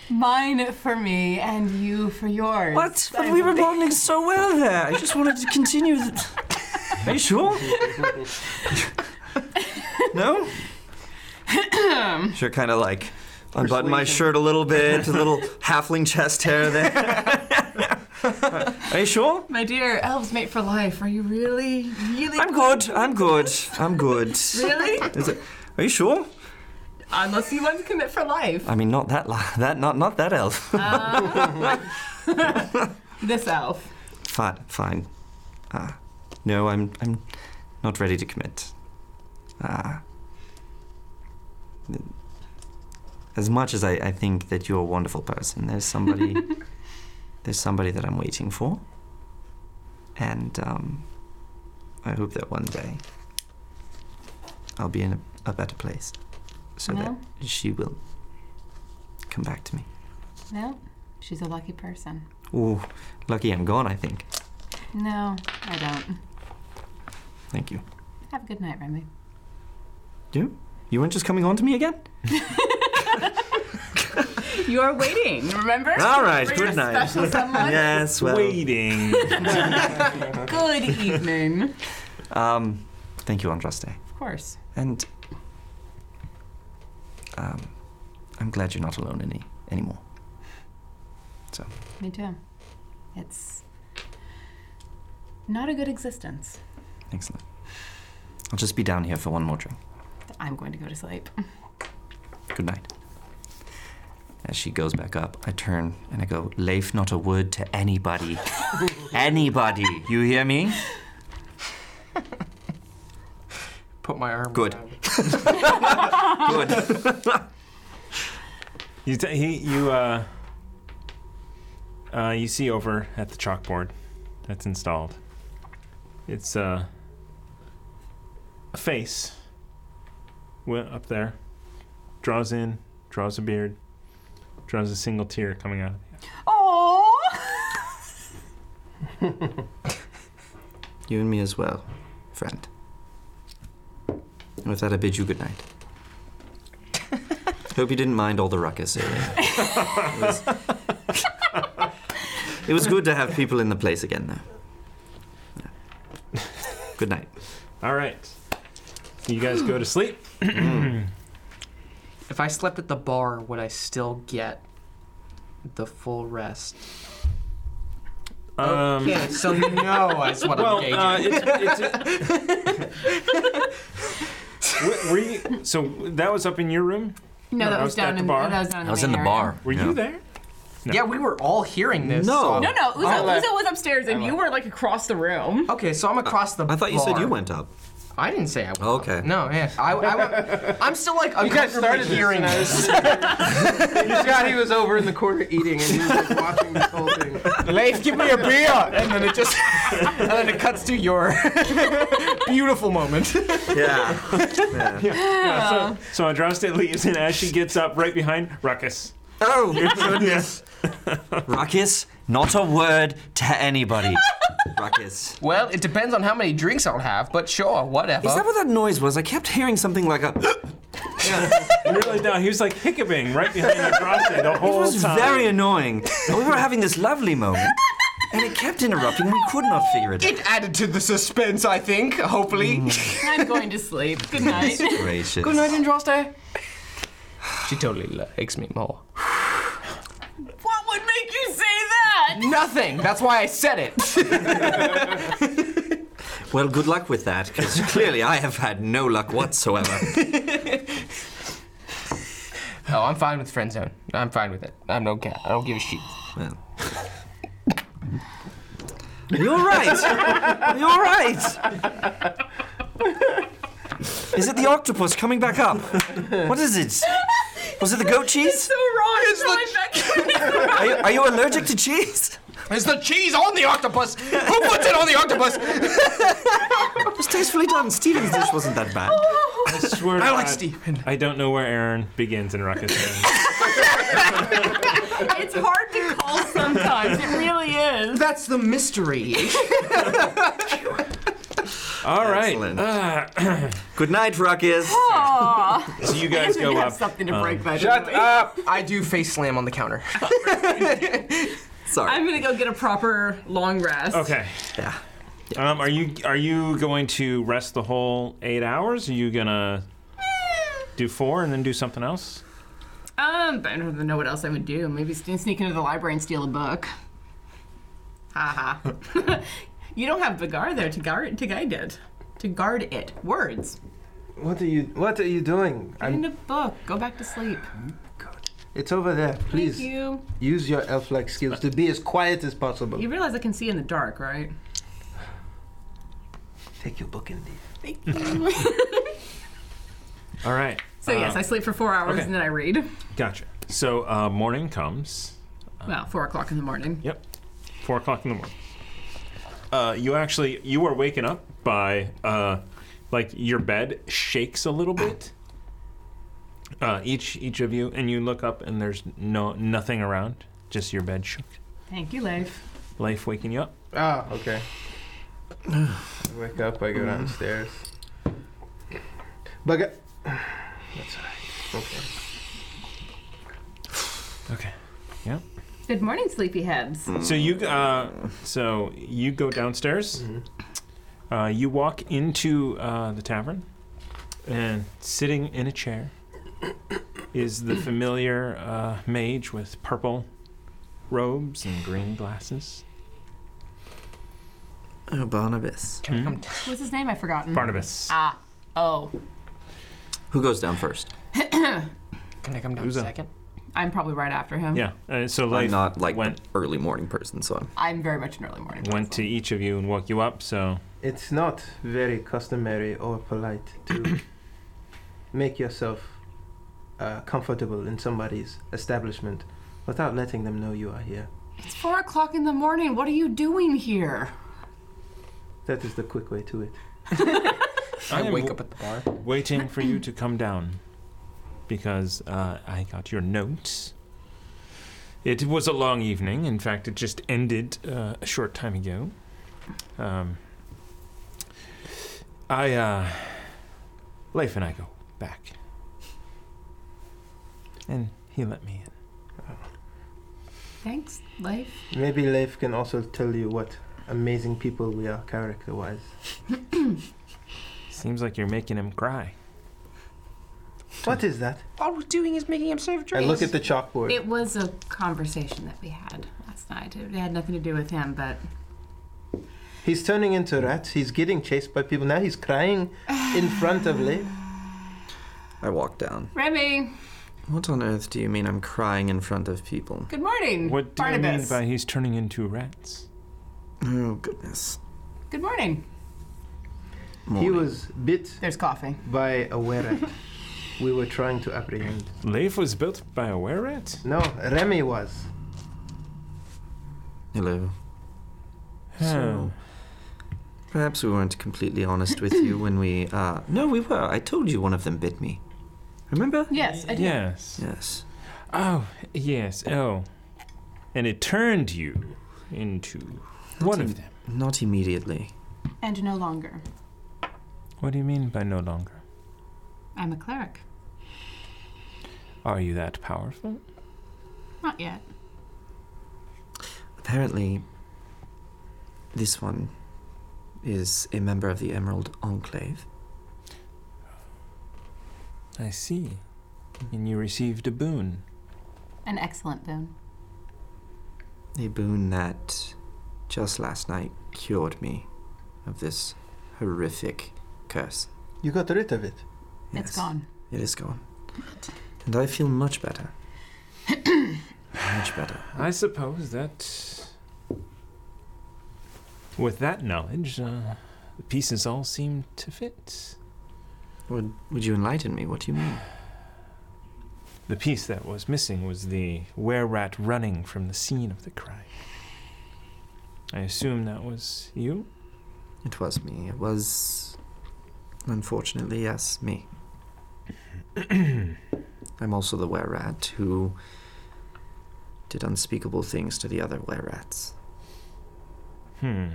[SPEAKER 2] Mine for me and you for yours.
[SPEAKER 13] What? But
[SPEAKER 2] I
[SPEAKER 13] we were
[SPEAKER 2] believe-
[SPEAKER 13] bonding so well there. I just wanted to continue. The... Are you sure?
[SPEAKER 6] no? Sure, kind of like unbutton my shirt a little bit, a little halfling chest hair there. Are you sure?
[SPEAKER 14] My dear, elves mate for life. Are you really, really?
[SPEAKER 6] I'm good. I'm good. I'm good.
[SPEAKER 14] Really?
[SPEAKER 6] Is it, are you sure?
[SPEAKER 14] Unless you want to commit for life.
[SPEAKER 6] I mean, not that la- that not not that elf.
[SPEAKER 2] Uh,
[SPEAKER 14] Um, this elf.
[SPEAKER 6] fine, fine. Uh, no, I'm I'm not ready to commit. Uh, as much as I, I think that you're a wonderful person, there's somebody there's somebody that I'm waiting for, and um, I hope that one day I'll be in a, a better place, so
[SPEAKER 2] Well.
[SPEAKER 6] that she will come back to me.
[SPEAKER 2] No, she's a lucky person.
[SPEAKER 6] Ooh, lucky I'm gone, I think.
[SPEAKER 2] No, I don't.
[SPEAKER 6] Thank you.
[SPEAKER 2] Have a good night, Remy.
[SPEAKER 6] You? You weren't just coming on to me again?
[SPEAKER 14] You're waiting. Remember?
[SPEAKER 6] All right,
[SPEAKER 14] For your
[SPEAKER 6] good night.
[SPEAKER 14] Special someone.
[SPEAKER 6] yes, well. Waiting.
[SPEAKER 14] good evening.
[SPEAKER 6] Um, thank you, Andraste.
[SPEAKER 2] Of course.
[SPEAKER 6] And um, I'm glad you're not alone any anymore. So,
[SPEAKER 2] Me too. It's not a good existence.
[SPEAKER 6] excellent. I'll just be down here for one more drink.
[SPEAKER 2] I'm going to go to sleep.
[SPEAKER 6] Good night. As she goes back up, I turn and I go, Leif, not a word to anybody. anybody. You hear me?
[SPEAKER 7] Put my arm.
[SPEAKER 6] Good. Good.
[SPEAKER 1] You t- he, you uh, uh, you see over at the chalkboard that's installed. It's uh, a face. Went up there, draws in, draws a beard, draws a single tear coming out.
[SPEAKER 14] Aww.
[SPEAKER 6] You and me as well, friend. And with that, I bid you good night. Hope you didn't mind all the ruckus earlier. It was good to have people in the place again, though. Yeah. Good night.
[SPEAKER 1] All right. You guys go to sleep.
[SPEAKER 7] If I slept at the bar, would I still get the full rest? Oh,
[SPEAKER 1] Um,
[SPEAKER 7] okay, so no is what
[SPEAKER 1] well,
[SPEAKER 7] I'm gauging.
[SPEAKER 1] uh, it's, it's, were, were you, so that was up in your room?
[SPEAKER 2] No, that
[SPEAKER 1] I
[SPEAKER 2] was down
[SPEAKER 1] at the
[SPEAKER 2] in-
[SPEAKER 1] bar.
[SPEAKER 2] that was down in I was the in the main area. bar,
[SPEAKER 1] Were
[SPEAKER 6] yeah.
[SPEAKER 1] you there?
[SPEAKER 7] Yeah, we were all hearing this.
[SPEAKER 6] No.
[SPEAKER 7] so-
[SPEAKER 14] No, no, Uzo,
[SPEAKER 7] I left.
[SPEAKER 14] Uzo was upstairs and you were like across the room.
[SPEAKER 7] Okay, so I'm across the.
[SPEAKER 6] I thought you said
[SPEAKER 7] bar.
[SPEAKER 6] you went up.
[SPEAKER 7] I didn't say I went.
[SPEAKER 6] Okay.
[SPEAKER 7] No, yeah, I, I went, I'm still like
[SPEAKER 5] You guys
[SPEAKER 7] uncomfortably
[SPEAKER 5] started this,
[SPEAKER 7] hearing
[SPEAKER 5] and I was-
[SPEAKER 7] this.
[SPEAKER 5] Scotty was over in the corner eating, and he was like, watching this whole thing.
[SPEAKER 7] Leif, give me a beer, and then it just, and then it cuts to your beautiful moment.
[SPEAKER 6] Yeah.
[SPEAKER 1] Yeah. Yeah, so, so Andraste leaves, and as she gets up, right behind Ruckus.
[SPEAKER 6] Oh, goodness. Ruckus, not a word to anybody. Ruckus.
[SPEAKER 7] Well, it depends on how many drinks I'll have, but sure, whatever.
[SPEAKER 6] Is that what that noise was? I kept hearing something like a.
[SPEAKER 1] really? No, he was like hiccuping right behind Andraste the whole
[SPEAKER 6] It was
[SPEAKER 1] time.
[SPEAKER 6] very annoying. And we were having this lovely moment, and it kept interrupting. We could not figure it out.
[SPEAKER 7] It added to the suspense, I think. Hopefully.
[SPEAKER 14] I'm going to sleep. Good night.
[SPEAKER 6] Gracious.
[SPEAKER 7] Good night, Andraste. She totally likes me more.
[SPEAKER 14] What would make you say that?
[SPEAKER 7] Nothing. That's why I said it.
[SPEAKER 6] Well, good luck with that, because clearly I have had no luck whatsoever.
[SPEAKER 7] Oh, I'm fine with friend zone. I'm fine with it. I'm no cat. I don't give a shit.
[SPEAKER 2] You're right. You're right.
[SPEAKER 15] Is it the octopus coming back up? What is it? Was it the goat cheese?
[SPEAKER 2] so wrong. It's really back.
[SPEAKER 15] Are you, are you allergic to cheese?
[SPEAKER 7] Is the cheese on the octopus? Who puts it on the octopus?
[SPEAKER 15] It was tastefully done. Steven's dish wasn't that bad.
[SPEAKER 1] I swear to
[SPEAKER 15] I like
[SPEAKER 1] God, I don't know where Aaron begins and Ruckus ends.
[SPEAKER 2] it's hard to call sometimes. It really is.
[SPEAKER 7] That's the mystery.
[SPEAKER 1] All right. Ah,
[SPEAKER 6] Good night, Ruckus.
[SPEAKER 2] Aw.
[SPEAKER 1] So you
[SPEAKER 7] guys
[SPEAKER 2] I didn't
[SPEAKER 7] go
[SPEAKER 2] have
[SPEAKER 7] up,
[SPEAKER 2] Something to
[SPEAKER 7] um,
[SPEAKER 2] break that.
[SPEAKER 7] Shut
[SPEAKER 2] did we?
[SPEAKER 7] up! I do face slam on the counter.
[SPEAKER 6] Sorry.
[SPEAKER 2] I'm gonna go get a proper long rest.
[SPEAKER 1] Okay.
[SPEAKER 6] Yeah.
[SPEAKER 1] Um, are you are you going to rest the whole eight hours? Are you gonna do four and then do something else?
[SPEAKER 2] Um, but I don't even know what else I would do. Maybe sne- sneak into the library and steal a book. Haha. you don't have Vigar there to guard to guide it. To guard it. Words.
[SPEAKER 5] What are you? What are you doing?
[SPEAKER 2] Get in
[SPEAKER 5] I'm,
[SPEAKER 2] a book. Go back to sleep.
[SPEAKER 5] it's over there. Please
[SPEAKER 2] Thank you.
[SPEAKER 5] use your elf-like skills to be as quiet as possible.
[SPEAKER 2] You realize I can see in the dark, right?
[SPEAKER 5] Take your book and leave.
[SPEAKER 2] Thank you.
[SPEAKER 1] All right.
[SPEAKER 2] so yes,
[SPEAKER 1] Um,
[SPEAKER 2] I sleep for four hours
[SPEAKER 1] okay.
[SPEAKER 2] and then I read.
[SPEAKER 1] Gotcha. So uh, morning comes.
[SPEAKER 2] Well, four o'clock in the morning.
[SPEAKER 1] Yep. Four o'clock in the morning. Uh, you actually you are waken up by uh, like your bed shakes a little bit. Uh, each each of you, and you look up, and there's no nothing around. Just your bed shook.
[SPEAKER 2] Thank you, Life.
[SPEAKER 1] Life waking you up.
[SPEAKER 5] Ah, okay. I wake up, I go downstairs. Bug That's alright. Okay.
[SPEAKER 1] Okay. Yeah.
[SPEAKER 2] Good morning, sleepyheads.
[SPEAKER 1] So you uh, so you go downstairs. Uh, you walk into uh, the tavern, and sitting in a chair is the familiar uh, mage with purple robes and green glasses.
[SPEAKER 6] Oh, Barnabas.
[SPEAKER 2] What's his name? I've
[SPEAKER 7] Mm-hmm.
[SPEAKER 2] forgotten.
[SPEAKER 1] Barnabas.
[SPEAKER 2] Ah. Oh.
[SPEAKER 6] Who goes down first?
[SPEAKER 7] Can I come down
[SPEAKER 1] Who's up?
[SPEAKER 7] second?
[SPEAKER 2] I'm probably right after him.
[SPEAKER 1] Yeah. Uh, so
[SPEAKER 6] I'm
[SPEAKER 1] life
[SPEAKER 6] not like an early morning person, so I'm.
[SPEAKER 2] I'm very much an early morning.
[SPEAKER 1] went to each of you and woke you up. So
[SPEAKER 5] It's not very customary or polite to make yourself uh, comfortable in somebody's establishment without letting them know you are here.
[SPEAKER 2] It's four o'clock in the morning. What are you doing here?
[SPEAKER 5] That is the quick way to it.
[SPEAKER 7] I
[SPEAKER 1] am
[SPEAKER 7] wake
[SPEAKER 1] w-
[SPEAKER 7] up at the bar.
[SPEAKER 1] waiting for you to come down because uh, I got your notes. It was a long evening. In fact, it just ended uh, a short time ago. Um, I, uh, Leif and I go back. And he let me in.
[SPEAKER 2] Thanks, life.
[SPEAKER 5] Maybe Leif can also tell you what amazing people we are character wise.
[SPEAKER 1] Seems like you're making him cry.
[SPEAKER 5] What is that?
[SPEAKER 7] All we're doing is making him serve
[SPEAKER 5] I
[SPEAKER 7] drinks.
[SPEAKER 5] look at the chalkboard.
[SPEAKER 2] It was a conversation that we had last night. It had nothing to do with him, but
[SPEAKER 5] He's turning into rats. He's getting chased by people. Now he's crying in front of Leif.
[SPEAKER 6] I walk down.
[SPEAKER 2] Remy,
[SPEAKER 6] What on earth do you mean I'm crying in front of people?
[SPEAKER 2] good morning.
[SPEAKER 1] What do
[SPEAKER 2] Barnabas.
[SPEAKER 1] you mean by he's turning into rats?
[SPEAKER 6] Oh, goodness.
[SPEAKER 2] Good morning.
[SPEAKER 5] He was bit
[SPEAKER 2] There's coffee.
[SPEAKER 5] by a were we were trying to apprehend.
[SPEAKER 1] Leif was built by a were rat?
[SPEAKER 5] No, Remy was.
[SPEAKER 6] Hello.
[SPEAKER 1] So,
[SPEAKER 6] Perhaps we weren't completely honest with you when we. Uh, no, we were. I told you one of them bit me. Remember?
[SPEAKER 2] Yes, I do.
[SPEAKER 1] yes.
[SPEAKER 6] Yes.
[SPEAKER 1] Oh, yes. Oh. And it turned you into one of them.
[SPEAKER 6] Not immediately.
[SPEAKER 2] And no longer.
[SPEAKER 1] What do you mean by no longer?
[SPEAKER 2] I'm a cleric.
[SPEAKER 1] Are you that powerful?
[SPEAKER 2] Not yet.
[SPEAKER 6] Apparently, this one is a member of the Emerald Enclave.
[SPEAKER 1] I see. And you received a boon.
[SPEAKER 2] An excellent boon.
[SPEAKER 6] A boon that just last night cured me of this horrific curse.
[SPEAKER 5] You got rid of it.
[SPEAKER 2] It's
[SPEAKER 6] Yes,
[SPEAKER 2] gone.
[SPEAKER 6] It is gone. And I feel much better. much better.
[SPEAKER 1] I suppose that with that knowledge, uh, the pieces all seem to fit.
[SPEAKER 6] Would, would you enlighten me? What do you mean?
[SPEAKER 1] The piece that was missing was the were rat running from the scene of the crime. I assume that was you?
[SPEAKER 6] It was me. It was. Unfortunately, yes, me. I'm also the were rat who did unspeakable things to the other were rats.
[SPEAKER 1] Hmm.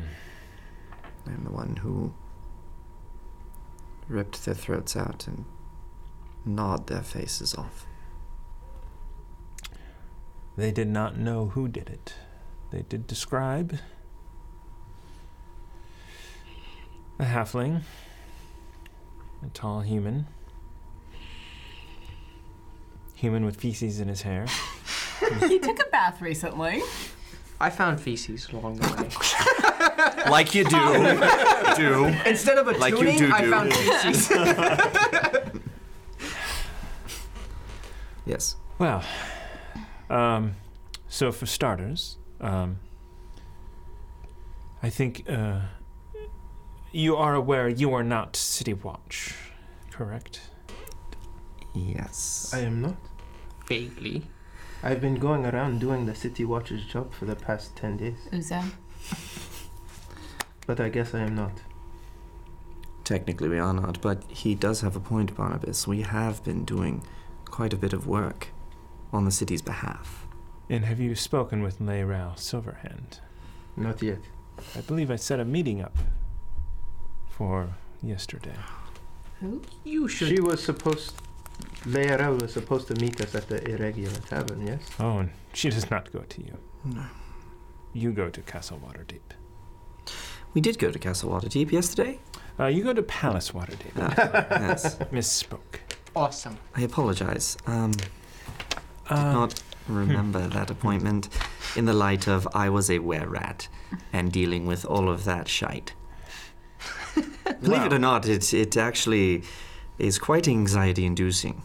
[SPEAKER 6] I'm the one who ripped their throats out and gnawed their faces off.
[SPEAKER 1] They did not know who did it. They did describe a halfling, a tall human, human with feces in his hair.
[SPEAKER 16] he took a bath recently.
[SPEAKER 7] I found feces along the way.
[SPEAKER 6] Like you do. do.
[SPEAKER 7] Instead of a
[SPEAKER 6] Like you
[SPEAKER 7] tuning,
[SPEAKER 6] do
[SPEAKER 7] I
[SPEAKER 6] do.
[SPEAKER 7] found feces.
[SPEAKER 6] Yes.
[SPEAKER 1] Well, um, so for starters, um, I think uh, you are aware you are not City Watch, correct?
[SPEAKER 6] Yes.
[SPEAKER 5] I am not.
[SPEAKER 7] Vaguely.
[SPEAKER 5] I've been going around doing the city watcher's job for the past 10 days,
[SPEAKER 2] Uzo.
[SPEAKER 5] but I guess I am not.
[SPEAKER 6] Technically, we are not, but he does have a point, Barnabas. We have been doing quite a bit of work on the city's behalf.
[SPEAKER 1] And have you spoken with Leirao Silverhand?
[SPEAKER 5] Not yet.
[SPEAKER 1] I believe I set a meeting up for yesterday.
[SPEAKER 2] Who?
[SPEAKER 7] You should.
[SPEAKER 5] She was supposed. Leirel was supposed to meet us at the irregular tavern, yes?
[SPEAKER 1] Oh, and she does not go to you.
[SPEAKER 6] No.
[SPEAKER 1] You go to Castle Waterdeep.
[SPEAKER 6] We did go to Castle Waterdeep yesterday.
[SPEAKER 1] Uh, you go to Palace Waterdeep.
[SPEAKER 6] Ah, yes.
[SPEAKER 1] Misspoke.
[SPEAKER 7] Awesome.
[SPEAKER 6] I apologize. Um, did
[SPEAKER 1] Uh,
[SPEAKER 6] not remember that appointment in the light of I was a were rat and dealing with all of that shite. Believe it or not, it, it actually is quite anxiety inducing.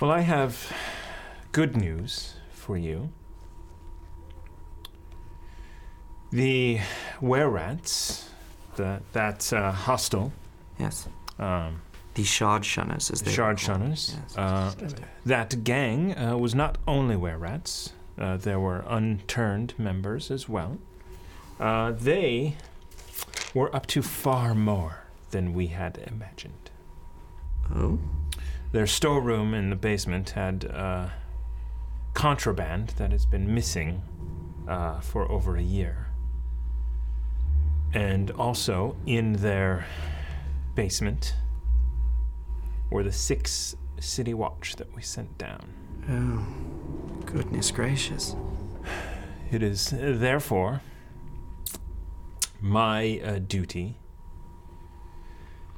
[SPEAKER 1] Well, I have good news for you. The were rats, the, that uh, hostel.
[SPEAKER 6] Yes.
[SPEAKER 1] Um,
[SPEAKER 6] the Shard Shunners, as
[SPEAKER 1] the
[SPEAKER 6] they
[SPEAKER 1] Shard Shunners. uh, that gang uh, was not only were rats, uh, there were unturned members as well. Uh, they were up to far more than we had imagined.
[SPEAKER 6] Oh?
[SPEAKER 1] Their storeroom in the basement had uh, contraband that has been missing uh, for over a year. And also in their basement were the six city watch that we sent down.
[SPEAKER 6] Oh, goodness gracious.
[SPEAKER 1] It is uh, therefore my uh, duty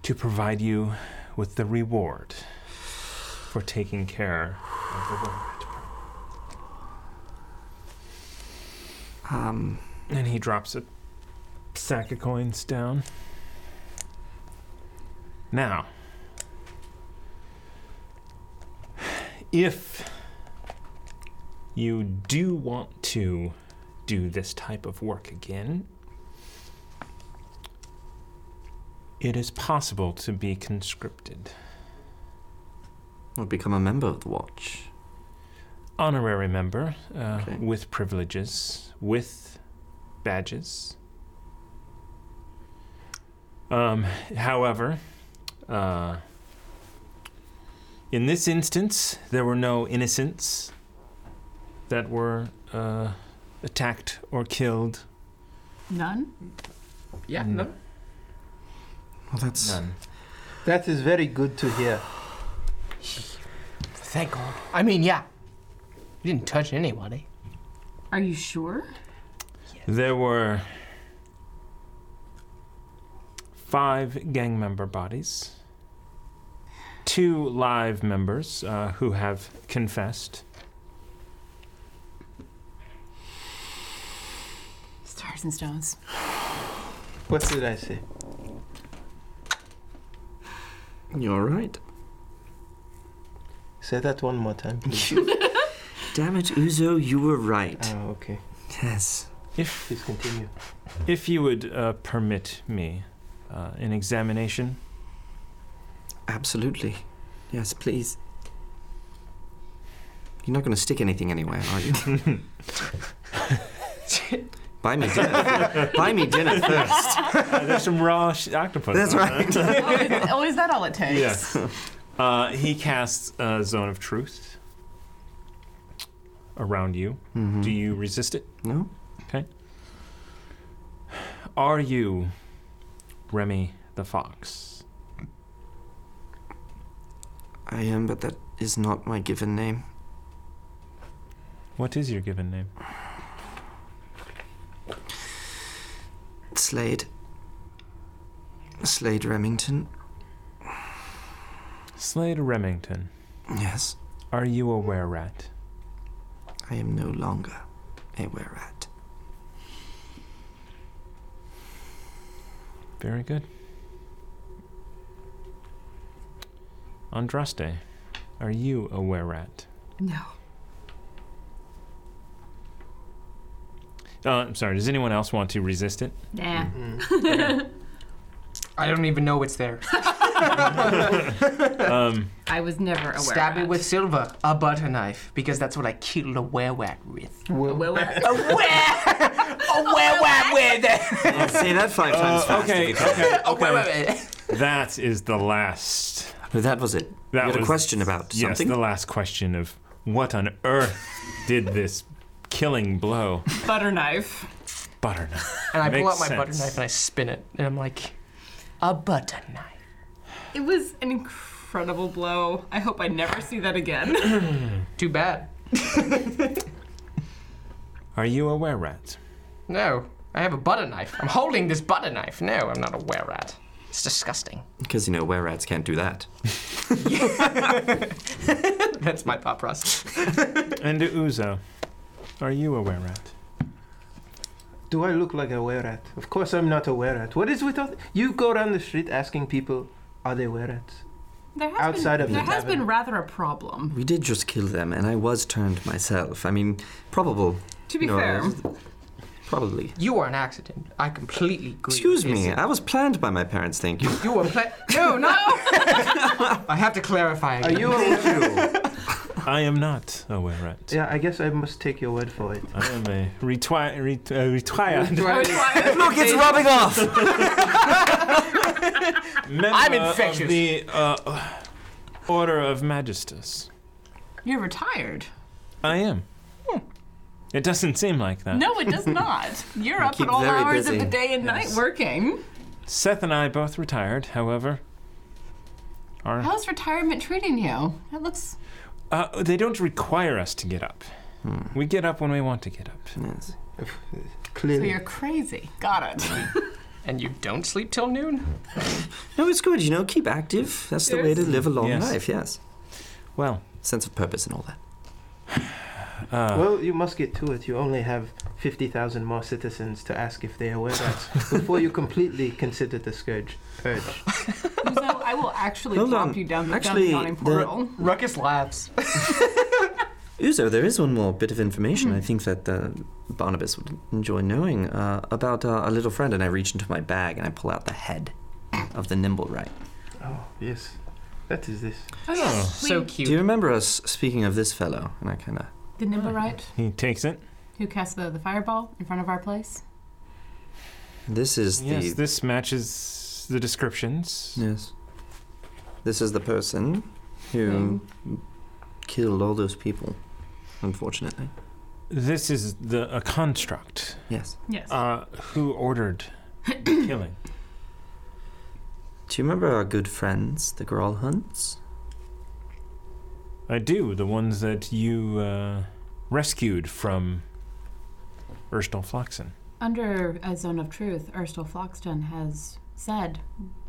[SPEAKER 1] to provide you with the reward for taking care of the world.
[SPEAKER 6] Um,
[SPEAKER 1] And he drops a sack of coins down. Now, if you do want to do this type of work again, it is possible to be conscripted.
[SPEAKER 6] or become a member of the Watch.
[SPEAKER 1] honorary member uh, with privileges, with badges. Um, however, uh, in this instance, there were no innocents that were uh, attacked or killed.
[SPEAKER 2] None?
[SPEAKER 7] Yeah, no.
[SPEAKER 6] Well, that's.
[SPEAKER 1] None.
[SPEAKER 5] That is very good to hear.
[SPEAKER 7] Thank God. I mean, yeah. You didn't touch anybody.
[SPEAKER 2] Are you sure?
[SPEAKER 1] There were five gang member bodies, two live members uh, who have confessed.
[SPEAKER 2] Stars and stones.
[SPEAKER 5] What did I say?
[SPEAKER 6] You all right?
[SPEAKER 5] Say that one more time, please.
[SPEAKER 6] Damn it, Uzo, you were right.
[SPEAKER 5] Oh, okay.
[SPEAKER 6] Yes.
[SPEAKER 1] If
[SPEAKER 5] please continue.
[SPEAKER 1] If you would uh, permit me uh, an examination.
[SPEAKER 6] Absolutely. Yes, please. You're not going to stick anything anywhere, are you? Buy me dinner. Buy me dinner first.
[SPEAKER 1] there's some raw sh- octopus.
[SPEAKER 6] That's
[SPEAKER 1] on
[SPEAKER 6] right.
[SPEAKER 1] there.
[SPEAKER 17] oh, is, oh, is that all it takes?
[SPEAKER 1] Yes. Uh, he casts a zone of truth around you. Do you resist it?
[SPEAKER 6] Mm-hmm. No.
[SPEAKER 1] Okay. Are you Remy the Fox?
[SPEAKER 6] I am, but that is not my given name.
[SPEAKER 1] What is your given name?
[SPEAKER 6] Slade. Slade Remington.
[SPEAKER 1] Slade Remington.
[SPEAKER 6] Yes.
[SPEAKER 1] Are you a were rat?
[SPEAKER 6] I am no longer a were rat.
[SPEAKER 1] Very good. Andraste, are you a were rat?
[SPEAKER 2] No.
[SPEAKER 1] Uh, I'm sorry, does anyone else want to resist it?
[SPEAKER 2] Nah.
[SPEAKER 7] I don't even know what's there.
[SPEAKER 1] um,
[SPEAKER 2] I was never aware.
[SPEAKER 7] Stab it with silver, a butter knife, because that's what I killed a werewolf with. A
[SPEAKER 2] werewolf.
[SPEAKER 7] a werewolf with.
[SPEAKER 6] Say that five times fast.
[SPEAKER 1] Oh. Uh, Okay, okay, okay. that is the last.
[SPEAKER 6] That was it.
[SPEAKER 1] That
[SPEAKER 6] You had a
[SPEAKER 1] was,
[SPEAKER 6] question about
[SPEAKER 1] yes,
[SPEAKER 6] something?
[SPEAKER 1] the last question of what on earth did this killing blow?
[SPEAKER 2] Butter knife.
[SPEAKER 1] Butter knife.
[SPEAKER 7] And I pull
[SPEAKER 1] Makes
[SPEAKER 7] out my butter
[SPEAKER 1] sense.
[SPEAKER 7] knife and I spin it, and I'm like, a butter knife.
[SPEAKER 2] It was an incredible blow. I hope I never see that again.
[SPEAKER 7] Too bad.
[SPEAKER 1] Are you a were rat?
[SPEAKER 7] No, I have a butter knife. I'm holding this butter knife. No, I'm not a were rat. It's disgusting.
[SPEAKER 6] Because, you know, were rats can't do that.
[SPEAKER 7] That's my thought process.
[SPEAKER 1] And to Uzo, are you a were rat?
[SPEAKER 5] Do I look like a were rat? Of course I'm not a were rat. What is with all... You go down the street asking people, are they were rats?
[SPEAKER 2] There has
[SPEAKER 5] Outside
[SPEAKER 2] been,
[SPEAKER 5] of the
[SPEAKER 2] there has
[SPEAKER 5] tavern.
[SPEAKER 2] been rather a problem.
[SPEAKER 6] We did just kill them, and I was turned myself. I mean, probable.
[SPEAKER 2] To be
[SPEAKER 6] No,
[SPEAKER 2] fair.
[SPEAKER 6] Probably.
[SPEAKER 7] You were an accident. I completely agree.
[SPEAKER 6] Excuse me, I was planned by my parents, thank you.
[SPEAKER 7] You were pla- No, no! I have to clarify.
[SPEAKER 5] Are you a
[SPEAKER 1] I am not a were rat.
[SPEAKER 5] Yeah, I guess I must take your word for it.
[SPEAKER 1] I am a retwi- ret- uh, retired.
[SPEAKER 6] Look, it's rubbing off!
[SPEAKER 1] member
[SPEAKER 2] I'm infectious.
[SPEAKER 1] Of the uh, Order of Magistus.
[SPEAKER 2] You're retired.
[SPEAKER 1] I am. It doesn't seem like that.
[SPEAKER 2] Hmm. No, it does not. You're
[SPEAKER 1] I
[SPEAKER 2] up
[SPEAKER 1] keep
[SPEAKER 2] at all
[SPEAKER 1] very
[SPEAKER 2] hours
[SPEAKER 1] busy.
[SPEAKER 2] of the day and night working.
[SPEAKER 1] Seth and I both retired, however. Our,
[SPEAKER 17] How's retirement treating you? That looks.
[SPEAKER 1] uh, they don't require us to get up.
[SPEAKER 6] Hmm.
[SPEAKER 1] We get up when we want to get up.
[SPEAKER 6] Yes.
[SPEAKER 5] Clearly.
[SPEAKER 17] So you're crazy. Got it.
[SPEAKER 7] And you don't sleep till noon?
[SPEAKER 6] No, it's good, you know, keep active. That's the way to live a long
[SPEAKER 1] Yes.
[SPEAKER 6] life, yes.
[SPEAKER 1] Well, uh,
[SPEAKER 6] sense of purpose and all that.
[SPEAKER 5] well, you must get to it. You only have 50,000 more citizens to ask if they are were rats before you completely consider the scourge. Purge.
[SPEAKER 2] So I will actually
[SPEAKER 6] Hold
[SPEAKER 2] plop
[SPEAKER 6] on.
[SPEAKER 2] you down, down the
[SPEAKER 6] Actually,
[SPEAKER 2] yawning
[SPEAKER 6] the-
[SPEAKER 2] portal.
[SPEAKER 7] Ruckus laughs.
[SPEAKER 6] Uzo, there is one more bit of information I think that uh, Barnabas would enjoy knowing uh, about uh, a little friend. And I reach into my bag and I pull out the head of the nimble right.
[SPEAKER 5] Oh, yes. That is this.
[SPEAKER 2] Oh, yes. we-
[SPEAKER 7] So cute.
[SPEAKER 6] Do you remember us speaking of this fellow? And I kind of.
[SPEAKER 17] the Nimbarite
[SPEAKER 1] He takes it.
[SPEAKER 17] who cast the, the fireball in front of our place.
[SPEAKER 6] This is
[SPEAKER 1] Yes,
[SPEAKER 6] the.
[SPEAKER 1] this matches the descriptions.
[SPEAKER 6] Yes. This is the person who killed all those people, unfortunately.
[SPEAKER 1] This is the a construct.
[SPEAKER 6] Yes.
[SPEAKER 2] Yes.
[SPEAKER 1] Uh, who ordered the killing?
[SPEAKER 6] Do you remember our good friends, the Grawl Hunts?
[SPEAKER 1] I do. The ones that you uh, rescued from Urstel Floxen.
[SPEAKER 17] Under a zone of truth, Urstel Floxton has said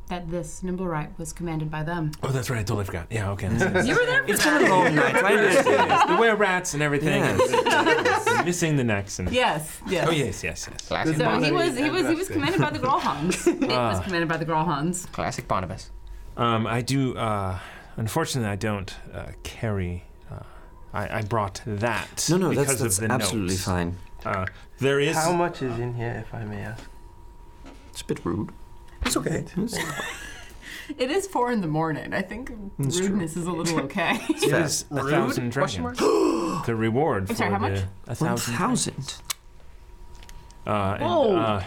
[SPEAKER 17] that this Nimbarite was commanded by them.
[SPEAKER 1] Oh, that's right. I totally forgot. Yeah, okay. that's-
[SPEAKER 2] You were there for
[SPEAKER 6] It's
[SPEAKER 2] that.
[SPEAKER 6] been a long night. I understand.
[SPEAKER 1] the were rats and everything. and missing the necks and.
[SPEAKER 2] Yes, yes.
[SPEAKER 1] Oh yes, yes, yes.
[SPEAKER 7] Classic,
[SPEAKER 17] So he
[SPEAKER 7] Barnabas.
[SPEAKER 17] was he was he was commanded by the Grolhans. it was
[SPEAKER 1] Ah.
[SPEAKER 17] commanded by the Grolhans.
[SPEAKER 7] Classic Barnabas.
[SPEAKER 1] Um, I do. Uh, unfortunately, I don't uh, carry. Uh, I, I brought that.
[SPEAKER 6] No, no,
[SPEAKER 1] because
[SPEAKER 6] that's, that's
[SPEAKER 1] of the
[SPEAKER 6] absolutely
[SPEAKER 1] notes.
[SPEAKER 6] fine.
[SPEAKER 1] Uh, there is.
[SPEAKER 5] How much is in here, if I may ask?
[SPEAKER 6] It's a bit rude.
[SPEAKER 5] It's okay.
[SPEAKER 12] It is four in the morning. I think
[SPEAKER 1] It's true.
[SPEAKER 12] rudeness is a little okay.
[SPEAKER 1] It is a thousand dragons. the reward
[SPEAKER 12] I'm
[SPEAKER 1] for
[SPEAKER 12] sorry, how much?
[SPEAKER 1] the a thousand.
[SPEAKER 6] thousand.
[SPEAKER 1] Uh, and,
[SPEAKER 12] Whoa.
[SPEAKER 1] uh,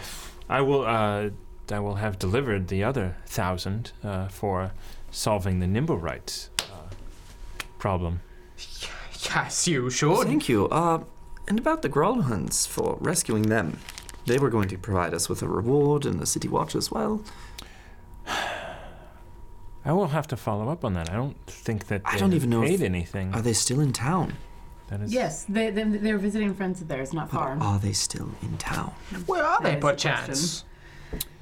[SPEAKER 1] I will. Uh, I will have delivered the other thousand uh, for solving the Nimblewright uh, problem.
[SPEAKER 7] Yes, you should.
[SPEAKER 6] Thank you. Uh, and about the Grolhuns for rescuing them. They were going to provide us with a reward and a city watch as well.
[SPEAKER 1] I will have to follow up on that. I don't think that
[SPEAKER 6] I
[SPEAKER 1] they
[SPEAKER 6] don't even know
[SPEAKER 1] paid
[SPEAKER 6] if- uh,
[SPEAKER 1] anything.
[SPEAKER 6] Are they still in town?
[SPEAKER 1] That is
[SPEAKER 2] Yes, they, they, they're visiting friends of theirs, not far.
[SPEAKER 1] Oh,
[SPEAKER 6] Are they still in town?
[SPEAKER 7] Where are
[SPEAKER 2] That
[SPEAKER 7] they,
[SPEAKER 2] is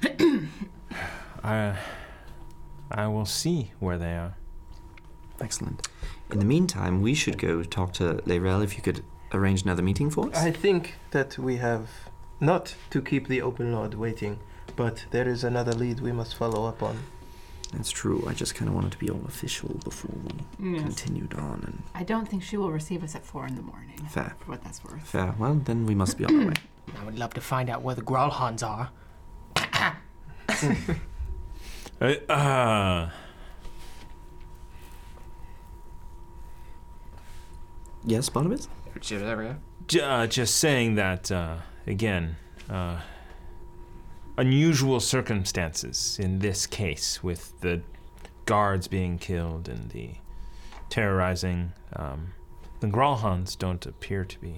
[SPEAKER 2] the
[SPEAKER 7] perchance?
[SPEAKER 1] I, I will see where they are.
[SPEAKER 6] Excellent. In the meantime, we should go talk to Leirel if you could arrange another meeting for us.
[SPEAKER 5] I think that we have not to keep the open lord waiting, but there is another lead we must follow up on.
[SPEAKER 6] That's true. I just kind of wanted to be all official before we
[SPEAKER 2] Yes.
[SPEAKER 6] continued on. And
[SPEAKER 2] I don't think she will receive us at four in the morning.
[SPEAKER 6] Fair.
[SPEAKER 2] For what that's worth.
[SPEAKER 6] fair. Well, then we must be on our way.
[SPEAKER 7] I would love to find out where the Grolhans are.
[SPEAKER 1] Uh, uh,
[SPEAKER 6] Yes, Barnabas?
[SPEAKER 1] J- uh, just saying that uh, again. Uh, unusual circumstances in this case, with the guards being killed and the terrorizing. Um, the Gralhans don't appear to be,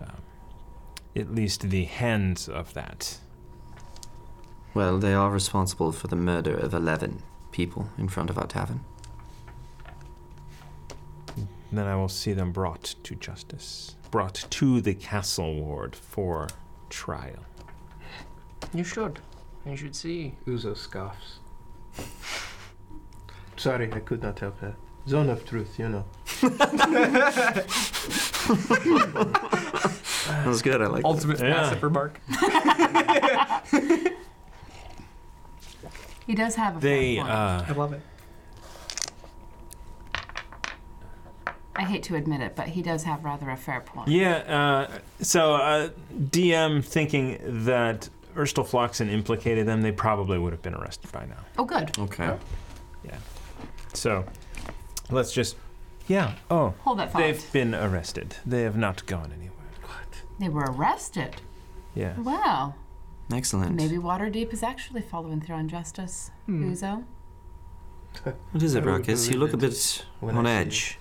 [SPEAKER 1] um, at least the hands of that.
[SPEAKER 6] Well, they are responsible for the murder of 11 people in front of our tavern.
[SPEAKER 1] Then I will see them brought to justice, brought to the castle ward for trial.
[SPEAKER 7] You should. You should see.
[SPEAKER 5] Uzo scoffs. Sorry, I could not help her. Zone of truth, you know.
[SPEAKER 6] That was good. I like
[SPEAKER 4] Ultimate
[SPEAKER 1] Yeah.
[SPEAKER 4] passive remark.
[SPEAKER 2] He does have a
[SPEAKER 1] They,
[SPEAKER 2] fun
[SPEAKER 1] uh,
[SPEAKER 4] I love it.
[SPEAKER 2] I hate to admit it, but he does have rather a fair point.
[SPEAKER 1] yeah, uh, so uh, DM thinking that Urstel Floxen implicated them, they probably would have been arrested by now.
[SPEAKER 2] Oh, good.
[SPEAKER 6] Okay.
[SPEAKER 1] So let's just, yeah, oh,
[SPEAKER 2] Hold that thought.
[SPEAKER 1] they've been arrested. They have not gone anywhere.
[SPEAKER 2] They were arrested.
[SPEAKER 1] Yeah.
[SPEAKER 2] Wow.
[SPEAKER 6] Excellent.
[SPEAKER 2] Maybe Waterdeep is actually following through on justice.
[SPEAKER 6] Hmm.
[SPEAKER 2] Uzo?
[SPEAKER 6] What is it,
[SPEAKER 5] I would
[SPEAKER 6] Ruckus? You
[SPEAKER 5] believe
[SPEAKER 6] look a
[SPEAKER 5] it
[SPEAKER 6] bit
[SPEAKER 5] when
[SPEAKER 6] on
[SPEAKER 5] I see
[SPEAKER 6] edge.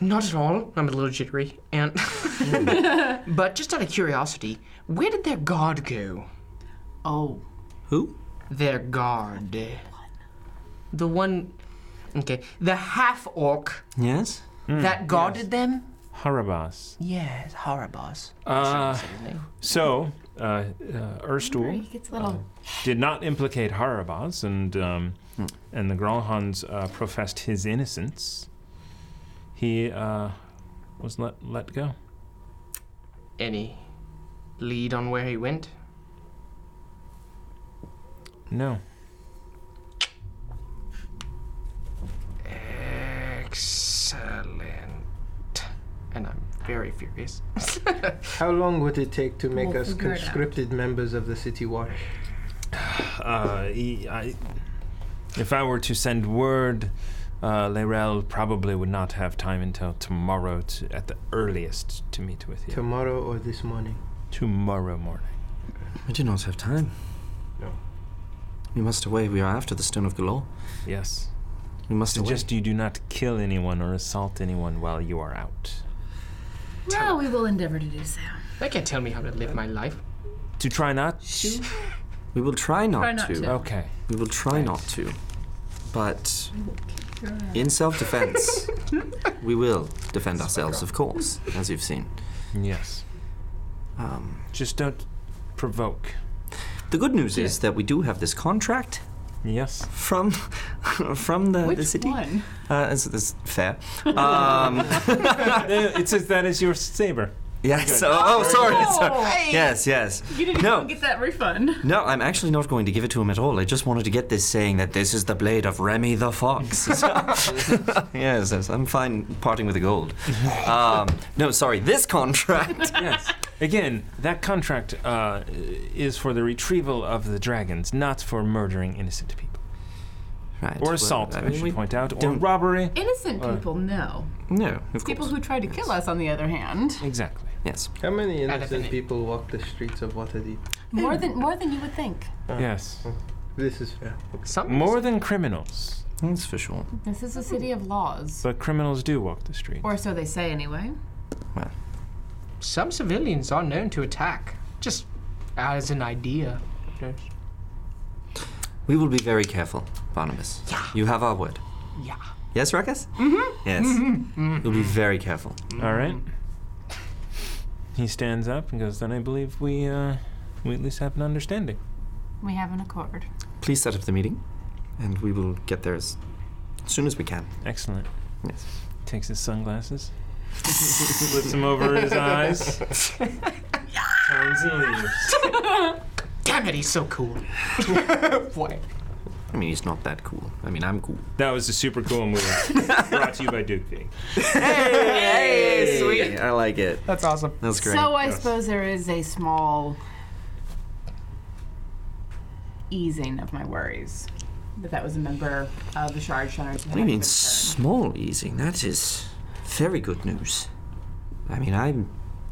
[SPEAKER 7] Not at all. I'm a little jittery. And but just out of curiosity, where did their guard go?
[SPEAKER 2] Oh.
[SPEAKER 6] Who?
[SPEAKER 7] Their guard. The one. Okay. The half orc
[SPEAKER 6] Yes?
[SPEAKER 7] that guarded them.
[SPEAKER 1] Harabas.
[SPEAKER 7] Mm. Yes, Horribos.
[SPEAKER 1] Uh, so, uh, uh, Erstool
[SPEAKER 2] He gets a
[SPEAKER 6] Uh,
[SPEAKER 2] little.
[SPEAKER 1] did not implicate Harabas, and um, and the Grand Hans uh, professed his innocence. He uh, was let let go.
[SPEAKER 7] Any lead on where he went?
[SPEAKER 1] No,
[SPEAKER 7] Excellent. And I'm very furious.
[SPEAKER 5] How long would it take to make
[SPEAKER 12] We'll
[SPEAKER 5] us
[SPEAKER 12] figure it out.
[SPEAKER 5] conscripted members of the City Watch?
[SPEAKER 1] uh, he, I, if I were to send word, uh, Leirel probably would not have time until tomorrow, to, at the earliest, to meet with you.
[SPEAKER 5] Tomorrow or this morning?
[SPEAKER 1] tomorrow morning.
[SPEAKER 6] We do not have time.
[SPEAKER 5] No.
[SPEAKER 6] We must away. We are after the Stone of Galore.
[SPEAKER 1] Yes.
[SPEAKER 6] We must away.
[SPEAKER 1] Suggest you do not kill anyone or assault anyone while you are out.
[SPEAKER 2] Well, we will endeavor to do so.
[SPEAKER 7] They can't tell me how to live my life.
[SPEAKER 1] To try not to.
[SPEAKER 6] We will try not,
[SPEAKER 12] Try not to.
[SPEAKER 1] Okay.
[SPEAKER 6] We will try not to. But in self defense, we will defend ourselves, of course, as you've seen.
[SPEAKER 1] Yes.
[SPEAKER 6] Um,
[SPEAKER 1] Just don't provoke.
[SPEAKER 6] the good news is that we do have this contract
[SPEAKER 1] Yes.
[SPEAKER 6] from from the,
[SPEAKER 12] Which
[SPEAKER 6] the city.
[SPEAKER 12] one?
[SPEAKER 6] Uh, it's, it's fair. Um,
[SPEAKER 1] it says that is your saber.
[SPEAKER 6] Yeah.
[SPEAKER 18] Good.
[SPEAKER 6] So, oh, sorry,
[SPEAKER 19] Oh,
[SPEAKER 6] sorry.
[SPEAKER 19] hey.
[SPEAKER 6] Yes, yes.
[SPEAKER 19] You didn't
[SPEAKER 6] no,
[SPEAKER 19] even get that refund.
[SPEAKER 6] no, I'm actually not going to give it to him at all. I just wanted to get this saying that this is the blade of Remy the Fox. yes, yes, I'm fine parting with the gold. Um, no, sorry, this contract.
[SPEAKER 1] yes. Again, that contract uh, is for the retrieval of the dragons, not for murdering innocent people.
[SPEAKER 6] Right.
[SPEAKER 1] Or
[SPEAKER 6] well,
[SPEAKER 1] assault,
[SPEAKER 6] I
[SPEAKER 1] I,
[SPEAKER 6] mean, we
[SPEAKER 1] should point out. Or
[SPEAKER 6] don't-
[SPEAKER 1] robbery.
[SPEAKER 19] Innocent
[SPEAKER 1] Or-
[SPEAKER 19] people, no.
[SPEAKER 6] No, Uh, of
[SPEAKER 19] People who tried to kill us, on the other hand,
[SPEAKER 1] Exactly.
[SPEAKER 6] Yes.
[SPEAKER 5] How many innocent people walk the streets of Waterdeep?
[SPEAKER 2] More than more than you would think.
[SPEAKER 6] Ah.
[SPEAKER 1] Yes.
[SPEAKER 5] This is fair.
[SPEAKER 1] More than criminals.
[SPEAKER 6] That's for sure.
[SPEAKER 2] This is a city of laws,
[SPEAKER 1] But criminals do walk the street.
[SPEAKER 2] or so they say anyway.
[SPEAKER 7] Some civilians are known to attack, just as an idea.
[SPEAKER 6] We will be very careful, Barnabas. Yeah. You have our word.
[SPEAKER 7] Yeah.
[SPEAKER 6] Yes, Ruckus?
[SPEAKER 1] Mm-hmm.
[SPEAKER 6] Yes.
[SPEAKER 1] Mhm. Mhm.
[SPEAKER 6] We'll be very careful.
[SPEAKER 1] All right. He stands up and goes, Then I believe we, uh, we at least have an understanding.
[SPEAKER 2] We have an accord.
[SPEAKER 6] Please set up the meeting, and we will get there as soon as we can.
[SPEAKER 1] Excellent.
[SPEAKER 6] Yes.
[SPEAKER 1] Takes his sunglasses, flips them over his eyes, turns and leaves.
[SPEAKER 20] Damn it, he's so cool.
[SPEAKER 7] Boy.
[SPEAKER 6] I mean, he's not that cool. I mean, I'm cool.
[SPEAKER 1] That was a super cool movie. Brought to you by Duke V.
[SPEAKER 6] Hey, sweet. I like it.
[SPEAKER 7] That's awesome.
[SPEAKER 6] That's great.
[SPEAKER 2] So I suppose there is a small easing of my worries that that was a member of the Shard Shunners. who
[SPEAKER 6] What
[SPEAKER 2] had
[SPEAKER 6] do you mean
[SPEAKER 2] been
[SPEAKER 6] small easing? That is very good news. I mean, I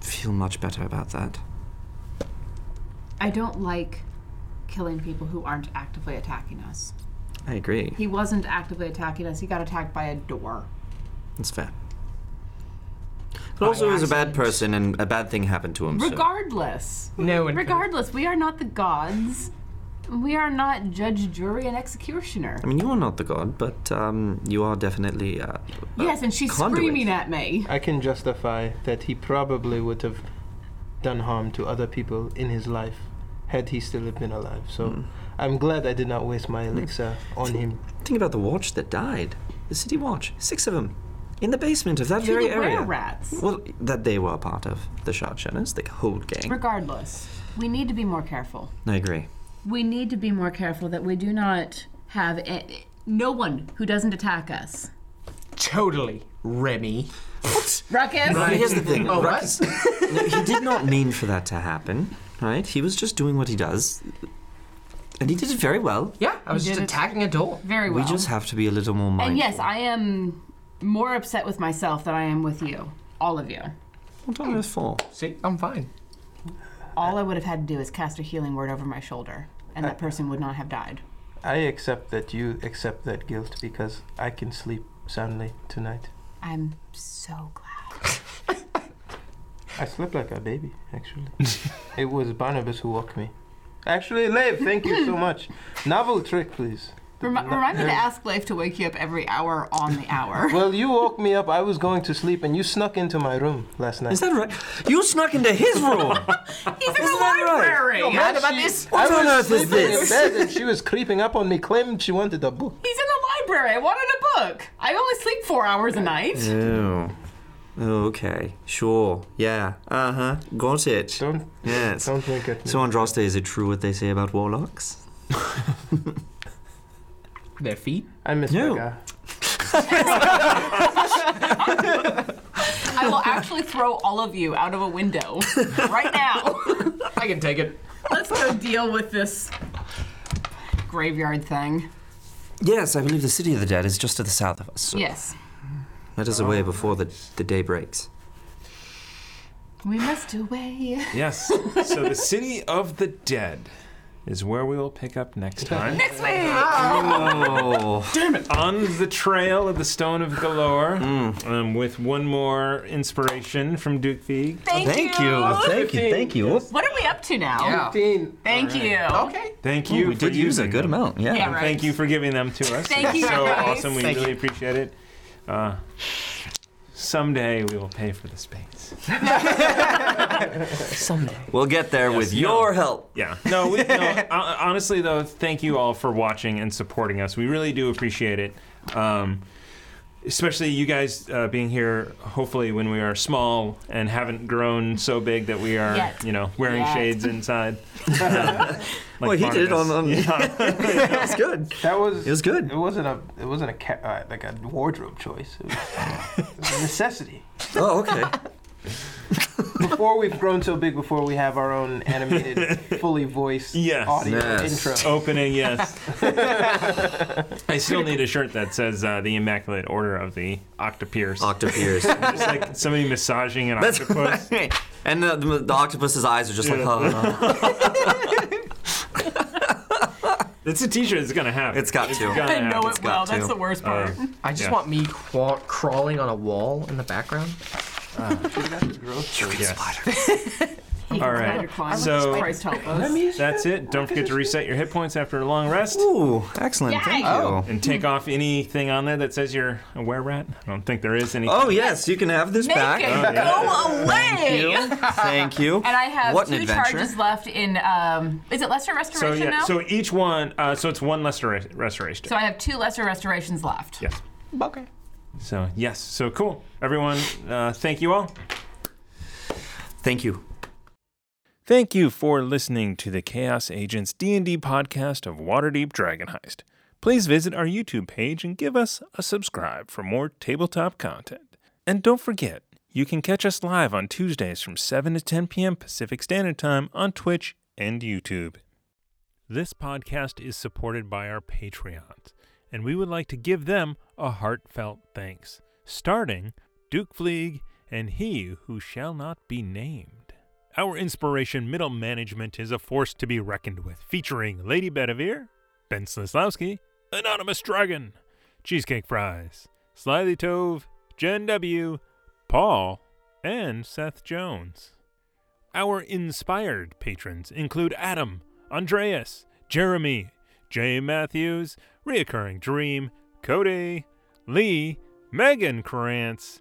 [SPEAKER 6] feel much better about that.
[SPEAKER 2] I don't like killing people who aren't actively attacking us.
[SPEAKER 6] I agree.
[SPEAKER 2] He wasn't actively attacking us. He got attacked by a door.
[SPEAKER 6] That's fair. But also, he was a bad person, and a bad thing happened to him. so-
[SPEAKER 2] Regardless.
[SPEAKER 6] No one could-
[SPEAKER 2] Regardless, we are not the gods. We are not judge, jury, and executioner.
[SPEAKER 6] I mean, you are not the god, but um, you are definitely. Uh,
[SPEAKER 2] yes, and she's
[SPEAKER 5] conduit.
[SPEAKER 2] screaming at me.
[SPEAKER 5] I can justify that he probably would have done harm to other people in his life had he still have been alive. So I'm glad I did not waste my elixir on him.
[SPEAKER 6] think about the watch that died. The city watch, six of them, in the basement of that
[SPEAKER 2] To
[SPEAKER 6] very
[SPEAKER 2] the
[SPEAKER 6] area.
[SPEAKER 2] were-rats.
[SPEAKER 6] Well, that they were a part of the Sharpshooters, the whole gang.
[SPEAKER 2] Regardless, we need to be more careful.
[SPEAKER 6] I agree.
[SPEAKER 2] We need to be more careful that we do not have a- no one who doesn't attack us.
[SPEAKER 20] Totally, Remy.
[SPEAKER 2] Ruckus.
[SPEAKER 6] But here's the thing.
[SPEAKER 20] Oh, what?
[SPEAKER 6] Ruckus- No, he did not mean for that to happen, right? He was just doing what he does, and he did it very well.
[SPEAKER 20] Yeah, I was
[SPEAKER 2] He
[SPEAKER 20] just
[SPEAKER 2] did it
[SPEAKER 20] attacking a door.
[SPEAKER 2] Very well.
[SPEAKER 6] We just have to be a little more mindful.
[SPEAKER 2] and yes, I am more upset with myself than I am with you, all of you.
[SPEAKER 6] What on earth for?
[SPEAKER 7] See, I'm fine.
[SPEAKER 2] All I would have had to do is cast a healing word over my shoulder, and that person would not have died.
[SPEAKER 5] I accept that you accept that guilt because I can sleep soundly tonight.
[SPEAKER 2] I'm so glad.
[SPEAKER 5] I slept like a baby, actually. it was Barnabas who woke me. Actually, Lev, thank you so much. Novel trick, please.
[SPEAKER 2] Remi- remind me to ask Leif to wake you up every hour on the hour.
[SPEAKER 5] Well, you woke me up. I was going to sleep, and you snuck into my room last night.
[SPEAKER 6] Is that right? You snuck into his room.
[SPEAKER 2] He's in
[SPEAKER 18] the
[SPEAKER 5] library.
[SPEAKER 18] You're mad about this?
[SPEAKER 5] I
[SPEAKER 18] What on
[SPEAKER 5] was
[SPEAKER 18] earth is
[SPEAKER 5] sleeping in
[SPEAKER 18] this?
[SPEAKER 5] bed, and she was creeping up on me, claimed she wanted a book.
[SPEAKER 2] He's in the library. I wanted a book. I only sleep four hours a night.
[SPEAKER 6] Oh. Okay. Sure. Yeah. Uh huh. Got it.
[SPEAKER 5] Don't.
[SPEAKER 6] Yes.
[SPEAKER 5] Don't wink at me.
[SPEAKER 6] So, Andraste, is it true what they say about warlocks?
[SPEAKER 7] Their feet?
[SPEAKER 5] I miss
[SPEAKER 6] No.
[SPEAKER 5] my guy.
[SPEAKER 2] I will actually throw all of you out of a window right now.
[SPEAKER 7] I can take it.
[SPEAKER 2] Let's go deal with this graveyard thing.
[SPEAKER 6] Yes, I believe the city of the dead is just to the south of us. so
[SPEAKER 2] Yes.
[SPEAKER 6] Let us away before the, the day breaks.
[SPEAKER 2] We must away.
[SPEAKER 1] Yes. So the city of the dead is where we will pick up next time.
[SPEAKER 2] Next week!
[SPEAKER 1] Damn it! On the trail of the Stone of Galore,
[SPEAKER 6] Mm.
[SPEAKER 1] um, with one more inspiration from Duke Feig.
[SPEAKER 2] Thank Thank you. you.
[SPEAKER 6] Thank you. Thank you.
[SPEAKER 2] What are we up to now?
[SPEAKER 1] Yeah.
[SPEAKER 2] Thank you.
[SPEAKER 6] Oh.
[SPEAKER 20] Okay.
[SPEAKER 1] Thank you.
[SPEAKER 6] we
[SPEAKER 1] for
[SPEAKER 6] did use a
[SPEAKER 1] using
[SPEAKER 6] good
[SPEAKER 1] them.
[SPEAKER 6] amount, yeah. Yeah,
[SPEAKER 1] And
[SPEAKER 6] right.
[SPEAKER 1] Thank you for giving them to us.
[SPEAKER 2] Thank
[SPEAKER 1] It's
[SPEAKER 2] you,
[SPEAKER 1] So
[SPEAKER 2] guys.
[SPEAKER 1] awesome. We
[SPEAKER 2] Thank
[SPEAKER 1] really appreciate it. Uh, someday we will pay for the space.
[SPEAKER 6] Someday. We'll get there with your help.
[SPEAKER 1] Yeah. No, we, no hon- honestly, though, thank you all for watching and supporting us. We really do appreciate it. Um,
[SPEAKER 11] especially you guys uh, being here, hopefully when we are small and haven't grown so big that we are,
[SPEAKER 6] Yet.
[SPEAKER 11] you know, wearing
[SPEAKER 6] Yet.
[SPEAKER 11] shades inside. Uh,
[SPEAKER 6] Well, he did it on- on-
[SPEAKER 5] that
[SPEAKER 6] was good.
[SPEAKER 5] That was.
[SPEAKER 6] It was good.
[SPEAKER 5] It wasn't a. It wasn't a ca- uh, like a wardrobe choice. It was, it was a necessity.
[SPEAKER 6] Oh, okay.
[SPEAKER 5] Before we've grown so big, before we have our own animated, fully voiced
[SPEAKER 11] Yes.
[SPEAKER 5] audio intro.
[SPEAKER 11] Opening, yes. I still need a shirt that says uh, the Immaculate Order of the Octopierce.
[SPEAKER 6] Octopierce.
[SPEAKER 11] Just like somebody massaging an
[SPEAKER 6] That's
[SPEAKER 11] octopus.
[SPEAKER 6] right. And the, the, the octopus's eyes are just like,
[SPEAKER 11] Yeah.
[SPEAKER 6] huh.
[SPEAKER 11] It's a t-shirt. It's gonna happen. It's
[SPEAKER 6] got to.
[SPEAKER 7] I know it will, that's the worst part. I just
[SPEAKER 11] yeah.
[SPEAKER 7] want me qua- crawling on a wall in the background.
[SPEAKER 5] You
[SPEAKER 11] can
[SPEAKER 7] He
[SPEAKER 11] All
[SPEAKER 7] can
[SPEAKER 11] right.
[SPEAKER 7] spider climb. I
[SPEAKER 11] So
[SPEAKER 7] like Christ help
[SPEAKER 5] us.
[SPEAKER 11] that's it. Don't forget to reset your hit points after a long rest.
[SPEAKER 6] Ooh, excellent. Thank Yay. you.
[SPEAKER 11] And take off anything on there that says you're a were rat. I don't think there is any.
[SPEAKER 6] Oh, yes, you can have this
[SPEAKER 11] Make
[SPEAKER 6] back.
[SPEAKER 11] it Oh, yeah.
[SPEAKER 12] Go away!
[SPEAKER 6] Thank you. Oh, Thank you.
[SPEAKER 12] And I have
[SPEAKER 6] what an
[SPEAKER 12] two
[SPEAKER 6] adventure.
[SPEAKER 12] charges left in. Um, is it lesser
[SPEAKER 11] So
[SPEAKER 12] restoration
[SPEAKER 11] yeah.
[SPEAKER 12] now?
[SPEAKER 11] So each one. Uh, so it's one lesser res- restoration.
[SPEAKER 12] So I have two lesser restorations left.
[SPEAKER 11] Yes.
[SPEAKER 12] Okay.
[SPEAKER 11] So yes. So cool. Everyone, uh, thank you all.
[SPEAKER 6] Thank you.
[SPEAKER 1] Thank you for listening to the Chaos Agents D&D podcast of Waterdeep Dragon Heist. Please visit our YouTube page and give us a subscribe for more tabletop content. And don't forget, you can catch us live on Tuesdays from 7 to 10 p.m. Pacific Standard Time on Twitch and YouTube. This podcast is supported by our Patreons, and we would like to give them a heartfelt thanks, starting Duke Fleeg and He Who Shall Not Be Named. Our inspiration, Middle Management, is a force to be reckoned with, featuring Lady Bedivere, Ben Slislawski, Anonymous Dragon, Cheesecake Fries, Slyly Tove, Jen W., Paul, and Seth Jones. Our inspired patrons include Adam, Andreas, Jeremy, Jay Matthews, Reoccurring Dream, Cody, Lee, Megan Krantz,